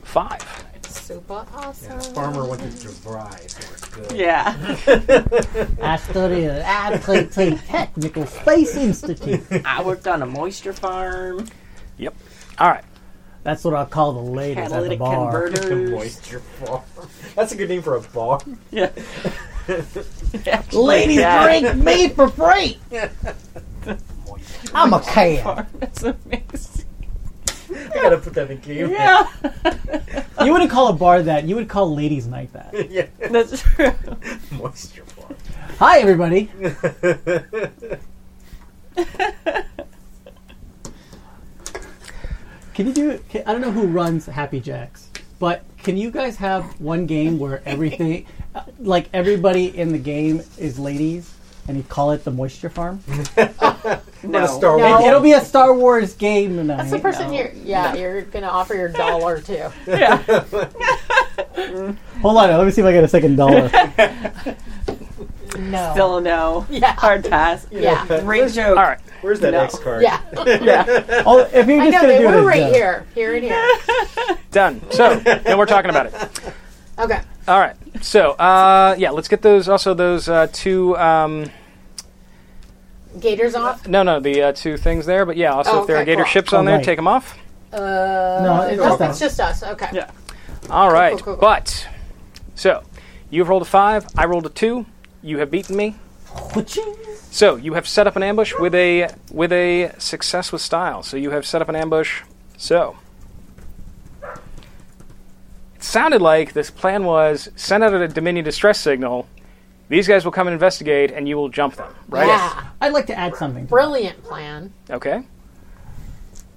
Speaker 3: Five.
Speaker 9: Super awesome.
Speaker 18: Farmer went to Devry.
Speaker 8: I studied at ITT Technical Space Institute.
Speaker 19: I worked on a moisture farm.
Speaker 3: Yep. All right.
Speaker 8: That's what I call the ladies at the
Speaker 19: Catalytic
Speaker 8: bar.
Speaker 19: converters.
Speaker 17: Moisture farm. That's a good name for a bar.
Speaker 19: Yeah.
Speaker 8: Ladies
Speaker 17: Yeah.
Speaker 8: drink me for free. I'm a cat.
Speaker 5: That's amazing.
Speaker 17: I gotta put that in game.
Speaker 5: Yeah.
Speaker 8: You wouldn't call a bar that. You would call ladies' night that.
Speaker 17: yeah.
Speaker 5: That's true.
Speaker 17: Moisture farm.
Speaker 8: Hi, everybody. Can you do? Can, I don't know who runs Happy Jacks, but can you guys have one game where everything, uh, like everybody in the game, is ladies, and you call it the Moisture Farm?
Speaker 17: No. Star
Speaker 8: It-
Speaker 17: Wars.
Speaker 8: It'll be a Star Wars game tonight.
Speaker 9: That's the person you're. Yeah, you're gonna offer your dollar to.
Speaker 8: Hold on, let me see if I get a second dollar.
Speaker 9: No.
Speaker 5: Still no.
Speaker 9: Yeah.
Speaker 5: Hard pass.
Speaker 9: Yeah.
Speaker 5: Great joke. All
Speaker 3: right.
Speaker 17: Where's that
Speaker 5: No.
Speaker 17: X card?
Speaker 9: Yeah.
Speaker 3: Yeah.
Speaker 8: Oh, if
Speaker 9: I know they were right here, here and here.
Speaker 3: Done. So then we're talking about it.
Speaker 9: Okay.
Speaker 3: All right. So uh, yeah, let's get those. Also those uh, two. Um,
Speaker 9: Gators off.
Speaker 3: no, no, the uh, two things there. But yeah, also
Speaker 9: Oh,
Speaker 3: if there are
Speaker 9: okay,
Speaker 3: gator
Speaker 9: cool.
Speaker 3: ships on
Speaker 9: Oh,
Speaker 3: there,
Speaker 9: right.
Speaker 3: take them off.
Speaker 9: Uh,
Speaker 8: No, it's
Speaker 9: oh,
Speaker 8: just us.
Speaker 9: it's just us. Okay. Yeah.
Speaker 3: All right,
Speaker 9: cool, cool.
Speaker 3: but so you've rolled a five. I rolled a two. You have beaten me. So you have set up an ambush with a with a success with style. So you have set up an ambush. So it sounded like this plan was send out a Dominion distress signal. These guys will come and investigate, and you will jump them. Right?
Speaker 9: Yeah.
Speaker 8: I'd like to add something.
Speaker 9: Brilliant plan.
Speaker 3: Okay.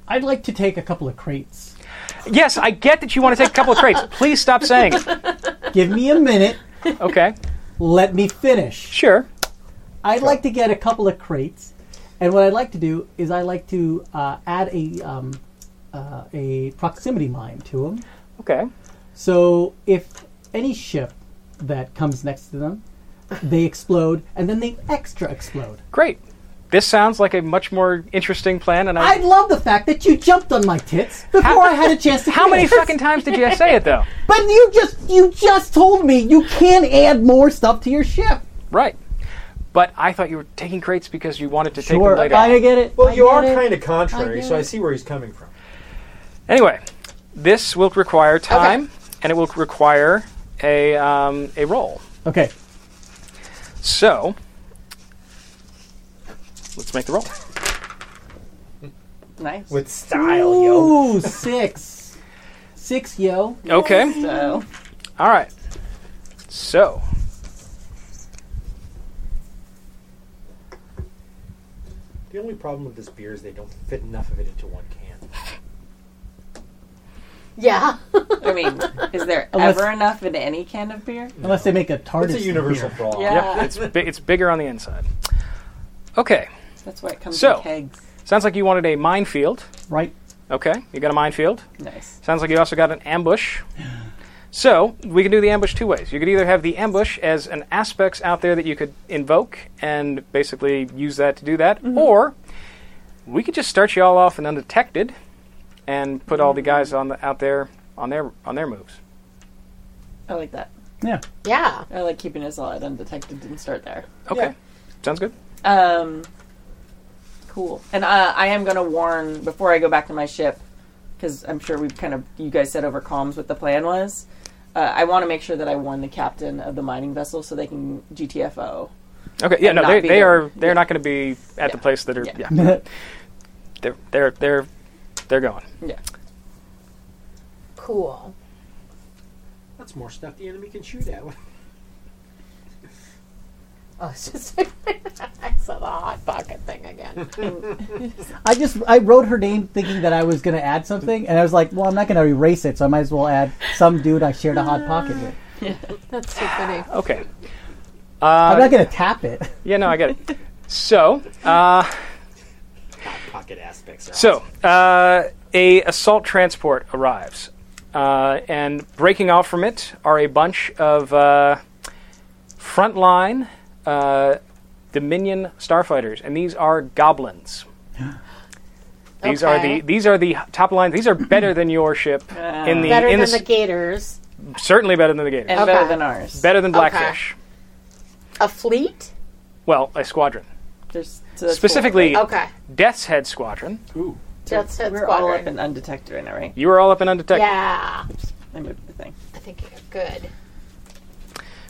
Speaker 8: I'd like to take a couple of crates.
Speaker 3: Yes, I get that you want to take a couple of crates. Please stop saying it.
Speaker 8: Give me a minute.
Speaker 3: Okay.
Speaker 8: Let me finish.
Speaker 3: Sure.
Speaker 8: I'd like to get a couple of crates, and what I'd like to do is I like to uh, add a um, uh, a proximity mine to them.
Speaker 3: Okay.
Speaker 8: So if any ship that comes next to them, they explode, and then they extra explode.
Speaker 3: Great. This sounds like a much more interesting plan, and I
Speaker 8: I love the fact that you jumped on my tits before I had a chance to.
Speaker 3: How many
Speaker 8: finish.
Speaker 3: fucking times did you say it though?
Speaker 8: But you just you just told me you can add more stuff to your ship.
Speaker 3: Right. But I thought you were taking crates because you wanted to take
Speaker 8: Sure,
Speaker 3: them later.
Speaker 8: I get it.
Speaker 17: Well,
Speaker 8: I
Speaker 17: you
Speaker 8: get
Speaker 17: are
Speaker 8: it.
Speaker 17: kind of
Speaker 8: I
Speaker 17: contrary,
Speaker 8: get
Speaker 17: so I
Speaker 8: it.
Speaker 17: see where he's coming from.
Speaker 3: Anyway, this will require time, and it will require a um, a roll.
Speaker 8: Okay.
Speaker 3: So let's make the roll.
Speaker 5: Nice.
Speaker 17: With style,
Speaker 8: Ooh, six. Six, yo.
Speaker 3: Okay.
Speaker 5: So.
Speaker 3: All right. So.
Speaker 17: The only problem with this beer is they don't fit enough of it into one can.
Speaker 9: Yeah.
Speaker 5: I mean, is there
Speaker 8: Unless-
Speaker 5: ever enough in any can of beer?
Speaker 8: Unless they make a TARDIS.
Speaker 17: It's a universal
Speaker 8: beer.
Speaker 17: flaw.
Speaker 5: Yeah.
Speaker 3: Yep. It's bi- it's bigger on the inside. Okay.
Speaker 5: That's why it comes
Speaker 3: So.
Speaker 5: in kegs.
Speaker 3: Sounds like you wanted a minefield.
Speaker 8: Right.
Speaker 3: Okay. You got a minefield.
Speaker 5: Nice.
Speaker 3: Sounds like you also got an ambush. So we can do the ambush two ways. You could either have the ambush as an aspects out there that you could invoke and basically use that to do that,
Speaker 5: Mm-hmm.
Speaker 3: or we could just start you all off and undetected, and put all the guys on the, out there on their on their moves.
Speaker 5: I like that.
Speaker 8: Yeah.
Speaker 9: Yeah.
Speaker 5: I like keeping us all at undetected and start there.
Speaker 3: Okay, sounds good.
Speaker 5: Um, cool. And uh, I am going to warn before I go back to my ship, because I'm sure we've kind of, you guys said over comms what the plan was. Uh, I want to make sure that I warn the captain of the mining vessel so they can GTFO.
Speaker 3: Okay, yeah,
Speaker 5: And
Speaker 3: no,
Speaker 5: not
Speaker 3: they,
Speaker 5: be
Speaker 3: they
Speaker 5: there.
Speaker 3: are they're not going to be at the place that are yeah, they're they're they're they're going.
Speaker 5: Yeah.
Speaker 9: Cool.
Speaker 16: That's more stuff the enemy can shoot at.
Speaker 9: Oh, it's just I saw the hot pocket thing again.
Speaker 8: I just I wrote her name thinking that I was going to add something, and I was like, well, I'm not going to erase it, so I might as well add some dude I shared a hot pocket with.
Speaker 9: That's so funny.
Speaker 3: Okay, uh,
Speaker 8: I'm not going to tap it.
Speaker 3: Yeah, no, I get it. So, uh,
Speaker 16: Pocket aspects are.
Speaker 3: so uh, a assault transport arrives, uh, and breaking off from it are a bunch of uh, frontline uh, Dominion starfighters, and these are goblins. These are
Speaker 4: Okay. Uh,
Speaker 3: the these are the top lines. These are better than your ship in the
Speaker 4: better
Speaker 3: in
Speaker 4: than
Speaker 3: the,
Speaker 4: the Gators
Speaker 3: s- certainly better than the Gators
Speaker 4: And Okay. better than ours.
Speaker 3: Better than
Speaker 4: Okay.
Speaker 3: Blackfish.
Speaker 4: a fleet.
Speaker 3: Well, a squadron.
Speaker 5: There's
Speaker 3: Specifically,
Speaker 4: Okay.
Speaker 3: Death's Head Squadron. Ooh.
Speaker 4: Death's Head
Speaker 5: Oh, We're all
Speaker 4: Squadron.
Speaker 5: up in undetected right now, right?
Speaker 3: You were all up in undetected.
Speaker 4: Yeah,
Speaker 5: I moved the thing.
Speaker 4: I think you're good.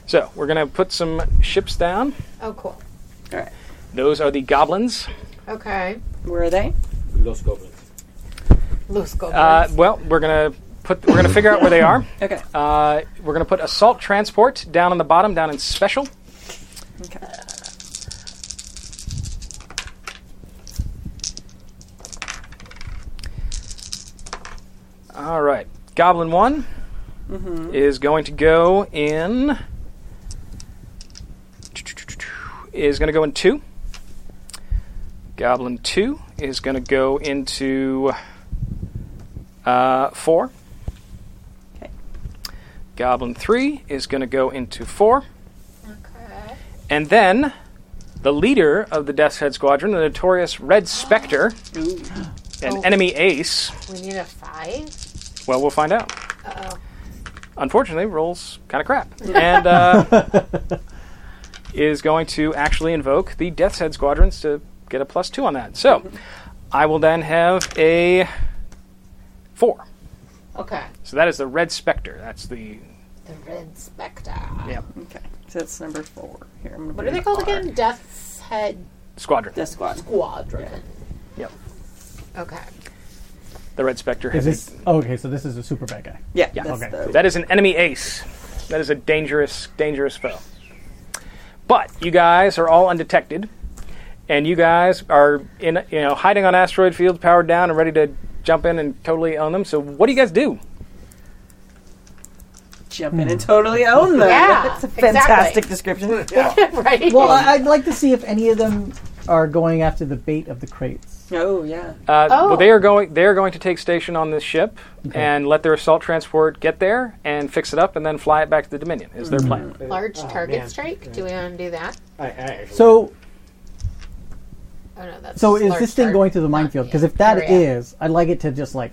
Speaker 3: So we're gonna put some ships down.
Speaker 4: Oh, cool.
Speaker 5: All right.
Speaker 3: Those are the goblins.
Speaker 4: Okay.
Speaker 5: Where are they?
Speaker 20: Los goblins.
Speaker 4: Los
Speaker 3: Uh, well, we're gonna put we're gonna figure out where they are.
Speaker 5: Okay.
Speaker 3: Uh, we're gonna put assault transport down on the bottom, down in special.
Speaker 5: Okay.
Speaker 3: All right, Goblin One
Speaker 5: Mhm.
Speaker 3: is going to go in. Is going to go in two. Goblin Two is going to go into uh, four. Goblin 3 is going to go into 4. Okay. And then the leader of the Death's Head Squadron, the notorious Red Spectre, an
Speaker 4: Oh.
Speaker 3: enemy ace.
Speaker 4: We need a five.
Speaker 3: Well, we'll find out.
Speaker 4: Uh-oh.
Speaker 3: Unfortunately, rolls kind of crap. and uh, is going to actually invoke the Death's Head Squadrons to get a plus 2 on that. So I will then have a 4.
Speaker 4: Okay.
Speaker 3: So that is the Red Spectre. That's the.
Speaker 4: The Red Spectre.
Speaker 3: Yeah.
Speaker 5: Okay. So that's number four. Here, I'm gonna
Speaker 4: What
Speaker 5: put
Speaker 4: are they
Speaker 5: an
Speaker 4: called
Speaker 5: R.
Speaker 4: again? Death's Head
Speaker 3: Squadron.
Speaker 5: Death Squad.
Speaker 4: Squadron.
Speaker 3: Yep.
Speaker 4: Okay.
Speaker 3: The Red Spectre
Speaker 8: Is
Speaker 3: has a
Speaker 8: this oh, okay? So this is a super bad guy.
Speaker 5: Yeah,
Speaker 3: Yeah.
Speaker 8: that's Okay. the-
Speaker 3: That is an enemy ace. That is a dangerous, dangerous foe. But you guys are all undetected, and you guys are in, you know, hiding on asteroid fields, powered down, and ready to jump in and totally own them. So what do you guys do?
Speaker 5: Jump in and totally own them.
Speaker 4: Yeah,
Speaker 5: That's a fantastic description.
Speaker 4: right.
Speaker 8: Well, I- I'd like to see if any of them are going after the bait of the crates.
Speaker 5: Oh yeah.
Speaker 3: Uh,
Speaker 8: Oh.
Speaker 3: Well, they are going. They are going to take station on this ship and let their assault transport get there and fix it up, and then fly it back to the Dominion. Is their plan?
Speaker 8: Uh,
Speaker 4: Large
Speaker 20: Oh,
Speaker 4: target
Speaker 20: man.
Speaker 4: strike. Do we want to do that?
Speaker 20: I, I,
Speaker 8: So
Speaker 4: Oh no, that's
Speaker 8: so
Speaker 4: just
Speaker 8: is
Speaker 4: large
Speaker 8: this thing
Speaker 4: target.
Speaker 8: going to the minefield? Because if that
Speaker 4: area.
Speaker 8: is, I'd like it to just like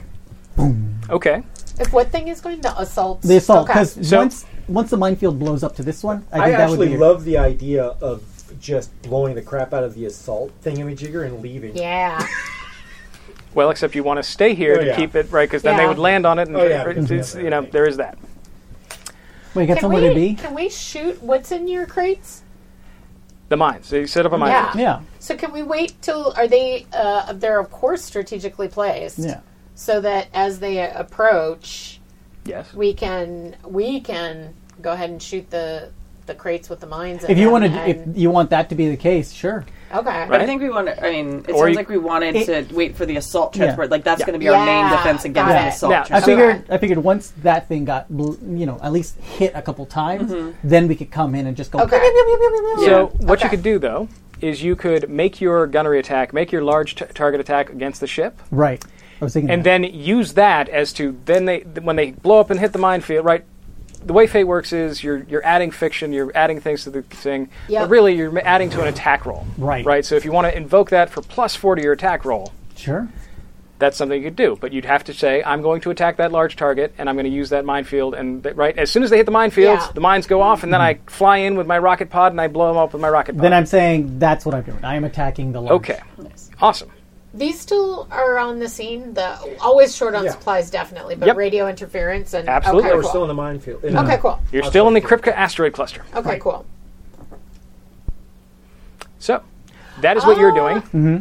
Speaker 4: Mm-hmm.
Speaker 3: Okay.
Speaker 4: If what thing is going to assault?
Speaker 8: the assault.
Speaker 4: Okay.
Speaker 8: Because once once the minefield blows up to this one, I
Speaker 6: I,
Speaker 8: think that would
Speaker 6: actually
Speaker 8: be
Speaker 6: love the idea of just blowing the crap out of the assault thingamajigger and leaving.
Speaker 4: Yeah.
Speaker 3: Well, except you want to stay here
Speaker 6: Oh,
Speaker 3: to
Speaker 6: yeah.
Speaker 3: keep it right, because then they
Speaker 4: Yeah.
Speaker 3: would land on it, and
Speaker 6: Oh, yeah,
Speaker 3: or
Speaker 6: because we
Speaker 3: it's- you know there is that.
Speaker 8: Wait, got
Speaker 4: Can
Speaker 8: somewhere to
Speaker 4: we,
Speaker 8: be?
Speaker 4: can we shoot what's in your crates?
Speaker 3: The mines. They set up a mine.
Speaker 4: Yeah. So can we wait till are they? Uh, they're of course strategically placed.
Speaker 3: Yeah.
Speaker 4: So that as they approach,
Speaker 3: Yes.
Speaker 4: we can we can go ahead and shoot the the crates with the mines. in
Speaker 8: If you
Speaker 4: them
Speaker 8: want to,
Speaker 4: and-
Speaker 8: if you want that to be the case, sure.
Speaker 4: okay.
Speaker 5: But I think we want to. I mean, it
Speaker 8: Or
Speaker 5: sounds
Speaker 8: you-
Speaker 5: like we wanted to wait for the assault
Speaker 8: Yeah.
Speaker 5: transport. Like that's
Speaker 8: Yeah.
Speaker 5: going to be our main
Speaker 4: Yeah,
Speaker 5: defense against
Speaker 4: got
Speaker 5: the
Speaker 4: it.
Speaker 5: assault.
Speaker 4: Yeah.
Speaker 8: I
Speaker 5: transport.
Speaker 8: figured. I figured once that thing got, bl- you know, at least hit a couple times, then we could come in and just go.
Speaker 4: Mm-hmm. Okay.
Speaker 3: So what you could do though is you could make your gunnery attack, make your large t- target attack against the ship,
Speaker 8: Right. I was thinking.
Speaker 3: and
Speaker 8: that.
Speaker 3: then use that as to then they th- when they blow up and hit the minefield. Right. The way Fate works is you're you're adding fiction, you're adding things to the thing,
Speaker 4: Yep.
Speaker 3: but really you're ma- adding to an attack roll.
Speaker 8: Right.
Speaker 3: Right. So if you want to invoke that for plus four to your attack roll,
Speaker 8: Sure.
Speaker 3: that's something you could do. But you'd have to say, I'm going to attack that large target, and I'm going to use that minefield. And th- right as soon as they hit the minefields,
Speaker 8: Yeah.
Speaker 3: the mines go off, and then I fly in with my rocket pod and I blow them up with my rocket pod.
Speaker 8: Then I'm saying that's what I'm doing. I am attacking the large.
Speaker 3: Okay. Awesome.
Speaker 4: These two are on the scene. The always short on supplies, definitely, but
Speaker 3: Yep.
Speaker 4: radio interference and
Speaker 3: Absolutely.
Speaker 4: Okay,
Speaker 3: We're
Speaker 4: cool.
Speaker 3: still
Speaker 6: On the minefield.
Speaker 3: in the-
Speaker 4: Okay, cool.
Speaker 3: You're still in the Kripke asteroid cluster.
Speaker 4: Okay, cool.
Speaker 3: So, that is what you're doing.
Speaker 8: hmm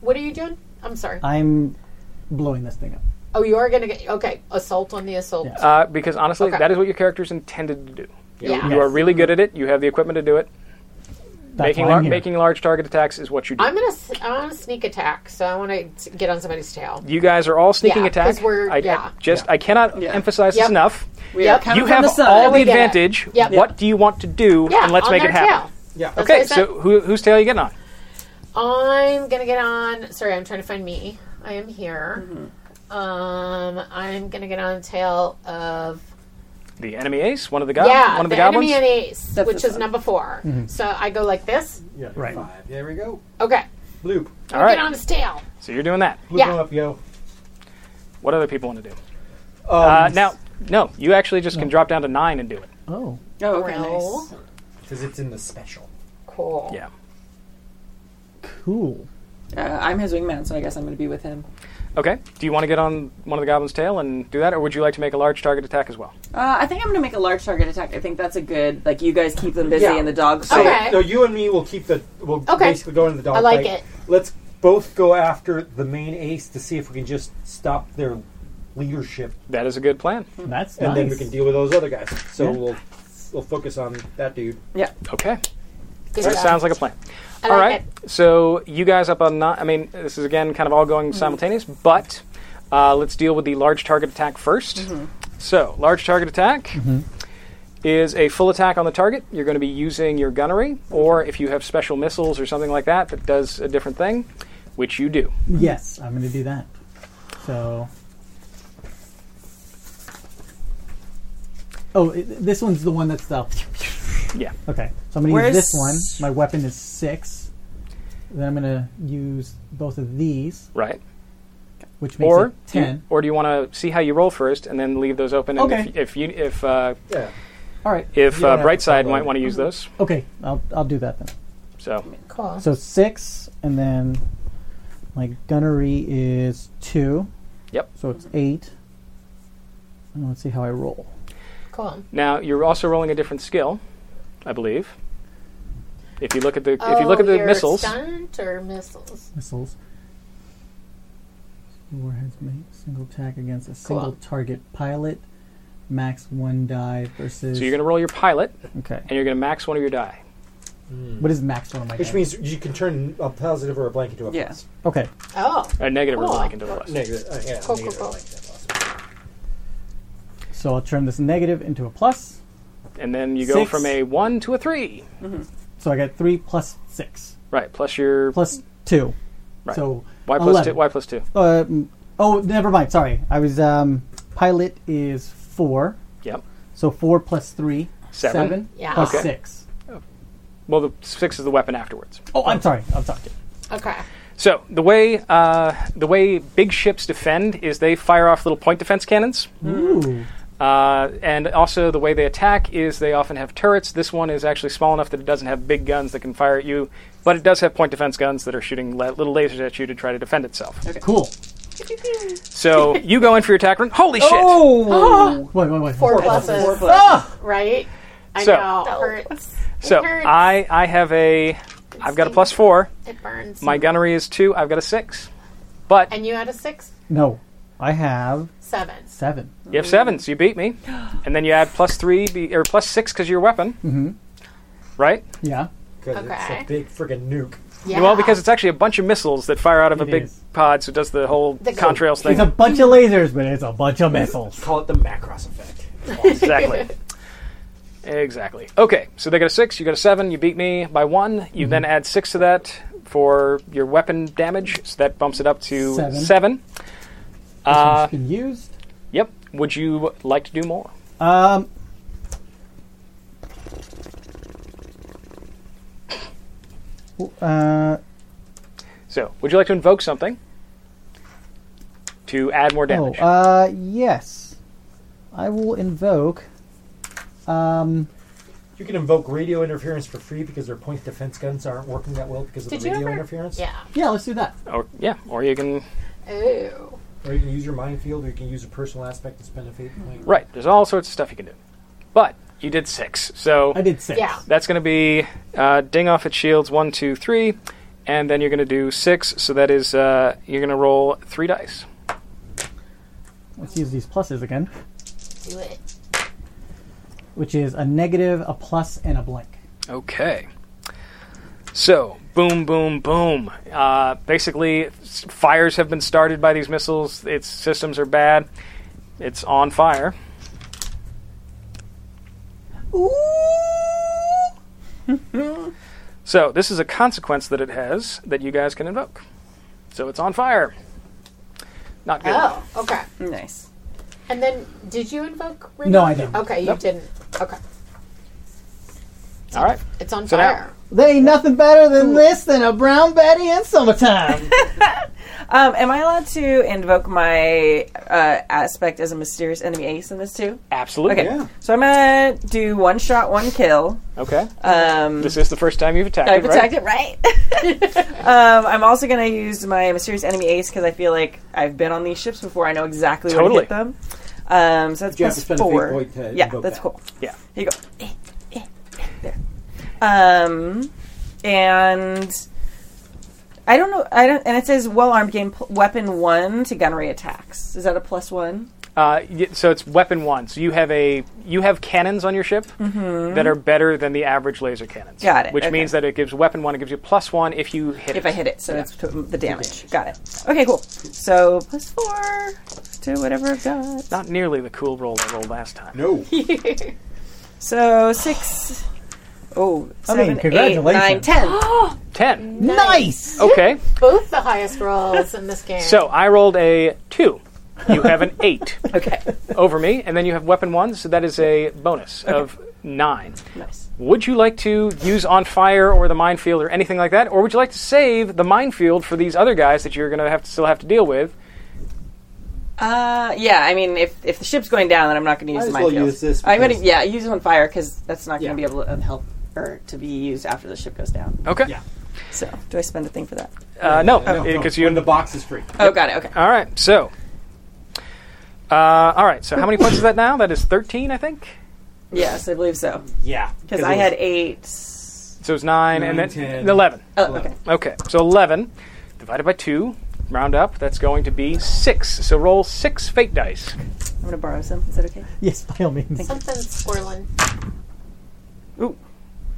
Speaker 4: What are you doing? I'm sorry.
Speaker 8: I'm blowing this thing up.
Speaker 4: oh, you are gonna get okay. Assault on the assault.
Speaker 3: Uh, because honestly,
Speaker 4: Ah. Okay.
Speaker 3: that is what your character's intended to do. You,
Speaker 4: Yeah.
Speaker 3: you are really good at it. You have the equipment to do it.
Speaker 8: That's
Speaker 3: making
Speaker 8: why I'm
Speaker 3: lar-
Speaker 8: here.
Speaker 3: making large target attacks is what you do.
Speaker 4: I'm gonna s- I want to sneak attack, so I want to get on somebody's tail.
Speaker 3: you guys are all sneaking
Speaker 4: Yeah, 'cause
Speaker 3: attack.
Speaker 4: we're-
Speaker 3: I, I
Speaker 4: yeah.
Speaker 3: just I cannot emphasize
Speaker 4: Yep.
Speaker 3: this enough.
Speaker 4: We are Yep. coming
Speaker 3: You
Speaker 4: from
Speaker 3: have
Speaker 4: the side.
Speaker 3: all the
Speaker 4: We get it.
Speaker 3: advantage.
Speaker 4: Yep.
Speaker 3: What do you want to do?
Speaker 4: Yeah,
Speaker 3: and let's
Speaker 4: on
Speaker 3: make
Speaker 4: their
Speaker 3: it happen.
Speaker 4: tail. Yeah. That's what
Speaker 3: Okay.
Speaker 4: I said.
Speaker 3: So who, whose tail are you getting on?
Speaker 4: I'm gonna get on. Sorry, I'm trying to find me. I
Speaker 3: Mm-hmm.
Speaker 4: am here. Um, I'm gonna get on the tail of
Speaker 3: the enemy ace, one of the goblins,
Speaker 4: yeah,
Speaker 3: one of the,
Speaker 4: the
Speaker 3: goblins.
Speaker 4: enemy and ace,
Speaker 3: That's
Speaker 4: which
Speaker 3: the
Speaker 4: is
Speaker 3: sun.
Speaker 4: number 4
Speaker 3: Mhm.
Speaker 4: So I go like this.
Speaker 6: Yeah,
Speaker 3: Right.
Speaker 6: Five. There we go.
Speaker 4: Okay.
Speaker 6: Bloop.
Speaker 3: All right.
Speaker 4: Get on his tail.
Speaker 3: So you're doing that.
Speaker 4: Bloop Yeah. him
Speaker 6: up, yo.
Speaker 3: What other people want to do?
Speaker 6: Um,
Speaker 3: uh, now, no, you actually just can drop down to nine and do it.
Speaker 8: Oh.
Speaker 5: Oh,
Speaker 4: okay, nice.
Speaker 6: Because it's in the special.
Speaker 4: Cool.
Speaker 3: Yeah.
Speaker 8: Cool.
Speaker 5: Uh, I'm his wingman, so I guess I'm going to be with him.
Speaker 3: Okay. Do you want to get on one of the goblins' tail and do that, or would you like to make a large target attack as well?
Speaker 5: Uh, I think I'm going to make a large target attack. I think that's a good. Like you guys keep them busy
Speaker 6: Yeah.
Speaker 5: and the dogs.
Speaker 6: So, so you and me will keep the. We'll
Speaker 5: Okay.
Speaker 6: basically go into the dog
Speaker 5: I like
Speaker 6: fight.
Speaker 5: it.
Speaker 6: Let's both go after the main ace to see if we can just stop their leadership.
Speaker 3: That is a good plan.
Speaker 4: Hmm.
Speaker 8: That's
Speaker 6: and then we
Speaker 8: nice.
Speaker 6: can deal with those other guys. So
Speaker 8: Yeah.
Speaker 6: we'll we'll focus on that dude.
Speaker 5: Yeah.
Speaker 3: Okay.
Speaker 6: Good
Speaker 3: That
Speaker 6: job.
Speaker 3: sounds like a plan.
Speaker 6: I
Speaker 3: all
Speaker 6: like
Speaker 3: right. So you guys up on nine. I mean, this is again kind of all going simultaneous, but uh, let's deal with the large target attack 1st So large target attack is a full attack on the target. You're going to be using your gunnery, or if you have special missiles or something like that that does a different thing, which you do.
Speaker 8: Yes, I'm going to do that. So. Oh, i this one's the one that's the.
Speaker 3: Yeah.
Speaker 8: Okay, so I'm going to
Speaker 5: Where's-
Speaker 8: use this one. My weapon is six. Then I'm going to use both of these.
Speaker 3: Right.
Speaker 8: Which makes
Speaker 3: Or
Speaker 8: it
Speaker 3: do you-
Speaker 8: ten.
Speaker 3: or do you want to see how you roll first, and then leave those open? And
Speaker 8: Okay.
Speaker 3: If, if you if uh,
Speaker 6: yeah.
Speaker 8: All right.
Speaker 3: If
Speaker 8: You
Speaker 3: uh,
Speaker 8: don't have to Mm-hmm.
Speaker 3: Brightside
Speaker 8: follow
Speaker 3: might
Speaker 8: it.
Speaker 3: want to use those,
Speaker 8: Okay, I'll I'll do that then.
Speaker 3: so
Speaker 4: Cool.
Speaker 8: So six, and then my gunnery is two.
Speaker 3: Yep.
Speaker 8: So it's eight. And let's see how I roll.
Speaker 4: Cool.
Speaker 3: Now you're also rolling a different skill, I believe. If you look at the if you look
Speaker 4: Oh,
Speaker 3: at the
Speaker 4: your
Speaker 3: missiles,
Speaker 4: Stunt or missiles?
Speaker 8: Missiles. Warheads make single attack against a single
Speaker 4: Cool.
Speaker 8: target pilot. Max one die versus.
Speaker 3: so you're going to roll your pilot,
Speaker 8: Okay.
Speaker 3: and you're going to max one of your die.
Speaker 8: What is max one of my
Speaker 6: Which
Speaker 8: die?
Speaker 6: means you can turn a positive or a blank into a
Speaker 8: Yeah.
Speaker 6: plus.
Speaker 8: Okay.
Speaker 4: Oh.
Speaker 3: A negative
Speaker 6: Cool.
Speaker 3: or blank into a plus.
Speaker 6: Negative. uh, yeah,
Speaker 4: Cool, cool,
Speaker 6: negative or
Speaker 4: cool.
Speaker 6: blank into a plus.
Speaker 8: So I'll turn this negative into a plus.
Speaker 3: And then you go
Speaker 8: Six.
Speaker 3: from a one to a 3
Speaker 8: So I got three plus six.
Speaker 3: Right. Plus your
Speaker 8: plus two.
Speaker 3: Right.
Speaker 8: So
Speaker 3: Why plus
Speaker 8: 11.
Speaker 3: two? Why plus two?
Speaker 8: Uh, mm, oh, never mind. Sorry, I was um, pilot is four.
Speaker 3: Yep.
Speaker 8: So four plus three,
Speaker 3: Seven.
Speaker 4: Yeah.
Speaker 8: plus
Speaker 3: Okay.
Speaker 8: six.
Speaker 3: Well, the six is the weapon afterwards.
Speaker 8: Oh, I'm sorry. I'm sorry.
Speaker 4: Okay.
Speaker 3: So the way uh, the way big ships defend is they fire off little point defense cannons.
Speaker 4: Hmm.
Speaker 8: Ooh.
Speaker 3: Uh, and also, the way they attack is they often have turrets. This one is actually small enough that it doesn't have big guns that can fire at you, but it does have point defense guns that are shooting la- little lasers at you to try to defend itself.
Speaker 8: Cool.
Speaker 3: So you go in for your attack run. Holy shit!
Speaker 8: Oh. Wait, wait, wait.
Speaker 4: Ah! Four, pluses. Oh.
Speaker 3: pluses. Four pluses.
Speaker 4: Ah! Right? I
Speaker 3: So-
Speaker 4: know. It hurts.
Speaker 3: So
Speaker 4: it hurts.
Speaker 3: I I have a I've got a plus four.
Speaker 4: It burns.
Speaker 3: My gunnery is two. I've got a six, but
Speaker 4: And you had a six?
Speaker 8: No, I have
Speaker 4: Seven.
Speaker 8: seven.
Speaker 3: you have seven, so you beat me. And then you add plus three be, or plus six because your weapon,
Speaker 8: Mm-hmm.
Speaker 3: right?
Speaker 8: Yeah.
Speaker 6: Because it's
Speaker 4: Okay.
Speaker 6: a big friggin' nuke.
Speaker 3: Well, because it's actually a bunch of missiles that fire out of a
Speaker 8: It
Speaker 3: big
Speaker 8: is.
Speaker 3: pod, so it does the whole contrails thing.
Speaker 8: It's a bunch of lasers, but it's a bunch of missiles.
Speaker 6: Call it the Macross effect.
Speaker 3: exactly. Exactly. Okay, so they got a six, you got a seven, you beat me by one.
Speaker 8: Mm-hmm.
Speaker 3: You then add six to that for your weapon damage, so that bumps it up to
Speaker 8: Seven.
Speaker 3: seven. Uh,
Speaker 8: been used.
Speaker 3: Yep. Would you like to do more?
Speaker 8: Um. w- Uh,
Speaker 3: So, would you like to invoke something to add more damage?
Speaker 8: Oh, uh, yes. I will invoke. Um,
Speaker 6: You can invoke radio interference for free because their point defense guns aren't working that well because of
Speaker 4: Did
Speaker 6: the
Speaker 4: you
Speaker 6: radio
Speaker 4: ever?
Speaker 6: interference.
Speaker 4: Yeah.
Speaker 8: yeah, let's do that.
Speaker 3: Or yeah, or you can
Speaker 4: Ooh.
Speaker 6: Or you can use your minefield, or you can use a personal aspect to spend a fate point.
Speaker 3: right. There's all sorts of stuff you can do, but you did six, so
Speaker 8: I did six.
Speaker 4: Yeah.
Speaker 3: That's going to be uh, ding off at shields one, two, three, and then you're going to do six. So that is uh, you're going to roll three dice.
Speaker 8: Let's use these pluses again,
Speaker 4: Do it.
Speaker 8: which is a negative, a plus, and a blank.
Speaker 3: Okay. So, boom, boom, boom. Uh, basically, s- fires have been started by these missiles. Its systems are bad. It's on fire. So, this is a consequence that it has that you guys can
Speaker 5: Oh.
Speaker 3: invoke. So, it's on fire. Not good.
Speaker 4: Oh, okay.
Speaker 5: Nice.
Speaker 4: And then, did you invoke? Rhaenyra?
Speaker 8: No, I didn't.
Speaker 4: Okay, you
Speaker 8: Nope.
Speaker 4: didn't. Okay,
Speaker 3: All right.
Speaker 4: it's on
Speaker 3: So now-
Speaker 4: fire.
Speaker 8: There ain't nothing better than this than a brown Betty in summertime.
Speaker 5: Um, am I allowed to invoke my uh, aspect as a mysterious enemy ace in this too?
Speaker 3: Absolutely,
Speaker 5: Okay.
Speaker 3: yeah.
Speaker 5: So I'm gonna do one shot, one kill.
Speaker 3: Okay.
Speaker 5: Um,
Speaker 3: this is the first time you've attacked
Speaker 5: I've
Speaker 3: it,
Speaker 5: attacked
Speaker 3: right?
Speaker 5: it right. um, I'm also gonna use my mysterious enemy ace because I feel like I've been on these ships before. I know exactly where to
Speaker 3: Totally.
Speaker 5: hit them. Um, so that's
Speaker 3: You have to
Speaker 5: plus
Speaker 3: spend a fate
Speaker 5: four.
Speaker 3: point to
Speaker 5: yeah,
Speaker 3: invoke
Speaker 5: that's
Speaker 3: that.
Speaker 5: cool.
Speaker 3: Yeah.
Speaker 5: Here you go. Eh, eh, eh, there. Um, and I don't know. I don't. And it says well armed game pl- weapon one to gunnery attacks. Is that a plus one?
Speaker 3: Uh, y- so it's weapon one. So you have a you have cannons on your ship
Speaker 5: Mhm.
Speaker 3: that are better than the average laser cannons.
Speaker 5: Got it,
Speaker 3: Which
Speaker 5: okay.
Speaker 3: means that it gives weapon one. It gives you plus one if you hit
Speaker 5: if
Speaker 3: it.
Speaker 5: I hit it, so it's to the damage. Got it. Okay, cool. So plus four to whatever I've got.
Speaker 3: Not nearly the cool roll I rolled last time.
Speaker 6: No.
Speaker 5: So six. Oh,
Speaker 3: I mean,
Speaker 5: seven, eight,
Speaker 3: congratulations.
Speaker 5: nine, ten.
Speaker 3: Ten.
Speaker 5: Mm-hmm.
Speaker 4: Nice.
Speaker 3: Okay.
Speaker 4: Both the highest rolls in this game.
Speaker 3: So I rolled a two. You have an eight. okay. Over me, and then you have weapon one, so that is a bonus of nine.
Speaker 5: Nice.
Speaker 3: Would you like to use on fire or the minefield or anything like that, or would you like to save the minefield for these other guys that you're going to have to still have to deal with?
Speaker 5: Uh, yeah. I mean, if if the ship's going down, then I'm not going to use
Speaker 3: Might
Speaker 5: the
Speaker 3: as well
Speaker 5: minefield.
Speaker 3: use this
Speaker 5: I'm going to
Speaker 3: because-
Speaker 5: yeah use it on fire because that's not
Speaker 3: Yeah.
Speaker 5: going to be able to um, help or to be used after the ship goes down.
Speaker 3: Okay. Yeah.
Speaker 5: So do I spend a thing for that?
Speaker 3: Uh, no,
Speaker 5: Oh.
Speaker 3: because you in the
Speaker 6: box is free.
Speaker 5: Oh, got it. Okay.
Speaker 3: All right. So, uh, all right. So, how many points is that now? That is thirteen, I think.
Speaker 5: Yes, I believe so.
Speaker 6: Yeah.
Speaker 5: Because I had eight.
Speaker 3: So it's nine, and
Speaker 5: Nine,
Speaker 3: then
Speaker 5: ten,
Speaker 3: eleven.
Speaker 5: Oh, eleven.
Speaker 3: Okay. So eleven divided by two, round up. That's going to be six. So roll six fate dice.
Speaker 5: I'm going to borrow some. Is that okay?
Speaker 8: yes, by all means.
Speaker 4: Something's swirling.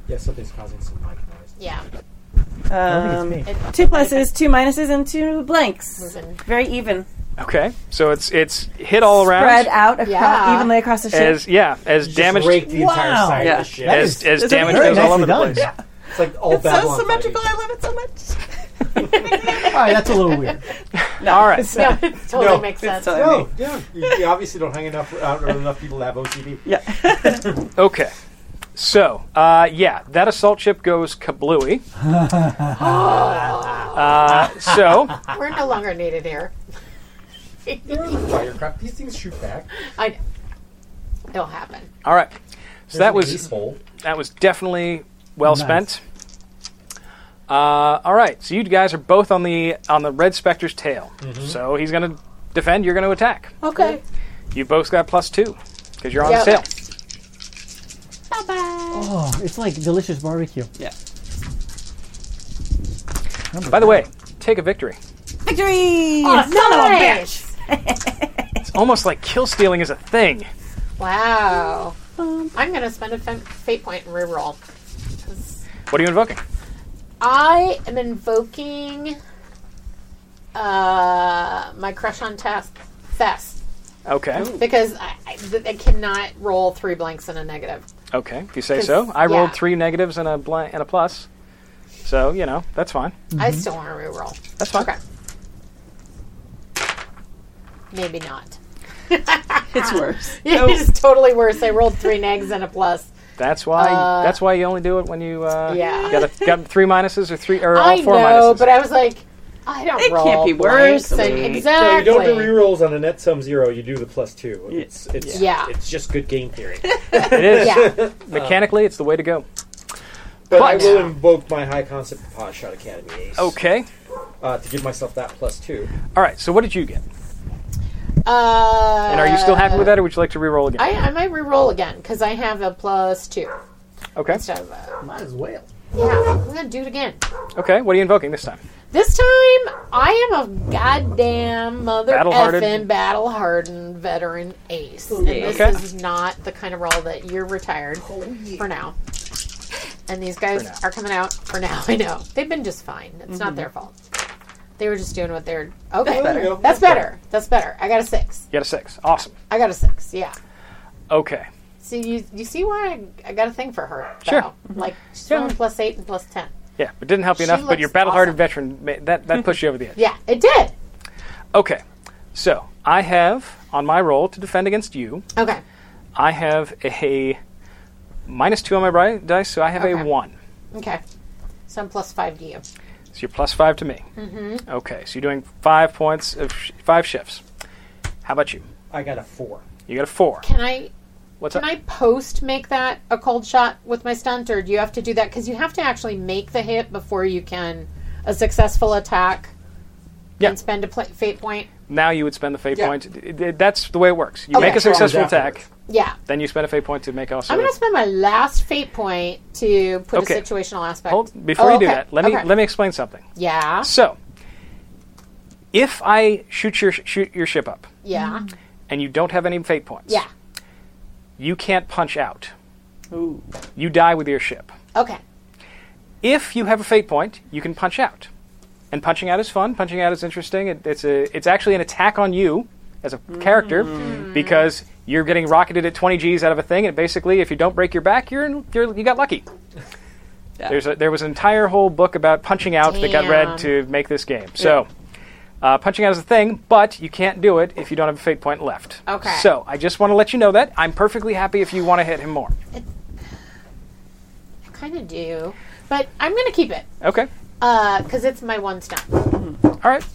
Speaker 6: Yeah, something's causing some mic noise.
Speaker 4: Yeah.
Speaker 5: Um,
Speaker 6: think it's me.
Speaker 5: two pluses, two minuses, and two blanks. Very even.
Speaker 3: Okay. So it's it's hit all around.
Speaker 5: Spread out across,
Speaker 4: Yeah.
Speaker 5: evenly across the ship.
Speaker 3: As yeah, as damage
Speaker 6: raked the entire Wow. side of
Speaker 5: Yeah.
Speaker 6: the ship. That
Speaker 3: As,
Speaker 6: is-
Speaker 3: as
Speaker 6: that's
Speaker 3: damage
Speaker 6: very
Speaker 3: goes all over
Speaker 6: nicely
Speaker 3: the
Speaker 6: done.
Speaker 3: place.
Speaker 6: Yeah. It's like all
Speaker 5: it's so
Speaker 6: Babylon
Speaker 5: symmetrical. I love it so much.
Speaker 8: All right, that's a little weird.
Speaker 3: All right.
Speaker 4: No, it totally
Speaker 6: No,
Speaker 4: makes sense.
Speaker 6: it's No, Oh, yeah, you, you obviously don't hang enough out with enough people to have OCD.
Speaker 5: Yeah.
Speaker 3: Okay. So, uh, yeah, that assault ship goes kablooey. uh, so,
Speaker 4: We're no longer needed here.
Speaker 6: Firecraft. These things shoot back.
Speaker 4: I. It'll happen.
Speaker 3: all right. So
Speaker 6: There's
Speaker 3: that
Speaker 6: an ace
Speaker 3: was
Speaker 6: hole.
Speaker 3: that was definitely well
Speaker 6: Nice.
Speaker 3: spent. Uh, all right. So you guys are both on the on the red specter's tail. So he's going to defend. You're going to attack.
Speaker 4: Okay.
Speaker 3: You both got plus two because you're on
Speaker 4: Yep.
Speaker 3: his tail.
Speaker 8: Oh, it's like delicious barbecue.
Speaker 5: Yeah.
Speaker 3: By the way, take a victory.
Speaker 5: Victory!
Speaker 4: Oh, nice!
Speaker 3: It's almost like kill stealing is a thing.
Speaker 4: Wow. I'm going to spend a fem- fate point and reroll. 'Cause
Speaker 3: What are you invoking?
Speaker 4: I am invoking uh, my crush on Tess. Fest.
Speaker 3: Okay.
Speaker 4: Because I, I, th- I cannot roll three blanks and a negative.
Speaker 3: Okay, if you say so. I
Speaker 4: yeah.
Speaker 3: rolled three negatives and a blank and a plus, so you know that's fine.
Speaker 4: I
Speaker 6: Mm-hmm.
Speaker 4: still want to reroll.
Speaker 3: That's fine.
Speaker 4: Okay. Maybe not.
Speaker 5: it's worse.
Speaker 4: It is totally worse. I rolled three negs and a plus.
Speaker 3: That's why.
Speaker 4: Uh,
Speaker 3: that's why you only do it when you uh,
Speaker 4: Yeah.
Speaker 3: got a, got three minuses or three or all
Speaker 4: I
Speaker 3: four
Speaker 4: know,
Speaker 3: minuses.
Speaker 4: but I was like, I don't
Speaker 5: It
Speaker 4: roll.
Speaker 5: can't be
Speaker 4: blanks
Speaker 5: worse.
Speaker 4: and-
Speaker 5: I mean,
Speaker 6: No, you
Speaker 4: exactly.
Speaker 6: don't do rerolls on a net sum zero. You do the plus two. It's it's
Speaker 4: Yeah.
Speaker 6: It's just good game theory.
Speaker 3: it is
Speaker 4: Yeah.
Speaker 3: Uh, mechanically, it's the way to go.
Speaker 6: But I
Speaker 3: But-
Speaker 6: will invoke my high concept pot shot academy ace
Speaker 3: Okay.
Speaker 6: uh, to give myself that plus two.
Speaker 3: All right. So what did you get?
Speaker 4: Uh,
Speaker 3: And are you still happy with that, or would you like to re-roll again?
Speaker 4: I, I might reroll again because I have a plus two.
Speaker 3: okay.
Speaker 4: instead of a-
Speaker 8: Might as well.
Speaker 4: Yeah, I'm gonna do it again.
Speaker 3: Okay. What are you invoking this time?
Speaker 4: This time, I am a goddamn mother
Speaker 3: Battle-hardened.
Speaker 4: effing battle hardened veteran ace. And this
Speaker 3: Okay. Oh,
Speaker 4: is not the kind of role that you're retired for now. And these guys are coming out for now. I know. They've been just fine. It's not
Speaker 3: Mm-hmm.
Speaker 5: Mhm.
Speaker 4: their fault. They were just doing what they're. Okay.
Speaker 3: That's better. There you go.
Speaker 4: That's better. That's better. I got a six.
Speaker 3: You got a six. Awesome.
Speaker 4: I got a six. Yeah.
Speaker 3: Okay.
Speaker 4: So you you see why I, I got a thing for her. Though.
Speaker 3: Sure.
Speaker 4: Like, she's rolling plus eight and plus ten.
Speaker 3: Yeah, it didn't help you
Speaker 4: She
Speaker 3: enough, but
Speaker 4: looks
Speaker 3: your battle-hardened veteran ma- that that pushed you over the edge.
Speaker 4: Yeah, it did.
Speaker 3: Okay, so I have on my roll to defend against you.
Speaker 4: Okay.
Speaker 3: I have a minus two on my bri- dice, so I have
Speaker 4: Okay.
Speaker 3: a one.
Speaker 4: Okay. So I'm plus five to you.
Speaker 3: So you're plus five to me.
Speaker 4: Mhm.
Speaker 3: Okay, so you're doing five points of sh- five shifts. How about you?
Speaker 6: I got a four.
Speaker 3: You got a four.
Speaker 4: Can I?
Speaker 3: What's
Speaker 4: can
Speaker 3: up?
Speaker 4: I post make that a cold shot with my stunt, or do you have to do that because you have to actually make the hit before you can a successful attack?
Speaker 3: Yeah.
Speaker 4: And spend a pla fate point.
Speaker 3: Now you would spend the fate
Speaker 4: Yeah.
Speaker 3: point. D- d- That's the way it works. You
Speaker 4: Okay.
Speaker 3: make a successful attack,
Speaker 4: Yeah.
Speaker 3: then you spend a fate point to make also.
Speaker 4: I'm going to spend my last fate point to put
Speaker 3: Okay.
Speaker 4: a situational aspect.
Speaker 3: Hold before
Speaker 4: Oh,
Speaker 3: you do
Speaker 4: okay.
Speaker 3: that. Let me
Speaker 4: Okay.
Speaker 3: let me explain something.
Speaker 4: Yeah.
Speaker 3: So, if I shoot your shoot your ship up
Speaker 4: Yeah.
Speaker 3: and you don't have any fate points,
Speaker 4: Yeah.
Speaker 3: you can't punch out.
Speaker 4: Ooh.
Speaker 3: You die with your ship.
Speaker 4: Okay.
Speaker 3: If you have a fate point, you can punch out. And punching out is fun. Punching out is interesting. It, it's a it's actually an attack on you as a character because you're getting rocketed at 20 G's out of a thing, and basically, if you don't break your back, you're, in, you're you got lucky. There's a, there was an entire whole book about punching out that got
Speaker 21: Damn.
Speaker 3: read to make this game. So, uh, punching out is a thing, but you can't do it if you don't have a fate point left.
Speaker 4: Okay.
Speaker 3: So I just want to let you know that I'm perfectly happy if you want to hit him more.
Speaker 4: I kind of do. But I'm going to keep it
Speaker 3: Okay.
Speaker 4: because it's my one stunt.
Speaker 3: All right.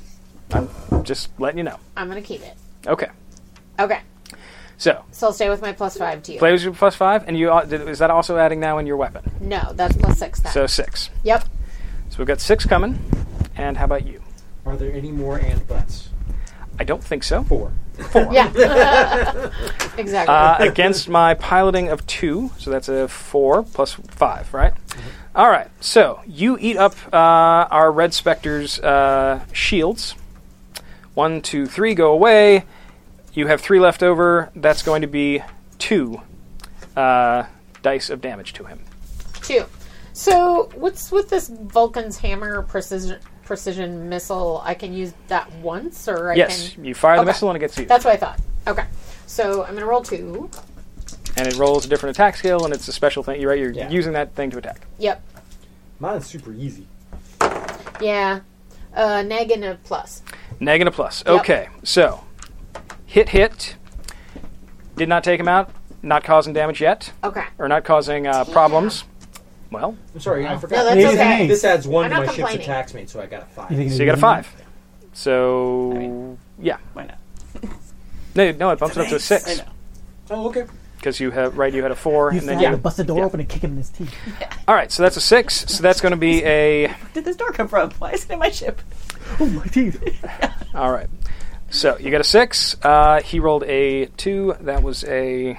Speaker 3: I'm just letting you know.
Speaker 4: I'm going to keep it.
Speaker 3: Okay.
Speaker 4: Okay.
Speaker 3: So
Speaker 4: So I'll stay with my plus five to you.
Speaker 3: play with your plus five, and you uh, did- is that also adding now in your weapon?
Speaker 4: No, that's plus six then.
Speaker 3: So six.
Speaker 4: Yep.
Speaker 3: So we've got six coming. And how about you?
Speaker 6: Are there any more and buts?
Speaker 3: I don't think so. Four.
Speaker 4: Yeah. exactly.
Speaker 3: Uh, against my piloting of two, so that's a four plus five, right? All right. So you eat up uh, our red specter's uh, shields. One, two, three, go away. You have three left over. That's going to be two uh, dice of damage to him.
Speaker 4: Two. So what's with this Vulcan's hammer precision precision missile? I can use that once, or I
Speaker 3: yes,
Speaker 4: can.
Speaker 3: you fire the
Speaker 4: Okay.
Speaker 3: missile and it gets you.
Speaker 4: That's what I thought. Okay. So I'm gonna roll two.
Speaker 3: and it rolls a different attack skill, and it's a special thing. You're right. You're using that thing to attack.
Speaker 4: Yep.
Speaker 6: Mine's super easy.
Speaker 4: Yeah. Uh, neg and a plus.
Speaker 3: Neg and a plus.
Speaker 4: Yep.
Speaker 3: Okay, so hit, hit. Did not take him out. Not causing damage yet,
Speaker 4: Okay.
Speaker 3: or not causing uh, problems. Well,
Speaker 6: I'm sorry, I
Speaker 4: No,
Speaker 6: forgot.
Speaker 4: that's
Speaker 6: this,
Speaker 4: okay.
Speaker 6: this adds one
Speaker 4: I'm
Speaker 6: to
Speaker 4: not
Speaker 6: my ship's
Speaker 4: complaining.
Speaker 6: attacks mate, so I got a five.
Speaker 3: so you got a five. So yeah,
Speaker 22: Mm-hmm. why not?
Speaker 3: no, no, it bumps it up to a six
Speaker 6: Oh, okay.
Speaker 3: because you have right. You had a four,
Speaker 8: You
Speaker 3: and then
Speaker 8: yeah.
Speaker 3: you-
Speaker 8: bust the door open and kick him in his teeth.
Speaker 3: All right, so that's a six. So that's going to be a.
Speaker 5: Did this door come from? Why is it in my ship?
Speaker 8: Oh my teeth!
Speaker 3: All right. So you got a six. Uh, he rolled a two. That was a.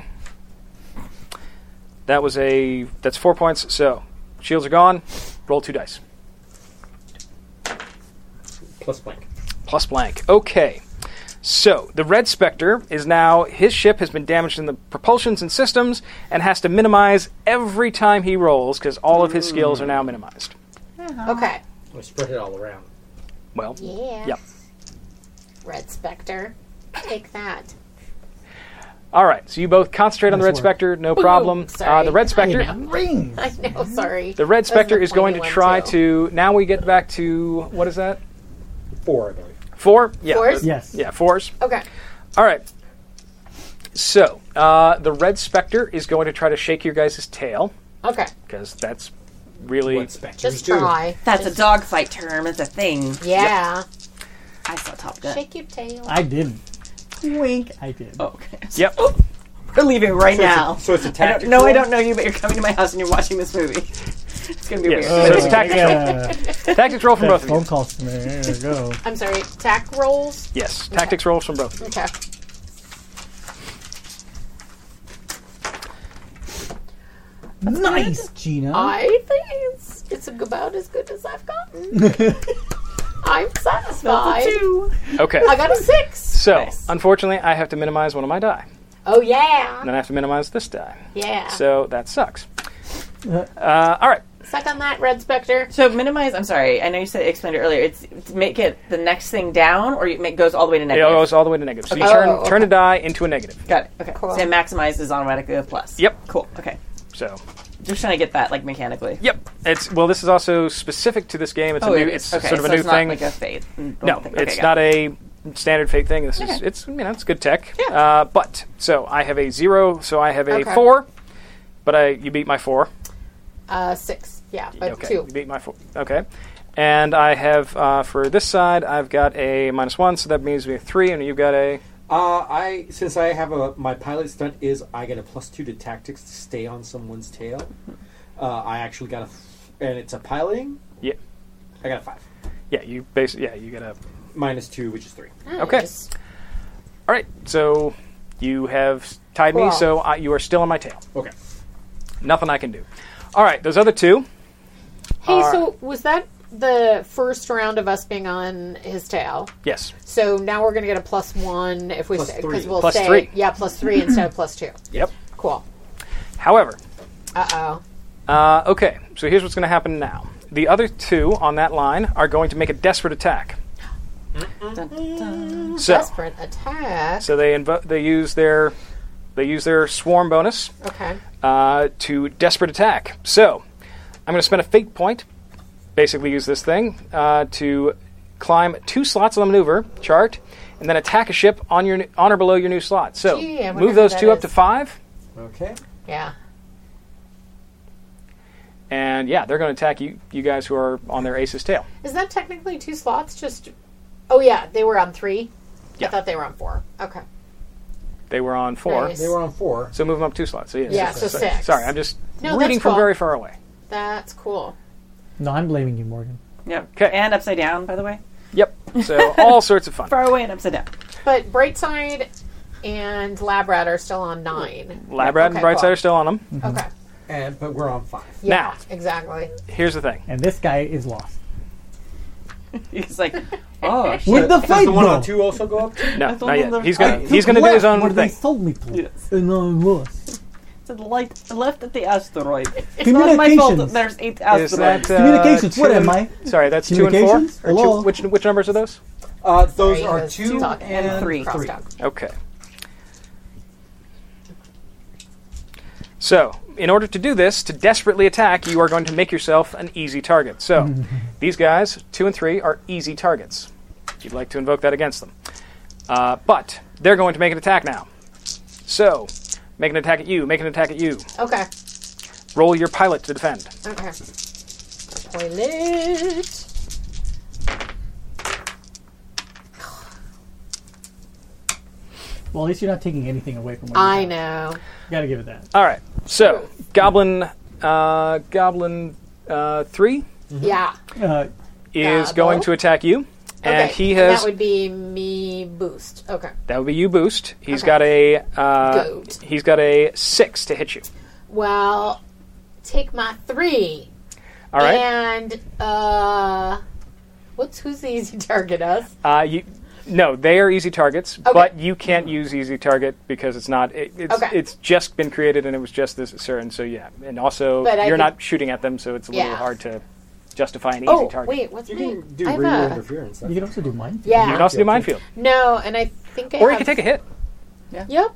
Speaker 3: That was a. That's four points. So shields are gone. Roll two dice.
Speaker 6: Plus blank.
Speaker 3: Plus blank. Okay. So the Red Spectre is now his ship has been damaged in the propulsions and systems and has to minimize every time he rolls because all of his skills are now minimized.
Speaker 4: Okay.
Speaker 6: I spread it all around.
Speaker 3: Well.
Speaker 4: Yeah.
Speaker 3: Yep.
Speaker 4: Red Spectre. Take that.
Speaker 3: All right. So you both concentrate on the
Speaker 4: Nice
Speaker 3: Red
Speaker 4: work.
Speaker 3: Spectre. No
Speaker 4: Ooh,
Speaker 3: problem. Uh,
Speaker 4: sorry.
Speaker 3: the Red
Speaker 4: I
Speaker 3: Spectre.
Speaker 4: know. I know. Sorry.
Speaker 3: The Red
Speaker 4: That was
Speaker 3: Spectre
Speaker 4: the
Speaker 3: is going to
Speaker 4: pointy one,
Speaker 3: try
Speaker 4: too.
Speaker 3: to. Now we get back to what is that?
Speaker 6: Four, I believe.
Speaker 3: Four? Yeah.
Speaker 4: Fours?
Speaker 3: Yes. Yeah, fours.
Speaker 4: Okay.
Speaker 3: All right. So uh, the Red Spectre is going to try to shake your guys' tail
Speaker 4: Okay.
Speaker 3: because that's really
Speaker 4: Just try.
Speaker 5: That's a
Speaker 4: Just-
Speaker 5: dogfight term. It's a thing.
Speaker 4: Yeah.
Speaker 5: I saw Top Gun.
Speaker 4: Shake your tail.
Speaker 8: I didn't.
Speaker 5: Wink.
Speaker 8: I did.
Speaker 5: Oh,
Speaker 3: Oh,
Speaker 5: okay.
Speaker 3: Yep.
Speaker 4: Oh.
Speaker 5: We're leaving right
Speaker 22: So it's a-
Speaker 5: now.
Speaker 22: so it's a
Speaker 5: tactic. No, I don't know you, but you're coming to my house and you're watching this movie. It's gonna be
Speaker 3: Yes.
Speaker 5: weird.
Speaker 3: So it's a tactics roll. tactics roll from both of you.
Speaker 8: Phone calls. There you go.
Speaker 4: I'm sorry. Tack rolls.
Speaker 3: Yes. Tactics rolls from both.
Speaker 4: Okay.
Speaker 8: nice, Gina.
Speaker 4: I think it's, it's about as good as I've gotten. I'm satisfied.
Speaker 3: Okay.
Speaker 4: I got a six.
Speaker 3: So unfortunately, I have to minimize one of my die,
Speaker 4: Oh yeah.
Speaker 3: and then I have to minimize this die.
Speaker 4: Yeah.
Speaker 3: So that sucks. Uh, all right.
Speaker 4: Suck on that, Red Spectre.
Speaker 5: So minimize. I'm sorry. I know you said explained it earlier. It's, it's make it the next thing down, or it make, goes all the way to
Speaker 3: It
Speaker 5: negative.
Speaker 3: goes all the way to negative. So you
Speaker 5: Okay.
Speaker 3: turn
Speaker 5: Oh, okay.
Speaker 3: turn a die into a negative.
Speaker 5: Got it. Okay. So it maximizes automatically with plus.
Speaker 3: Yep.
Speaker 5: Cool. Okay.
Speaker 3: So
Speaker 5: Just trying to get that like mechanically.
Speaker 3: Yep. It's well. This is also specific to this game. It's
Speaker 5: Oh,
Speaker 3: a
Speaker 5: it
Speaker 3: new.
Speaker 5: is.
Speaker 3: It's
Speaker 5: Okay,
Speaker 3: sort of
Speaker 5: so
Speaker 3: a new
Speaker 5: it's not
Speaker 3: thing.
Speaker 5: like a fade and
Speaker 3: No,
Speaker 5: normal thing. Okay,
Speaker 3: it's
Speaker 5: got
Speaker 3: not
Speaker 5: it.
Speaker 3: a standard fake thing. This is
Speaker 4: Okay.
Speaker 3: it's you know it's good tech. Uh, but so I have a zero, so I have a
Speaker 4: Okay.
Speaker 3: four. But I you beat my four.
Speaker 4: Uh, six. Yeah, but
Speaker 3: okay,
Speaker 4: two.
Speaker 3: you beat my four. Okay. And I have uh, for this side, I've got a minus one, so that means we have three, and you've got a
Speaker 6: Uh, I since I have a my pilot stunt is I get a plus two to tactics to stay on someone's tail. Uh, I actually got a, f- and it's a piloting.
Speaker 3: Yeah,
Speaker 6: I got a five.
Speaker 3: Yeah, you basically yeah you get a
Speaker 6: minus two, which is three.
Speaker 4: Ah.
Speaker 3: okay. All right, so you have tied me,
Speaker 6: Cool.
Speaker 3: so I, you are still on my tail.
Speaker 6: Okay.
Speaker 3: Nothing I can do. All right, those other two.
Speaker 4: Hey,
Speaker 3: are-
Speaker 4: so was that the first round of us being on his tail?
Speaker 3: yes,
Speaker 4: So now we're going to get a plus one if we
Speaker 3: Plus
Speaker 4: say,
Speaker 3: three.
Speaker 4: we'll
Speaker 3: Plus
Speaker 4: say
Speaker 3: three.
Speaker 4: yeah plus three instead of plus two.
Speaker 3: yep.
Speaker 4: Cool.
Speaker 3: However,
Speaker 4: Uh oh.
Speaker 3: Uh, okay, so here's what's going to happen now. The other two on that line are going to make a desperate attack. So-
Speaker 4: Desperate attack.
Speaker 3: So they invo- they use their they use their swarm bonus
Speaker 4: Okay.
Speaker 3: uh, to desperate attack. So I'm going to spend a fate point, basically use this thing uh, to climb two slots on the maneuver chart, and then attack a ship on your on or below your new slot. So
Speaker 4: Gee, I wonder
Speaker 3: move
Speaker 4: who
Speaker 3: those
Speaker 4: that
Speaker 3: two up
Speaker 4: is.
Speaker 3: to five,
Speaker 6: Okay.
Speaker 4: Yeah.
Speaker 3: and yeah, they're going to attack you you guys who are on their ace's tail.
Speaker 4: Is that technically two slots? Just oh yeah, they were on three.
Speaker 3: Yeah.
Speaker 4: I thought they were on four. Okay.
Speaker 3: They were on four.
Speaker 4: Nice. They were on
Speaker 6: four.
Speaker 3: So move them up two slots. So yes,
Speaker 4: Yeah, so six.
Speaker 3: Sorry, I'm just
Speaker 4: No,
Speaker 3: reading
Speaker 4: that's
Speaker 3: from
Speaker 4: cool.
Speaker 3: very far away.
Speaker 4: That's cool.
Speaker 8: No, I'm blaming you, Morgan.
Speaker 5: Yep. And upside down, by the way.
Speaker 3: Yep. So all sorts of fun.
Speaker 5: Far away and upside down.
Speaker 4: But Brightside and Lab Rat are still on nine.
Speaker 3: Lab Rat and
Speaker 4: Okay,
Speaker 3: Brightside
Speaker 4: cool.
Speaker 3: are mm-hmm. still on them.
Speaker 4: Okay.
Speaker 6: And but we're on five.
Speaker 4: Yeah, exactly.
Speaker 3: Here's the thing.
Speaker 8: And this guy is lost.
Speaker 5: He's like, oh, shit.
Speaker 8: With the
Speaker 6: Does
Speaker 8: fate
Speaker 6: the one
Speaker 8: roll.
Speaker 6: on two also go up?
Speaker 3: No,
Speaker 8: I thought
Speaker 3: not yet.
Speaker 8: there-
Speaker 3: He's gonna-
Speaker 8: I
Speaker 3: he's
Speaker 8: took
Speaker 3: gonna do his
Speaker 8: left
Speaker 3: own
Speaker 8: where they
Speaker 3: thing.
Speaker 8: sold me to. And I lost.
Speaker 5: To the light left at the asteroid. It's not my fault that
Speaker 8: Communications.
Speaker 5: there's eight
Speaker 3: Is
Speaker 5: asteroids.
Speaker 3: that, uh,
Speaker 8: Communications, what
Speaker 3: two
Speaker 8: am
Speaker 3: and- Sorry, that's two and four.
Speaker 8: Communications?
Speaker 3: Or two-
Speaker 8: Hello?
Speaker 3: which which numbers are those?
Speaker 6: Uh, those
Speaker 4: Three
Speaker 6: are
Speaker 4: is
Speaker 6: two
Speaker 4: talk
Speaker 6: and,
Speaker 5: three.
Speaker 6: three.
Speaker 3: Okay. So, in order to do this, to desperately attack, you are going to make yourself an easy target. So, these guys, two and three, are easy targets. If you'd like to invoke that against them. Uh, but, they're going to make an attack now. So, make an attack at you, make an attack at you.
Speaker 4: Okay.
Speaker 3: Roll your pilot to defend.
Speaker 4: Okay. Toilet.
Speaker 8: Well, at least you're not taking anything away from what
Speaker 4: I
Speaker 8: you
Speaker 4: know.
Speaker 8: Gotta give it that.
Speaker 3: All right. So, Goblin, uh, Goblin uh, 3
Speaker 4: Yeah.
Speaker 8: Uh,
Speaker 3: is
Speaker 4: Gobble.
Speaker 3: going to attack you. And
Speaker 4: okay.
Speaker 3: he has.
Speaker 4: that would be me boost. Okay.
Speaker 3: That would be you boost. He's
Speaker 4: Okay.
Speaker 3: got a uh,
Speaker 4: Goat.
Speaker 3: he's got a six to hit you.
Speaker 4: Well, take my three.
Speaker 3: All right.
Speaker 4: And uh, what's who's the easy target? Us.
Speaker 3: Uh, you, no, they are easy targets,
Speaker 4: Okay.
Speaker 3: but you can't use easy target because it's not. It, it's
Speaker 4: Okay.
Speaker 3: it's just been created and it was just this certain. So yeah, and also
Speaker 4: But I
Speaker 3: you're
Speaker 4: could-
Speaker 3: not shooting at them, so it's a little
Speaker 4: Yeah.
Speaker 3: hard to justify an easy
Speaker 4: Oh
Speaker 3: target.
Speaker 4: wait, what's
Speaker 6: You
Speaker 4: my?
Speaker 6: can do
Speaker 4: I have
Speaker 6: radio
Speaker 4: a-
Speaker 6: interference.
Speaker 8: you can also do mine.
Speaker 4: Yeah.
Speaker 3: You can also do minefield,
Speaker 4: No, and I think I
Speaker 3: or you
Speaker 4: have,
Speaker 3: can take a hit.
Speaker 4: Yep.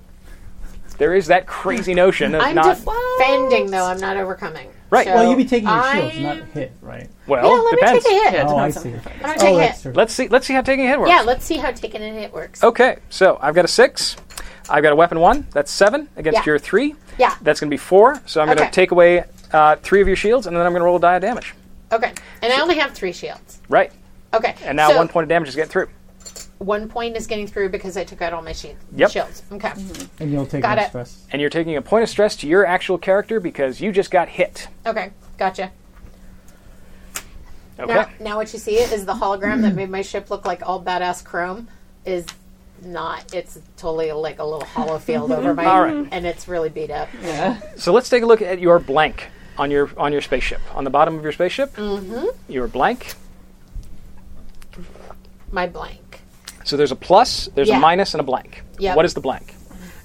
Speaker 3: There is that crazy notion of
Speaker 4: I'm
Speaker 3: not
Speaker 4: defending though. I'm not overcoming.
Speaker 3: Right.
Speaker 4: So
Speaker 8: well, you'd be taking your shields,
Speaker 4: I-
Speaker 8: not hit, right?
Speaker 3: well.
Speaker 4: Yeah, let me
Speaker 3: depends.
Speaker 4: take a hit.
Speaker 8: oh, I see.
Speaker 4: I'm gonna take
Speaker 8: Oh,
Speaker 4: a
Speaker 8: that's
Speaker 4: hit.
Speaker 8: true.
Speaker 3: Let's see. Let's see how taking a hit works.
Speaker 4: Yeah, let's see how taking a hit works.
Speaker 3: Okay, so I've got a six. I've got a weapon one. That's seven against
Speaker 4: Yeah.
Speaker 3: your three.
Speaker 4: Yeah.
Speaker 3: That's going to be four. So I'm going
Speaker 4: Okay.
Speaker 3: to take away uh, three of your shields, and then I'm going to roll a die of damage.
Speaker 4: Okay. And I only have three shields.
Speaker 3: Right.
Speaker 4: Okay.
Speaker 3: And now
Speaker 4: so
Speaker 3: one point of damage is getting through.
Speaker 4: one point is getting through because I took out all my shield,
Speaker 3: Yep.
Speaker 4: shields. Okay.
Speaker 8: And you'll take
Speaker 4: Got
Speaker 8: less
Speaker 4: it.
Speaker 8: stress.
Speaker 3: And you're taking a point of stress to your actual character because you just got hit.
Speaker 4: Okay. Gotcha.
Speaker 3: Okay.
Speaker 4: Now, now what you see is the hologram that made my ship look like all badass chrome is not. It's totally like a little hollow field over my,
Speaker 3: All right.
Speaker 4: and it's really beat up.
Speaker 3: So let's take a look at your blank on your on your spaceship. On the bottom of your spaceship,
Speaker 4: Mm-hmm.
Speaker 3: your blank.
Speaker 4: My blank.
Speaker 3: So there's a plus, there's
Speaker 4: Yeah.
Speaker 3: a minus, and a blank.
Speaker 4: Yep.
Speaker 3: What is the blank?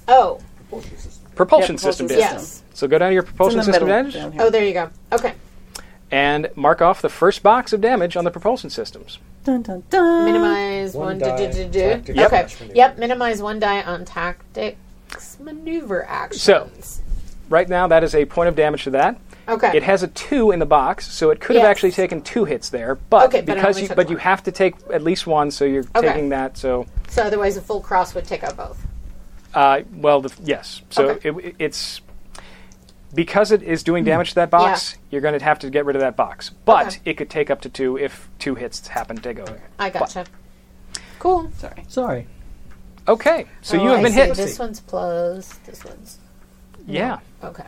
Speaker 4: Oh.
Speaker 3: Propulsion
Speaker 5: Yeah, propulsion
Speaker 3: system.
Speaker 5: system.
Speaker 3: damage.
Speaker 4: Yes.
Speaker 3: So go down to your propulsion
Speaker 5: It's in the
Speaker 3: system
Speaker 5: middle
Speaker 3: damage.
Speaker 5: down here.
Speaker 4: Oh, there you go. Okay.
Speaker 3: and mark off the first box of damage on the propulsion systems.
Speaker 5: Dun, dun, dun.
Speaker 4: Minimize
Speaker 6: One
Speaker 4: one.
Speaker 6: die,
Speaker 4: do, do, do, do.
Speaker 6: tactics,
Speaker 3: Yep.
Speaker 4: Okay.
Speaker 6: dash maneuver.
Speaker 4: Yep. Minimize one die on tactics maneuver actions.
Speaker 3: So, right now that is a point of damage to that.
Speaker 4: Okay.
Speaker 3: It has a two in the box, so it could have
Speaker 4: Yes.
Speaker 3: actually taken two hits there, but
Speaker 4: Okay, but it
Speaker 3: because
Speaker 4: only
Speaker 3: you
Speaker 4: took
Speaker 3: but you have to take at least one, so you're
Speaker 4: Okay.
Speaker 3: taking that. So,
Speaker 4: So otherwise, a full cross would take out both.
Speaker 3: uh, well, the, yes. So it, it's because it is doing damage to that box. You're going to have to get rid of that box, but
Speaker 4: Okay.
Speaker 3: it could take up to two if two hits happen to go there.
Speaker 4: I gotcha. Cool. Sorry.
Speaker 23: Sorry.
Speaker 3: Okay, so you
Speaker 4: Oh,
Speaker 3: have
Speaker 4: I
Speaker 3: been
Speaker 4: see.
Speaker 3: hit.
Speaker 4: This one's closed. This one's.
Speaker 3: Yeah.
Speaker 4: Okay.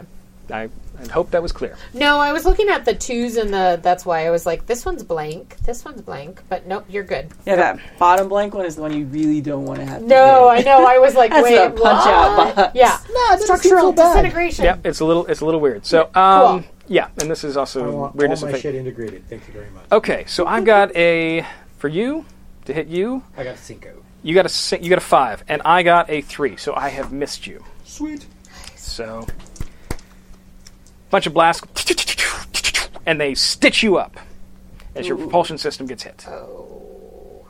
Speaker 3: I, I hope that was clear.
Speaker 4: No, I was looking at the twos and the. That's why I was like, this one's blank. This one's blank. But nope, you're good.
Speaker 5: Yeah, that bottom blank one is the one you really don't want to have. to
Speaker 4: No, I
Speaker 5: hit.
Speaker 4: know. I was like,
Speaker 5: That's
Speaker 4: wait,
Speaker 5: a punch
Speaker 4: what?
Speaker 5: out box.
Speaker 4: Yeah.
Speaker 5: No,
Speaker 4: Structural disintegration.
Speaker 3: Yeah, it's a little it's a little weird. So um, yeah, and this is also weirdness
Speaker 6: all
Speaker 3: of
Speaker 6: my
Speaker 3: fate.
Speaker 6: shit integrated. Thank you very much.
Speaker 4: Oh.
Speaker 3: Okay, so I've got a for you to hit you.
Speaker 6: I got a cinco.
Speaker 3: You got a si- you got a five, and I got a three. So I have missed you.
Speaker 6: Sweet.
Speaker 3: So bunch of blasts, and they stitch you up as your
Speaker 4: Ooh.
Speaker 3: propulsion system gets hit.
Speaker 4: Oh.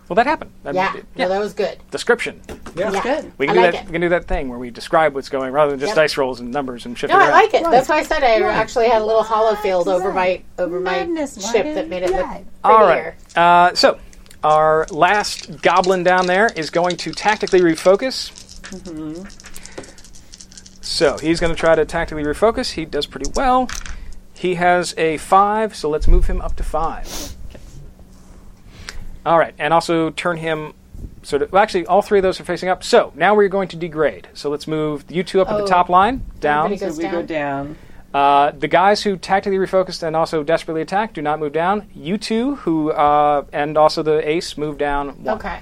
Speaker 3: Well, that happened. That-
Speaker 4: yeah.
Speaker 3: it-
Speaker 4: No, that was good.
Speaker 3: Description.
Speaker 4: Yeah. That's good.
Speaker 3: We can
Speaker 4: I
Speaker 3: do
Speaker 4: like
Speaker 3: that.
Speaker 4: it.
Speaker 3: We can do that thing where we describe what's going, rather than just
Speaker 4: Yep.
Speaker 3: dice rolls and numbers and shit.
Speaker 4: No, I like it.
Speaker 3: around.
Speaker 4: That's why I said I actually had a little hollow field over my over my ship that made it look prettier.
Speaker 3: All right. Uh, so, our last goblin down there is going to tactically refocus.
Speaker 5: Mm-hmm.
Speaker 3: So, he's going to try to tactically refocus. He does pretty well. He has a 5, so let's move him up to 5. All right. And also turn him sort of. Well, actually, all three of those are facing up. So, now we're going to degrade. So, let's move you two up at
Speaker 5: Oh.
Speaker 3: the top line, down.
Speaker 5: So we go down.
Speaker 3: Uh, the guys who tactically refocused and also desperately attacked do not move down. You two, who uh, and also the ace, move down. One.
Speaker 4: Okay.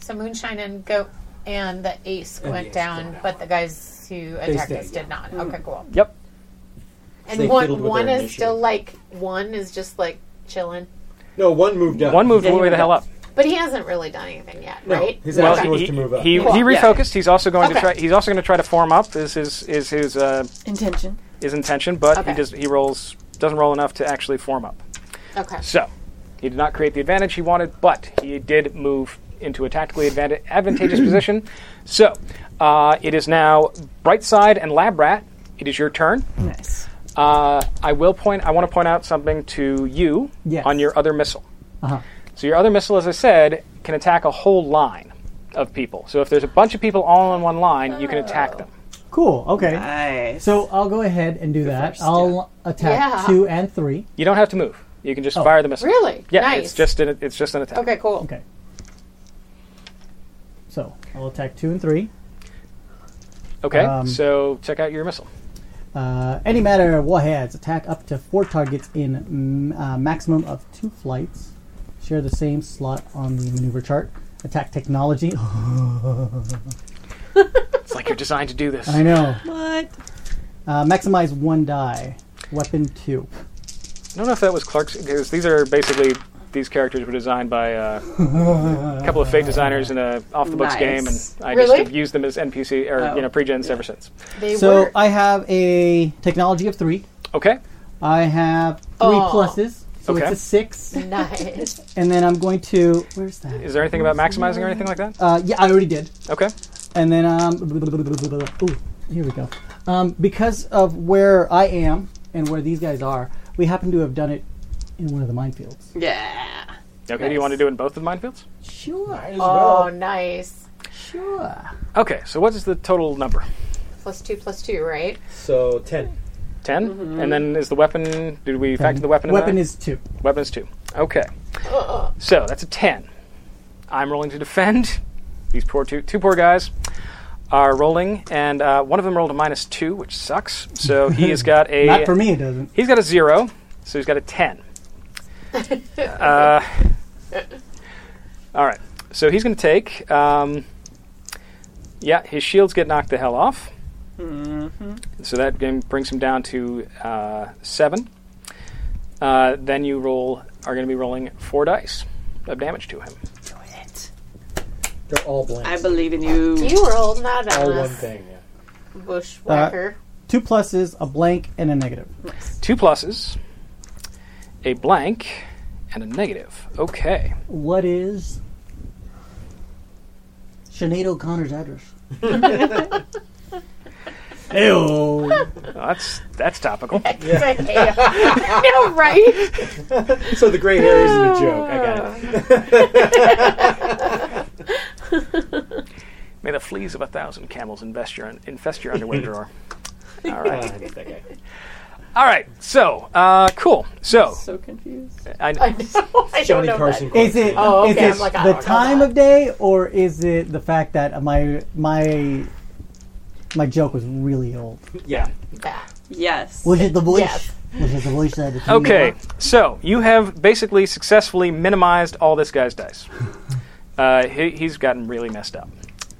Speaker 4: So Moonshine and Goat and the Ace
Speaker 3: And the
Speaker 4: went
Speaker 3: Ace
Speaker 4: down, but the guys who
Speaker 3: They
Speaker 4: attacked
Speaker 3: stayed,
Speaker 4: us did not. Okay, cool.
Speaker 3: Yep.
Speaker 4: And
Speaker 6: They fiddled
Speaker 4: one
Speaker 6: with
Speaker 4: one
Speaker 6: their
Speaker 4: is still like one is just like chilling,
Speaker 6: No, one moved up.
Speaker 3: One moved all the way the hell up.
Speaker 4: but he hasn't really done anything yet,
Speaker 6: No,
Speaker 4: right?
Speaker 6: his
Speaker 3: Well,
Speaker 6: action was
Speaker 3: he,
Speaker 6: to move up.
Speaker 3: he, he
Speaker 6: Cool. Yeah.
Speaker 3: refocused. He's also going to
Speaker 4: Okay.
Speaker 3: try. He's also going to try to form up. Is his is his uh,
Speaker 5: intention?
Speaker 3: His intention, but
Speaker 4: Okay.
Speaker 3: he does he rolls doesn't roll enough to actually form up.
Speaker 4: Okay.
Speaker 3: So he did not create the advantage he wanted, but he did move into a tactically advanta- advantageous position. So uh, it is now Brightside and Labrat. It is your turn.
Speaker 8: Nice.
Speaker 3: Uh, I will point. I want to point out something to you
Speaker 8: Yes.
Speaker 3: on your other missile.
Speaker 8: Uh-huh.
Speaker 3: So your other missile, as I said, can attack a whole line of people. So if there's a bunch of people all on one line, you can attack
Speaker 8: Oh.
Speaker 3: them.
Speaker 8: Cool. Okay. Nice. So I'll go ahead and do that. i I'll attack
Speaker 3: Yeah.
Speaker 8: two and three.
Speaker 3: You don't have to move. You can just fire the missile.
Speaker 8: Oh. really?
Speaker 3: Yeah.
Speaker 8: Nice.
Speaker 3: It's just an, it's just an attack.
Speaker 4: Okay, cool.
Speaker 8: Okay. So I'll attack two and three.
Speaker 3: Okay.
Speaker 8: Um,
Speaker 3: so check out your missile.
Speaker 8: Uh, any matter of warheads attack up to four targets in mm, uh, maximum of two flights. Share the same slot on the maneuver chart. Attack technology.
Speaker 3: It's like you're designed to do this.
Speaker 8: I know.
Speaker 5: What?
Speaker 8: Uh, maximize one die. Weapon two.
Speaker 3: I don't know if that was Clark's because these are basically these characters were designed by uh, a couple of fake designers in a off the books
Speaker 8: Nice.
Speaker 3: game, and I
Speaker 8: Really?
Speaker 3: just have used them as NPC or
Speaker 8: Oh.
Speaker 3: you know pre-gens ever since.
Speaker 8: so I have a technology of three.
Speaker 3: Okay.
Speaker 8: I have three
Speaker 4: Oh.
Speaker 8: pluses, so
Speaker 3: Okay.
Speaker 8: it's a six.
Speaker 4: Nice.
Speaker 8: And then I'm going to. Where's that?
Speaker 3: Is there anything about maximizing or anything like that?
Speaker 8: Uh, yeah, I already did.
Speaker 3: Okay.
Speaker 8: And then um, ooh, here we go. Um, because of where I am and where these guys are, we happen to have done it in one of the minefields.
Speaker 5: Yeah.
Speaker 3: Okay. Do you want to do it in both of the minefields?
Speaker 8: Sure.
Speaker 4: oh, nice.
Speaker 8: Sure.
Speaker 3: Okay. So what is the total number?
Speaker 4: Plus two, plus two, right?
Speaker 6: So ten.
Speaker 3: 10
Speaker 4: Mhm.
Speaker 3: And then is the weapon? Did we factor
Speaker 8: Ten.
Speaker 3: the weapon? in
Speaker 8: Weapon
Speaker 3: that?
Speaker 8: is two.
Speaker 3: Weapon is two. Okay. So that's a ten. I'm rolling to defend. These poor two two poor guys are rolling, and uh, one of them rolled a minus two, which sucks. So he has got a
Speaker 8: Not for me, it doesn't.
Speaker 3: He's got a zero, so he's got a ten. uh, all right. So he's going to take. Um, yeah, his shields get knocked the hell off.
Speaker 5: Mm-hmm.
Speaker 3: So that game brings him down to uh, seven. Uh, then you roll are going to be rolling four dice of damage to him.
Speaker 6: They're all blank.
Speaker 5: I believe in you.
Speaker 4: You rolled not a
Speaker 3: All
Speaker 4: mess.
Speaker 3: one thing,
Speaker 4: Bushwhacker.
Speaker 8: Two pluses, a blank, and a negative.
Speaker 3: Two pluses, a blank, and a negative. Okay.
Speaker 8: What is Sinead O'Connor's address? Ew.
Speaker 3: that's that's topical.
Speaker 4: no, right?
Speaker 6: so the gray hair isn't a joke. I got it.
Speaker 3: May the fleas of a thousand camels invest your infest your underwear drawer. All
Speaker 6: I
Speaker 3: right.
Speaker 6: hate that guy.
Speaker 3: All right. So, uh, cool. So,
Speaker 5: so confused.
Speaker 3: I know.
Speaker 4: I know. I don't know that.
Speaker 8: Is it,
Speaker 4: Oh,
Speaker 8: is
Speaker 4: okay.
Speaker 8: it
Speaker 4: I'm like, I
Speaker 8: the
Speaker 4: don't know
Speaker 8: time of day or is it the fact that my my my joke was really old?
Speaker 6: Yeah.
Speaker 5: Yes.
Speaker 8: Was it the voice? Was it the voice that it
Speaker 3: Okay, so you have basically successfully minimized all this guy's dice. Uh, he, he's gotten really messed up.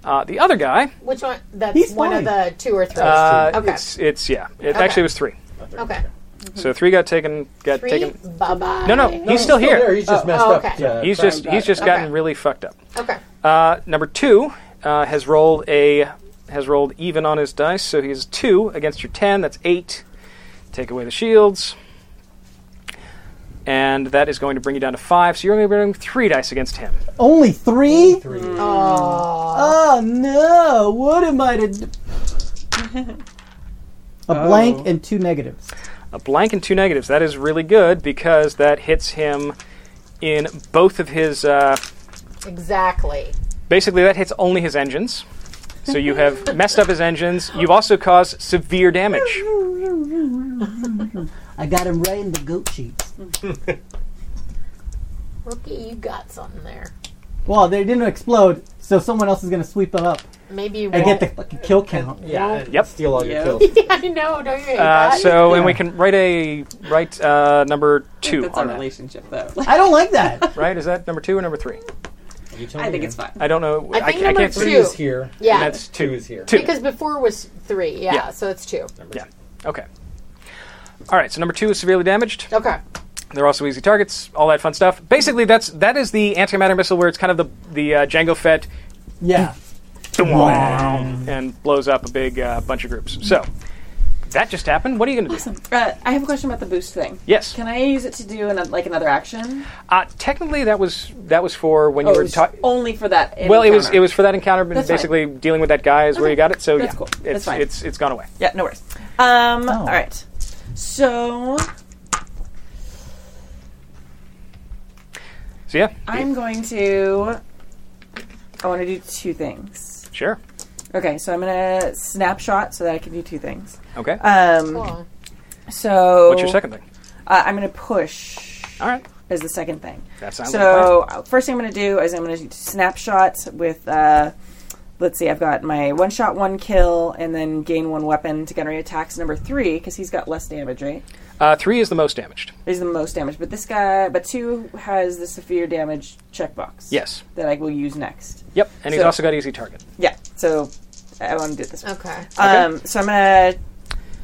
Speaker 3: Uh, the other guy,
Speaker 4: Which one? That's one of the two or three.
Speaker 3: uh,
Speaker 4: okay.
Speaker 3: it's, it's yeah, it
Speaker 4: Okay.
Speaker 3: actually was three.
Speaker 4: okay.
Speaker 3: So three got taken, got
Speaker 4: Three.
Speaker 3: taken.
Speaker 4: Bye bye.
Speaker 3: No, no, he's still here.
Speaker 6: there, he's just Oh, messed oh, up. okay. Yeah,
Speaker 3: he's
Speaker 6: Brian
Speaker 3: just
Speaker 6: got
Speaker 3: he's
Speaker 6: it.
Speaker 3: just
Speaker 6: Okay.
Speaker 3: gotten really fucked up.
Speaker 4: Okay.
Speaker 3: Uh, number two uh, has rolled a has rolled even on his dice, so he has two against your ten. That's eight. Take away the shields, and that is going to bring you down to five. So you're only going to bring three dice against him.
Speaker 8: Only three? Three. Oh. no! What am I to? d- A blank and two negatives.
Speaker 3: A blank and two negatives. That is really good because that hits him in both of his. Uh,
Speaker 4: Exactly.
Speaker 3: basically, that hits only his engines. So you have messed up his engines. You've also caused severe damage.
Speaker 8: I got him right in the goat sheets.
Speaker 4: Rookie, you got something there.
Speaker 8: Well, they didn't explode, so someone else is gonna sweep it up
Speaker 4: Maybe you
Speaker 8: and
Speaker 4: won't.
Speaker 8: get the fucking kill count.
Speaker 4: Yeah.
Speaker 3: Yep.
Speaker 6: Steal all
Speaker 4: Yeah. yeah, I know. Don't you hate
Speaker 3: Uh,
Speaker 4: that?
Speaker 3: so, and we can write a write uh, number two
Speaker 5: That's
Speaker 3: on
Speaker 5: our
Speaker 3: that.
Speaker 5: relationship, though.
Speaker 8: I don't like that.
Speaker 3: Right? Is that number two or number three?
Speaker 5: I think it's fine.
Speaker 3: I don't know.
Speaker 4: I think
Speaker 3: ca-
Speaker 4: number
Speaker 3: can't
Speaker 4: two. Three is here. Yeah.
Speaker 3: And that's two.
Speaker 6: is here.
Speaker 3: Two.
Speaker 4: Because before was three. Yeah,
Speaker 3: Yeah.
Speaker 4: So it's two.
Speaker 3: yeah. Okay. All right. So number two is severely damaged.
Speaker 4: Okay.
Speaker 3: They're also easy targets. All that fun stuff. Basically, that's that is the antimatter missile where it's kind of the the uh, Django Fett
Speaker 8: Yeah.
Speaker 3: and blows up a big uh, bunch of groups. So that just happened. What are you going to do?
Speaker 5: Uh, I have a question about the boost thing.
Speaker 3: Yes.
Speaker 5: Can I use it to do an, like another action?
Speaker 3: Uh, technically, that was that was for when
Speaker 5: Oh,
Speaker 3: you
Speaker 5: it
Speaker 3: were
Speaker 5: was
Speaker 3: talking.
Speaker 5: only for that.
Speaker 3: Well, it was
Speaker 5: encounter.
Speaker 3: it was for that encounter, but
Speaker 5: That's fine.
Speaker 3: basically dealing with that guy is where you got it. So
Speaker 5: That's
Speaker 3: yeah,
Speaker 5: cool.
Speaker 3: it's
Speaker 5: That's fine.
Speaker 3: it's it's gone away.
Speaker 5: Yeah, no worries.
Speaker 3: Oh.
Speaker 5: Um, All right. So
Speaker 3: So yeah,
Speaker 5: I'm going to. I want to do two things.
Speaker 3: sure,
Speaker 5: Okay, so I'm going to snapshot so that I can do two things.
Speaker 3: okay.
Speaker 5: Um,
Speaker 4: Cool.
Speaker 5: So
Speaker 3: What's your second thing?
Speaker 5: Uh, I'm going to push.
Speaker 3: All right.
Speaker 5: Is the second thing.
Speaker 3: That sounds like a
Speaker 5: so. uh, first thing I'm going to do is I'm going to snapshot with. Uh, let's see. I've got my one shot, one kill, and then gain one weapon to generate attacks number three because he's got less damage, right?
Speaker 3: Uh, three is the most damaged.
Speaker 5: He's the most damage, but this guy, but two has the severe damage checkbox.
Speaker 3: Yes.
Speaker 5: That I will use next.
Speaker 3: Yep, and he's
Speaker 5: So-
Speaker 3: also got easy target.
Speaker 5: Yeah. So I want to do it this. way.
Speaker 4: Okay.
Speaker 5: Um. So I'm gonna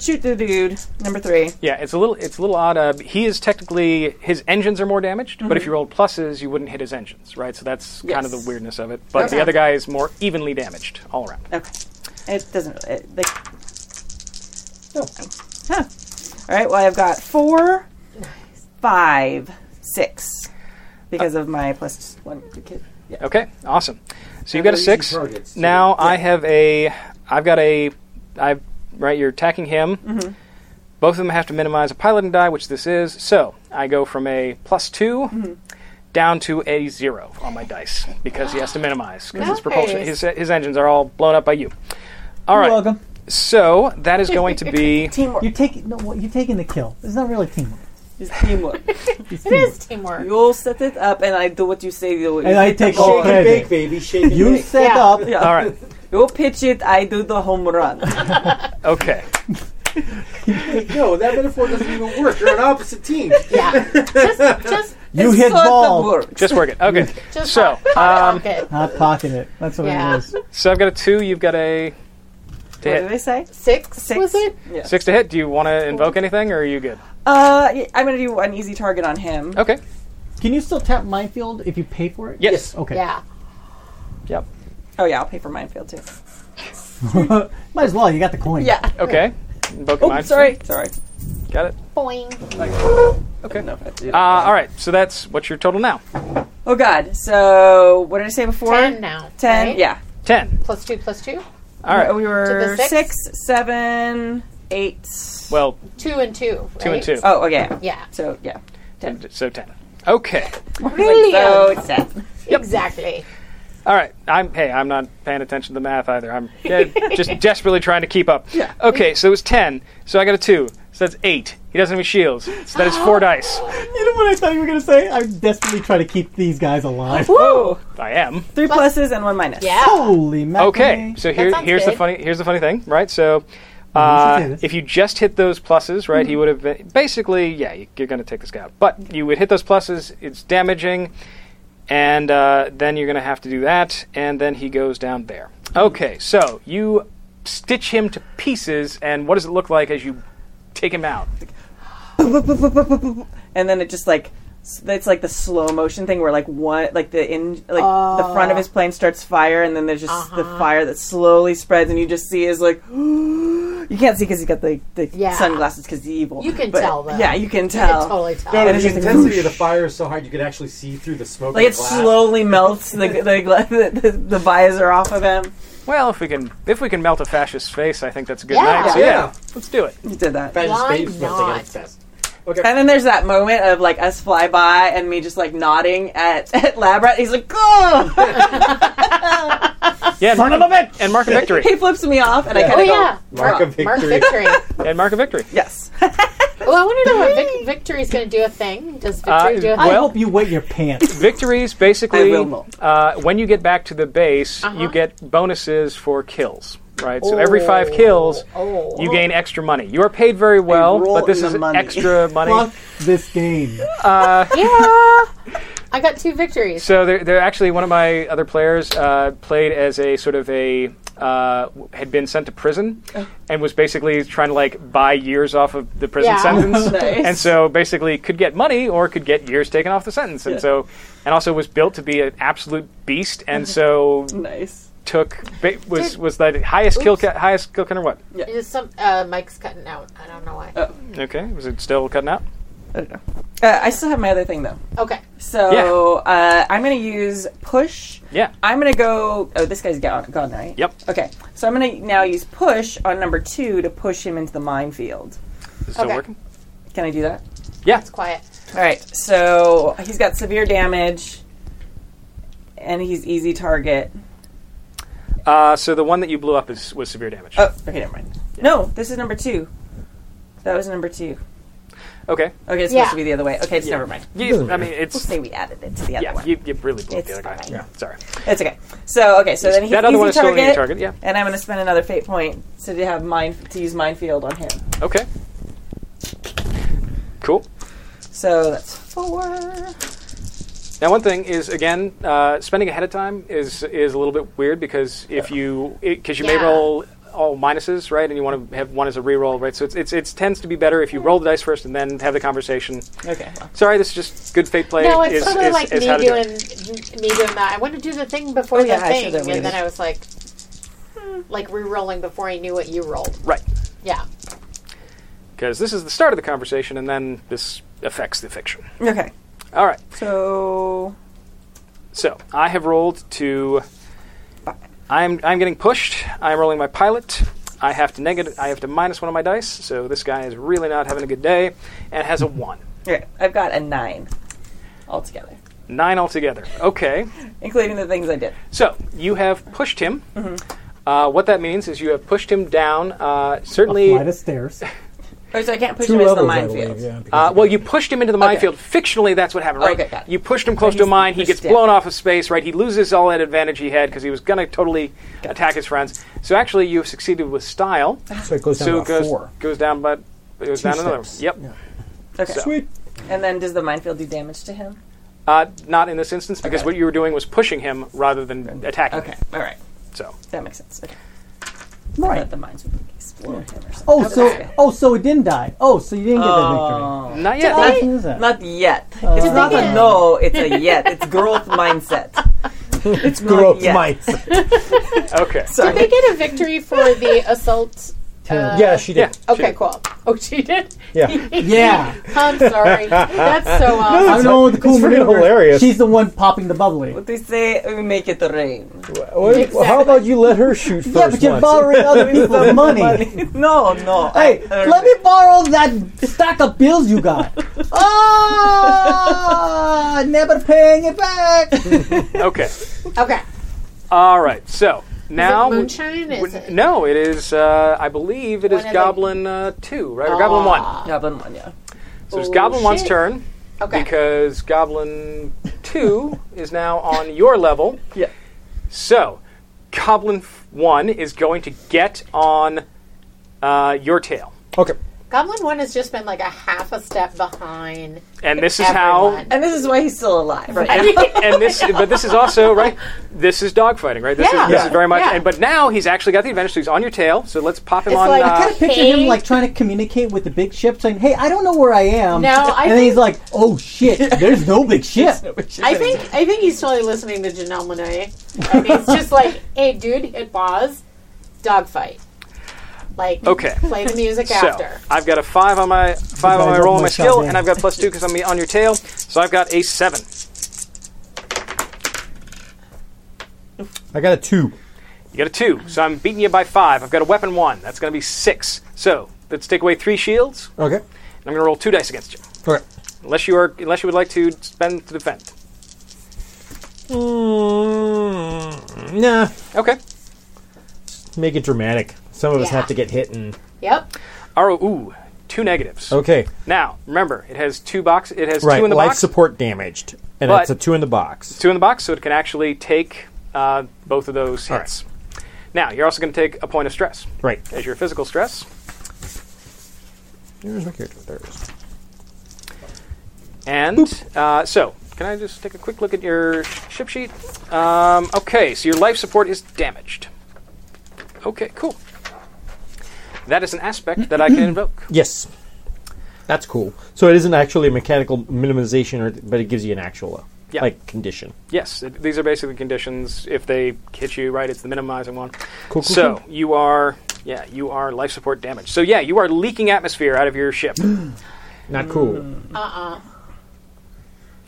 Speaker 5: shoot the dude number three.
Speaker 3: Yeah, it's a little it's a little odd. Uh, he is technically his engines are more damaged, but if you rolled pluses, you wouldn't hit his engines, right? So that's kind of the
Speaker 5: Mhm. Yes.
Speaker 3: weirdness of it. But
Speaker 5: Okay.
Speaker 3: the other guy is more evenly damaged all around.
Speaker 5: Okay. It doesn't. It, like. Oh. Huh. All right. Well, I've got four, five, six, because of my plus one kid. Yeah.
Speaker 3: Okay, awesome. So you've got a
Speaker 6: easy
Speaker 3: six.
Speaker 6: targets, too.
Speaker 3: now I have a I've got a I've right. You're attacking him. Both of them have to minimize a piloting die, which this is. So I go from a plus two down to a zero on my dice because he has to minimize because his propulsion, his,
Speaker 4: Nice.
Speaker 3: his engines are all blown up by you. All right.
Speaker 8: You're welcome.
Speaker 3: So that is going to be
Speaker 5: Teamwork.
Speaker 8: You're taking no, what- you're taking the kill. It's not really teamwork.
Speaker 5: It's teamwork.
Speaker 8: It's
Speaker 4: It is teamwork.
Speaker 5: You'll set it up, and I do what you say. You
Speaker 8: And I take all
Speaker 6: Shake and bake,
Speaker 8: credit.
Speaker 6: baby. Shake and
Speaker 8: You
Speaker 6: bake.
Speaker 8: set
Speaker 4: Yeah.
Speaker 8: up.
Speaker 5: Yeah.
Speaker 3: all right.
Speaker 5: You pitch it. I do the home run.
Speaker 3: Okay.
Speaker 6: No, that metaphor doesn't even work. You're on opposite teams.
Speaker 4: Yeah. just, just,
Speaker 8: You
Speaker 5: It
Speaker 8: hit
Speaker 5: sorta
Speaker 8: ball.
Speaker 5: works.
Speaker 3: Just work it. Okay.
Speaker 4: just.
Speaker 3: So, um,
Speaker 4: hot, hot pocket.
Speaker 8: Hot pocket it. That's what
Speaker 4: Yeah.
Speaker 8: it is.
Speaker 3: so I've got a two. You've got a to
Speaker 5: What did
Speaker 3: hit.
Speaker 5: I say?
Speaker 4: Six,
Speaker 5: Six.
Speaker 4: Was it?
Speaker 5: Yeah.
Speaker 3: six to hit. Do you want to invoke anything, or are you good?
Speaker 5: Uh, yeah, I'm gonna do an easy target on him.
Speaker 3: Okay.
Speaker 8: Can you still tap minefield if you pay for it?
Speaker 3: Yes.
Speaker 8: Okay.
Speaker 4: Yeah.
Speaker 3: Yep.
Speaker 5: Oh yeah, I'll pay for minefield too.
Speaker 8: Might as well. You got the coin.
Speaker 5: Yeah.
Speaker 3: Okay. Invoke
Speaker 5: Oh,
Speaker 3: mine.
Speaker 5: sorry. Sorry.
Speaker 3: Got it.
Speaker 4: Boing.
Speaker 3: Okay.
Speaker 5: No, I did.
Speaker 3: Uh, all right. So that's what's your total now?
Speaker 5: oh God. So what did I say before?
Speaker 4: Ten now.
Speaker 5: Ten.
Speaker 4: right?
Speaker 5: Yeah.
Speaker 3: Ten.
Speaker 4: Plus two, plus two.
Speaker 5: Oh,
Speaker 3: All right.
Speaker 5: We were
Speaker 4: To the six?
Speaker 5: six, seven, eight. eight.
Speaker 3: Well,
Speaker 4: Two and two.
Speaker 3: Two and
Speaker 4: right?
Speaker 3: two.
Speaker 5: Oh, okay.
Speaker 4: Yeah.
Speaker 5: So yeah. Ten.
Speaker 3: so ten. Okay.
Speaker 4: Brilliant.
Speaker 5: So oh, ten.
Speaker 4: Exactly.
Speaker 3: All right. I'm. Hey, I'm not paying attention to the math either. I'm uh, just desperately trying to keep up. Yeah. Okay. So it was ten. So I got a two. So that's eight. He doesn't have any shields. So that is four dice.
Speaker 8: You know what I thought you were going to say? I'm desperately trying to keep these guys alive.
Speaker 3: Whoa! I am.
Speaker 5: Three pluses and one minus.
Speaker 4: Yeah.
Speaker 8: Holy mackerel.
Speaker 3: Okay, so here, here's the funny here's the funny thing, right? So, uh, if you just hit those pluses, right, he would have been, basically, yeah, you, you're going to take this guy out. But you would hit those pluses, it's damaging, and uh, then you're going to have to do that, and then he goes down there. Okay, so you stitch him to pieces, and what does it look like as you take him out?
Speaker 5: and then it just like s- it's like the slow motion thing where like one like the in like the front
Speaker 4: Oh.
Speaker 5: of his plane starts fire and then there's just the
Speaker 4: Uh-huh.
Speaker 5: fire that slowly spreads and you just see is like you can't see because he's got the, the
Speaker 4: Yeah.
Speaker 5: sunglasses because he's eval
Speaker 4: You can
Speaker 5: But-
Speaker 4: tell, though.
Speaker 5: yeah you can
Speaker 4: You
Speaker 5: tell
Speaker 4: can totally tell.
Speaker 5: And
Speaker 6: No,
Speaker 5: it's
Speaker 6: the
Speaker 5: just like,
Speaker 6: intensity of the fire is so hard you can actually see through the smoke.
Speaker 5: like
Speaker 6: of
Speaker 5: it
Speaker 6: the glass.
Speaker 5: slowly melts the, the, gla- the, the, the visor off of him
Speaker 3: Well, if we can if we can melt a fascist's face, I think that's a good
Speaker 5: Yeah.
Speaker 3: night. So, yeah,
Speaker 5: Yeah.
Speaker 3: let's do it.
Speaker 5: You did that.
Speaker 6: Okay.
Speaker 5: And then there's that moment of like us fly by and me just like nodding at, at lab rat. He's like, oh!
Speaker 3: Yeah, and, and mark a victory.
Speaker 5: he flips me off and I
Speaker 3: Yeah.
Speaker 5: kind of
Speaker 3: Oh,
Speaker 5: go,
Speaker 4: yeah. Mark a Mark victory. victory.
Speaker 3: and mark a victory.
Speaker 5: Yes.
Speaker 4: Well, I want to know if Vic- Victory's going to do a thing. Does Victory
Speaker 3: Uh,
Speaker 4: do a
Speaker 3: well-
Speaker 4: thing?
Speaker 8: I hope you wet your pants.
Speaker 3: Victories basically.
Speaker 8: I will not.
Speaker 3: Uh, when you get back to the base,
Speaker 4: Uh-huh.
Speaker 3: you get bonuses for kills. Right, so every five
Speaker 8: Oh.
Speaker 3: kills, you gain extra money. You are paid very well,
Speaker 8: roll
Speaker 3: but this
Speaker 8: in the
Speaker 3: is
Speaker 8: money.
Speaker 3: extra money.
Speaker 8: Fuck this game.
Speaker 3: Uh,
Speaker 4: yeah. I got two victories.
Speaker 3: So they're, they're actually one of my other players uh, played as a sort of a uh, w- had been sent to prison
Speaker 8: Oh.
Speaker 3: and was basically trying to like buy years off of the prison
Speaker 4: Yeah.
Speaker 3: sentence,
Speaker 4: Nice.
Speaker 3: and so basically could get money or could get years taken off the sentence, and
Speaker 4: Yeah.
Speaker 3: so and also was built to be an absolute beast, and
Speaker 8: Mm-hmm.
Speaker 3: so
Speaker 5: nice
Speaker 3: took ba- was
Speaker 4: Did-
Speaker 3: was the highest kill
Speaker 4: Oops.
Speaker 3: ca- highest kill counter what?
Speaker 4: Is some uh, Mike's cutting out. I don't know why.
Speaker 3: Okay, was it still cutting out?
Speaker 5: Uh, I still have my other thing though.
Speaker 4: Okay.
Speaker 5: So uh, I'm going to use push.
Speaker 3: Yeah.
Speaker 5: I'm going to go. Oh, this guy's gone, gone, right?
Speaker 3: Yep.
Speaker 5: Okay. So I'm going to now use push on number two to push him into the minefield.
Speaker 3: Is it still Okay. working?
Speaker 5: Can I do that?
Speaker 3: Yeah.
Speaker 4: It's quiet.
Speaker 5: All right. So he's got severe damage, and he's easy target.
Speaker 3: Uh, so the one that you blew up is was severe damage.
Speaker 5: Oh, okay, never mind. No, this is number two. That was number two.
Speaker 3: Okay.
Speaker 5: Okay, it's
Speaker 3: Yeah.
Speaker 5: supposed to be the other way. Okay, it's
Speaker 3: Yeah.
Speaker 5: never mind.
Speaker 3: Yeah, Doesn't I mean, matter. it's-
Speaker 5: we'll say we added it to the other
Speaker 3: yeah,
Speaker 5: one.
Speaker 3: you, you really blew up
Speaker 5: It's
Speaker 3: the other guy.
Speaker 5: fine.
Speaker 3: Yeah, sorry.
Speaker 5: It's okay. So okay, so
Speaker 3: Yes,
Speaker 5: then he's
Speaker 3: that other
Speaker 5: easy
Speaker 3: one is still
Speaker 5: target,
Speaker 3: an easy target, yeah.
Speaker 5: And I'm going to spend another fate point to have mine to use minefield on him.
Speaker 3: Okay. Cool.
Speaker 5: So that's four.
Speaker 3: Now, one thing is again, uh, spending ahead of time is is a little bit weird because if you because you may
Speaker 4: Yeah.
Speaker 3: roll all minuses, right, and you want to have one as a reroll, right? So it's it's it tends to be better if you roll the dice first and then have the conversation.
Speaker 5: Okay.
Speaker 3: Sorry, this is just good fate play.
Speaker 4: no, it's
Speaker 3: is,
Speaker 4: totally
Speaker 3: is-
Speaker 4: like
Speaker 3: is
Speaker 4: me
Speaker 3: how to do
Speaker 4: doing
Speaker 3: it.
Speaker 4: me doing that. I want to do the thing before
Speaker 5: Oh,
Speaker 4: the
Speaker 5: yeah, I
Speaker 4: thing,
Speaker 5: should've
Speaker 4: and
Speaker 5: waited.
Speaker 4: then I was like, hmm, like re-rolling before I knew what you rolled.
Speaker 3: Right.
Speaker 4: Yeah.
Speaker 3: because this is the start of the conversation, and then this affects the fiction.
Speaker 5: Okay.
Speaker 3: All right.
Speaker 5: So
Speaker 3: So I have rolled to. I'm I'm getting pushed. I'm rolling my pilot. I have to negative. I have to minus one of my dice. So this guy is really not having a good day, and has a one,
Speaker 5: okay, I've got a nine altogether,
Speaker 3: nine altogether. Okay.
Speaker 5: including the things I did.
Speaker 3: So you have pushed him. Uh, what that means is you have pushed him down. Uh, certainly.
Speaker 8: Flight of stairs.
Speaker 5: Oh, so I can't push
Speaker 8: Two
Speaker 5: him into the
Speaker 8: levels, I believe,
Speaker 5: minefield.
Speaker 3: Uh, well, you pushed him into the minefield. Fictionally, that's what happened, right?
Speaker 5: Okay, got
Speaker 3: You pushed him close to a mine. He gets blown off of space, right? He loses all that advantage he had because he was going to totally attack his friends. So actually, you have succeeded with style.
Speaker 24: So it goes down
Speaker 3: so
Speaker 24: by
Speaker 3: it goes,
Speaker 24: four.
Speaker 3: goes down, but it goes
Speaker 24: Two
Speaker 3: down another.
Speaker 24: steps.
Speaker 3: Yep.
Speaker 5: Okay.
Speaker 3: So-
Speaker 5: And then does the minefield do damage to him?
Speaker 3: Uh, not in this instance because what you were doing was pushing him rather than attacking.
Speaker 5: Okay.
Speaker 3: Him.
Speaker 5: All right.
Speaker 3: So
Speaker 5: That makes sense. Okay.
Speaker 8: Right.
Speaker 5: I thought the mines would explode him or something.
Speaker 8: Oh, so oh, so it didn't die. Oh, so you didn't get that
Speaker 9: Oh.
Speaker 8: victory.
Speaker 3: Not
Speaker 8: yet. Did I?
Speaker 5: Not, not yet. Uh, it's not a no, it's a yet. It's growth mindset.
Speaker 24: it's
Speaker 5: growth
Speaker 24: growth mindset.
Speaker 3: okay.
Speaker 4: Did they get a victory for the assault
Speaker 9: Uh,
Speaker 6: yeah, she did.
Speaker 9: Okay, cool. Oh, she did.
Speaker 6: Yeah.
Speaker 8: Yeah.
Speaker 9: I'm sorry. That's so awesome.
Speaker 8: I know the cool
Speaker 6: it's freaking
Speaker 8: maneuver.
Speaker 6: hilarious.
Speaker 8: She's the one popping the bubbly.
Speaker 5: What they say, we make it rain.
Speaker 6: Well, How about you let her shoot first?
Speaker 8: Yeah, but you're
Speaker 6: once?
Speaker 8: borrowing other people's money.
Speaker 5: no, no.
Speaker 8: Hey, let me borrow that stack of bills you got. oh, never paying it back.
Speaker 3: Okay.
Speaker 9: Okay.
Speaker 3: All right. So now
Speaker 9: is it moonshine? Is it?
Speaker 3: No, it is. Uh, I believe it is
Speaker 9: One of the- Ah.
Speaker 3: Goblin uh, two, right? Or Goblin one.
Speaker 5: Goblin one, yeah.
Speaker 3: So it's
Speaker 9: Oh,
Speaker 3: Goblin one's
Speaker 9: shit.
Speaker 3: turn.
Speaker 9: Okay.
Speaker 3: Because Goblin two is now on your level.
Speaker 5: Yeah.
Speaker 3: So Goblin f- one is going to get on uh, your tail,
Speaker 6: Okay.
Speaker 9: Goblin one has just been like a half a step behind.
Speaker 3: and this is how
Speaker 5: And this is why he's still alive, right?
Speaker 3: and, and this, but this is also right. This is dogfighting, right? This
Speaker 9: Yeah.
Speaker 3: is this
Speaker 9: Yeah.
Speaker 3: is very much.
Speaker 9: Yeah.
Speaker 3: And, but now he's actually got the advantage. So he's on your tail. So let's pop him
Speaker 9: It's
Speaker 3: on.
Speaker 9: like-
Speaker 8: I
Speaker 3: uh,
Speaker 8: kind of picture him like trying to communicate with the big ship, saying, "Hey, I don't know where I am."
Speaker 9: No, I
Speaker 8: and then he's like, "Oh shit, there's no big ship."
Speaker 9: I think I think he's totally listening to Janelle Monae. And he's just like, hey, dude, hit pause, dogfight. Like,
Speaker 3: Okay.
Speaker 9: play the music
Speaker 3: so
Speaker 9: after.
Speaker 3: I've got a five on my five
Speaker 8: guys
Speaker 3: on my
Speaker 8: don't
Speaker 3: roll
Speaker 8: like
Speaker 3: on my skill,
Speaker 8: shopping.
Speaker 3: and I've got plus two because I'm on your tail. So I've got a seven.
Speaker 6: I got a two.
Speaker 3: You got a two. So I'm beating you by five. I've got a weapon one. That's going to be six. So let's take away three shields,
Speaker 6: Okay.
Speaker 3: and I'm going to roll two dice against you,
Speaker 6: Okay.
Speaker 3: unless you are unless you would like to spend to defend.
Speaker 6: Mm, nah.
Speaker 3: Okay.
Speaker 6: Make it dramatic. Some of us
Speaker 9: Yeah.
Speaker 6: have to get hit and.
Speaker 9: Yep.
Speaker 3: Oh, ooh, two negatives.
Speaker 6: Okay.
Speaker 3: Now remember, it has two box. It has
Speaker 6: Oh. Right.
Speaker 3: two in the
Speaker 6: life
Speaker 3: box.
Speaker 6: support damaged, and
Speaker 3: But-
Speaker 6: it's a two in the box.
Speaker 3: two in the box, so it can actually take uh, both of those hits. Now, you're also going to take a point of stress
Speaker 6: Right.
Speaker 3: as your physical stress,
Speaker 6: There's my character. There's.
Speaker 3: and uh, so can I just take a quick look at your ship sheet? Um, okay, so your life support is damaged. Okay, cool. That is an aspect that I can invoke.
Speaker 6: Yes. That's cool. So it isn't actually a mechanical minimization, or but it gives you an actual uh,
Speaker 3: Yeah.
Speaker 6: like condition.
Speaker 3: Yes, it- these are basically conditions. If they hit you, right, it's the minimizing one.
Speaker 6: Cool, cool,
Speaker 3: so you are, yeah, you are life support damage. So yeah, you are leaking atmosphere out of your ship.
Speaker 6: Not cool. Uh-uh.
Speaker 9: Uh uh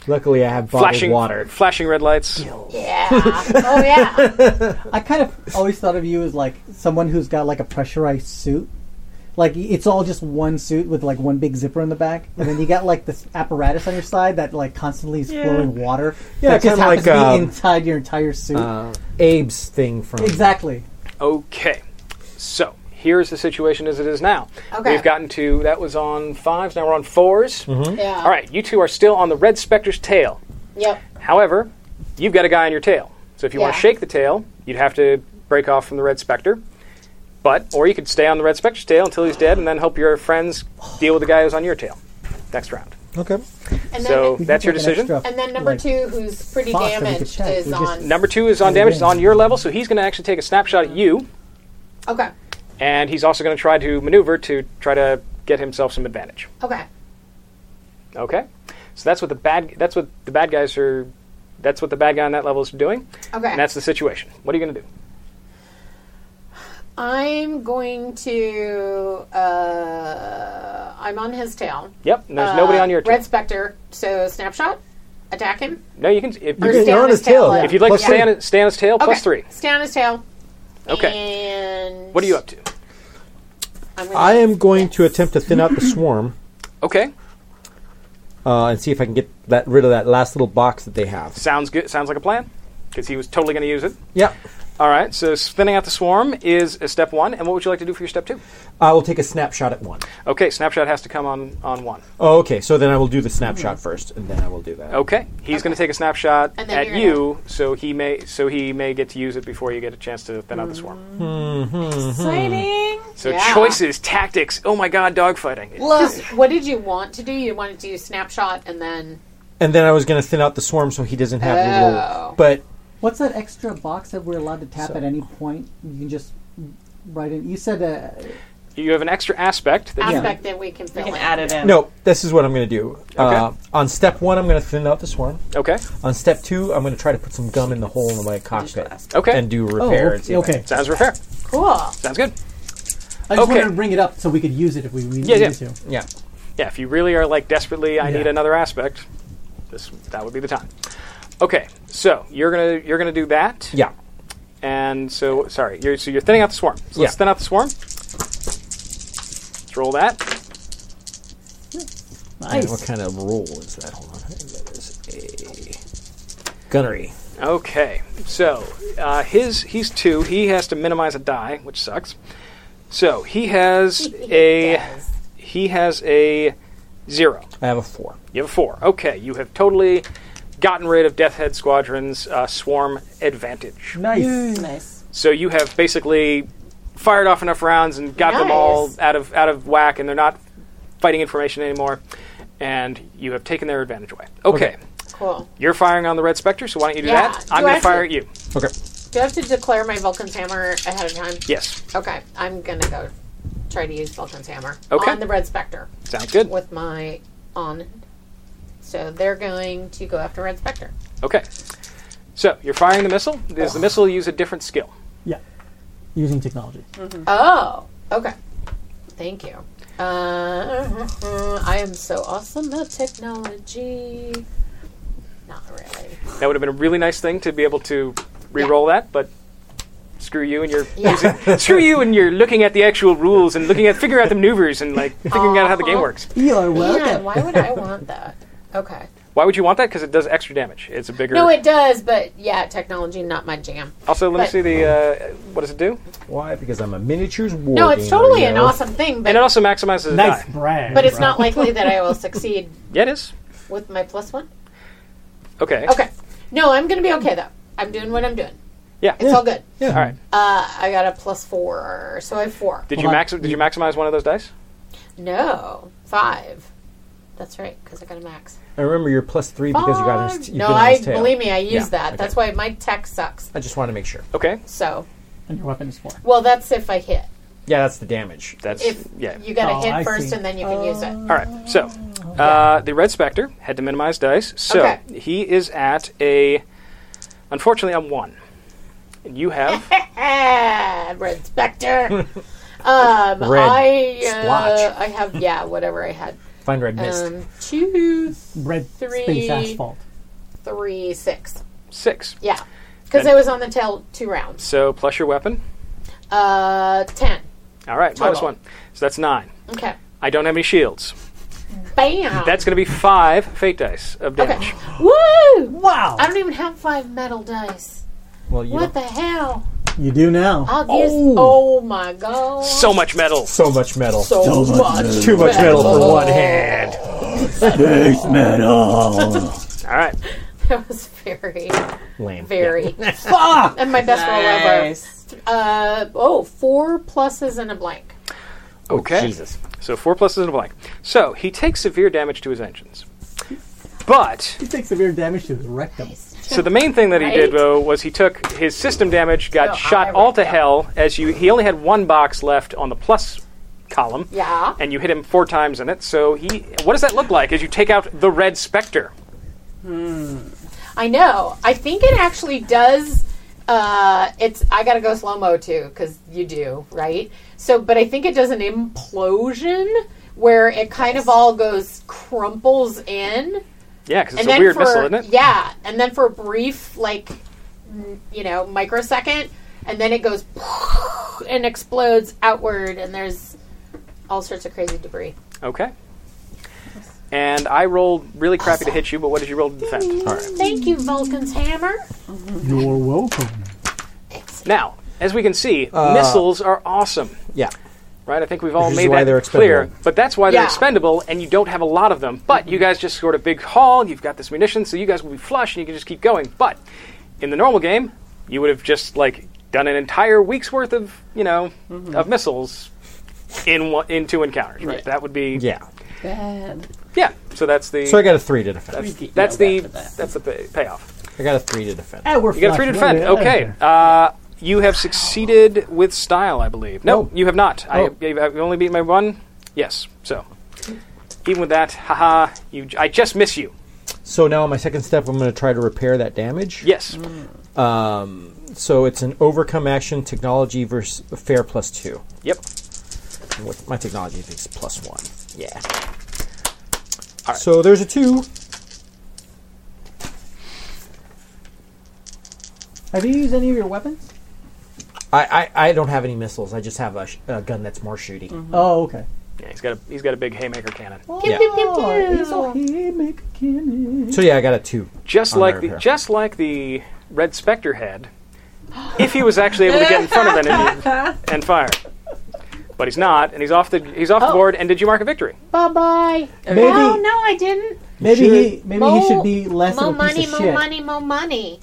Speaker 6: Luckily, I have bottled
Speaker 3: flashing
Speaker 6: water.
Speaker 3: flashing red lights.
Speaker 9: Yeah. oh, yeah.
Speaker 8: I kind of always thought of you as like someone who's got like a pressurized suit. Like it's all just one suit with like one big zipper in the back, and then you got like this apparatus on your side that like constantly is flowing water.
Speaker 6: Yeah,
Speaker 8: that just
Speaker 6: kinda
Speaker 8: happens
Speaker 6: like,
Speaker 8: to be
Speaker 6: um,
Speaker 8: inside your entire suit.
Speaker 6: Uh, Abe's thing from
Speaker 8: exactly.
Speaker 3: Okay. So here's the situation as it is now.
Speaker 9: Okay.
Speaker 3: We've gotten to that was on fives. Now we're on 4s
Speaker 6: Mm-hmm.
Speaker 9: Yeah.
Speaker 3: All right. You two are still on the red specter's tail.
Speaker 9: Yep.
Speaker 3: However, you've got a guy on your tail. So if you want to
Speaker 9: Yeah.
Speaker 3: shake the tail, you'd have to break off from the red specter. But or you could stay on the red specter's tail until he's dead, and then help your friends deal with the guy who's on your tail. Next round.
Speaker 6: Okay.
Speaker 9: And
Speaker 3: so
Speaker 9: then,
Speaker 3: that's your
Speaker 8: Like an
Speaker 3: decision.
Speaker 8: extra-
Speaker 9: and then number
Speaker 8: like,
Speaker 9: two, who's pretty
Speaker 8: Fox that we could
Speaker 9: damaged,
Speaker 8: check.
Speaker 9: is
Speaker 8: We just-
Speaker 9: on.
Speaker 3: Number two is on damage. It's on your level, so he's going to actually take a snapshot at you.
Speaker 9: Okay.
Speaker 3: and he's also going to try to maneuver to try to get himself some advantage.
Speaker 9: Okay.
Speaker 3: Okay, so that's what the bad that's what the bad guys are. That's what the bad guy on that level is doing,
Speaker 9: Okay.
Speaker 3: and that's the situation. What are you going to do?
Speaker 9: I'm going to. Uh, I'm on his tail.
Speaker 3: Yep, and there's
Speaker 9: Uh,
Speaker 3: nobody on your
Speaker 9: Red
Speaker 3: tail.
Speaker 9: Spectre. So snapshot, attack him.
Speaker 3: No, you can if
Speaker 9: Or
Speaker 3: you,
Speaker 9: stay
Speaker 6: you're on his tail, yeah.
Speaker 3: if you'd like
Speaker 6: Plus
Speaker 3: to stay
Speaker 6: three.
Speaker 3: on, stay on his tail. plus three.
Speaker 9: Stay on his tail.
Speaker 3: Okay,
Speaker 9: And
Speaker 3: what are you up to?
Speaker 9: I'm gonna,
Speaker 6: I am going to attempt to thin out the swarm
Speaker 3: Okay,
Speaker 6: uh, and see if I can get that rid of that last little box that they have.
Speaker 3: sounds good. Sounds like a plan because he was totally going to use it.
Speaker 6: Yeah.
Speaker 3: All right, so spinning out the swarm is a step one, and what would you like to do for your step two?
Speaker 6: I will take a snapshot at one.
Speaker 3: Okay, snapshot has to come on on one.
Speaker 6: Oh, okay. So then I will do the snapshot first, and then I will do that.
Speaker 3: Okay, he's going to take a snapshot
Speaker 9: And then
Speaker 3: at
Speaker 9: you're
Speaker 3: you, so he may so he may get to use it before you get a chance to thin out the swarm.
Speaker 5: Exciting.
Speaker 3: Mm-hmm. So
Speaker 9: Mm, Yeah.
Speaker 3: choices, tactics. Oh my God, dogfighting.
Speaker 9: Plus, what did you want to do? You wanted to do snapshot and then.
Speaker 6: And then I was going to thin out the swarm so he doesn't have a
Speaker 9: Oh.
Speaker 6: little. But
Speaker 8: What's that extra box that we're allowed to tap at any point? You can just write in. You said uh,
Speaker 3: You have an extra aspect that you
Speaker 9: Aspect that we can
Speaker 5: We
Speaker 9: fill
Speaker 5: can
Speaker 9: in.
Speaker 5: add it in.
Speaker 6: no, this is what I'm going to do. Uh, on step one, I'm going to thin out the swarm.
Speaker 3: Okay,
Speaker 6: On step two, I'm going to try to put some gum in the hole in my cockpit
Speaker 3: Okay.
Speaker 6: and do
Speaker 8: oh,
Speaker 6: repair. and see
Speaker 8: okay.
Speaker 6: if I-
Speaker 8: okay.
Speaker 3: sounds fair.
Speaker 9: Cool.
Speaker 3: Sounds
Speaker 25: I
Speaker 3: good.
Speaker 25: just
Speaker 3: Okay.
Speaker 25: wanted to bring it up so we could use it if we we
Speaker 3: Yeah, yeah.
Speaker 25: needed to.
Speaker 3: Yeah. Yeah, if you really are like desperately, I
Speaker 25: Yeah.
Speaker 3: need another aspect. This that would be the time. Okay, so you're gonna you're gonna do that.
Speaker 26: Yeah.
Speaker 3: And so sorry, you're so you're thinning out the swarm. So let's
Speaker 26: Yeah.
Speaker 3: thin out the swarm. Let's roll that.
Speaker 6: Yeah, what kind of roll is that? Hold on. That is a gunnery.
Speaker 3: Okay, so uh, his he's two. He has to minimize a die, which sucks. So he has a he has a zero.
Speaker 6: I have a four.
Speaker 3: You have a four. Okay, you have totally gotten rid of Death Head Squadron's uh, swarm advantage.
Speaker 8: Nice.
Speaker 27: Nice.
Speaker 3: So you have basically fired off enough rounds and got them all
Speaker 8: Nice.
Speaker 3: out of out of whack, and they're not fighting information anymore. And you have taken their advantage away. Okay,
Speaker 4: Cool.
Speaker 3: you're firing on the red specter, so why don't you do
Speaker 4: Yeah.
Speaker 3: that?
Speaker 4: Do
Speaker 3: I'm
Speaker 4: I
Speaker 3: going
Speaker 4: have
Speaker 3: to fire
Speaker 4: to-
Speaker 3: at you.
Speaker 6: Okay.
Speaker 4: Do I have to declare my Vulcan's hammer ahead of time?
Speaker 3: Yes.
Speaker 4: Okay, I'm gonna go try to use Vulcan's hammer
Speaker 3: Okay.
Speaker 4: on the Red Spectre.
Speaker 3: Sounds good.
Speaker 4: With my on. So they're going to go after Red Spectre.
Speaker 3: Okay. So you're firing the missile. Does
Speaker 4: Oh.
Speaker 3: the missile use a different skill?
Speaker 8: Using technology.
Speaker 4: Oh, okay. Thank you. Uh, I am so awesome at technology. Not really.
Speaker 3: That would have been a really nice thing to be able to re-roll that, but screw you and you're
Speaker 4: Yeah.
Speaker 3: using, screw you and you're looking at the actual rules and looking at figuring out the maneuvers and like figuring out how the game works.
Speaker 8: You're
Speaker 4: Yeah, why would I want that? Okay.
Speaker 3: Why would you want that? Because it does extra damage. It's a bigger.
Speaker 4: No, it does, but yeah, technology not my jam.
Speaker 3: also, let me
Speaker 4: but-
Speaker 3: see the. Uh, what does it do?
Speaker 6: Why? Because I'm a miniatures war.
Speaker 4: No, it's totally an awesome thing,
Speaker 3: And it
Speaker 4: but
Speaker 3: also maximizes. the die.
Speaker 8: brag.
Speaker 4: but it's not likely that I will succeed
Speaker 3: Yeah, it is.
Speaker 4: with my plus one.
Speaker 3: Okay.
Speaker 4: Okay. No, I'm gonna be okay though. I'm doing what I'm doing.
Speaker 3: Yeah.
Speaker 4: It's all good.
Speaker 3: All right.
Speaker 4: Uh, I got a plus four, so I have four.
Speaker 3: Did you max? Did you maximize one of those dice?
Speaker 4: No, five. That's right, because I got a max.
Speaker 6: I remember you're plus three because you got his.
Speaker 4: Five.
Speaker 6: you've
Speaker 4: Oh, no,
Speaker 6: been on
Speaker 4: I
Speaker 6: his tail.
Speaker 4: believe me, I use
Speaker 6: Yeah,
Speaker 4: that.
Speaker 6: okay.
Speaker 4: That's why my tech sucks.
Speaker 6: I just want to make sure.
Speaker 3: Okay.
Speaker 4: So,
Speaker 8: And your weapon is four.
Speaker 4: well, that's if I hit.
Speaker 6: Yeah, that's the damage.
Speaker 3: That's
Speaker 4: If
Speaker 3: yeah.
Speaker 4: you got to
Speaker 6: Oh,
Speaker 4: hit
Speaker 6: I
Speaker 4: first,
Speaker 6: see.
Speaker 4: and then you can use it.
Speaker 3: All right. So, uh, the Red Spectre had to minimize dice. So
Speaker 4: Okay.
Speaker 3: he is at a. Unfortunately, I'm one. And you have.
Speaker 6: Oh.
Speaker 4: Red Spectre. um,
Speaker 3: Red
Speaker 4: I uh,
Speaker 3: splotch.
Speaker 4: I have yeah, whatever I had.
Speaker 6: Find red mist.
Speaker 4: Um, two,
Speaker 8: Red
Speaker 4: three,
Speaker 8: space asphalt.
Speaker 4: three, six.
Speaker 3: Six.
Speaker 4: Yeah, because
Speaker 3: Then-
Speaker 4: I was on the tail two rounds.
Speaker 3: So plus your weapon.
Speaker 4: Uh, ten.
Speaker 3: All right. minus
Speaker 4: Total.
Speaker 3: one. So that's nine.
Speaker 4: Okay.
Speaker 3: I don't have any shields.
Speaker 4: Bam.
Speaker 3: That's going to be five fate dice of damage.
Speaker 4: Woo!
Speaker 8: Wow.
Speaker 4: I don't even have five metal dice.
Speaker 6: Well,
Speaker 4: What the hell?
Speaker 8: You do now.
Speaker 4: I'll use. Oh my god.
Speaker 3: So much metal.
Speaker 6: So much metal.
Speaker 4: So So much much metal.
Speaker 6: Too much metal for
Speaker 4: metal.
Speaker 6: one hand.
Speaker 4: Space
Speaker 6: metal.
Speaker 3: All right.
Speaker 4: That was very
Speaker 6: Lame.
Speaker 4: Very.
Speaker 6: Fuck!
Speaker 4: And my best roll ever. Uh, oh, four pluses and a blank.
Speaker 3: Okay.
Speaker 6: Oh, Jesus.
Speaker 3: So four pluses and a blank. So he takes severe damage to his engines. But
Speaker 8: He takes severe damage to his rectum.
Speaker 3: so the main thing that he did
Speaker 8: Right?
Speaker 3: though was he took his system damage, got
Speaker 4: Oh,
Speaker 8: No,
Speaker 3: shot
Speaker 8: I
Speaker 3: all to hell as you he only had one box left on the plus column.
Speaker 4: Yeah.
Speaker 3: And you hit him four times in it. So he what does that look like as you take out the red specter?
Speaker 4: I know. I think it actually does. Uh, it's I gotta go slow mo too because you do right. So, but I think it does an implosion where it kind of all goes crumples in.
Speaker 3: Yeah, because it's
Speaker 4: then
Speaker 3: a weird
Speaker 4: for,
Speaker 3: missile, isn't it?
Speaker 4: Yeah, and then for a brief, like, n- you know, microsecond, and then it goes and explodes outward, and there's all sorts of crazy debris.
Speaker 3: Okay. And I rolled really crappy to hit you, but what did you roll to defend?
Speaker 4: Thank you, Vulcan's hammer.
Speaker 8: You're welcome.
Speaker 3: Now, as we can see,
Speaker 6: Uh,
Speaker 3: missiles are awesome.
Speaker 6: Yeah.
Speaker 3: Right, I think we've all
Speaker 6: Which is
Speaker 3: made
Speaker 6: why
Speaker 3: that
Speaker 6: they're
Speaker 3: clear.
Speaker 6: expendable.
Speaker 3: But that's why they're
Speaker 6: Yeah.
Speaker 3: expendable, and you don't have a lot of them. But you guys just scored a big haul. You've got this munition, so you guys will be flush, and you can just keep going. But in the normal game, you would have just like done an entire week's worth of you know of missiles in one, in two encounters. Right, that would be
Speaker 6: Mm-hmm. Yeah.
Speaker 27: Bad.
Speaker 3: yeah. So that's the
Speaker 6: So I got a three to defend.
Speaker 3: that's, that's the that's the pay- payoff.
Speaker 6: I got a three to defend.
Speaker 4: Oh.
Speaker 8: Eh, we're
Speaker 3: You got three to defend. Okay. Uh, you have succeeded with style, I believe. No,
Speaker 6: Oh.
Speaker 3: you have not. I,
Speaker 6: Oh.
Speaker 3: I've I've only beat my one. Yes. So, even with that, haha, you, j- I just miss you.
Speaker 6: So now on my second step, I'm going to try to repair that damage.
Speaker 3: Yes.
Speaker 6: Mm. Um, so it's an overcome action technology versus fair plus two.
Speaker 3: Yep.
Speaker 6: With my technology, I think it's plus one. Yeah.
Speaker 28: So there's a two.
Speaker 8: Have you used any of your weapons?
Speaker 3: Mm-hmm.
Speaker 6: I, I, I don't have any missiles. I just have a, sh- a gun that's more shooting.
Speaker 4: Mm-hmm.
Speaker 8: Oh, okay.
Speaker 3: Yeah, he's got a he's got a big haymaker cannon.
Speaker 6: Yeah.
Speaker 8: Oh, he's a haymaker cannon.
Speaker 6: So yeah, I got a two.
Speaker 3: Just
Speaker 6: on
Speaker 3: like
Speaker 6: her
Speaker 3: the
Speaker 6: here.
Speaker 3: just like the red specter head, if he was actually able to get in front of an enemy and fire, but he's not, and he's off the he's
Speaker 6: Oh.
Speaker 3: off the board. And did you mark a victory?
Speaker 4: Bye bye.
Speaker 3: Maybe-
Speaker 4: No, no, I didn't.
Speaker 8: Maybe he maybe
Speaker 4: Mo-
Speaker 8: he should be less
Speaker 4: mo
Speaker 8: of a
Speaker 4: money,
Speaker 8: piece
Speaker 4: mo
Speaker 8: of shit.
Speaker 4: money, mo money.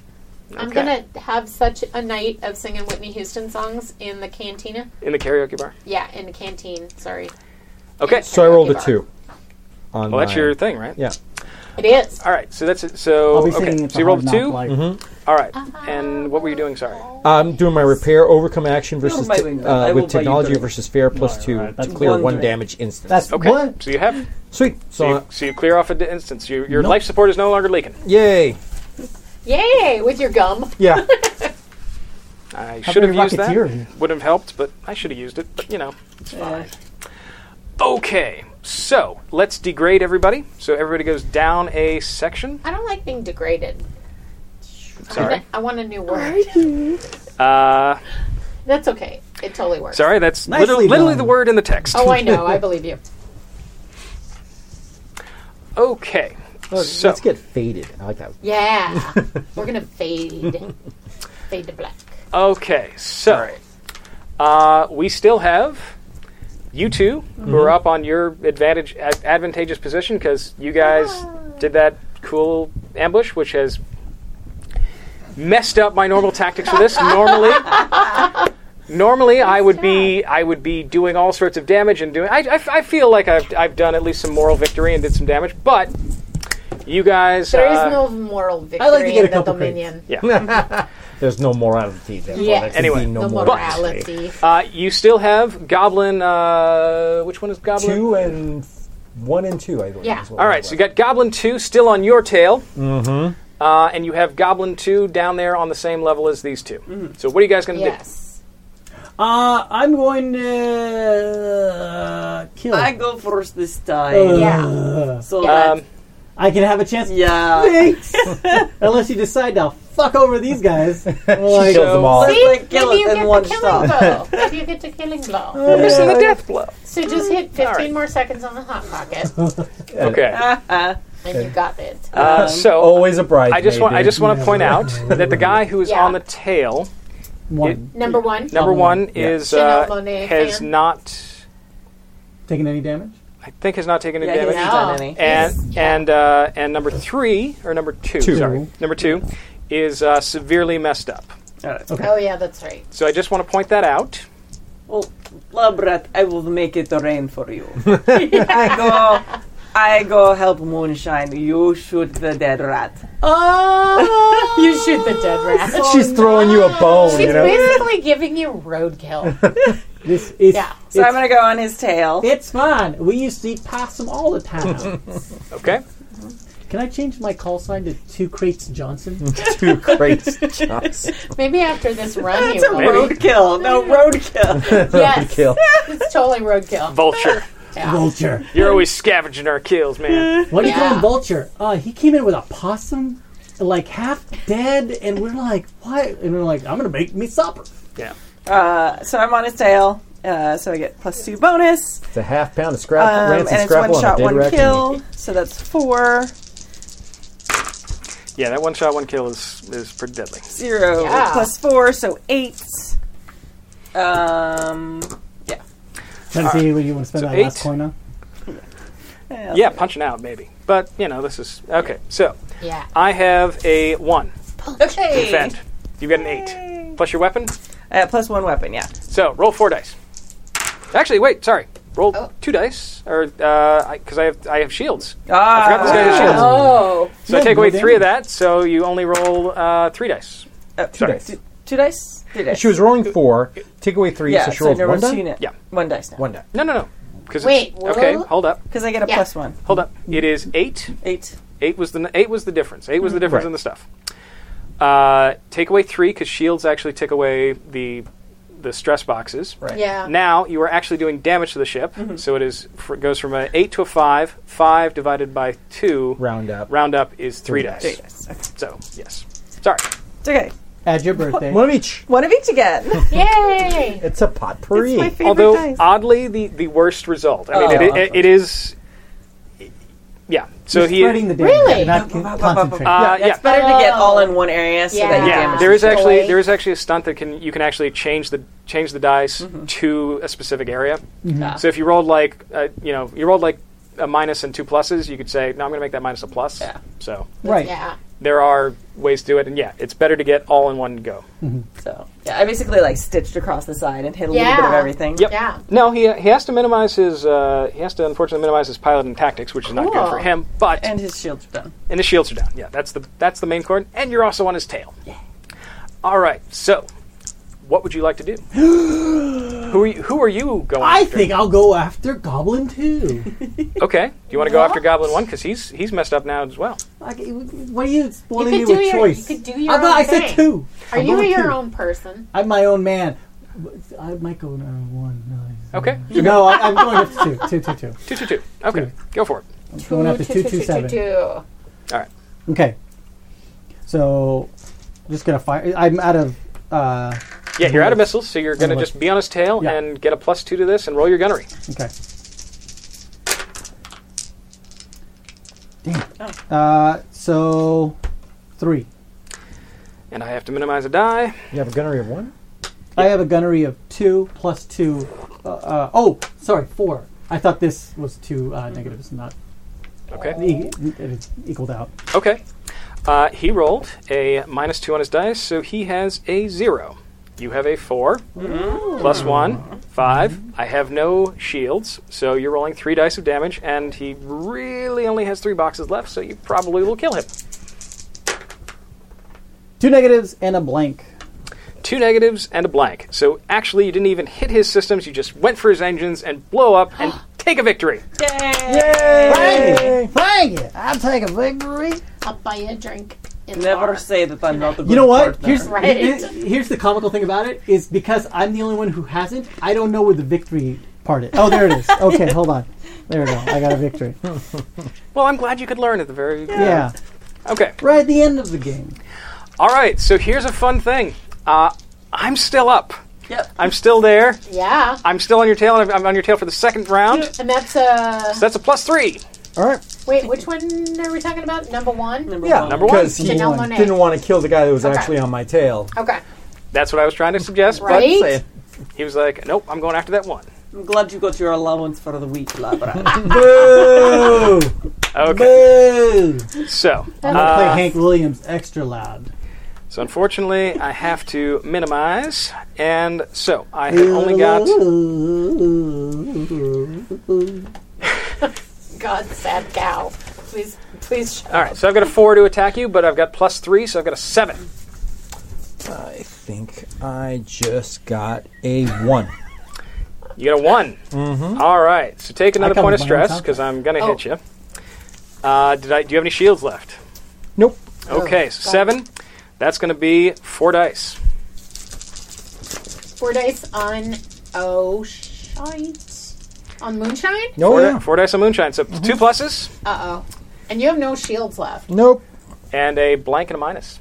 Speaker 4: I'm
Speaker 3: Okay.
Speaker 4: gonna have such a night of singing Whitney Houston songs in the cantina.
Speaker 3: In the karaoke bar.
Speaker 4: Yeah, in the canteen. Sorry,
Speaker 3: Okay.
Speaker 6: So I rolled a
Speaker 4: bar.
Speaker 6: two. On
Speaker 3: Well, that's
Speaker 6: my-
Speaker 3: your thing, right?
Speaker 6: Yeah.
Speaker 4: it is.
Speaker 3: All right. So that's it. So
Speaker 6: I'll be singing
Speaker 3: okay.
Speaker 6: it
Speaker 3: So you
Speaker 6: for
Speaker 3: rolled a
Speaker 6: Hard Knock
Speaker 3: two.
Speaker 6: Life.
Speaker 8: Mm-hmm.
Speaker 6: Mhm.
Speaker 3: All right. And what were you doing? Sorry.
Speaker 6: I'm doing my repair overcome action versus
Speaker 3: buy
Speaker 6: te-
Speaker 3: me that. I
Speaker 6: uh,
Speaker 3: will buy
Speaker 6: with
Speaker 3: you
Speaker 6: technology
Speaker 3: thirty.
Speaker 6: versus fear plus two to
Speaker 3: That's
Speaker 6: clear
Speaker 3: one
Speaker 6: one,
Speaker 3: direct.
Speaker 6: damage instant.
Speaker 3: okay. So you have
Speaker 6: sweet.
Speaker 3: So,
Speaker 6: So, uh,
Speaker 3: you, so you clear off an instance. Your, your
Speaker 6: Nope.
Speaker 3: life support is no longer leaking.
Speaker 6: yay!
Speaker 4: Yay! With your gum.
Speaker 6: Yeah.
Speaker 3: I
Speaker 6: How
Speaker 3: should have
Speaker 6: many
Speaker 3: used
Speaker 6: Rocketeer?
Speaker 3: that. Would have helped, but I should have used it. But you know, it's fine. Okay, so let's degrade everybody. So everybody goes down a section.
Speaker 4: I don't like being degraded.
Speaker 3: Sorry.
Speaker 4: I want a new word.
Speaker 3: Uh,
Speaker 4: That's okay. It totally works.
Speaker 3: sorry, that's literally, literally the word in the text.
Speaker 4: Oh, I know. I believe you.
Speaker 3: Okay. so
Speaker 6: let's get faded. I like that.
Speaker 4: Yeah, we're gonna fade, fade to black.
Speaker 3: Okay, so uh, we still have you 2 who are up on your advantage ad- advantageous position because you guys
Speaker 4: Ah.
Speaker 3: did that cool ambush, which has messed up my normal tactics for this. Normally, normally I would be I would be doing all sorts of damage and doing. I, I f- I feel like I've, I've done at least some moral victory and did some damage, but you guys
Speaker 4: There
Speaker 3: uh,
Speaker 4: is no moral victory
Speaker 6: I like to get a
Speaker 4: in the
Speaker 6: couple
Speaker 4: Dominion.
Speaker 6: Yeah. There's no morality there.
Speaker 4: Yeah.
Speaker 3: Anyway,
Speaker 6: no
Speaker 4: the
Speaker 6: morality.
Speaker 4: morality.
Speaker 3: Uh, you still have Goblin. Uh, which one is Goblin?
Speaker 6: Two and one and two, I believe.
Speaker 3: Yeah. All right. So you got Goblin two still on your tail,
Speaker 6: Mm-hmm.
Speaker 3: uh, and you have Goblin two down there on the same level as these 2 So what are you guys going to
Speaker 8: Uh, I'm going to uh, kill.
Speaker 5: I go first this time.
Speaker 8: Uh, Yeah.
Speaker 5: So
Speaker 8: Um,
Speaker 5: that
Speaker 8: I can have a chance.
Speaker 5: Yeah.
Speaker 8: Thanks. Unless you decide to fuck over these guys. Like,
Speaker 5: kills them all.
Speaker 4: See,
Speaker 5: Let's, like, kill
Speaker 4: maybe
Speaker 5: it
Speaker 4: you
Speaker 5: in
Speaker 4: get
Speaker 5: one
Speaker 4: the killing
Speaker 5: shot.
Speaker 4: blow. Maybe you get the killing blow.
Speaker 3: do? Missing the death blow.
Speaker 4: So just hit 15
Speaker 3: All right.
Speaker 4: more seconds on the hot pocket,
Speaker 3: Okay.
Speaker 4: and you got it.
Speaker 3: Uh, so
Speaker 6: always a bride.
Speaker 3: I just want I just want to point out that the guy who is
Speaker 4: Yeah.
Speaker 3: on the tail,
Speaker 8: One.
Speaker 4: Number one.
Speaker 3: number one, is uh,
Speaker 4: Chanel Monáe
Speaker 3: has
Speaker 4: fan.
Speaker 3: not
Speaker 8: Taking any damage?
Speaker 3: I think has not taken any
Speaker 8: Yeah, he
Speaker 3: damage.
Speaker 8: hasn't done any.
Speaker 3: And and uh, and number three or number two,
Speaker 8: Two.
Speaker 3: sorry, number two is uh, severely messed up.
Speaker 4: Oh yeah, that's right.
Speaker 3: So I just want to point that out.
Speaker 5: Well, Labrat, I will make it rain for you. I go, I go help Moonshine. You shoot the dead rat.
Speaker 4: Oh, you shoot the dead rat.
Speaker 6: She's throwing you a bone,
Speaker 4: She's
Speaker 6: you know?
Speaker 4: basically giving you roadkill.
Speaker 8: This is. Yeah.
Speaker 5: So I'm gonna go on his tail.
Speaker 8: It's fine. We used to eat possum all the time.
Speaker 3: okay.
Speaker 8: Can I change my call sign to Two Crates Johnson?
Speaker 6: two crates. Johnson.
Speaker 4: Maybe after this run,
Speaker 5: That's
Speaker 4: you
Speaker 5: a
Speaker 4: will.
Speaker 5: roadkill. No roadkill.
Speaker 4: Yes.
Speaker 6: Roadkill.
Speaker 4: it's totally roadkill.
Speaker 3: Vulture.
Speaker 8: Vulture.
Speaker 3: You're always scavenging our kills, man.
Speaker 8: What do you call him, Vulture? Uh, he came in with a possum, like half dead, and we're like, what? And we're like, I'm gonna make me supper.
Speaker 3: Yeah.
Speaker 5: Uh, so I'm on his tail. Uh, so I get plus two bonus.
Speaker 6: It's a half pound of scrap
Speaker 5: Um, and
Speaker 6: rancid
Speaker 5: it's
Speaker 6: scrapple
Speaker 5: one
Speaker 6: on a
Speaker 5: shot,
Speaker 6: dead
Speaker 5: one
Speaker 6: rat.
Speaker 5: kill. So that's four.
Speaker 3: Yeah, that one shot, one kill is is pretty deadly.
Speaker 5: Zero
Speaker 3: Yeah.
Speaker 5: plus four, so eight. Um, yeah.
Speaker 8: Trying to see what you want to spend
Speaker 3: So
Speaker 8: that last
Speaker 3: eight.
Speaker 8: coin on.
Speaker 3: Yeah, punching out maybe, but you know this is okay. So
Speaker 4: Yeah.
Speaker 3: I have a one
Speaker 5: Okay.
Speaker 3: defend. You got an eight plus your weapon.
Speaker 5: Uh, plus one weapon, yeah.
Speaker 3: So roll four dice. Actually, wait, sorry, roll
Speaker 5: Oh.
Speaker 3: two dice, or because I, 'cause I have I have shields. I forgot this
Speaker 5: Uh,
Speaker 3: guy has shields.
Speaker 5: Ah. Oh.
Speaker 3: So I take away three of that, so you only roll uh, three dice.
Speaker 5: two
Speaker 3: sorry.
Speaker 6: dice.
Speaker 5: Two dice? Three dice.
Speaker 6: She was rolling four. Take away three,
Speaker 5: yeah,
Speaker 6: so she rolled
Speaker 5: no
Speaker 6: one
Speaker 5: one's
Speaker 6: die?
Speaker 5: seen it.
Speaker 3: Yeah.
Speaker 5: One dice now.
Speaker 6: One die.
Speaker 3: No, no, no. 'Cause it's-
Speaker 5: Wait,
Speaker 3: okay,
Speaker 5: roll?
Speaker 3: hold up.
Speaker 5: Because I get a
Speaker 3: Yeah.
Speaker 5: plus one.
Speaker 3: Hold up. It is eight.
Speaker 5: Eight.
Speaker 3: Eight was the n- eight was the difference. Eight was the
Speaker 29: Mm-hmm.
Speaker 6: Mhm.
Speaker 3: difference
Speaker 6: Right.
Speaker 3: in the stuff. Uh, take away three because shields actually take away the the stress boxes.
Speaker 4: Right. Yeah.
Speaker 3: Now you are actually doing damage to the ship,
Speaker 29: Mm-hmm.
Speaker 4: Mhm.
Speaker 3: so it is fr- goes from an eight to a five. Five divided by two.
Speaker 29: Round up.
Speaker 3: Round up is three,
Speaker 29: Three
Speaker 3: dice.
Speaker 29: dice. Three
Speaker 3: So yes. Sorry.
Speaker 30: It's okay.
Speaker 29: At your birthday.
Speaker 30: One
Speaker 29: One of each.
Speaker 30: One of each again.
Speaker 4: Yay!
Speaker 29: It's a potpourri.
Speaker 3: Although uh, oddly the, the worst result. I mean,
Speaker 29: Oh.
Speaker 3: it, it, it is. Yeah. So
Speaker 29: You're
Speaker 3: he
Speaker 29: spreading the damage.
Speaker 3: Really.
Speaker 29: You're not con- concentrating.
Speaker 3: Uh,
Speaker 5: yeah, it's better to get all
Speaker 3: Oh.
Speaker 5: in one area so that you damage.
Speaker 3: There is
Speaker 5: the
Speaker 3: actually
Speaker 5: away.
Speaker 3: there is actually a stunt that can you can actually change the change the dice to a specific area.
Speaker 5: Mhm. Ah.
Speaker 3: So if you rolled like uh, you know you rolled like a minus and two pluses, you could say no, I'm going to make that minus a plus. Yeah. So
Speaker 5: Right. Yeah.
Speaker 3: There are ways to do it, and yeah, it's better to get all in one go.
Speaker 5: So yeah, I basically like stitched across the side and hit a
Speaker 3: Yeah.
Speaker 5: little bit of everything.
Speaker 3: Yep. No, he he has to minimize his uh, he has to unfortunately minimize his pilot and tactics, which is not good
Speaker 5: Cool.
Speaker 3: for him. But
Speaker 5: and his shields are done.
Speaker 3: And his shields are down. Yeah, that's the that's the main cord, and you're also on his tail. Yeah. All right. So, what would you like to do? who are you, who are you going?
Speaker 8: I
Speaker 3: after?
Speaker 8: think I'll go after Goblin too.
Speaker 3: Okay. Do you want to go after Goblin One because he's he's messed up now as well?
Speaker 8: Like, what are you spoiling
Speaker 4: you
Speaker 8: me
Speaker 4: could
Speaker 8: with
Speaker 4: do your,
Speaker 8: choice?
Speaker 4: You could do your
Speaker 8: I, thought
Speaker 4: own
Speaker 8: I said
Speaker 4: thing.
Speaker 8: two.
Speaker 4: Are
Speaker 8: I'm
Speaker 4: you
Speaker 8: going
Speaker 4: your
Speaker 8: two.
Speaker 4: own person?
Speaker 8: I'm my own man. I might go to one.
Speaker 3: Okay.
Speaker 8: No, no I, I'm going up to two. Two, two, two.
Speaker 3: Two two two. Okay.
Speaker 8: Hmm.
Speaker 3: Go for it.
Speaker 8: I'm going up to two, two, seven.
Speaker 4: All
Speaker 3: right.
Speaker 8: Okay. So, just gonna fire. I'm out of. Uh,
Speaker 3: Yeah, you're out of missiles, so you're going to
Speaker 8: Bullets.
Speaker 3: just be on his tail
Speaker 8: Yeah.
Speaker 3: and get a plus two to this and roll your gunnery.
Speaker 8: Okay. Damn.
Speaker 4: Oh.
Speaker 8: Uh, so, three.
Speaker 3: And I have to minimize a die.
Speaker 8: You have a gunnery of one? I have a gunnery of two plus two. Uh, uh, oh, sorry, four. I thought this was two uh, negatives, not.
Speaker 3: Okay.
Speaker 8: E- it is equaled out.
Speaker 3: Okay. Uh, he rolled a minus two on his dice, so he has a zero. You have a four, plus one, five. I have no shields, so you're rolling three dice of damage, and he really only has three boxes left, so you probably will kill him.
Speaker 8: Two negatives and a blank.
Speaker 3: Two negatives and a blank. So actually, you didn't even hit his systems, you just went for his engines and blow up and take a victory.
Speaker 8: Yay! Thank you. I'll take a victory.
Speaker 4: I'll buy you a drink. In
Speaker 5: Never say that I'm not the. Good
Speaker 8: You know what?
Speaker 5: partner.
Speaker 8: Here's
Speaker 4: Right.
Speaker 8: he- he- here's the comical thing about it is because I'm the only one who hasn't. I don't know where the victory part is. Oh, there it is. Okay, hold on. There we go. I got a victory.
Speaker 3: Well, I'm glad you could learn at the very
Speaker 8: yeah.
Speaker 3: Okay.
Speaker 8: Right at the end of the game.
Speaker 3: All right, so here's a fun thing. Uh, I'm still up.
Speaker 5: Yep.
Speaker 3: I'm still there.
Speaker 4: Yeah.
Speaker 3: I'm still on your tail, and I'm on your tail for the second round.
Speaker 4: And that's uh
Speaker 3: So that's a plus three.
Speaker 8: All right.
Speaker 4: wait, which one are we talking about? Number one? Number
Speaker 6: Yeah, because he
Speaker 4: Janelle Monae.
Speaker 6: didn't want to kill the guy that was
Speaker 4: Okay.
Speaker 6: actually on my tail.
Speaker 4: Okay.
Speaker 3: That's what I was trying to suggest. but
Speaker 5: Right?
Speaker 3: He was like, "Nope, I'm going after that one."
Speaker 5: I'm glad you got your allowance for the week, Labra.
Speaker 8: Boo!
Speaker 3: Okay. So,
Speaker 8: I'm gonna play
Speaker 3: uh,
Speaker 8: Hank Williams extra loud.
Speaker 3: so unfortunately, I have to minimize, and so I have only got.
Speaker 4: God sad cow. Please please shut
Speaker 3: All right, so I've got a four to attack you, but I've got plus three, so I've got a seven.
Speaker 6: I think I just got a one.
Speaker 3: You got a one.
Speaker 6: Mhm.
Speaker 3: All right. So take another
Speaker 6: I got
Speaker 3: point of
Speaker 6: one by
Speaker 3: stress
Speaker 6: myself.
Speaker 3: because I'm gonna
Speaker 6: Oh.
Speaker 3: hit you. Uh, did I? Do you have any shields left?
Speaker 6: Nope.
Speaker 3: Okay. so seven. That's gonna be four dice.
Speaker 4: four dice on oh shite. On moonshine?
Speaker 6: Oh,
Speaker 3: four, di- four dice on moonshine. So
Speaker 6: Mm-hmm.
Speaker 3: two pluses
Speaker 4: Uh oh. And you have no shields left.
Speaker 6: Nope.
Speaker 3: and a blank and a minus.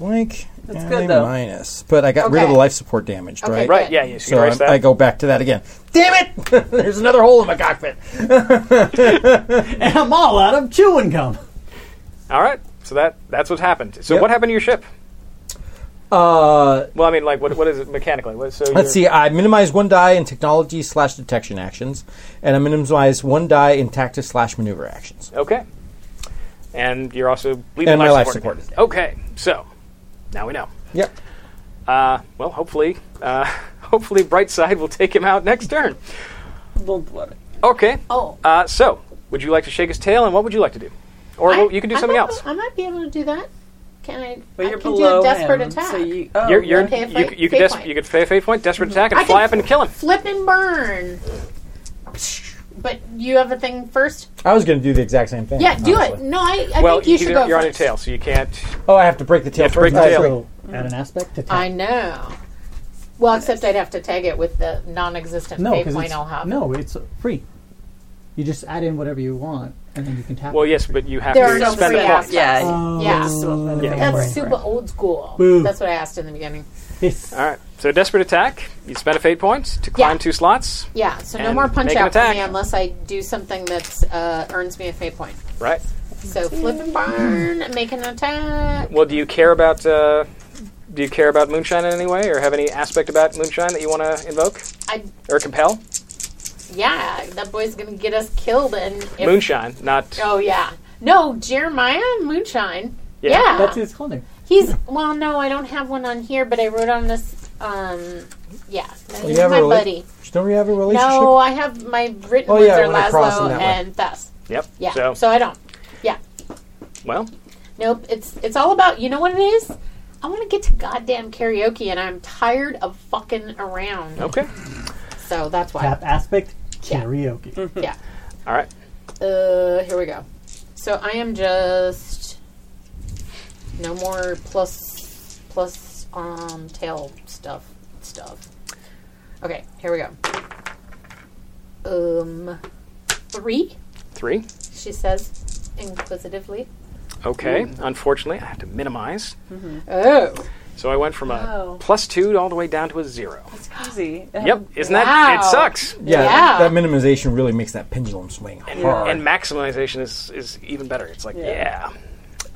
Speaker 6: Blank. That's
Speaker 4: good, though.
Speaker 6: Minus, but I got rid of
Speaker 4: Okay.
Speaker 6: the life support damage,
Speaker 4: Okay,
Speaker 6: right?
Speaker 4: good. Right,
Speaker 3: yeah, yeah, so you
Speaker 6: So
Speaker 3: erase
Speaker 6: I'm-
Speaker 3: that.
Speaker 6: I go back to that again. Damn it! There's another hole in my cockpit.
Speaker 8: and I'm all out of chewing gum.
Speaker 3: All right. So that that's what happened. So
Speaker 6: Yep.
Speaker 3: what happened to your ship?
Speaker 6: Uh,
Speaker 3: Well, I mean, like, what, what is it mechanically? What, so
Speaker 6: Let's see.
Speaker 3: you're-
Speaker 6: I minimize one die in technology slash detection actions, and I minimize one die in tactics slash maneuver actions.
Speaker 3: Okay. And you're also bleeding
Speaker 6: And my life support.
Speaker 3: Okay. So now we know.
Speaker 6: Yep.
Speaker 3: Uh, well, hopefully, uh, hopefully, Brightside will take him out next turn.
Speaker 5: Don't worry.
Speaker 3: Okay.
Speaker 4: Oh.
Speaker 3: Uh, so, would you like to shake his tail, and what would you like to do? Or well, you can do
Speaker 4: I
Speaker 3: something
Speaker 4: might-
Speaker 3: else.
Speaker 4: I might be able to do that. Can I?
Speaker 5: But
Speaker 4: I
Speaker 5: you're
Speaker 4: can
Speaker 5: below
Speaker 4: do a desperate
Speaker 5: him,
Speaker 4: attack.
Speaker 5: so you- oh,
Speaker 3: you're, you're,
Speaker 4: Okay,
Speaker 3: you,
Speaker 4: fight-
Speaker 3: you could
Speaker 4: fate
Speaker 3: des-
Speaker 4: point. Mm-hmm.
Speaker 3: you could pay fate point, desperate attack, and
Speaker 4: I
Speaker 3: fly
Speaker 4: can
Speaker 3: up and kill him.
Speaker 4: Flip and burn. But you have a thing first.
Speaker 6: I was going to do the exact same thing.
Speaker 4: Yeah, do it.
Speaker 6: honestly.
Speaker 4: No, I, I
Speaker 3: well,
Speaker 4: think you should
Speaker 3: you're,
Speaker 4: go
Speaker 3: you're on your
Speaker 4: first.
Speaker 3: tail, so you can't.
Speaker 6: Oh, I have to break the tail.
Speaker 3: have to break
Speaker 6: first?
Speaker 3: the
Speaker 6: Oh,
Speaker 3: tail.
Speaker 6: so-
Speaker 8: Add an aspect to
Speaker 4: I know. Well, except I'd have to tag it with the non-existent
Speaker 8: No,
Speaker 4: fate
Speaker 8: because
Speaker 4: point I'll
Speaker 8: it's,
Speaker 4: have.
Speaker 8: no, it's free. You just add in whatever you want, and then you can tap.
Speaker 3: Well,
Speaker 8: it.
Speaker 3: yes, but you have
Speaker 4: There
Speaker 3: to
Speaker 4: are no
Speaker 3: spend
Speaker 4: free
Speaker 3: the
Speaker 4: assets.
Speaker 3: points.
Speaker 4: Yeah,
Speaker 8: Oh. Yeah.
Speaker 4: that's
Speaker 8: Right.
Speaker 4: super old school.
Speaker 3: Boo.
Speaker 4: That's what I asked in the beginning.
Speaker 3: All right. So desperate attack. You spend a fate point to climb two slots.
Speaker 4: Yeah, so no
Speaker 3: and
Speaker 4: more punch
Speaker 3: make an
Speaker 4: out for
Speaker 3: attack.
Speaker 4: me unless I do something that uh, earns me a fate point.
Speaker 3: Right.
Speaker 4: So flip and burn, make an attack.
Speaker 3: Well, do you care about uh, do you care about moonshine in any way, or have any aspect about moonshine that you want to invoke
Speaker 4: I
Speaker 3: or compel?
Speaker 4: yeah, that boy's gonna get us killed and if-
Speaker 3: moonshine, not
Speaker 4: Oh yeah, no Jeremiah Moonshine. Yeah,
Speaker 8: that's his call name.
Speaker 4: He's well, no, I don't have one on here, but I wrote on this. Um, yeah,
Speaker 6: Well,
Speaker 4: he's
Speaker 6: you have
Speaker 4: my
Speaker 6: a rela-
Speaker 4: buddy.
Speaker 6: Don't you have a relationship?
Speaker 4: No, uh, I have my written
Speaker 6: Oh,
Speaker 4: words
Speaker 6: yeah,
Speaker 4: are
Speaker 6: when I cross them
Speaker 4: Laszlo
Speaker 6: that way.
Speaker 4: and Thus.
Speaker 3: Yep.
Speaker 4: Yeah.
Speaker 3: So,
Speaker 4: So. I don't. Yeah.
Speaker 3: well,
Speaker 4: Nope. It's it's all about you know what it is. I want to get to goddamn karaoke, and I'm tired of fucking around.
Speaker 3: Okay.
Speaker 4: So that's why.
Speaker 8: Tap aspect karaoke.
Speaker 3: Mm.
Speaker 4: yeah.
Speaker 3: All right.
Speaker 4: Uh, here we go. So I am just no more plus plus um tail stuff stuff. Okay, here we go. Um, three.
Speaker 3: Three.
Speaker 4: She says inquisitively.
Speaker 3: Okay.
Speaker 4: Mm.
Speaker 3: Unfortunately, I have to minimize.
Speaker 4: Oh,
Speaker 3: So I went from a
Speaker 4: Oh.
Speaker 3: plus two all the way down to a zero.
Speaker 31: It's crazy.
Speaker 3: Yep. Isn't that it? Sucks.
Speaker 6: Yeah, That minimization really makes that pendulum swing
Speaker 3: And,
Speaker 6: hard.
Speaker 3: and maximization is, is even better. It's like, yeah.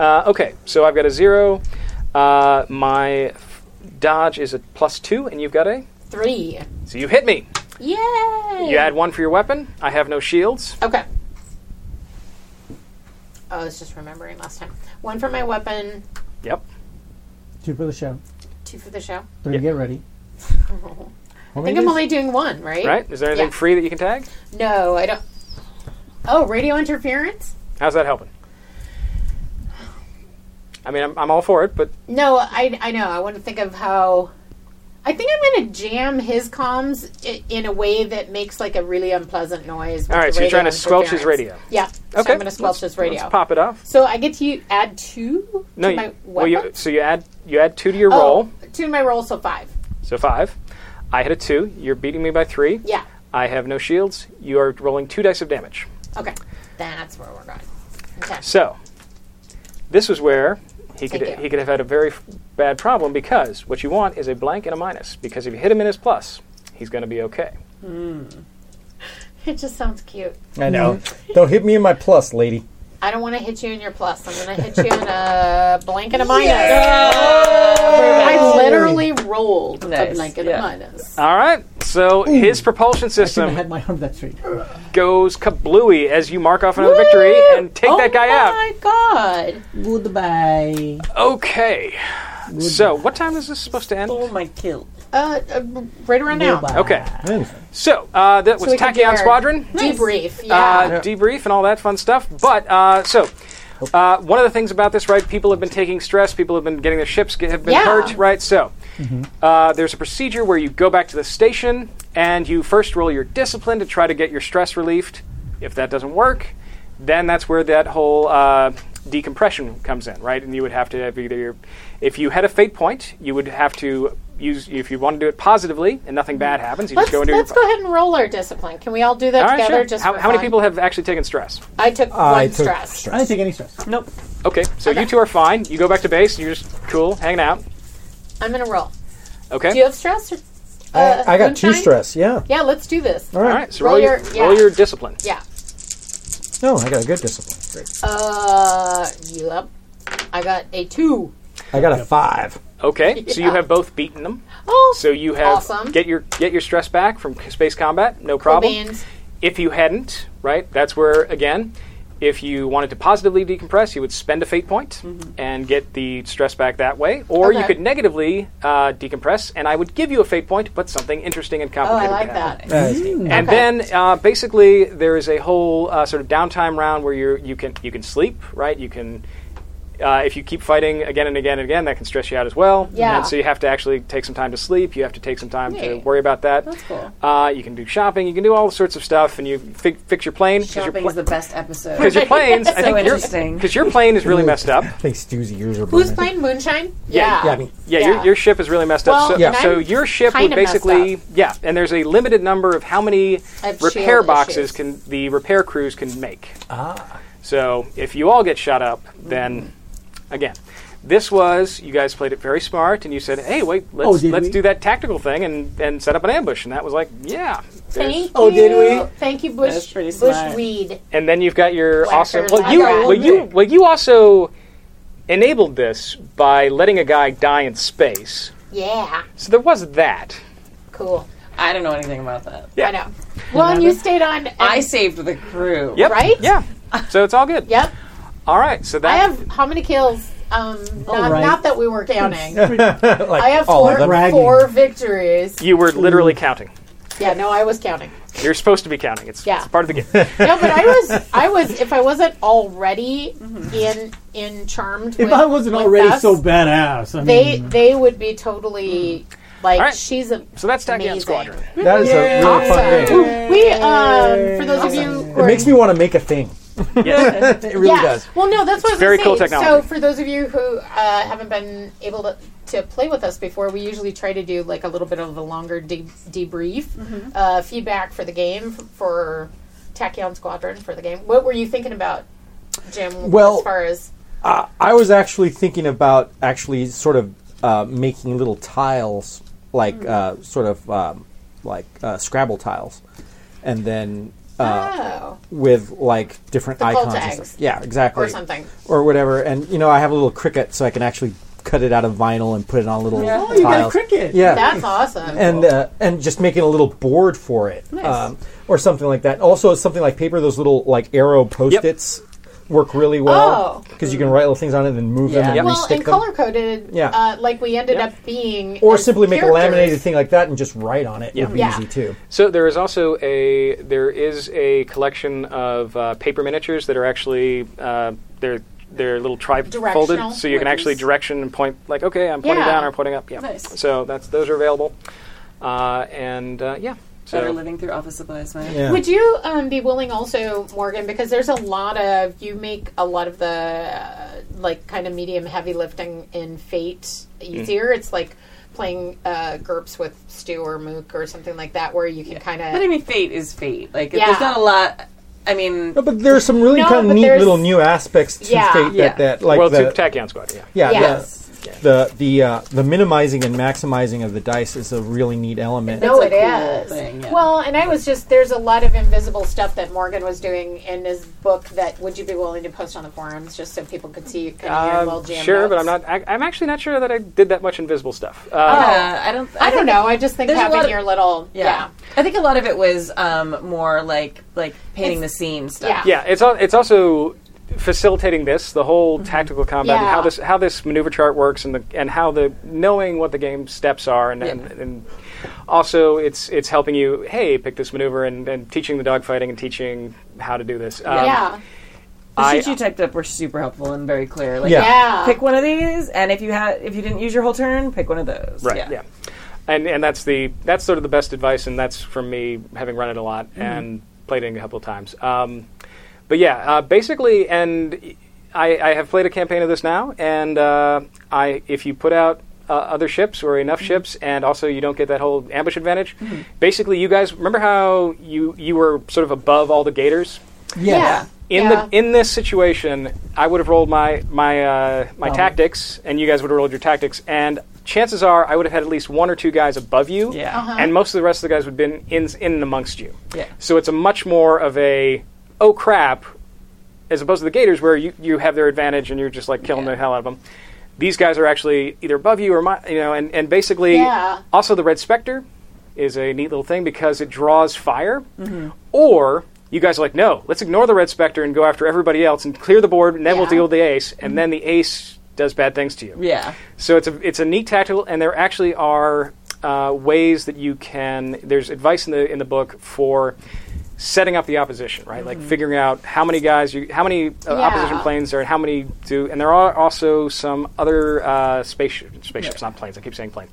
Speaker 3: Uh, okay, so I've got a zero. Uh, my f- dodge is a plus two, and you've got a.
Speaker 4: three.
Speaker 3: So you hit me.
Speaker 4: Yay!
Speaker 3: You add one for your weapon. I have no shields.
Speaker 4: Okay. Oh, I was just remembering last time. One for my weapon,
Speaker 3: Yep.
Speaker 8: Two for the show.
Speaker 4: two for the show.
Speaker 8: Three to get ready.
Speaker 4: I think I'm only doing one, right?
Speaker 3: Right? Is there anything
Speaker 4: Yeah.
Speaker 3: free that you can tag?
Speaker 4: No, I don't. Oh, radio interference?
Speaker 3: How's that helping? I mean, I'm, I'm all for it, but
Speaker 4: No, I, I know. I want to think of how. I think I'm going to jam his comms i- in a way that makes like a really unpleasant noise. with
Speaker 3: All right,
Speaker 4: the
Speaker 3: so you're trying
Speaker 4: radio
Speaker 3: to squelch his
Speaker 4: interference.
Speaker 3: radio.
Speaker 4: Yeah. So
Speaker 3: Okay,
Speaker 4: I'm going to squelch his radio.
Speaker 3: let's pop it off.
Speaker 4: So I get to u- add two
Speaker 3: No,
Speaker 4: to
Speaker 3: you,
Speaker 4: my weapon?
Speaker 3: well, you, so you add you add two to your
Speaker 4: Oh,
Speaker 3: roll,
Speaker 4: Two to my roll, so five.
Speaker 3: so five. I hit a two. You're beating me by three.
Speaker 4: Yeah.
Speaker 3: I have no shields. You are rolling two dice of damage.
Speaker 4: Okay. That's where we're going. Okay.
Speaker 3: So this was where he could
Speaker 4: Take it.
Speaker 3: he could have had a very f- bad problem because what you want is a blank and a minus because if you hit him in his plus, he's going to be okay.
Speaker 4: It just sounds cute.
Speaker 6: I know. Don't hit me in my plus, lady.
Speaker 4: I don't want to hit you in your plus. I'm going to hit you in a blank and a minus. I literally rolled a
Speaker 5: Nice.
Speaker 4: blank and a
Speaker 5: Yeah.
Speaker 4: minus.
Speaker 3: All right. So his propulsion
Speaker 8: I
Speaker 3: system
Speaker 8: had my arm that straight.
Speaker 3: goes kablooey as you mark off another victory and
Speaker 5: Oh
Speaker 3: take
Speaker 4: Oh
Speaker 3: that guy out.
Speaker 4: My God.
Speaker 8: Goodbye.
Speaker 3: Okay. So, what time is this supposed to end? Oh
Speaker 5: my kill.
Speaker 4: Uh, uh, right around now.
Speaker 3: Okay. So, uh, that
Speaker 4: So
Speaker 3: was
Speaker 4: we can do
Speaker 3: Tachyon
Speaker 4: our
Speaker 3: Squadron.
Speaker 4: Debrief. Yeah.
Speaker 3: Uh, debrief and all that fun stuff. But, uh, so. Uh, one of the things about this, right? People have been taking stress. People have been getting their ships get, have been
Speaker 4: Yeah.
Speaker 3: hurt, right? So, uh, there's a procedure where you go back to the station and you first roll your discipline to try to get your stress relieved. If that doesn't work, then that's where that whole uh, decompression comes in, right? And you would have to have either your, if you had a fate point, you would have to use if you want to do it positively and nothing bad happens, you
Speaker 4: let's
Speaker 3: just go into
Speaker 4: Mm-hmm. let's
Speaker 3: your.
Speaker 4: go ahead and roll our discipline. Can we all do that
Speaker 3: All right,
Speaker 4: together?
Speaker 3: sure.
Speaker 4: Just
Speaker 3: how,
Speaker 4: for
Speaker 3: how many
Speaker 4: fun?
Speaker 3: people have actually taken stress?
Speaker 4: I took
Speaker 3: I
Speaker 4: one
Speaker 3: took
Speaker 4: stress.
Speaker 8: I didn't take any stress.
Speaker 5: Nope.
Speaker 3: Okay, so you two are fine. You go back to base. You're just cool, hanging out.
Speaker 4: I'm gonna roll.
Speaker 3: Okay.
Speaker 4: Do you have stress? Or, uh,
Speaker 6: I, I got two
Speaker 4: moonshine?
Speaker 6: stress, yeah.
Speaker 4: Yeah, let's do this.
Speaker 6: All right.
Speaker 3: All right. So roll, your,
Speaker 4: yeah.
Speaker 3: roll your discipline.
Speaker 4: Yeah.
Speaker 6: No, I got a good discipline. Great.
Speaker 4: Uh, yep. I got a two.
Speaker 6: I got a five.
Speaker 3: Okay, so you
Speaker 4: Yeah.
Speaker 3: have both beaten them.
Speaker 4: Oh,
Speaker 3: So you have
Speaker 4: awesome.
Speaker 3: get your get your stress back from c- space combat, no problem.
Speaker 4: beans.
Speaker 3: If you hadn't, right, that's where again, if you wanted to positively decompress, you would spend a fate point and get the stress back that way, or
Speaker 4: Mm-hmm.
Speaker 3: you
Speaker 4: Okay.
Speaker 3: could negatively uh, decompress, and I would give you a fate point, but something interesting and
Speaker 4: Oh, I
Speaker 3: complicated.
Speaker 4: like
Speaker 3: would happen.
Speaker 4: that.
Speaker 3: And
Speaker 4: Okay.
Speaker 3: then uh, basically there is a whole uh, sort of downtime round where you you can you can sleep, right? You can Uh, if you keep fighting again and again and again, that can stress you out as well.
Speaker 32: Yeah.
Speaker 3: And so you have to actually take some time to sleep. You have to take some time
Speaker 32: Yeah.
Speaker 3: to worry about that.
Speaker 32: That's cool.
Speaker 3: Uh, you can do shopping. You can do all sorts of stuff, and you fi- fix your plane because your,
Speaker 4: Shopping's the best episode.
Speaker 3: because your planes. I think your- Because your plane is really messed up.
Speaker 33: I think Stu's ears are
Speaker 4: Who's
Speaker 33: burning.
Speaker 4: playing Moonshine?
Speaker 3: Yeah, yeah, Your, your ship is really messed
Speaker 4: Well,
Speaker 3: up. So,
Speaker 4: Yeah. and
Speaker 3: so
Speaker 4: I'm
Speaker 3: your ship would
Speaker 4: kinda messed
Speaker 3: basically, yeah, and there's a limited number of how many
Speaker 4: Of
Speaker 3: repair
Speaker 4: shield
Speaker 3: boxes can the repair crews can make.
Speaker 33: Ah.
Speaker 3: So if you all get shot up, then
Speaker 4: Mm.
Speaker 3: again, this was you guys played it very smart, and you said, "Hey, wait,
Speaker 32: Oh,
Speaker 3: let's
Speaker 32: did
Speaker 3: let's
Speaker 32: we?
Speaker 3: do that tactical thing and and set up an ambush." And that was like, yeah. there's-
Speaker 4: Thank you. Thank you, Bush.
Speaker 3: That's pretty smart.
Speaker 4: Bush Weed.
Speaker 3: And then you've got your
Speaker 4: Whacker,
Speaker 3: awesome. Well, you
Speaker 4: whacker.
Speaker 3: well you well you also enabled this by letting a guy die in space.
Speaker 4: Yeah.
Speaker 3: So there was that.
Speaker 4: Cool.
Speaker 5: I don't know anything about that.
Speaker 3: Yeah.
Speaker 4: I know. Well, and you stayed on.
Speaker 5: I saved the crew.
Speaker 3: Yep.
Speaker 4: Right?
Speaker 3: Yeah. So it's all good.
Speaker 4: Yep.
Speaker 3: All right. So that
Speaker 4: I have how many kills? Um, not,
Speaker 3: right.
Speaker 4: not that we were counting.
Speaker 3: Like,
Speaker 4: I have
Speaker 3: all
Speaker 4: four,
Speaker 3: of them.
Speaker 4: four victories.
Speaker 3: you were literally counting.
Speaker 4: Yeah, no, I was counting.
Speaker 3: You're supposed to be counting. It's,
Speaker 4: Yeah.
Speaker 3: it's part of the game.
Speaker 4: No, but I was, I was. If I wasn't already
Speaker 3: Mm-hmm.
Speaker 4: in in charmed,
Speaker 8: If
Speaker 4: with-
Speaker 8: I wasn't
Speaker 4: with
Speaker 8: already
Speaker 4: us,
Speaker 8: so badass, I
Speaker 4: they
Speaker 33: Hmm.
Speaker 8: mean,
Speaker 4: they would be totally like
Speaker 3: Alright.
Speaker 4: she's a.
Speaker 3: So that's Tactical
Speaker 4: amazing.
Speaker 3: Squadron.
Speaker 33: That is a really fun game.
Speaker 4: We um for those of you who
Speaker 33: It
Speaker 4: are
Speaker 33: makes me want to make a thing.
Speaker 3: Yes.
Speaker 33: it really
Speaker 4: yeah.
Speaker 33: does.
Speaker 4: Well, no, that's what I was
Speaker 33: very
Speaker 4: gonna
Speaker 33: cool
Speaker 4: say. So,
Speaker 33: technology.
Speaker 4: for those of you who uh, haven't been able to, to play with us before, we usually try to do like a little bit of a longer de- debrief
Speaker 33: Mm-hmm.
Speaker 4: uh, feedback for the game f- for Tachyon Squadron for the game. What were you thinking about, Jim?
Speaker 33: Well-
Speaker 4: as far as
Speaker 33: Uh,
Speaker 6: I was actually thinking about actually sort of uh, making little tiles, like
Speaker 4: Mm.
Speaker 6: uh, sort of um, like uh, Scrabble tiles, and then uh,
Speaker 4: Oh.
Speaker 6: with like different
Speaker 4: The
Speaker 6: icons.
Speaker 4: cult
Speaker 6: and
Speaker 4: eggs.
Speaker 6: stuff. Yeah, exactly.
Speaker 4: Or something.
Speaker 6: Or whatever. And you know, I have a little cricket, so I can actually cut it out of vinyl and put it on little.
Speaker 4: Yeah. Oh,
Speaker 6: tiles.
Speaker 4: you got a cricket.
Speaker 6: Yeah,
Speaker 4: That's awesome.
Speaker 6: And uh, and just making a little board for it, um,
Speaker 4: Nice.
Speaker 6: or something like that. Also, something like paper. Those little like arrow post-its. Work really well
Speaker 4: Oh.
Speaker 6: because you can write little things on it and move them and
Speaker 4: well,
Speaker 6: restick
Speaker 4: and
Speaker 6: them,
Speaker 4: color coded,
Speaker 6: Yeah.
Speaker 4: uh, like we ended up being,
Speaker 6: or
Speaker 4: as
Speaker 6: simply make a
Speaker 4: characters.
Speaker 6: laminated thing like that and just write on it. Would be
Speaker 4: Yeah.
Speaker 6: easy too.
Speaker 3: So there is also a there is a collection of uh, paper miniatures that are actually uh, they're they're little tri-folded,
Speaker 32: Directional
Speaker 3: so you can actually
Speaker 32: ones.
Speaker 3: direction and point like okay, I'm pointing
Speaker 32: Yeah.
Speaker 3: down or pointing up. Yeah.
Speaker 32: Nice.
Speaker 3: So that's those are available, uh, and uh, yeah. So
Speaker 5: Better living through office supplies, man.
Speaker 4: Would you um, be willing also, Morgan, because there's a lot of you make a lot of the uh, like kind of medium heavy lifting in
Speaker 6: Mm.
Speaker 4: Fate easier. It's like playing uh, GURPS with Stu or Mook or something like that, where you can kind of.
Speaker 5: But I mean, fate is fate. Like,
Speaker 4: Yeah.
Speaker 5: there's not a lot. I mean,
Speaker 6: No, but there's some really
Speaker 5: No,
Speaker 6: kind
Speaker 5: but
Speaker 6: of neat
Speaker 5: there's-
Speaker 6: little new aspects to
Speaker 5: Yeah.
Speaker 6: Fate
Speaker 5: Yeah.
Speaker 6: that, that like
Speaker 3: well,
Speaker 6: the
Speaker 3: to Tachyon Squad, yeah.
Speaker 6: yeah
Speaker 4: Yes.
Speaker 6: the the the, uh, the minimizing and maximizing of the dice is a really neat element.
Speaker 4: No, it
Speaker 5: That's
Speaker 4: is.
Speaker 5: a cool thing, yeah.
Speaker 4: Well, and I was just there's a lot of invisible stuff that Morgan was doing in his book. That would you be willing to post on the forums just so people could see? Kind of your
Speaker 3: Uh,
Speaker 4: little jam
Speaker 3: sure,
Speaker 4: notes?
Speaker 3: but I'm not. I, I'm actually not sure that I did that much invisible stuff. Uh,
Speaker 5: Uh, I don't.
Speaker 4: I don't know. I just think
Speaker 5: There's a lot
Speaker 4: having
Speaker 5: of-
Speaker 4: your little
Speaker 5: yeah.
Speaker 4: yeah.
Speaker 5: I think a lot of it was um, more like like painting
Speaker 4: It's-
Speaker 5: the scene
Speaker 4: yeah.
Speaker 5: stuff.
Speaker 3: yeah, it's al- it's also facilitating this the whole tactical combat and how
Speaker 5: Yeah.
Speaker 3: this how this maneuver chart works and the and how the knowing what the game steps are and, and, and also it's it's helping you hey pick this maneuver and, and teaching the dogfighting and teaching how to do this Um,
Speaker 5: The sheets
Speaker 3: I-
Speaker 5: you typed up were super helpful and very clear. Like,
Speaker 3: Yeah. Yeah.
Speaker 5: pick one of these, and if you had if you didn't use your whole turn, pick one of those.
Speaker 3: right
Speaker 5: Yeah.
Speaker 3: yeah. and and that's the that's sort of the best advice and that's from me having run it a lot
Speaker 5: Mhm.
Speaker 3: and played it a couple of times um, but yeah uh, basically and I, I have played a campaign of this now and uh, I if you put out uh, other ships or enough ships and also you don't get that whole ambush advantage
Speaker 32: Mhm.
Speaker 3: basically you guys remember how you you were sort of above all the gators
Speaker 32: Yeah.
Speaker 3: in the in this situation, I would have rolled my my uh, my
Speaker 32: Um.
Speaker 3: tactics, and you guys would have rolled your tactics. And chances are, I would have had at least one or two guys above you,
Speaker 32: Yeah. Uh-huh.
Speaker 3: and most of the rest of the guys would have been in in and amongst you.
Speaker 32: Yeah.
Speaker 3: So it's a much more of a oh crap, as opposed to the Gators, where you, you have their advantage and you're just like killing the hell out of them. These guys are actually either above you or my, you know, and and basically
Speaker 32: Yeah.
Speaker 3: also the Red Spectre is a neat little thing because it draws fire.
Speaker 32: Mm-hmm.
Speaker 3: Or you guys are like, no, let's ignore the Red Spectre and go after everybody else and clear the board, and then we'll deal with the Ace, and then the Ace does bad things to you.
Speaker 5: Yeah.
Speaker 3: So it's a it's a neat tactical, and there actually are uh, ways that you can. There's advice in the in the book for setting up the opposition, right? Like
Speaker 4: Mhm.
Speaker 3: figuring out how many guys, you, how many uh,
Speaker 4: Yeah.
Speaker 3: opposition planes there, and how many do. And there are also some other uh, space spaceships, not planes. I keep saying plane.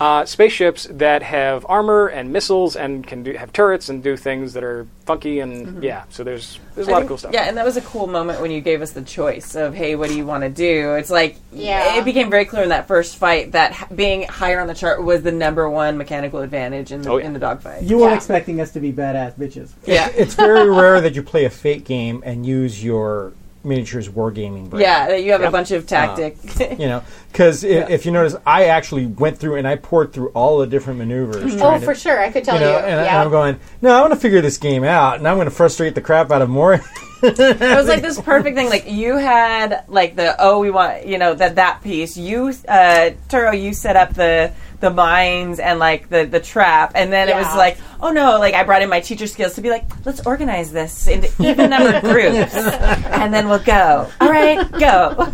Speaker 3: Uh, spaceships that have armor and missiles and can do, have turrets and do things that are funky and
Speaker 5: Mhm.
Speaker 3: yeah. So there's there's a
Speaker 5: I
Speaker 3: lot of
Speaker 5: think-
Speaker 3: cool stuff.
Speaker 5: Yeah, and that was a cool moment when you gave us the choice of, hey, what do you want to do? It's like,
Speaker 34: Yeah.
Speaker 5: it became very clear in that first fight that h- being higher on the chart was the number one mechanical advantage in the,
Speaker 6: Oh, yeah.
Speaker 5: in the dogfight.
Speaker 8: You weren't expecting us to be badass bitches.
Speaker 5: Yeah.
Speaker 6: it's very rare that you play a fate game and use your miniatures wargaming. brain.
Speaker 5: Yeah, that you have a
Speaker 6: Yep.
Speaker 5: bunch of tactic.
Speaker 3: Uh-huh.
Speaker 6: Uh, you know, because
Speaker 5: Yeah.
Speaker 6: if you notice, I actually went through and I poured through all the different maneuvers.
Speaker 4: Oh,
Speaker 6: trying to-
Speaker 4: for sure. I could tell
Speaker 6: know,
Speaker 4: you.
Speaker 6: And, I- and
Speaker 4: yeah.
Speaker 6: I'm going, no, I want to figure this game out, and I'm going to frustrate the crap out of more.
Speaker 5: it was like this perfect thing. Like you had like the oh we want you know that that piece. You uh Turo, you set up the the mines and like the the trap, and then it was
Speaker 35: Yeah.
Speaker 5: like oh no, like I brought in my teacher skills to be like let's organize this into even numbered groups, and then we'll go. All right, go.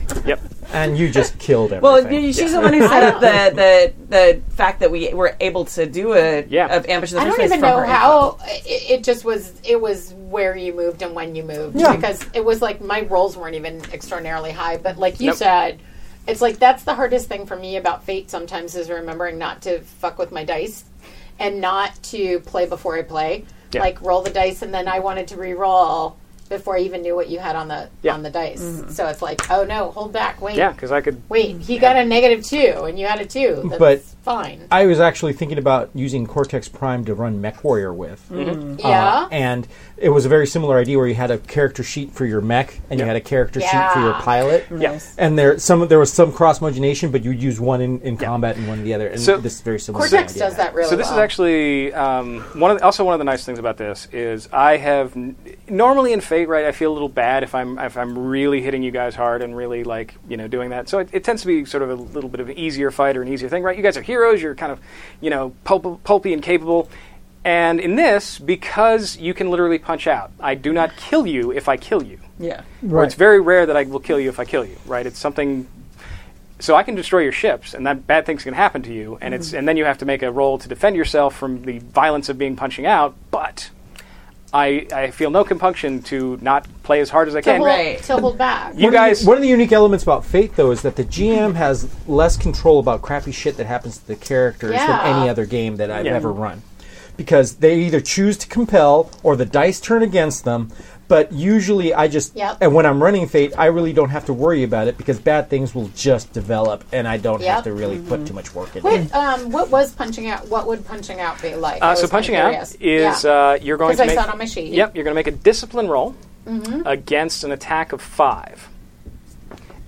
Speaker 6: and you just killed everything.
Speaker 5: Well, you- she's the one who set up the, the the fact that we were able to do a of ambush. in the
Speaker 4: I
Speaker 5: first
Speaker 4: don't
Speaker 5: place
Speaker 4: even
Speaker 5: from
Speaker 4: know
Speaker 5: her
Speaker 4: how it, it just was. It was where you moved and when you moved
Speaker 5: Yeah.
Speaker 4: because it was like my rolls weren't even extraordinarily high. But like you
Speaker 5: Nope.
Speaker 4: said, it's like that's the hardest thing for me about fate. Sometimes is remembering not to fuck with my dice and not to play before I play.
Speaker 3: Yeah.
Speaker 4: Like roll the dice and then I wanted to re-roll before I even knew what you had on the
Speaker 3: Yeah.
Speaker 4: on the dice.
Speaker 3: Mhm.
Speaker 4: So it's like, oh no, hold back, wait,
Speaker 3: Yeah, because I could.
Speaker 4: wait. He got a negative two and you had a two. That's
Speaker 6: But- uh-uh.
Speaker 4: fine.
Speaker 6: I was actually thinking about using Cortex Prime to run Mech Warrior with.
Speaker 4: Mhm. Yeah.
Speaker 6: And it was a very similar idea where you had a character sheet for your mech and you had a character sheet for your
Speaker 4: Yeah.
Speaker 6: pilot.
Speaker 4: Yes.
Speaker 6: And there some there was some cross mogination, but you'd use one in, in combat and one in the other. And
Speaker 3: So-
Speaker 6: this is very similar.
Speaker 4: Cortex does that really
Speaker 3: So this
Speaker 4: well.
Speaker 3: is actually um, one of the, also one of the nice things about this is I have n- normally in Fate, right? I feel a little bad if I'm if I'm really hitting you guys hard and really like you know doing that. So it, it tends to be sort of a little bit of an easier fight or an easier thing, right? You guys are heroes. You're kind of you know pulp, pulpy and capable. And in this, because you can literally punch out, I do not kill you if I kill you.
Speaker 5: Yeah.
Speaker 3: Or it's very rare that I will kill you if I kill you, right? It's something. So I can destroy your ships, and that bad things can happen to you, and it's
Speaker 36: Mhm.
Speaker 3: and then you have to make a roll to defend yourself from the violence of being punching out. But I, I feel no compunction to not play as hard as I
Speaker 4: to
Speaker 3: can.
Speaker 4: hold, to hold back.
Speaker 6: one of the, one of the unique elements about Fate, though, is that the GM has less control about crappy shit that happens to the characters than
Speaker 4: Yeah.
Speaker 6: any other game that I've
Speaker 37: Yeah.
Speaker 6: ever run, because they either choose to compel or the dice turn against them. But usually, I just
Speaker 37: Yep.
Speaker 6: and when I'm running Fate, I really don't have to worry about it because bad things will just develop, and I don't have
Speaker 4: Yep. Mm-hmm.
Speaker 6: to really put too much work in it.
Speaker 4: What um, what was punching out? What would punching out be like? I
Speaker 3: Uh,
Speaker 4: was
Speaker 3: so
Speaker 4: kinda
Speaker 3: punching out
Speaker 4: curious.
Speaker 3: is
Speaker 4: Yeah.
Speaker 3: uh, you're going
Speaker 4: 'Cause
Speaker 3: to
Speaker 4: I
Speaker 3: make
Speaker 4: saw it on my sheet.
Speaker 3: Yep, you're going to make a discipline roll
Speaker 4: Mhm.
Speaker 3: against an attack of five,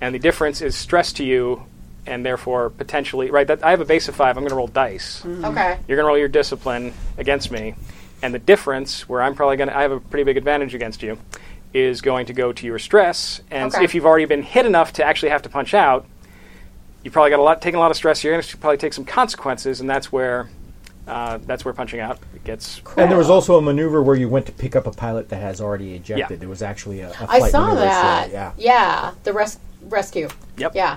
Speaker 3: and the difference is stress to you, and therefore potentially right. That I have a base of five. I'm going to roll dice.
Speaker 4: Mhm. Okay.
Speaker 3: um, You're going to roll your discipline against me, and the difference where I'm probably going to I have a pretty big advantage against you is going to go to your stress, and
Speaker 4: Okay.
Speaker 3: if you've already been hit enough to actually have to punch out, you probably got a lot taking a lot of stress. You're going to probably take some consequences, and that's where uh, that's where punching out gets.
Speaker 6: And there was also a maneuver where you went to pick up a pilot that has already ejected. There was actually a, a flight
Speaker 4: I saw
Speaker 6: maneuver for it,
Speaker 4: that.
Speaker 6: yeah.
Speaker 4: the res- rescue.
Speaker 3: Yep.
Speaker 4: Yeah,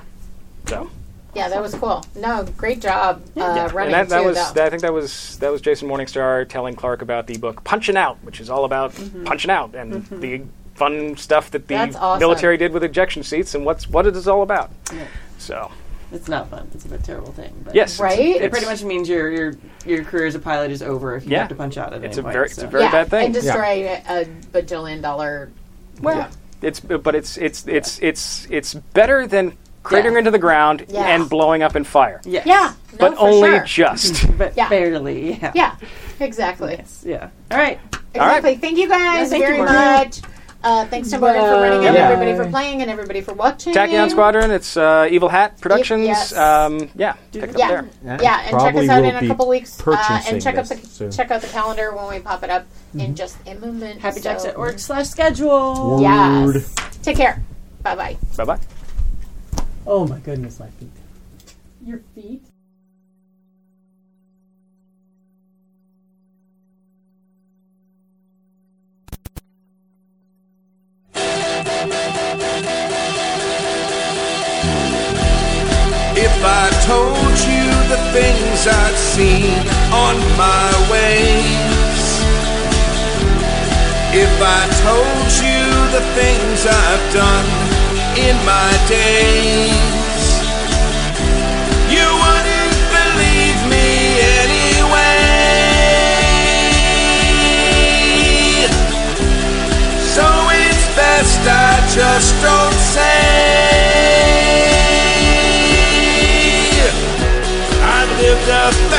Speaker 3: So
Speaker 4: yeah, that was cool. No, great job uh, running
Speaker 3: and that, that
Speaker 4: too,
Speaker 3: was
Speaker 4: though.
Speaker 3: that- I think that was that was Jason Morningstar telling Clark about the book Punching Out, which is all about
Speaker 4: Mm-hmm.
Speaker 3: punching out and the fun stuff that the
Speaker 5: That's awesome.
Speaker 3: military did with ejection seats and what's what it is all about. So
Speaker 5: It's not fun. It's a terrible thing. But
Speaker 3: Yes, it's- Right?
Speaker 5: It
Speaker 3: it's-
Speaker 5: pretty much means your your your career as a pilot is over if you
Speaker 3: Yeah.
Speaker 5: have to punch out at
Speaker 3: It's
Speaker 5: any
Speaker 3: a
Speaker 5: point,
Speaker 3: very- it's a
Speaker 5: so.
Speaker 3: very
Speaker 4: yeah,
Speaker 3: bad thing.
Speaker 4: and
Speaker 3: Yeah.
Speaker 4: destroyed a bajillion dollar. Well,
Speaker 3: it's but it's it's it's it's it's better than cratering into the ground
Speaker 4: Yeah.
Speaker 3: and blowing up in fire.
Speaker 5: Yes.
Speaker 4: yeah, no,
Speaker 3: But
Speaker 4: for
Speaker 3: only
Speaker 4: sure.
Speaker 3: just.
Speaker 5: but
Speaker 4: Yeah.
Speaker 5: barely. Yeah.
Speaker 4: Yeah, exactly.
Speaker 5: Yeah. All right.
Speaker 4: Exactly.
Speaker 5: All right.
Speaker 4: Thank you guys
Speaker 5: Yeah, thank you,
Speaker 4: very
Speaker 5: Morgan.
Speaker 4: much. Uh, thanks to Morgan for running it,
Speaker 3: Bye.
Speaker 4: everybody for playing, and everybody for watching.
Speaker 3: Tachyon Squadron, it's uh, Evil Hat Productions.
Speaker 4: yes.
Speaker 3: Um, yeah, check it
Speaker 4: yeah.
Speaker 3: out there.
Speaker 4: Yeah, and check us
Speaker 6: Probably
Speaker 4: out
Speaker 6: will
Speaker 4: in a
Speaker 6: be
Speaker 4: couple weeks. Uh,
Speaker 6: purchasing
Speaker 4: and check out the
Speaker 6: this soon. Mm-hmm.
Speaker 4: check out the calendar when we pop it up in just a moment.
Speaker 5: happyjacks.org slash schedule.
Speaker 6: Word.
Speaker 4: Yes. Take care. Bye bye.
Speaker 3: Bye bye.
Speaker 8: Oh my goodness, my feet.
Speaker 4: Your feet.
Speaker 1: If I told you the things I've seen on my ways, If I told you the things I've done in my days, you wouldn't believe me anyway. So it's best I just don't say. I lived a